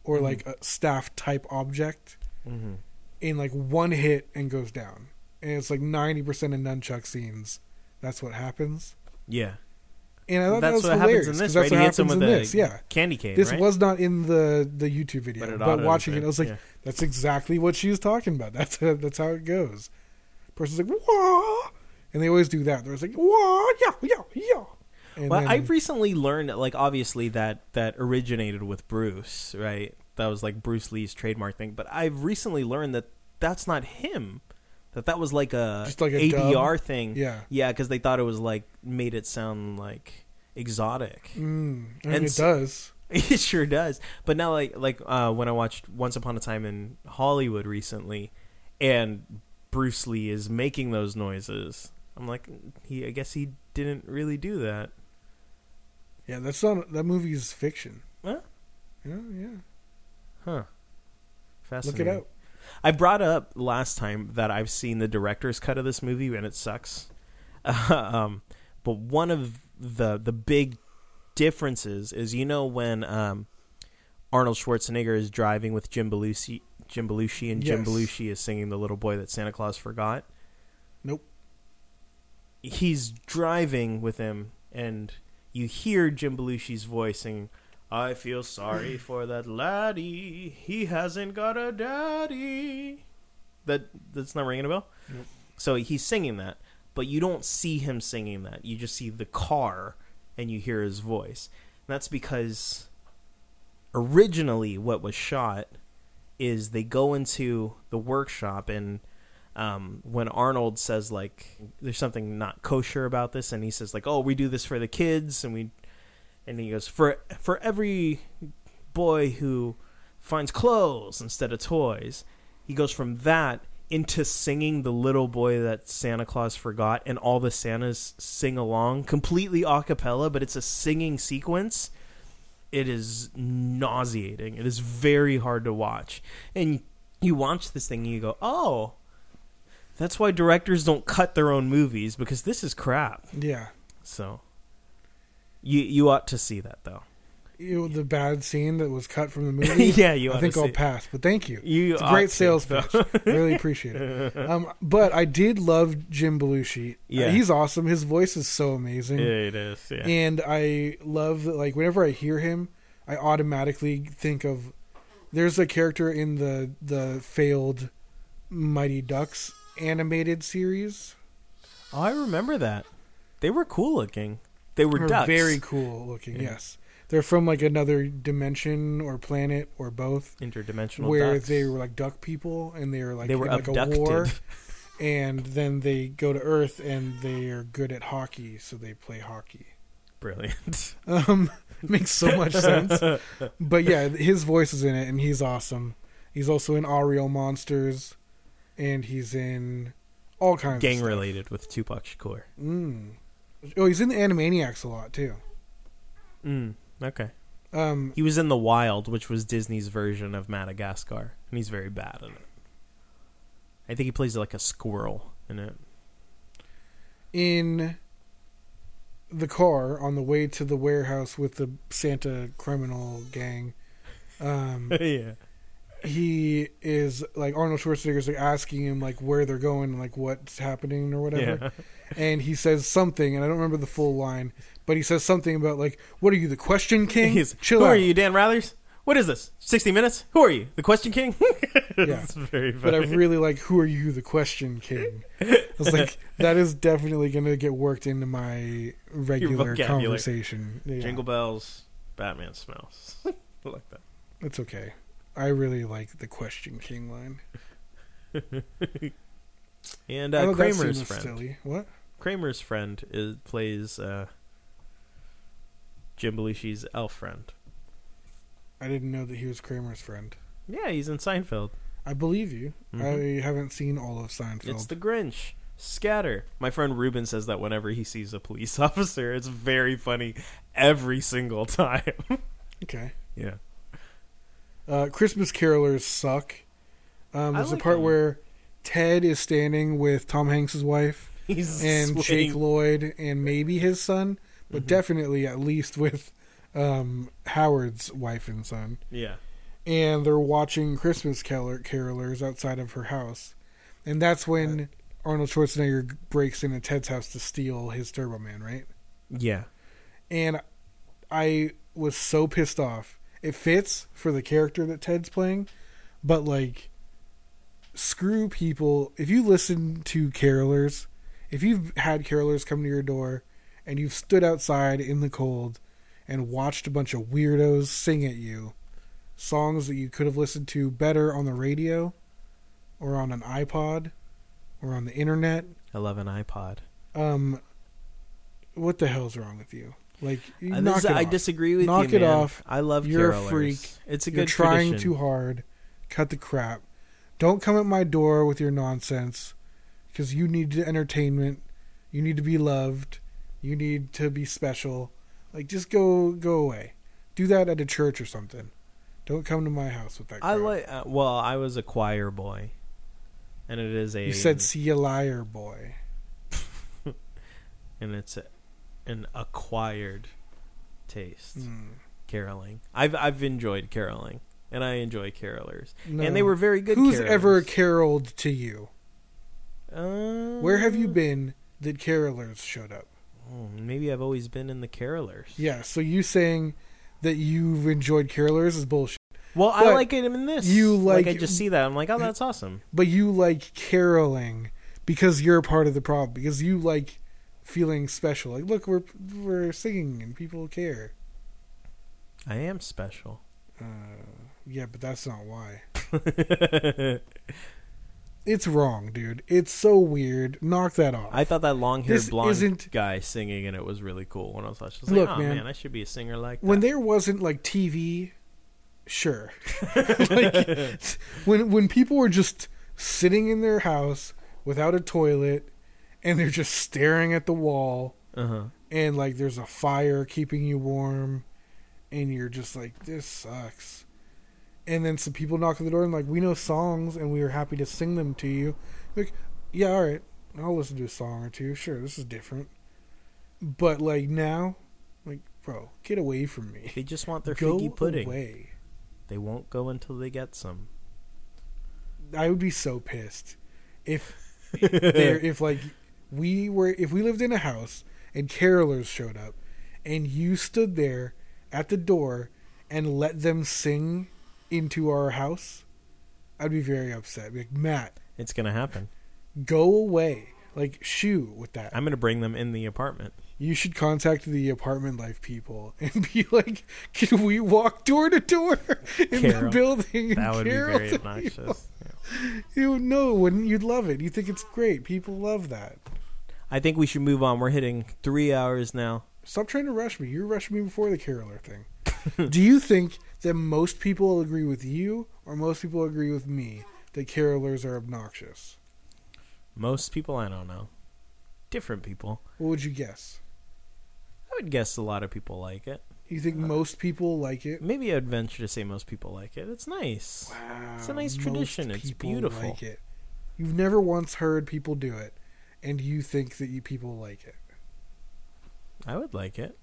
[SPEAKER 2] or
[SPEAKER 3] Mm-hmm.
[SPEAKER 2] like a staff type object
[SPEAKER 3] hmm
[SPEAKER 2] in like one hit and goes down. And it's like 90% of nunchuck scenes. That's what happens.
[SPEAKER 3] yeah.
[SPEAKER 2] And I thought
[SPEAKER 3] That's
[SPEAKER 2] that
[SPEAKER 3] what
[SPEAKER 2] was hilarious.
[SPEAKER 3] happens in this,
[SPEAKER 2] 'cause
[SPEAKER 3] right?
[SPEAKER 2] that's
[SPEAKER 3] He
[SPEAKER 2] what
[SPEAKER 3] hits him
[SPEAKER 2] happens
[SPEAKER 3] with
[SPEAKER 2] in
[SPEAKER 3] a
[SPEAKER 2] this. Yeah.
[SPEAKER 3] candy cane.
[SPEAKER 2] This
[SPEAKER 3] right?
[SPEAKER 2] was not in the, the YouTube video,
[SPEAKER 3] But
[SPEAKER 2] but,
[SPEAKER 3] it autoed
[SPEAKER 2] watching it,
[SPEAKER 3] it,
[SPEAKER 2] I was like,
[SPEAKER 3] yeah.
[SPEAKER 2] that's exactly what she was talking about. That's how, that's how it goes. Person's like, wah, and they always do that. They're always like, wah, yeah, yeah, yeah. And
[SPEAKER 3] Well,
[SPEAKER 2] then-
[SPEAKER 3] I've recently learned, like, obviously that that originated with Bruce, right? That was like Bruce Lee's trademark thing. But I've recently learned that that's not him. That that was like a
[SPEAKER 2] Just like a
[SPEAKER 3] ADR thing.
[SPEAKER 2] Yeah.
[SPEAKER 3] yeah, because they thought it was like made it sound like exotic.
[SPEAKER 2] Mm, I mean,
[SPEAKER 3] And
[SPEAKER 2] it
[SPEAKER 3] s-
[SPEAKER 2] does.
[SPEAKER 3] It sure does. But now, like like uh, when I watched Once Upon a Time in Hollywood recently, and Bruce Lee is making those noises, I'm like, "Mm, he I guess he didn't really do that.
[SPEAKER 2] Yeah, that's not that movie is fiction.
[SPEAKER 3] Huh?
[SPEAKER 2] Yeah, yeah.
[SPEAKER 3] Huh.
[SPEAKER 2] Look
[SPEAKER 3] Fascinating.
[SPEAKER 2] it up.
[SPEAKER 3] I brought up last time that I've seen the director's cut of this movie and it sucks. um, but one of the the big differences is you know when um, Arnold Schwarzenegger is driving with Jim Belushi, Jim Belushi, and Jim
[SPEAKER 2] Yes.
[SPEAKER 3] Belushi is singing "The Little Boy That Santa Claus Forgot."
[SPEAKER 2] Nope.
[SPEAKER 3] He's driving with him, and you hear Jim Belushi's voice singing. I feel sorry for that laddie. He hasn't got a daddy. That that's not ringing a bell. So he's singing that, but you don't see him singing that. You just see the car and you hear his voice. And that's because originally what was shot is they go into the workshop and um, when Arnold says like there's something not kosher about this and he says like oh we do this for the kids and we and he goes for for every boy who finds clothes instead of toys he goes from that into singing the little boy that santa claus forgot and all the santas sing along completely a cappella but it's a singing sequence it is nauseating it is very hard to watch and you watch this thing and you go oh that's why directors don't cut their own movies because this is crap
[SPEAKER 2] Yeah.
[SPEAKER 3] so you you ought to see that though.
[SPEAKER 2] You know, the bad scene that was cut from the movie.
[SPEAKER 3] Yeah, you
[SPEAKER 2] I think
[SPEAKER 3] ought to
[SPEAKER 2] I'll
[SPEAKER 3] see-
[SPEAKER 2] pass, but thank you.
[SPEAKER 3] You
[SPEAKER 2] it's a
[SPEAKER 3] ought
[SPEAKER 2] great
[SPEAKER 3] to,
[SPEAKER 2] sales
[SPEAKER 3] though.
[SPEAKER 2] pitch. really appreciate it. Um, but I did love Jim Belushi. Uh,
[SPEAKER 3] Yeah.
[SPEAKER 2] he's awesome. His voice is so amazing.
[SPEAKER 3] it is. Yeah.
[SPEAKER 2] and I love that. Like whenever I hear him, I automatically think of there's a character in the the failed Mighty Ducks animated series.
[SPEAKER 3] Oh, I remember that. They were cool looking. They were
[SPEAKER 2] They're
[SPEAKER 3] ducks.
[SPEAKER 2] very cool looking.
[SPEAKER 3] Yeah.
[SPEAKER 2] Yes, they're from like another dimension or planet or both,
[SPEAKER 3] interdimensional.
[SPEAKER 2] where
[SPEAKER 3] ducks.
[SPEAKER 2] they were like duck people and they were like
[SPEAKER 3] they were
[SPEAKER 2] in, like
[SPEAKER 3] abducted.
[SPEAKER 2] a war. And then they go to Earth and they are good at hockey, so they play hockey.
[SPEAKER 3] Brilliant.
[SPEAKER 2] Um, makes so much sense. But yeah, his voice is in it, and he's awesome. He's also in Ariel Monsters, and he's in all kinds
[SPEAKER 3] Gang
[SPEAKER 2] of
[SPEAKER 3] related with Tupac Shakur.
[SPEAKER 2] stuff. Mm. Oh, he's in the Animaniacs a lot too.
[SPEAKER 3] Mm, okay.
[SPEAKER 2] Um,
[SPEAKER 3] He was in The Wild, which was Disney's version of Madagascar, and he's very bad at it. I think he plays like a squirrel in it.
[SPEAKER 2] in the car on the way to the warehouse with the Santa criminal gang, um,
[SPEAKER 3] yeah.
[SPEAKER 2] he is like Arnold Schwarzenegger's like asking him like where they're going and like what's happening or whatever.
[SPEAKER 3] Yeah.
[SPEAKER 2] and he says something, and I don't remember the full line, but he says something about like, "What are you, the Question King?"
[SPEAKER 3] He's,
[SPEAKER 2] Chill
[SPEAKER 3] who
[SPEAKER 2] out.
[SPEAKER 3] are you, Dan Rathers? What is this? 60 Minutes? Who are you? The Question King? It's very
[SPEAKER 2] But I
[SPEAKER 3] funny.
[SPEAKER 2] really like, "Who are you, the Question King?" I was like, "That is definitely going to get worked into my regular
[SPEAKER 3] vocabulary.
[SPEAKER 2] conversation." Yeah,
[SPEAKER 3] Jingle bells, Batman smells. I like that.
[SPEAKER 2] it's okay. I really like the Question King line.
[SPEAKER 3] And
[SPEAKER 2] I
[SPEAKER 3] uh,
[SPEAKER 2] thought that scene
[SPEAKER 3] Kramer's
[SPEAKER 2] was
[SPEAKER 3] friend.
[SPEAKER 2] silly. What?
[SPEAKER 3] Kramer's friend is, plays uh, Jim Belushi's elf friend.
[SPEAKER 2] I didn't know that he was Kramer's friend.
[SPEAKER 3] Yeah, he's in Seinfeld.
[SPEAKER 2] I believe you.
[SPEAKER 3] Mhm.
[SPEAKER 2] I haven't seen all of Seinfeld.
[SPEAKER 3] It's the Grinch. Scatter. My friend Ruben says that whenever he sees a police officer, it's very funny every single time.
[SPEAKER 2] okay.
[SPEAKER 3] yeah.
[SPEAKER 2] Uh, Christmas carolers suck. Um,
[SPEAKER 3] I
[SPEAKER 2] there's
[SPEAKER 3] like
[SPEAKER 2] a part
[SPEAKER 3] them.
[SPEAKER 2] where Ted is standing with Tom Hanks's wife
[SPEAKER 3] He's
[SPEAKER 2] and
[SPEAKER 3] swaying.
[SPEAKER 2] Jake Lloyd and maybe his son, but
[SPEAKER 3] Mm-hmm.
[SPEAKER 2] definitely at least with um, Howard's wife and son.
[SPEAKER 3] Yeah.
[SPEAKER 2] And they're watching Christmas carol- carolers outside of her house. And that's when Arnold Schwarzenegger g- breaks into Ted's house to steal his Turbo Man, right?
[SPEAKER 3] Yeah.
[SPEAKER 2] and I was so pissed off. It fits for the character that Ted's playing, but like, screw people. If you listen to carolers, if you've had carolers come to your door and you've stood outside in the cold and watched a bunch of weirdos sing at you songs that you could have listened to better on the radio or on an iPod or on the internet.
[SPEAKER 3] I love an iPod.
[SPEAKER 2] Um, what the hell's wrong with you? Like, you
[SPEAKER 3] Uh,
[SPEAKER 2] knock
[SPEAKER 3] this-
[SPEAKER 2] it
[SPEAKER 3] I
[SPEAKER 2] off.
[SPEAKER 3] disagree with
[SPEAKER 2] Knock
[SPEAKER 3] you.
[SPEAKER 2] it
[SPEAKER 3] man.
[SPEAKER 2] off.
[SPEAKER 3] I love
[SPEAKER 2] You're a
[SPEAKER 3] carolers.
[SPEAKER 2] freak.
[SPEAKER 3] It's a
[SPEAKER 2] You're
[SPEAKER 3] good
[SPEAKER 2] trying
[SPEAKER 3] tradition.
[SPEAKER 2] too hard. Cut the crap. Don't come at my door with your nonsense, because you need entertainment. You need to be loved. You need to be special. Like, just go go away. Do that at a church or something. Don't come to my house with that. Crap.
[SPEAKER 3] I like. Uh, well, I was a choir boy, and it is a
[SPEAKER 2] You said, "See you, liar, boy."
[SPEAKER 3] and it's a, an acquired taste.
[SPEAKER 2] Mm.
[SPEAKER 3] Caroling. I've I've enjoyed caroling, and I enjoy carolers,
[SPEAKER 2] No.
[SPEAKER 3] and they were very good.
[SPEAKER 2] Who's
[SPEAKER 3] carolers.
[SPEAKER 2] ever caroled to you?
[SPEAKER 3] Uh,
[SPEAKER 2] Where have you been that carolers showed up?
[SPEAKER 3] oh, maybe I've always been in the carolers.
[SPEAKER 2] Yeah, so you saying that you've enjoyed carolers is bullshit.
[SPEAKER 3] Well, I
[SPEAKER 2] But
[SPEAKER 3] like it in this.
[SPEAKER 2] you
[SPEAKER 3] like,
[SPEAKER 2] like-
[SPEAKER 3] I just see that. I'm like, oh, that's awesome.
[SPEAKER 2] But you like caroling because you're part of the problem because you like feeling special. Like, look, we're we're singing and people care.
[SPEAKER 3] I am special.
[SPEAKER 2] Uh, yeah, but that's not why.
[SPEAKER 3] I
[SPEAKER 2] It's wrong, dude. It's so weird. Knock that off.
[SPEAKER 3] thought that long-haired
[SPEAKER 2] This
[SPEAKER 3] blonde
[SPEAKER 2] isn't-
[SPEAKER 3] guy singing and it was really cool when I was watching. I was
[SPEAKER 2] Look,
[SPEAKER 3] like, oh
[SPEAKER 2] man.
[SPEAKER 3] man. I should be a singer like that.
[SPEAKER 2] when there wasn't like TV, sure. like, when when people were just sitting in their house without a toilet and they're just staring at the wall
[SPEAKER 3] uh-huh.
[SPEAKER 2] and like there's a fire keeping you warm and you're just like this sucks and then some people knock on the door and like we know songs and we are happy to sing them to you like yeah all right i'll listen to a song or two sure this is different but like now like bro get away from me
[SPEAKER 3] They just want their
[SPEAKER 2] go
[SPEAKER 3] figgy pudding.
[SPEAKER 2] away
[SPEAKER 3] They won't go until they get some.
[SPEAKER 2] i would be so pissed if there if like we were if we lived in a house and carolers showed up and you stood there at the door and let them sing into our house i'd be very upset Be like matt
[SPEAKER 3] It's gonna happen.
[SPEAKER 2] go away like shoo with that
[SPEAKER 3] I'm gonna bring them in the apartment.
[SPEAKER 2] you should contact the apartment life people and be like can we walk door to door in the
[SPEAKER 3] Carol.
[SPEAKER 2] building and
[SPEAKER 3] That would be
[SPEAKER 2] carol
[SPEAKER 3] very
[SPEAKER 2] to people?
[SPEAKER 3] obnoxious. Yeah.
[SPEAKER 2] you know wouldn't you'd love it you think it's great people love that
[SPEAKER 3] I think we should move on. We're hitting three hours now.
[SPEAKER 2] Stop trying to rush me. You rushed me before the caroler thing. Do you think that most people agree with you or most people agree with me that carolers are obnoxious?
[SPEAKER 3] Most people I don't know. Different people.
[SPEAKER 2] What would you guess?
[SPEAKER 3] I would guess a lot of people like it.
[SPEAKER 2] You think most people like it?
[SPEAKER 3] Maybe I'd venture to say most people like it. It's nice.
[SPEAKER 2] Wow.
[SPEAKER 3] It's a nice
[SPEAKER 2] most
[SPEAKER 3] tradition. It's
[SPEAKER 2] people
[SPEAKER 3] beautiful.
[SPEAKER 2] Like it. You've never once heard people do it and you think that you people like it.
[SPEAKER 3] I would like it.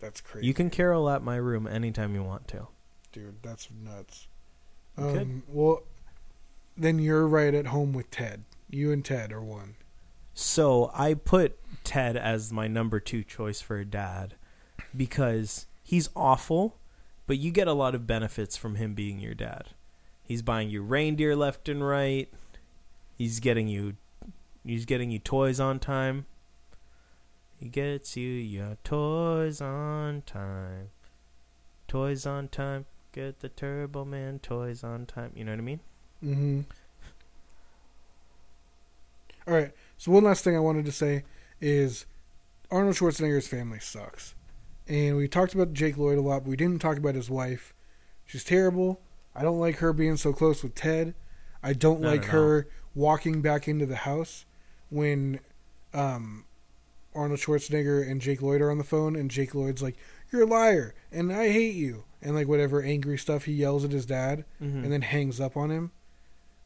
[SPEAKER 2] That's crazy.
[SPEAKER 3] You can carol at my room anytime you want to.
[SPEAKER 2] Dude, that's nuts.
[SPEAKER 3] You could.
[SPEAKER 2] Um, well, then you're right at home with Ted. You and Ted are one.
[SPEAKER 3] So I put Ted as my number two choice for a dad because he's awful, but you get a lot of benefits from him being your dad. He's buying you reindeer left and right. He's getting you he's getting you toys on time. He gets you your toys on time. Toys on time. Get the Turbo Man toys on time. You know what I mean?
[SPEAKER 2] Mm-hmm. All right. So one last thing I wanted to say is Arnold Schwarzenegger's family sucks, and we talked about Jake Lloyd a lot, but we didn't talk about his wife. She's terrible. I don't like her being so close with Ted. I don't
[SPEAKER 3] Not
[SPEAKER 2] like
[SPEAKER 3] at
[SPEAKER 2] her walking back into the house when um, Arnold Schwarzenegger and Jake Lloyd are on the phone, and Jake Lloyd's like, "You're a liar, and I hate you," and like whatever angry stuff he yells at his dad,
[SPEAKER 3] Mhm.
[SPEAKER 2] and then hangs up on him.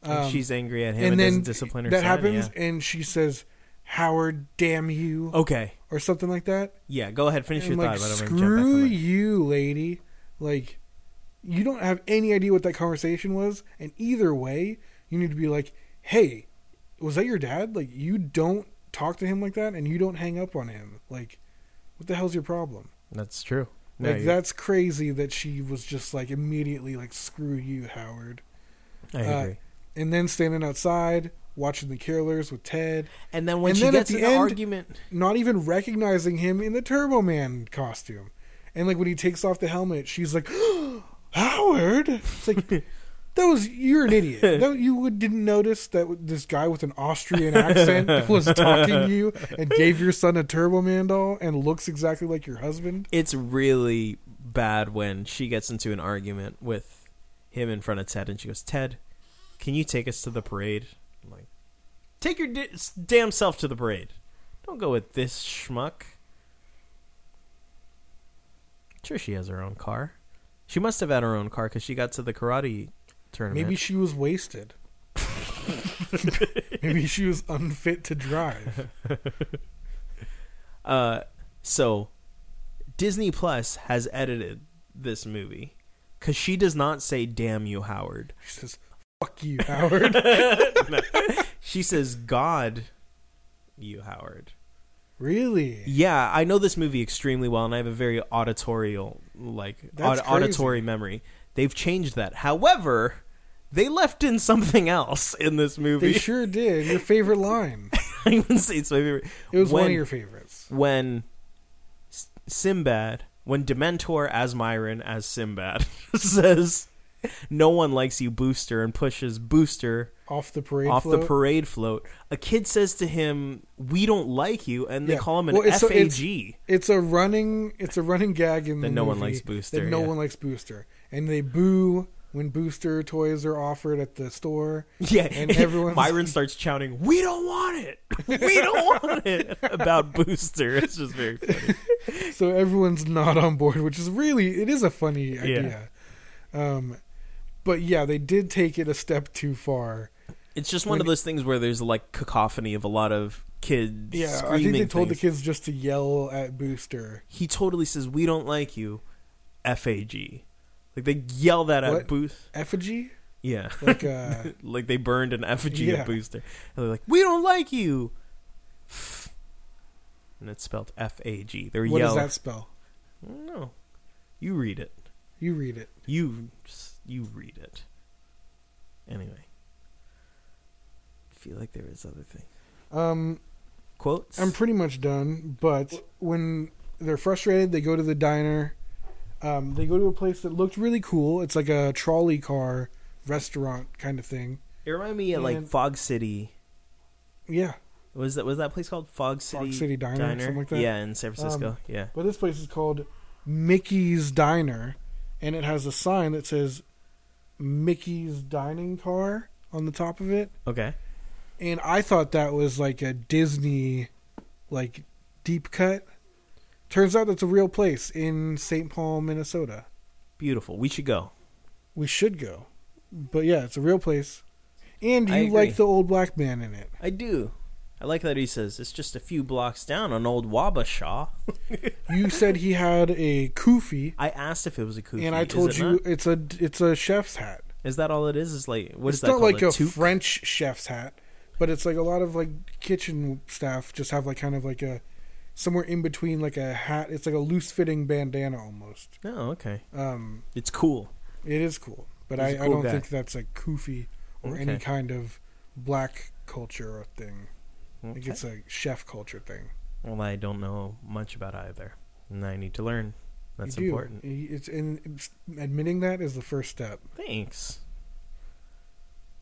[SPEAKER 3] And
[SPEAKER 2] Um,
[SPEAKER 3] she's angry at him and, doesn't discipline her
[SPEAKER 2] that
[SPEAKER 3] son,
[SPEAKER 2] happens,
[SPEAKER 3] yeah. Oh.
[SPEAKER 2] and she says, "Howard, damn you,"
[SPEAKER 3] Okay.
[SPEAKER 2] or something like that.
[SPEAKER 3] Yeah, go ahead. Finish
[SPEAKER 2] and
[SPEAKER 3] your
[SPEAKER 2] like,
[SPEAKER 3] thought. but I'm gonna jump back
[SPEAKER 2] screw
[SPEAKER 3] on that.
[SPEAKER 2] you, lady. Like, you don't have any idea what that conversation was, and either way, you need to be like, "Hey, was that your dad?" Like, you don't talk to him like that, and you don't hang up on him. Like, what the hell's your problem?
[SPEAKER 3] That's true. No,
[SPEAKER 2] Like,
[SPEAKER 3] you-
[SPEAKER 2] that's crazy that she was just like immediately like, "Screw you, Howard,"
[SPEAKER 3] I
[SPEAKER 2] uh,
[SPEAKER 3] agree.
[SPEAKER 2] and then standing outside watching the Killers with Ted.
[SPEAKER 3] and then when
[SPEAKER 2] and
[SPEAKER 3] she
[SPEAKER 2] then at
[SPEAKER 3] gets
[SPEAKER 2] the
[SPEAKER 3] in an
[SPEAKER 2] end-
[SPEAKER 3] argument,
[SPEAKER 2] not even recognizing him in the Turbo Man costume. And like when he takes off the helmet, she's like, Howard. It's like That was you're an idiot. no, you would- didn't notice that this guy with an Austrian accent was talking to you and gave your son a Turbo Man doll and looks exactly like your husband.
[SPEAKER 3] It's really bad when she gets into an argument with him in front of Ted, and she goes, "Ted, can you take us to the parade?" I'm like, "Take your d- s- damn self to the parade. Don't go with this schmuck." Sure, she has her own car. She must have had her own car because she got to the karate tournament.
[SPEAKER 2] Maybe she was wasted. Maybe she was unfit to drive.
[SPEAKER 3] Uh, so Disney Plus has edited this movie because she does not say "damn you, Howard."
[SPEAKER 2] She says, "Fuck you, Howard."
[SPEAKER 3] She says "God, you, Howard."
[SPEAKER 2] really?
[SPEAKER 3] Yeah, I know this movie extremely well, and I have a very auditorial, like
[SPEAKER 2] That's
[SPEAKER 3] aud- auditory memory. They've changed that. However, they left in something else in this
[SPEAKER 2] They
[SPEAKER 3] movie.
[SPEAKER 2] sure did. Your favorite line.
[SPEAKER 3] I wouldn't say it's my favorite.
[SPEAKER 2] It was one of
[SPEAKER 3] When-
[SPEAKER 2] your favorites.
[SPEAKER 3] when S- Sinbad, when Dementor as Myron as Sinbad says, "No one likes you, Booster," and pushes Booster
[SPEAKER 2] Off the parade.
[SPEAKER 3] off
[SPEAKER 2] float.
[SPEAKER 3] the parade float. A kid says to him, "We don't like you," and they
[SPEAKER 2] Yeah.
[SPEAKER 3] call him an
[SPEAKER 2] Well, it's- so
[SPEAKER 3] FAG.
[SPEAKER 2] it's- It's a running. It's a running gag in
[SPEAKER 3] That
[SPEAKER 2] the
[SPEAKER 3] no one
[SPEAKER 2] movie
[SPEAKER 3] likes Booster,
[SPEAKER 2] That no
[SPEAKER 3] yeah.
[SPEAKER 2] one likes Booster, and they boo when Booster toys are offered at the store.
[SPEAKER 3] yeah,
[SPEAKER 2] and everyone
[SPEAKER 3] Myron starts shouting, "We don't want it! We don't want it!" about Booster. It's just very funny.
[SPEAKER 2] so everyone's not on board, which is really it is a funny idea. Um, but yeah, they did take it a step too far.
[SPEAKER 3] It's just one of those things where there's like cacophony of a lot of kids.
[SPEAKER 2] Yeah, I
[SPEAKER 3] screaming
[SPEAKER 2] think they told
[SPEAKER 3] things.
[SPEAKER 2] the kids just to yell at Booster.
[SPEAKER 3] he totally says, "We don't like you, FAG." Like they yell that at
[SPEAKER 2] What?
[SPEAKER 3] Booth.
[SPEAKER 2] Effigy,
[SPEAKER 3] Yeah,
[SPEAKER 2] like uh,
[SPEAKER 3] like they burned an effigy
[SPEAKER 2] Yeah.
[SPEAKER 3] at Booster, and they're like, "We don't like you," and it's spelled F A G. They're
[SPEAKER 2] what does
[SPEAKER 3] yelling.
[SPEAKER 2] that spell?
[SPEAKER 3] No, you read it.
[SPEAKER 2] You read it.
[SPEAKER 3] You you read it. Anyway, I feel like there is other thing
[SPEAKER 2] Um,
[SPEAKER 3] quotes.
[SPEAKER 2] I'm pretty much done, but when they're frustrated, they go to the diner. Um, they go to a place that looked really cool. It's like a trolley car restaurant kind of thing.
[SPEAKER 3] it reminded me of like
[SPEAKER 2] And-
[SPEAKER 3] Fog City.
[SPEAKER 2] Yeah,
[SPEAKER 3] Was that was that place called Fog City?
[SPEAKER 2] City Diner, something like that? Um,
[SPEAKER 3] Yeah, in San Francisco. yeah.
[SPEAKER 2] but this place is called Mickey's Diner, and it has a sign that says Mickey's Dining Car on the top of it.
[SPEAKER 3] Okay.
[SPEAKER 2] And I thought that was like a Disney, like deep cut. Turns out that's a real place in St. Paul, Minnesota.
[SPEAKER 3] Beautiful. We should go.
[SPEAKER 2] we should go. But yeah, it's a real place. And
[SPEAKER 3] I
[SPEAKER 2] you
[SPEAKER 3] agree.
[SPEAKER 2] like the old black man in it.
[SPEAKER 3] I do. I like that he says it's just a few blocks down on old Wabasha.
[SPEAKER 2] You said he had a kufi,
[SPEAKER 3] I asked if it was a kufi.
[SPEAKER 2] and I
[SPEAKER 3] Is
[SPEAKER 2] told
[SPEAKER 3] it
[SPEAKER 2] you
[SPEAKER 3] not?
[SPEAKER 2] it's a it's a chef's hat.
[SPEAKER 3] Is that all it is? Is like what is
[SPEAKER 2] it's
[SPEAKER 3] that
[SPEAKER 2] not
[SPEAKER 3] called?
[SPEAKER 2] like
[SPEAKER 3] a
[SPEAKER 2] a,
[SPEAKER 3] toque?
[SPEAKER 2] French chef's hat, but it's like a lot of like kitchen staff just have like kind of like a somewhere in between like a hat. It's like a loose fitting bandana almost.
[SPEAKER 3] No, Oh, okay.
[SPEAKER 2] Um,
[SPEAKER 3] It's cool.
[SPEAKER 2] it is cool, but I,
[SPEAKER 3] He's a
[SPEAKER 2] I
[SPEAKER 3] cool
[SPEAKER 2] don't
[SPEAKER 3] guy.
[SPEAKER 2] think that's a kufi or any
[SPEAKER 3] Okay.
[SPEAKER 2] kind of black culture thing. I think
[SPEAKER 3] Okay.
[SPEAKER 2] it's a chef culture thing.
[SPEAKER 3] Well, I don't know much about either, and I need to learn. That's
[SPEAKER 2] you do.
[SPEAKER 3] important.
[SPEAKER 2] It's and it's- admitting that is the first step.
[SPEAKER 3] Thanks.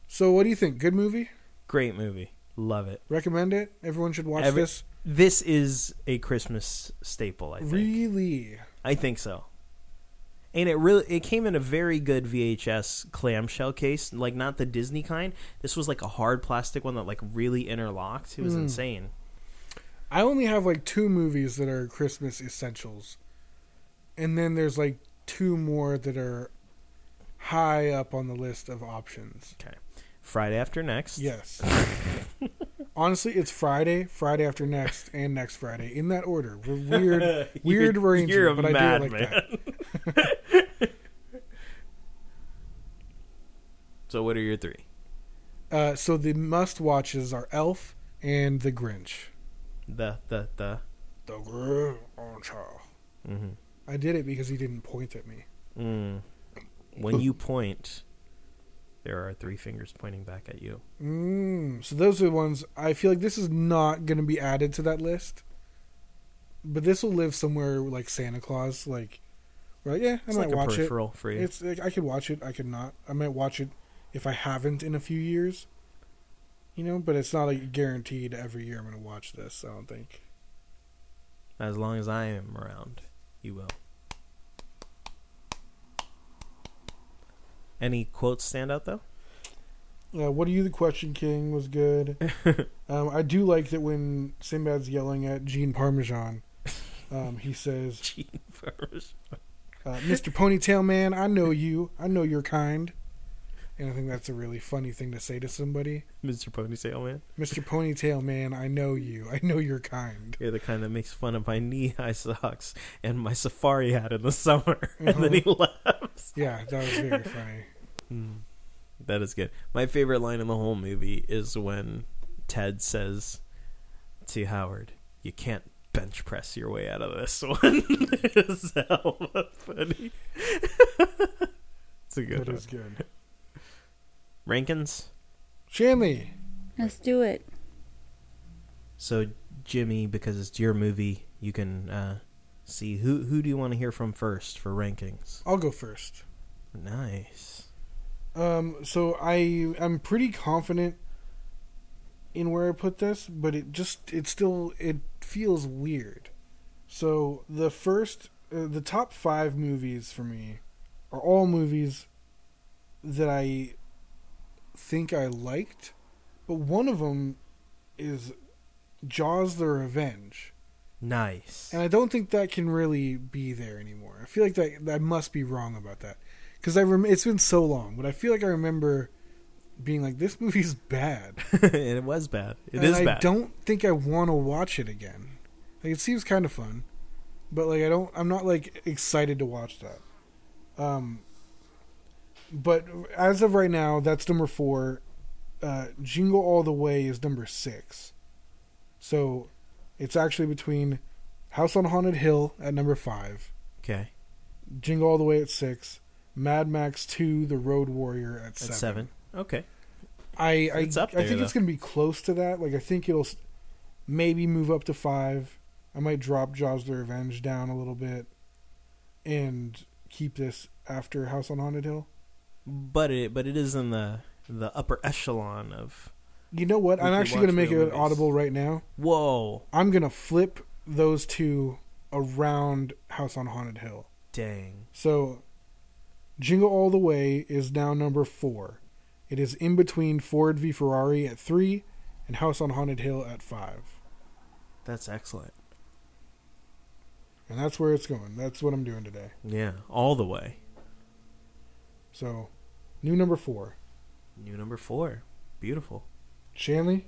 [SPEAKER 2] So, what do you think? Good movie?
[SPEAKER 3] Great movie. Love it.
[SPEAKER 2] Recommend it? Everyone should watch
[SPEAKER 3] Every-
[SPEAKER 2] this.
[SPEAKER 3] This is a Christmas staple. I think.
[SPEAKER 2] Really?
[SPEAKER 3] I think so. And it really it came in a very good VHS clamshell case, like not the Disney kind. This was like a hard plastic one that like really interlocked. It
[SPEAKER 2] Hmm.
[SPEAKER 3] was insane.
[SPEAKER 2] I only have like two movies that are Christmas essentials, and then there's like two more that are high up on the list of options.
[SPEAKER 3] Okay. Friday after next.
[SPEAKER 2] Yes. Honestly, it's Friday, Friday after next, and next Friday in that order. We're weird, weird
[SPEAKER 3] You're-
[SPEAKER 2] arrangement,
[SPEAKER 3] you're a
[SPEAKER 2] but I do it like
[SPEAKER 3] madman.
[SPEAKER 2] that.
[SPEAKER 3] So what are your three?
[SPEAKER 2] Uh, so the must watches are Elf and The Grinch.
[SPEAKER 3] The the the
[SPEAKER 2] The Grinch.
[SPEAKER 3] mm-hmm.
[SPEAKER 2] I did it because he didn't point at me.
[SPEAKER 3] mm. When you point, there are three fingers pointing back at you.
[SPEAKER 2] Mm. So those are the ones. I feel like this is not going to be added to that list, but this will live somewhere like Santa Claus. Like, right? Yeah, I
[SPEAKER 3] It's
[SPEAKER 2] might
[SPEAKER 3] like a
[SPEAKER 2] watch it.
[SPEAKER 3] peripheral for you.
[SPEAKER 2] It's like, I could watch it. I could not. I might watch it if I haven't in a few years. You know, but it's not like guaranteed every year I'm going to watch this. I don't think.
[SPEAKER 3] As long as I am around, you will. Any quotes stand out though?
[SPEAKER 2] Uh, what are you? The Question King was good. um, I do like that when Sinbad's yelling at Gene Parmesan, um, he says,
[SPEAKER 3] Gene first.
[SPEAKER 2] uh, Mr. Ponytail Man, I know you. I know you're kind. And I think that's a really funny thing to say to somebody.
[SPEAKER 3] Mr. Ponytail Man.
[SPEAKER 2] Mr. Ponytail Man, I know you. I know you're kind.
[SPEAKER 3] You're the kind that makes fun of my knee high socks and my safari hat in the summer. And then he laughs.
[SPEAKER 2] Yeah, that was very funny.
[SPEAKER 3] Hmm. That is good. My favorite line in the whole movie is when Ted says to Howard, You can't bench press your way out of this one. it's hella funny. it's a good
[SPEAKER 2] That
[SPEAKER 3] one.
[SPEAKER 2] is good.
[SPEAKER 3] Rankins.
[SPEAKER 2] Shanley,
[SPEAKER 4] Let's do it.
[SPEAKER 3] So Jimmy, because it's your movie, you can uh, see who who do you want to hear from first for rankings.
[SPEAKER 2] I'll go first.
[SPEAKER 3] Nice.
[SPEAKER 2] Um, so I I'm pretty confident in where I put this, but it just it still it feels weird. So the first uh, the top 5 movies for me are all movies that I think I liked, but one of them is Jaws the Revenge.
[SPEAKER 3] Nice.
[SPEAKER 2] And I don't think that can really be there anymore. I feel like that I must be wrong about that because I rem- it's been so long, but I feel like I remember being like, "This movie's bad."
[SPEAKER 3] and it was bad. It
[SPEAKER 2] and
[SPEAKER 3] is
[SPEAKER 2] I
[SPEAKER 3] bad.
[SPEAKER 2] don't think I want to watch it again. Like it seems kind of fun, but like I don't. I'm not like excited to watch that. Um. But as of right now, that's number four. Uh, Jingle All the Way is number six. So, it's actually between House on Haunted Hill at number five,
[SPEAKER 3] Okay.
[SPEAKER 2] Jingle All the Way at six, Mad Max Two: The Road Warrior at
[SPEAKER 3] At
[SPEAKER 2] seven.
[SPEAKER 3] seven. Okay.
[SPEAKER 2] I I,
[SPEAKER 3] It's up
[SPEAKER 2] I
[SPEAKER 3] there,
[SPEAKER 2] think it's
[SPEAKER 3] though.
[SPEAKER 2] going to be close to that. Like I think it'll s- maybe move up to five. I might drop Jaws: The Revenge down a little bit, and keep this after House on Haunted Hill.
[SPEAKER 3] But it but it is in the the upper echelon of
[SPEAKER 2] You know what?
[SPEAKER 3] We
[SPEAKER 2] I'm
[SPEAKER 3] could
[SPEAKER 2] actually
[SPEAKER 3] watch
[SPEAKER 2] going to make it
[SPEAKER 3] real movies.
[SPEAKER 2] audible right now.
[SPEAKER 3] whoa
[SPEAKER 2] I'm going to flip those two around House on Haunted Hill.
[SPEAKER 3] dang
[SPEAKER 2] So, Jingle All the Way is now number four. It is in between Ford v Ferrari at three and House on Haunted Hill at five.
[SPEAKER 3] that's excellent.
[SPEAKER 2] And that's where it's going. That's what I'm doing today.
[SPEAKER 3] Yeah, all the way.
[SPEAKER 2] So, new number four.
[SPEAKER 3] New number four. Beautiful.
[SPEAKER 2] Shanley?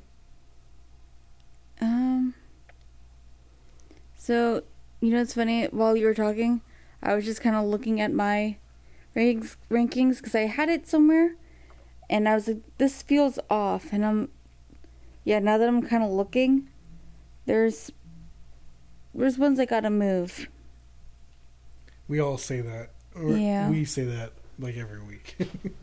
[SPEAKER 4] Um. So, you know, it's funny. While you were talking, I was just kind of looking at my rankings rankings because I had it somewhere, and I was like, "This feels off." And I'm, yeah. Now that I'm kind of looking, there's there's ones I gotta move.
[SPEAKER 2] We all say that. Or
[SPEAKER 4] Yeah.
[SPEAKER 2] We say that like every week.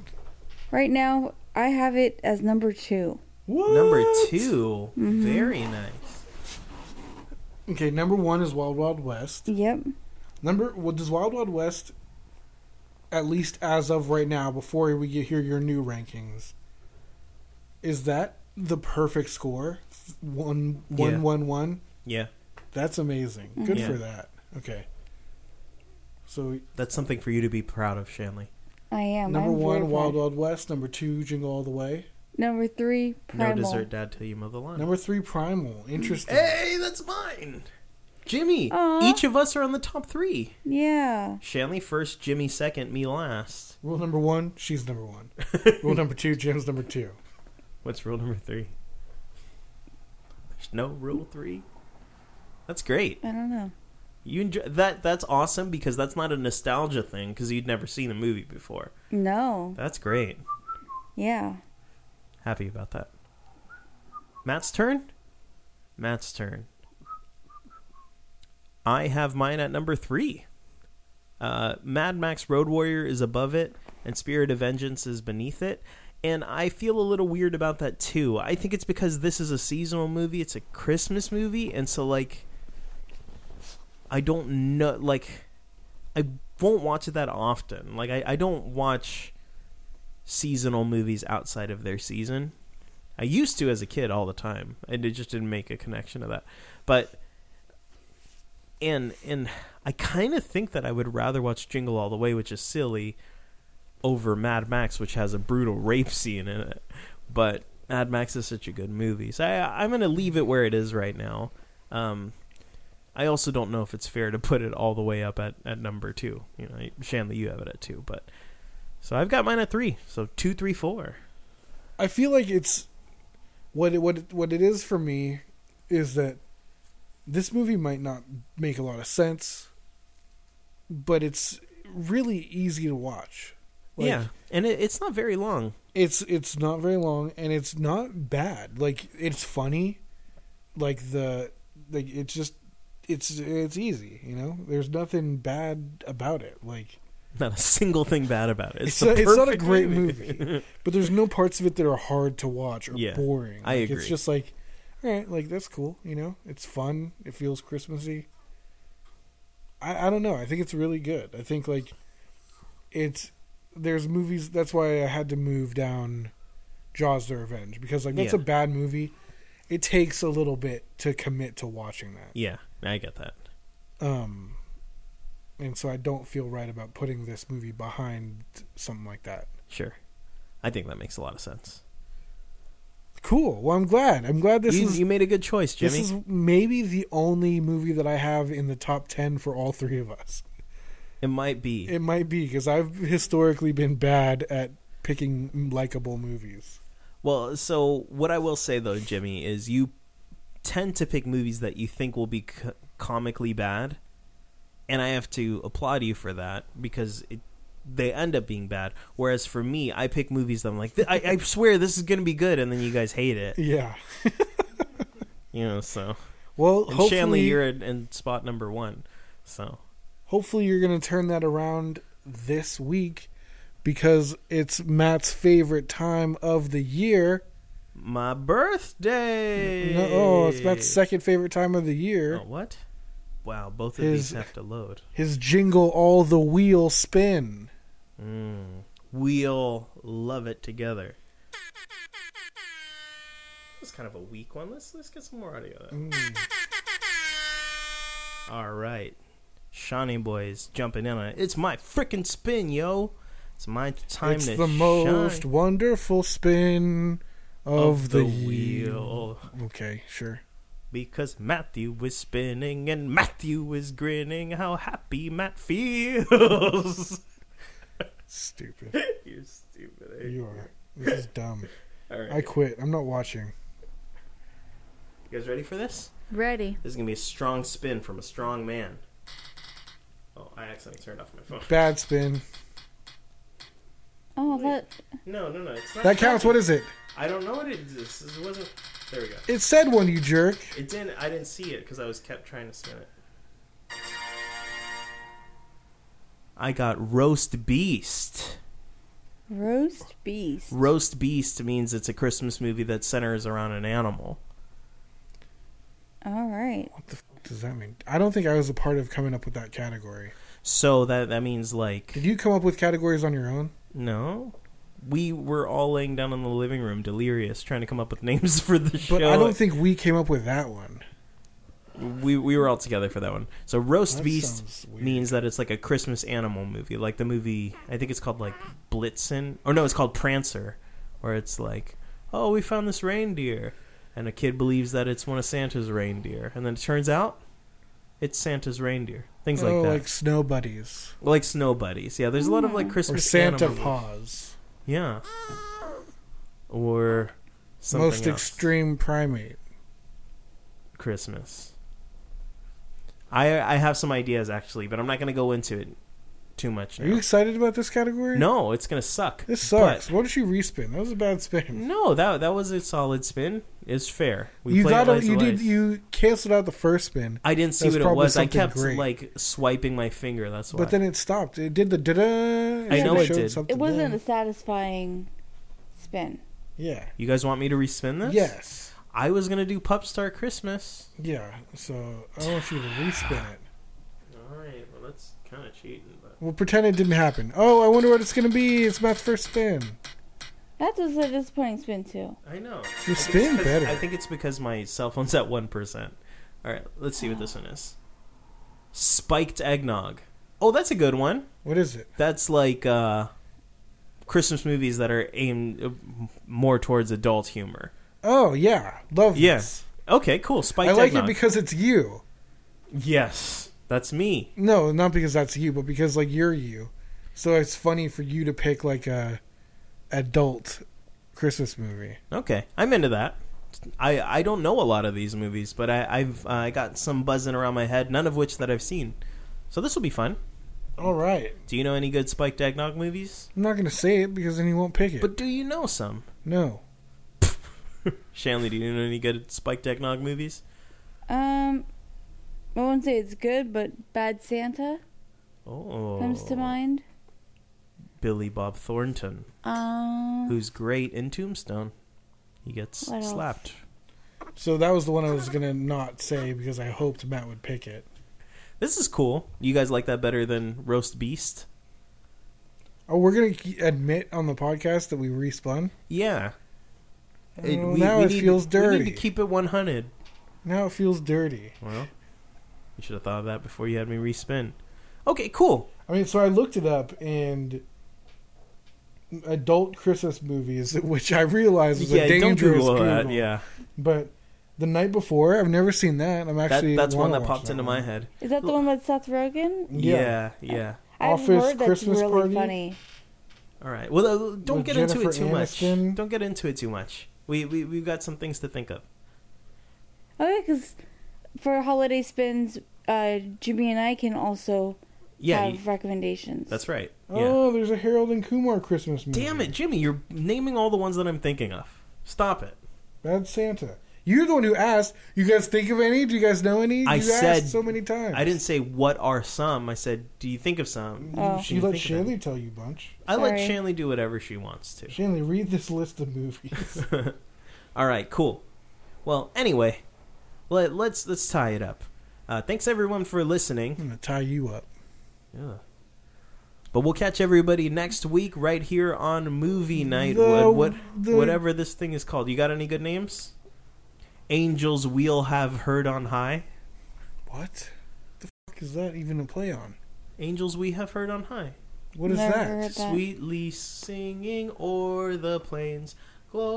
[SPEAKER 4] Right now, I have it as number two.
[SPEAKER 2] what? Mm-hmm.
[SPEAKER 3] Number 2 Very nice.
[SPEAKER 2] Okay, number one is Wild Wild West.
[SPEAKER 4] Yep.
[SPEAKER 2] Number, well, does Wild Wild West, at least as of right now, before we get hear your new rankings, is that the perfect score? One, one,
[SPEAKER 3] Yeah.
[SPEAKER 2] one, one?
[SPEAKER 3] Yeah.
[SPEAKER 2] That's amazing. Good
[SPEAKER 3] Yeah.
[SPEAKER 2] for that. Okay. So
[SPEAKER 3] That's something for you to be proud of, Shanley.
[SPEAKER 4] I am
[SPEAKER 2] number
[SPEAKER 4] I'm very
[SPEAKER 2] one, Wild
[SPEAKER 4] proud.
[SPEAKER 2] Wild West. Number two, Jingle All the Way.
[SPEAKER 4] Number three, primal.
[SPEAKER 3] No dessert dad till you mow the lawn.
[SPEAKER 2] Number three, Primal. Interesting.
[SPEAKER 3] Hey, that's mine. Jimmy.
[SPEAKER 4] Aw.
[SPEAKER 3] Each of us are on the top three.
[SPEAKER 4] Yeah.
[SPEAKER 3] Shanley first, Jimmy second, me last.
[SPEAKER 2] Rule number one, she's number one. Rule number two, Jim's number two.
[SPEAKER 3] What's rule number three? There's no rule three. That's great.
[SPEAKER 4] I don't know.
[SPEAKER 3] You enjoy that. That's awesome because that's not a nostalgia thing because you'd never seen the movie before.
[SPEAKER 4] No.
[SPEAKER 3] That's great.
[SPEAKER 4] Yeah.
[SPEAKER 3] Happy about that. Matt's turn. Matt's turn. I have mine at number three. Uh, Mad Max Road Warrior is above it, and Spirit of Vengeance is beneath it. And I feel a little weird about that too. I think it's because this is a seasonal movie, it's a Christmas movie, and so, like, I don't know, like, I won't watch it that often. Like, I, I don't watch seasonal movies outside of their season. I used to as a kid all the time, and it just didn't make a connection to that. But and and I kind of think that I would rather watch Jingle All the Way, which is silly, over Mad Max, which has a brutal rape scene in it. But Mad Max is such a good movie, so I, I'm going to leave it where it is right now. Um, I also don't know if it's fair to put it all the way up at, at number two. You know, Shanley, you have it at two, but so I've got mine at three. So two, three, four.
[SPEAKER 2] I feel like it's what it, what it, what it is for me is that this movie might not make a lot of sense, but it's really easy to watch. Like,
[SPEAKER 3] yeah, and it, it's not very long.
[SPEAKER 2] it's it's not very long and it's not bad. Like it's funny, like the like it's just it's it's easy. You know, there's nothing bad about it. Like
[SPEAKER 3] Not a single thing bad about it. It's,
[SPEAKER 2] it's,
[SPEAKER 3] the
[SPEAKER 2] not- it's not a
[SPEAKER 3] perfect
[SPEAKER 2] great movie. but there's no parts of it that are hard to watch or
[SPEAKER 3] Yeah,
[SPEAKER 2] boring.
[SPEAKER 3] I
[SPEAKER 2] Like,
[SPEAKER 3] agree.
[SPEAKER 2] It's just like, all right, like that's cool. You know, it's fun. It feels Christmassy. I I don't know. I think it's really good. I think like, it's there's movies. That's why I had to move down, Jaws: The Revenge because like that's
[SPEAKER 3] Yeah.
[SPEAKER 2] a bad movie. It takes a little bit to commit to watching that.
[SPEAKER 3] Yeah, I get that.
[SPEAKER 2] Um, and so I don't feel right about putting this movie behind something like that.
[SPEAKER 3] Sure, I think that makes a lot of sense.
[SPEAKER 2] Cool. Well, I'm glad. I'm glad this
[SPEAKER 3] you,
[SPEAKER 2] is
[SPEAKER 3] you made a good choice, Jimmy.
[SPEAKER 2] This is maybe the only movie that I have in the top 10 for all three of us.
[SPEAKER 3] it might be.
[SPEAKER 2] It might be because I've historically been bad at picking likable movies.
[SPEAKER 3] Well, so what I will say though, Jimmy, is you tend to pick movies that you think will be co- comically bad, and I have to applaud you for that because it, they end up being bad. Whereas for me, I pick movies that I'm like, I, I swear this is going to be good, and then you guys hate it.
[SPEAKER 2] Yeah.
[SPEAKER 3] You know, so
[SPEAKER 2] Well,
[SPEAKER 3] and
[SPEAKER 2] hopefully,
[SPEAKER 3] Shanley,
[SPEAKER 2] you're...
[SPEAKER 3] you're in, in spot number one. So
[SPEAKER 2] hopefully you're going to turn that around this week because it's Matt's favorite time of the year.
[SPEAKER 3] my birthday.
[SPEAKER 2] No, oh, it's Matt's second favorite time of the year.
[SPEAKER 3] Oh, what? Wow, both of
[SPEAKER 2] His-
[SPEAKER 3] these have to load.
[SPEAKER 2] His jingle, All the Wheel Spin.
[SPEAKER 3] Mm. We'll love it together. That's kind of a weak one. Let's let's get some more audio. Though. Mm. All right, Shawnee boys jumping in on it. It's my freaking spin, yo. It's my time
[SPEAKER 2] it's
[SPEAKER 3] to
[SPEAKER 2] the most
[SPEAKER 3] shine
[SPEAKER 2] wonderful spin of, the, year.
[SPEAKER 3] wheel
[SPEAKER 2] Okay, sure.
[SPEAKER 3] because Matthew was spinning and Matthew was grinning. How happy Matt feels.
[SPEAKER 2] Stupid.
[SPEAKER 3] You're stupid. eh?
[SPEAKER 2] You are. This is dumb.
[SPEAKER 3] All right,
[SPEAKER 2] I quit. I'm not watching.
[SPEAKER 3] you guys ready for this?
[SPEAKER 4] Ready.
[SPEAKER 3] This is gonna be a strong spin from a strong man. Oh, I accidentally turned off my phone.
[SPEAKER 2] Bad spin.
[SPEAKER 4] Oh, that.
[SPEAKER 3] No, no, no. It's not
[SPEAKER 2] That counts.
[SPEAKER 3] happy.
[SPEAKER 2] What is it?
[SPEAKER 3] I don't know what it is. It wasn't. There we go.
[SPEAKER 2] It said one, you jerk.
[SPEAKER 3] It didn't. I didn't see it because I was kept trying to spin it. I got roast beast.
[SPEAKER 4] Roast beast.
[SPEAKER 3] Roast beast means it's a Christmas movie that centers around an animal.
[SPEAKER 4] All right.
[SPEAKER 2] What the f- does that mean? I don't think I was a part of coming up with that category.
[SPEAKER 3] So that that means like
[SPEAKER 2] Did you come up with categories on your own?
[SPEAKER 3] no. We were all laying down in the living room, delirious, trying to come up with names for the show.
[SPEAKER 2] But I don't think we came up with that one.
[SPEAKER 3] we we were all together for that one. So roast
[SPEAKER 2] That sounds
[SPEAKER 3] beast
[SPEAKER 2] weird.
[SPEAKER 3] means that it's like a Christmas animal movie, like the movie I think it's called like Blitzen or no, it's called Prancer, where it's like, oh, we found this reindeer, and a kid believes that it's one of Santa's reindeer, and then it turns out it's Santa's reindeer. Things like
[SPEAKER 2] oh,
[SPEAKER 3] that,
[SPEAKER 2] like
[SPEAKER 3] like,
[SPEAKER 2] Snow Buddies
[SPEAKER 3] snow buddies. Yeah, there's a lot of like
[SPEAKER 2] or
[SPEAKER 3] Christmas
[SPEAKER 2] Santa
[SPEAKER 3] animal movies.
[SPEAKER 2] Paws.
[SPEAKER 3] Yeah, or something
[SPEAKER 2] Most
[SPEAKER 3] else.
[SPEAKER 2] Extreme Primate.
[SPEAKER 3] Christmas. I I have some ideas actually, but I'm not going to go into it too much.
[SPEAKER 2] Are
[SPEAKER 3] now.
[SPEAKER 2] you excited about this category?
[SPEAKER 3] No, it's going to suck.
[SPEAKER 2] This sucks.
[SPEAKER 3] But-
[SPEAKER 2] Why don't you respin? That was a bad spin.
[SPEAKER 3] no, that that was a solid spin. It's fair.
[SPEAKER 2] you
[SPEAKER 3] played
[SPEAKER 2] got
[SPEAKER 3] it
[SPEAKER 2] a,
[SPEAKER 3] lies
[SPEAKER 2] you
[SPEAKER 3] to
[SPEAKER 2] did
[SPEAKER 3] lies.
[SPEAKER 2] you canceled out the first spin,
[SPEAKER 3] I didn't see
[SPEAKER 2] That's
[SPEAKER 3] what it
[SPEAKER 2] probably
[SPEAKER 3] was. I
[SPEAKER 2] something
[SPEAKER 3] kept
[SPEAKER 2] great.
[SPEAKER 3] like swiping my finger. That's why.
[SPEAKER 2] but then it stopped. It did the da da.
[SPEAKER 3] I know it did.
[SPEAKER 4] It wasn't a satisfying spin.
[SPEAKER 2] Yeah.
[SPEAKER 3] you guys want me to respin this?
[SPEAKER 2] Yes.
[SPEAKER 3] I was gonna do Pup Star Christmas.
[SPEAKER 2] Yeah. So I want you to respin it.
[SPEAKER 3] All right. Well, that's kind of cheating, but
[SPEAKER 2] We'll pretend it didn't happen. Oh, I wonder what it's gonna be. It's Matt's first spin.
[SPEAKER 4] That was a disappointing spin too.
[SPEAKER 3] I
[SPEAKER 2] You
[SPEAKER 3] know. I think it's
[SPEAKER 2] spin
[SPEAKER 3] 'cause-
[SPEAKER 2] better.
[SPEAKER 3] I think it's because my cell phone's at one percent. All right, let's see what this one is. Spiked eggnog. Oh, that's a good one.
[SPEAKER 2] What is it?
[SPEAKER 3] That's like uh, Christmas movies that are aimed uh, m- more towards adult humor.
[SPEAKER 2] Oh yeah, love.
[SPEAKER 3] Yes. Okay. Cool.
[SPEAKER 2] this.
[SPEAKER 3] Spiked
[SPEAKER 2] I like
[SPEAKER 3] eggnog.
[SPEAKER 2] it because it's you.
[SPEAKER 3] yes, that's me.
[SPEAKER 2] No, not because that's you, but because like you're you. So it's funny for you to pick like a adult Christmas movie.
[SPEAKER 3] Okay, I'm into that. I I don't know a lot of these movies, but I, I've uh, I got some buzzing around my head, none of which that I've seen. So this will be fun.
[SPEAKER 2] All right,
[SPEAKER 3] Do you know any good spiked eggnog movies?
[SPEAKER 2] I'm not gonna say it because then he won't pick it.
[SPEAKER 3] But do you know some?
[SPEAKER 2] no,
[SPEAKER 3] Shanley, do you know any good spiked eggnog movies?
[SPEAKER 4] Um, I won't say it's good, but Bad Santa
[SPEAKER 3] Oh,
[SPEAKER 4] comes to mind.
[SPEAKER 3] Billy Bob Thornton,
[SPEAKER 4] Um,
[SPEAKER 3] who's great in Tombstone. He gets
[SPEAKER 4] What else?
[SPEAKER 3] slapped.
[SPEAKER 2] so that was the one I was gonna not say because I hoped Matt would pick it.
[SPEAKER 3] This is cool. You guys like that better than roast beast?
[SPEAKER 2] Oh, we're gonna ke- admit on the podcast that we respun.
[SPEAKER 3] Yeah.
[SPEAKER 2] Oh, now it feels
[SPEAKER 3] We
[SPEAKER 2] dirty.
[SPEAKER 3] need to keep it 100.
[SPEAKER 2] Now it feels dirty.
[SPEAKER 3] Well, you should have thought of that before you had me respin. Okay, cool.
[SPEAKER 2] I mean, so I looked it up and adult Christmas movies, which I realized was a
[SPEAKER 3] yeah, don't
[SPEAKER 2] dangerous
[SPEAKER 3] Google, that.
[SPEAKER 2] Google.
[SPEAKER 3] Yeah,
[SPEAKER 2] But the night before, I've never seen that. I'm
[SPEAKER 3] that,
[SPEAKER 2] actually
[SPEAKER 3] that's one
[SPEAKER 2] wanna
[SPEAKER 3] that
[SPEAKER 2] watch
[SPEAKER 3] popped into my head.
[SPEAKER 4] is that the one with Seth Rogen?
[SPEAKER 3] Yeah. yeah,
[SPEAKER 4] I've
[SPEAKER 2] Office
[SPEAKER 4] heard that's
[SPEAKER 2] Christmas
[SPEAKER 4] really
[SPEAKER 2] Party?
[SPEAKER 4] funny.
[SPEAKER 3] All right. Well, uh, don't
[SPEAKER 2] With
[SPEAKER 3] get into it
[SPEAKER 2] Jennifer
[SPEAKER 3] too
[SPEAKER 2] Aniston.
[SPEAKER 3] much. Don't get into it too much. We we we've got some things to think of.
[SPEAKER 4] Oh yeah, because for holiday spins, uh, Jimmy and I can also
[SPEAKER 3] Yeah,
[SPEAKER 4] have
[SPEAKER 3] you-
[SPEAKER 4] recommendations.
[SPEAKER 3] that's right. Yeah.
[SPEAKER 2] Oh, there's a Harold and Kumar Christmas movie.
[SPEAKER 3] Damn it, Jimmy! You're naming all the ones that I'm thinking of. Stop it.
[SPEAKER 2] Bad Santa. You're the one who asked. You guys think of any? Do you guys know any?
[SPEAKER 3] I
[SPEAKER 2] you
[SPEAKER 3] said-
[SPEAKER 2] asked so many times.
[SPEAKER 3] I didn't say what are some. I said, do you think of some?
[SPEAKER 4] Oh.
[SPEAKER 3] Do
[SPEAKER 2] She
[SPEAKER 3] you
[SPEAKER 2] let
[SPEAKER 3] think of them?
[SPEAKER 2] Shanley tell you a bunch.
[SPEAKER 3] I let
[SPEAKER 4] Sorry.
[SPEAKER 3] Shanley do whatever she wants to.
[SPEAKER 2] Shanley, read this list of movies.
[SPEAKER 3] All right, cool. Well, anyway, let, let's let's tie it up. Uh, thanks everyone for listening.
[SPEAKER 2] I'm gonna tie you up.
[SPEAKER 3] Ugh. But we'll catch everybody next week right here on Movie Night.
[SPEAKER 2] The-
[SPEAKER 3] Wood, what,
[SPEAKER 2] the-
[SPEAKER 3] whatever this thing is called. You got any good names? Angels we'll have heard on high.
[SPEAKER 2] What? The fuck is that even a play on?
[SPEAKER 3] Angels we have heard on high.
[SPEAKER 2] What is
[SPEAKER 4] Never
[SPEAKER 2] that?
[SPEAKER 4] heard that.
[SPEAKER 3] Sweetly singing o'er the plains. Glow.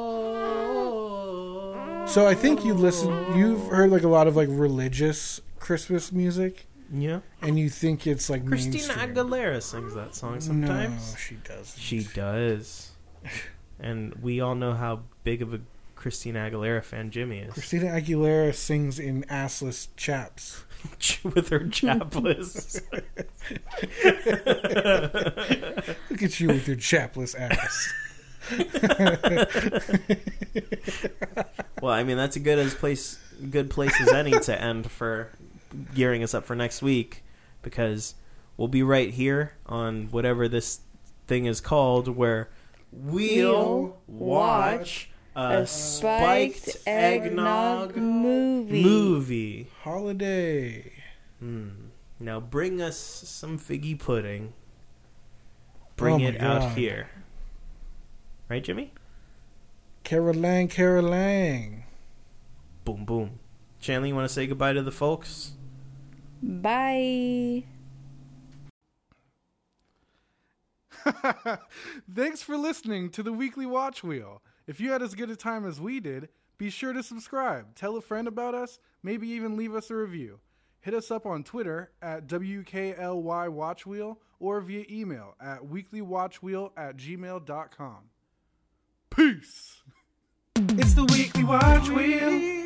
[SPEAKER 2] So I think you listen. You've heard like a lot of like religious Christmas music,
[SPEAKER 3] Yeah.
[SPEAKER 2] and you think it's like
[SPEAKER 3] Christina
[SPEAKER 2] mainstream.
[SPEAKER 3] Aguilera sings that song sometimes.
[SPEAKER 2] No, she doesn't.
[SPEAKER 3] She does. and we all know how big of a Christina Aguilera fan Jimmy is
[SPEAKER 2] Christina Aguilera sings in assless chaps.
[SPEAKER 3] with her chapless.
[SPEAKER 2] Look at you with your chapless ass.
[SPEAKER 3] well, I mean that's a good as place good place as any to end for gearing us up for next week because we'll be right here on whatever this thing is called where we'll
[SPEAKER 4] We'll
[SPEAKER 3] watch a spiked eggnog
[SPEAKER 4] movie.
[SPEAKER 3] movie.
[SPEAKER 2] Holiday.
[SPEAKER 3] Hmm. Now bring us some figgy pudding. Bring
[SPEAKER 2] Oh my
[SPEAKER 3] it
[SPEAKER 2] God.
[SPEAKER 3] out here. Right, Jimmy?
[SPEAKER 2] Caroline, Caroline.
[SPEAKER 3] Boom, boom. Chandler, you want to say goodbye to the folks?
[SPEAKER 4] Bye.
[SPEAKER 2] Thanks for listening to the weekly watch wheel. If you had as good a time as we did, be sure to subscribe, tell a friend about us, maybe even leave us a review. Hit us up on Twitter at WKLY Watch Wheel or via email at weeklywatchwheel at gmail.com. Peace! It's the weekly watch wheel.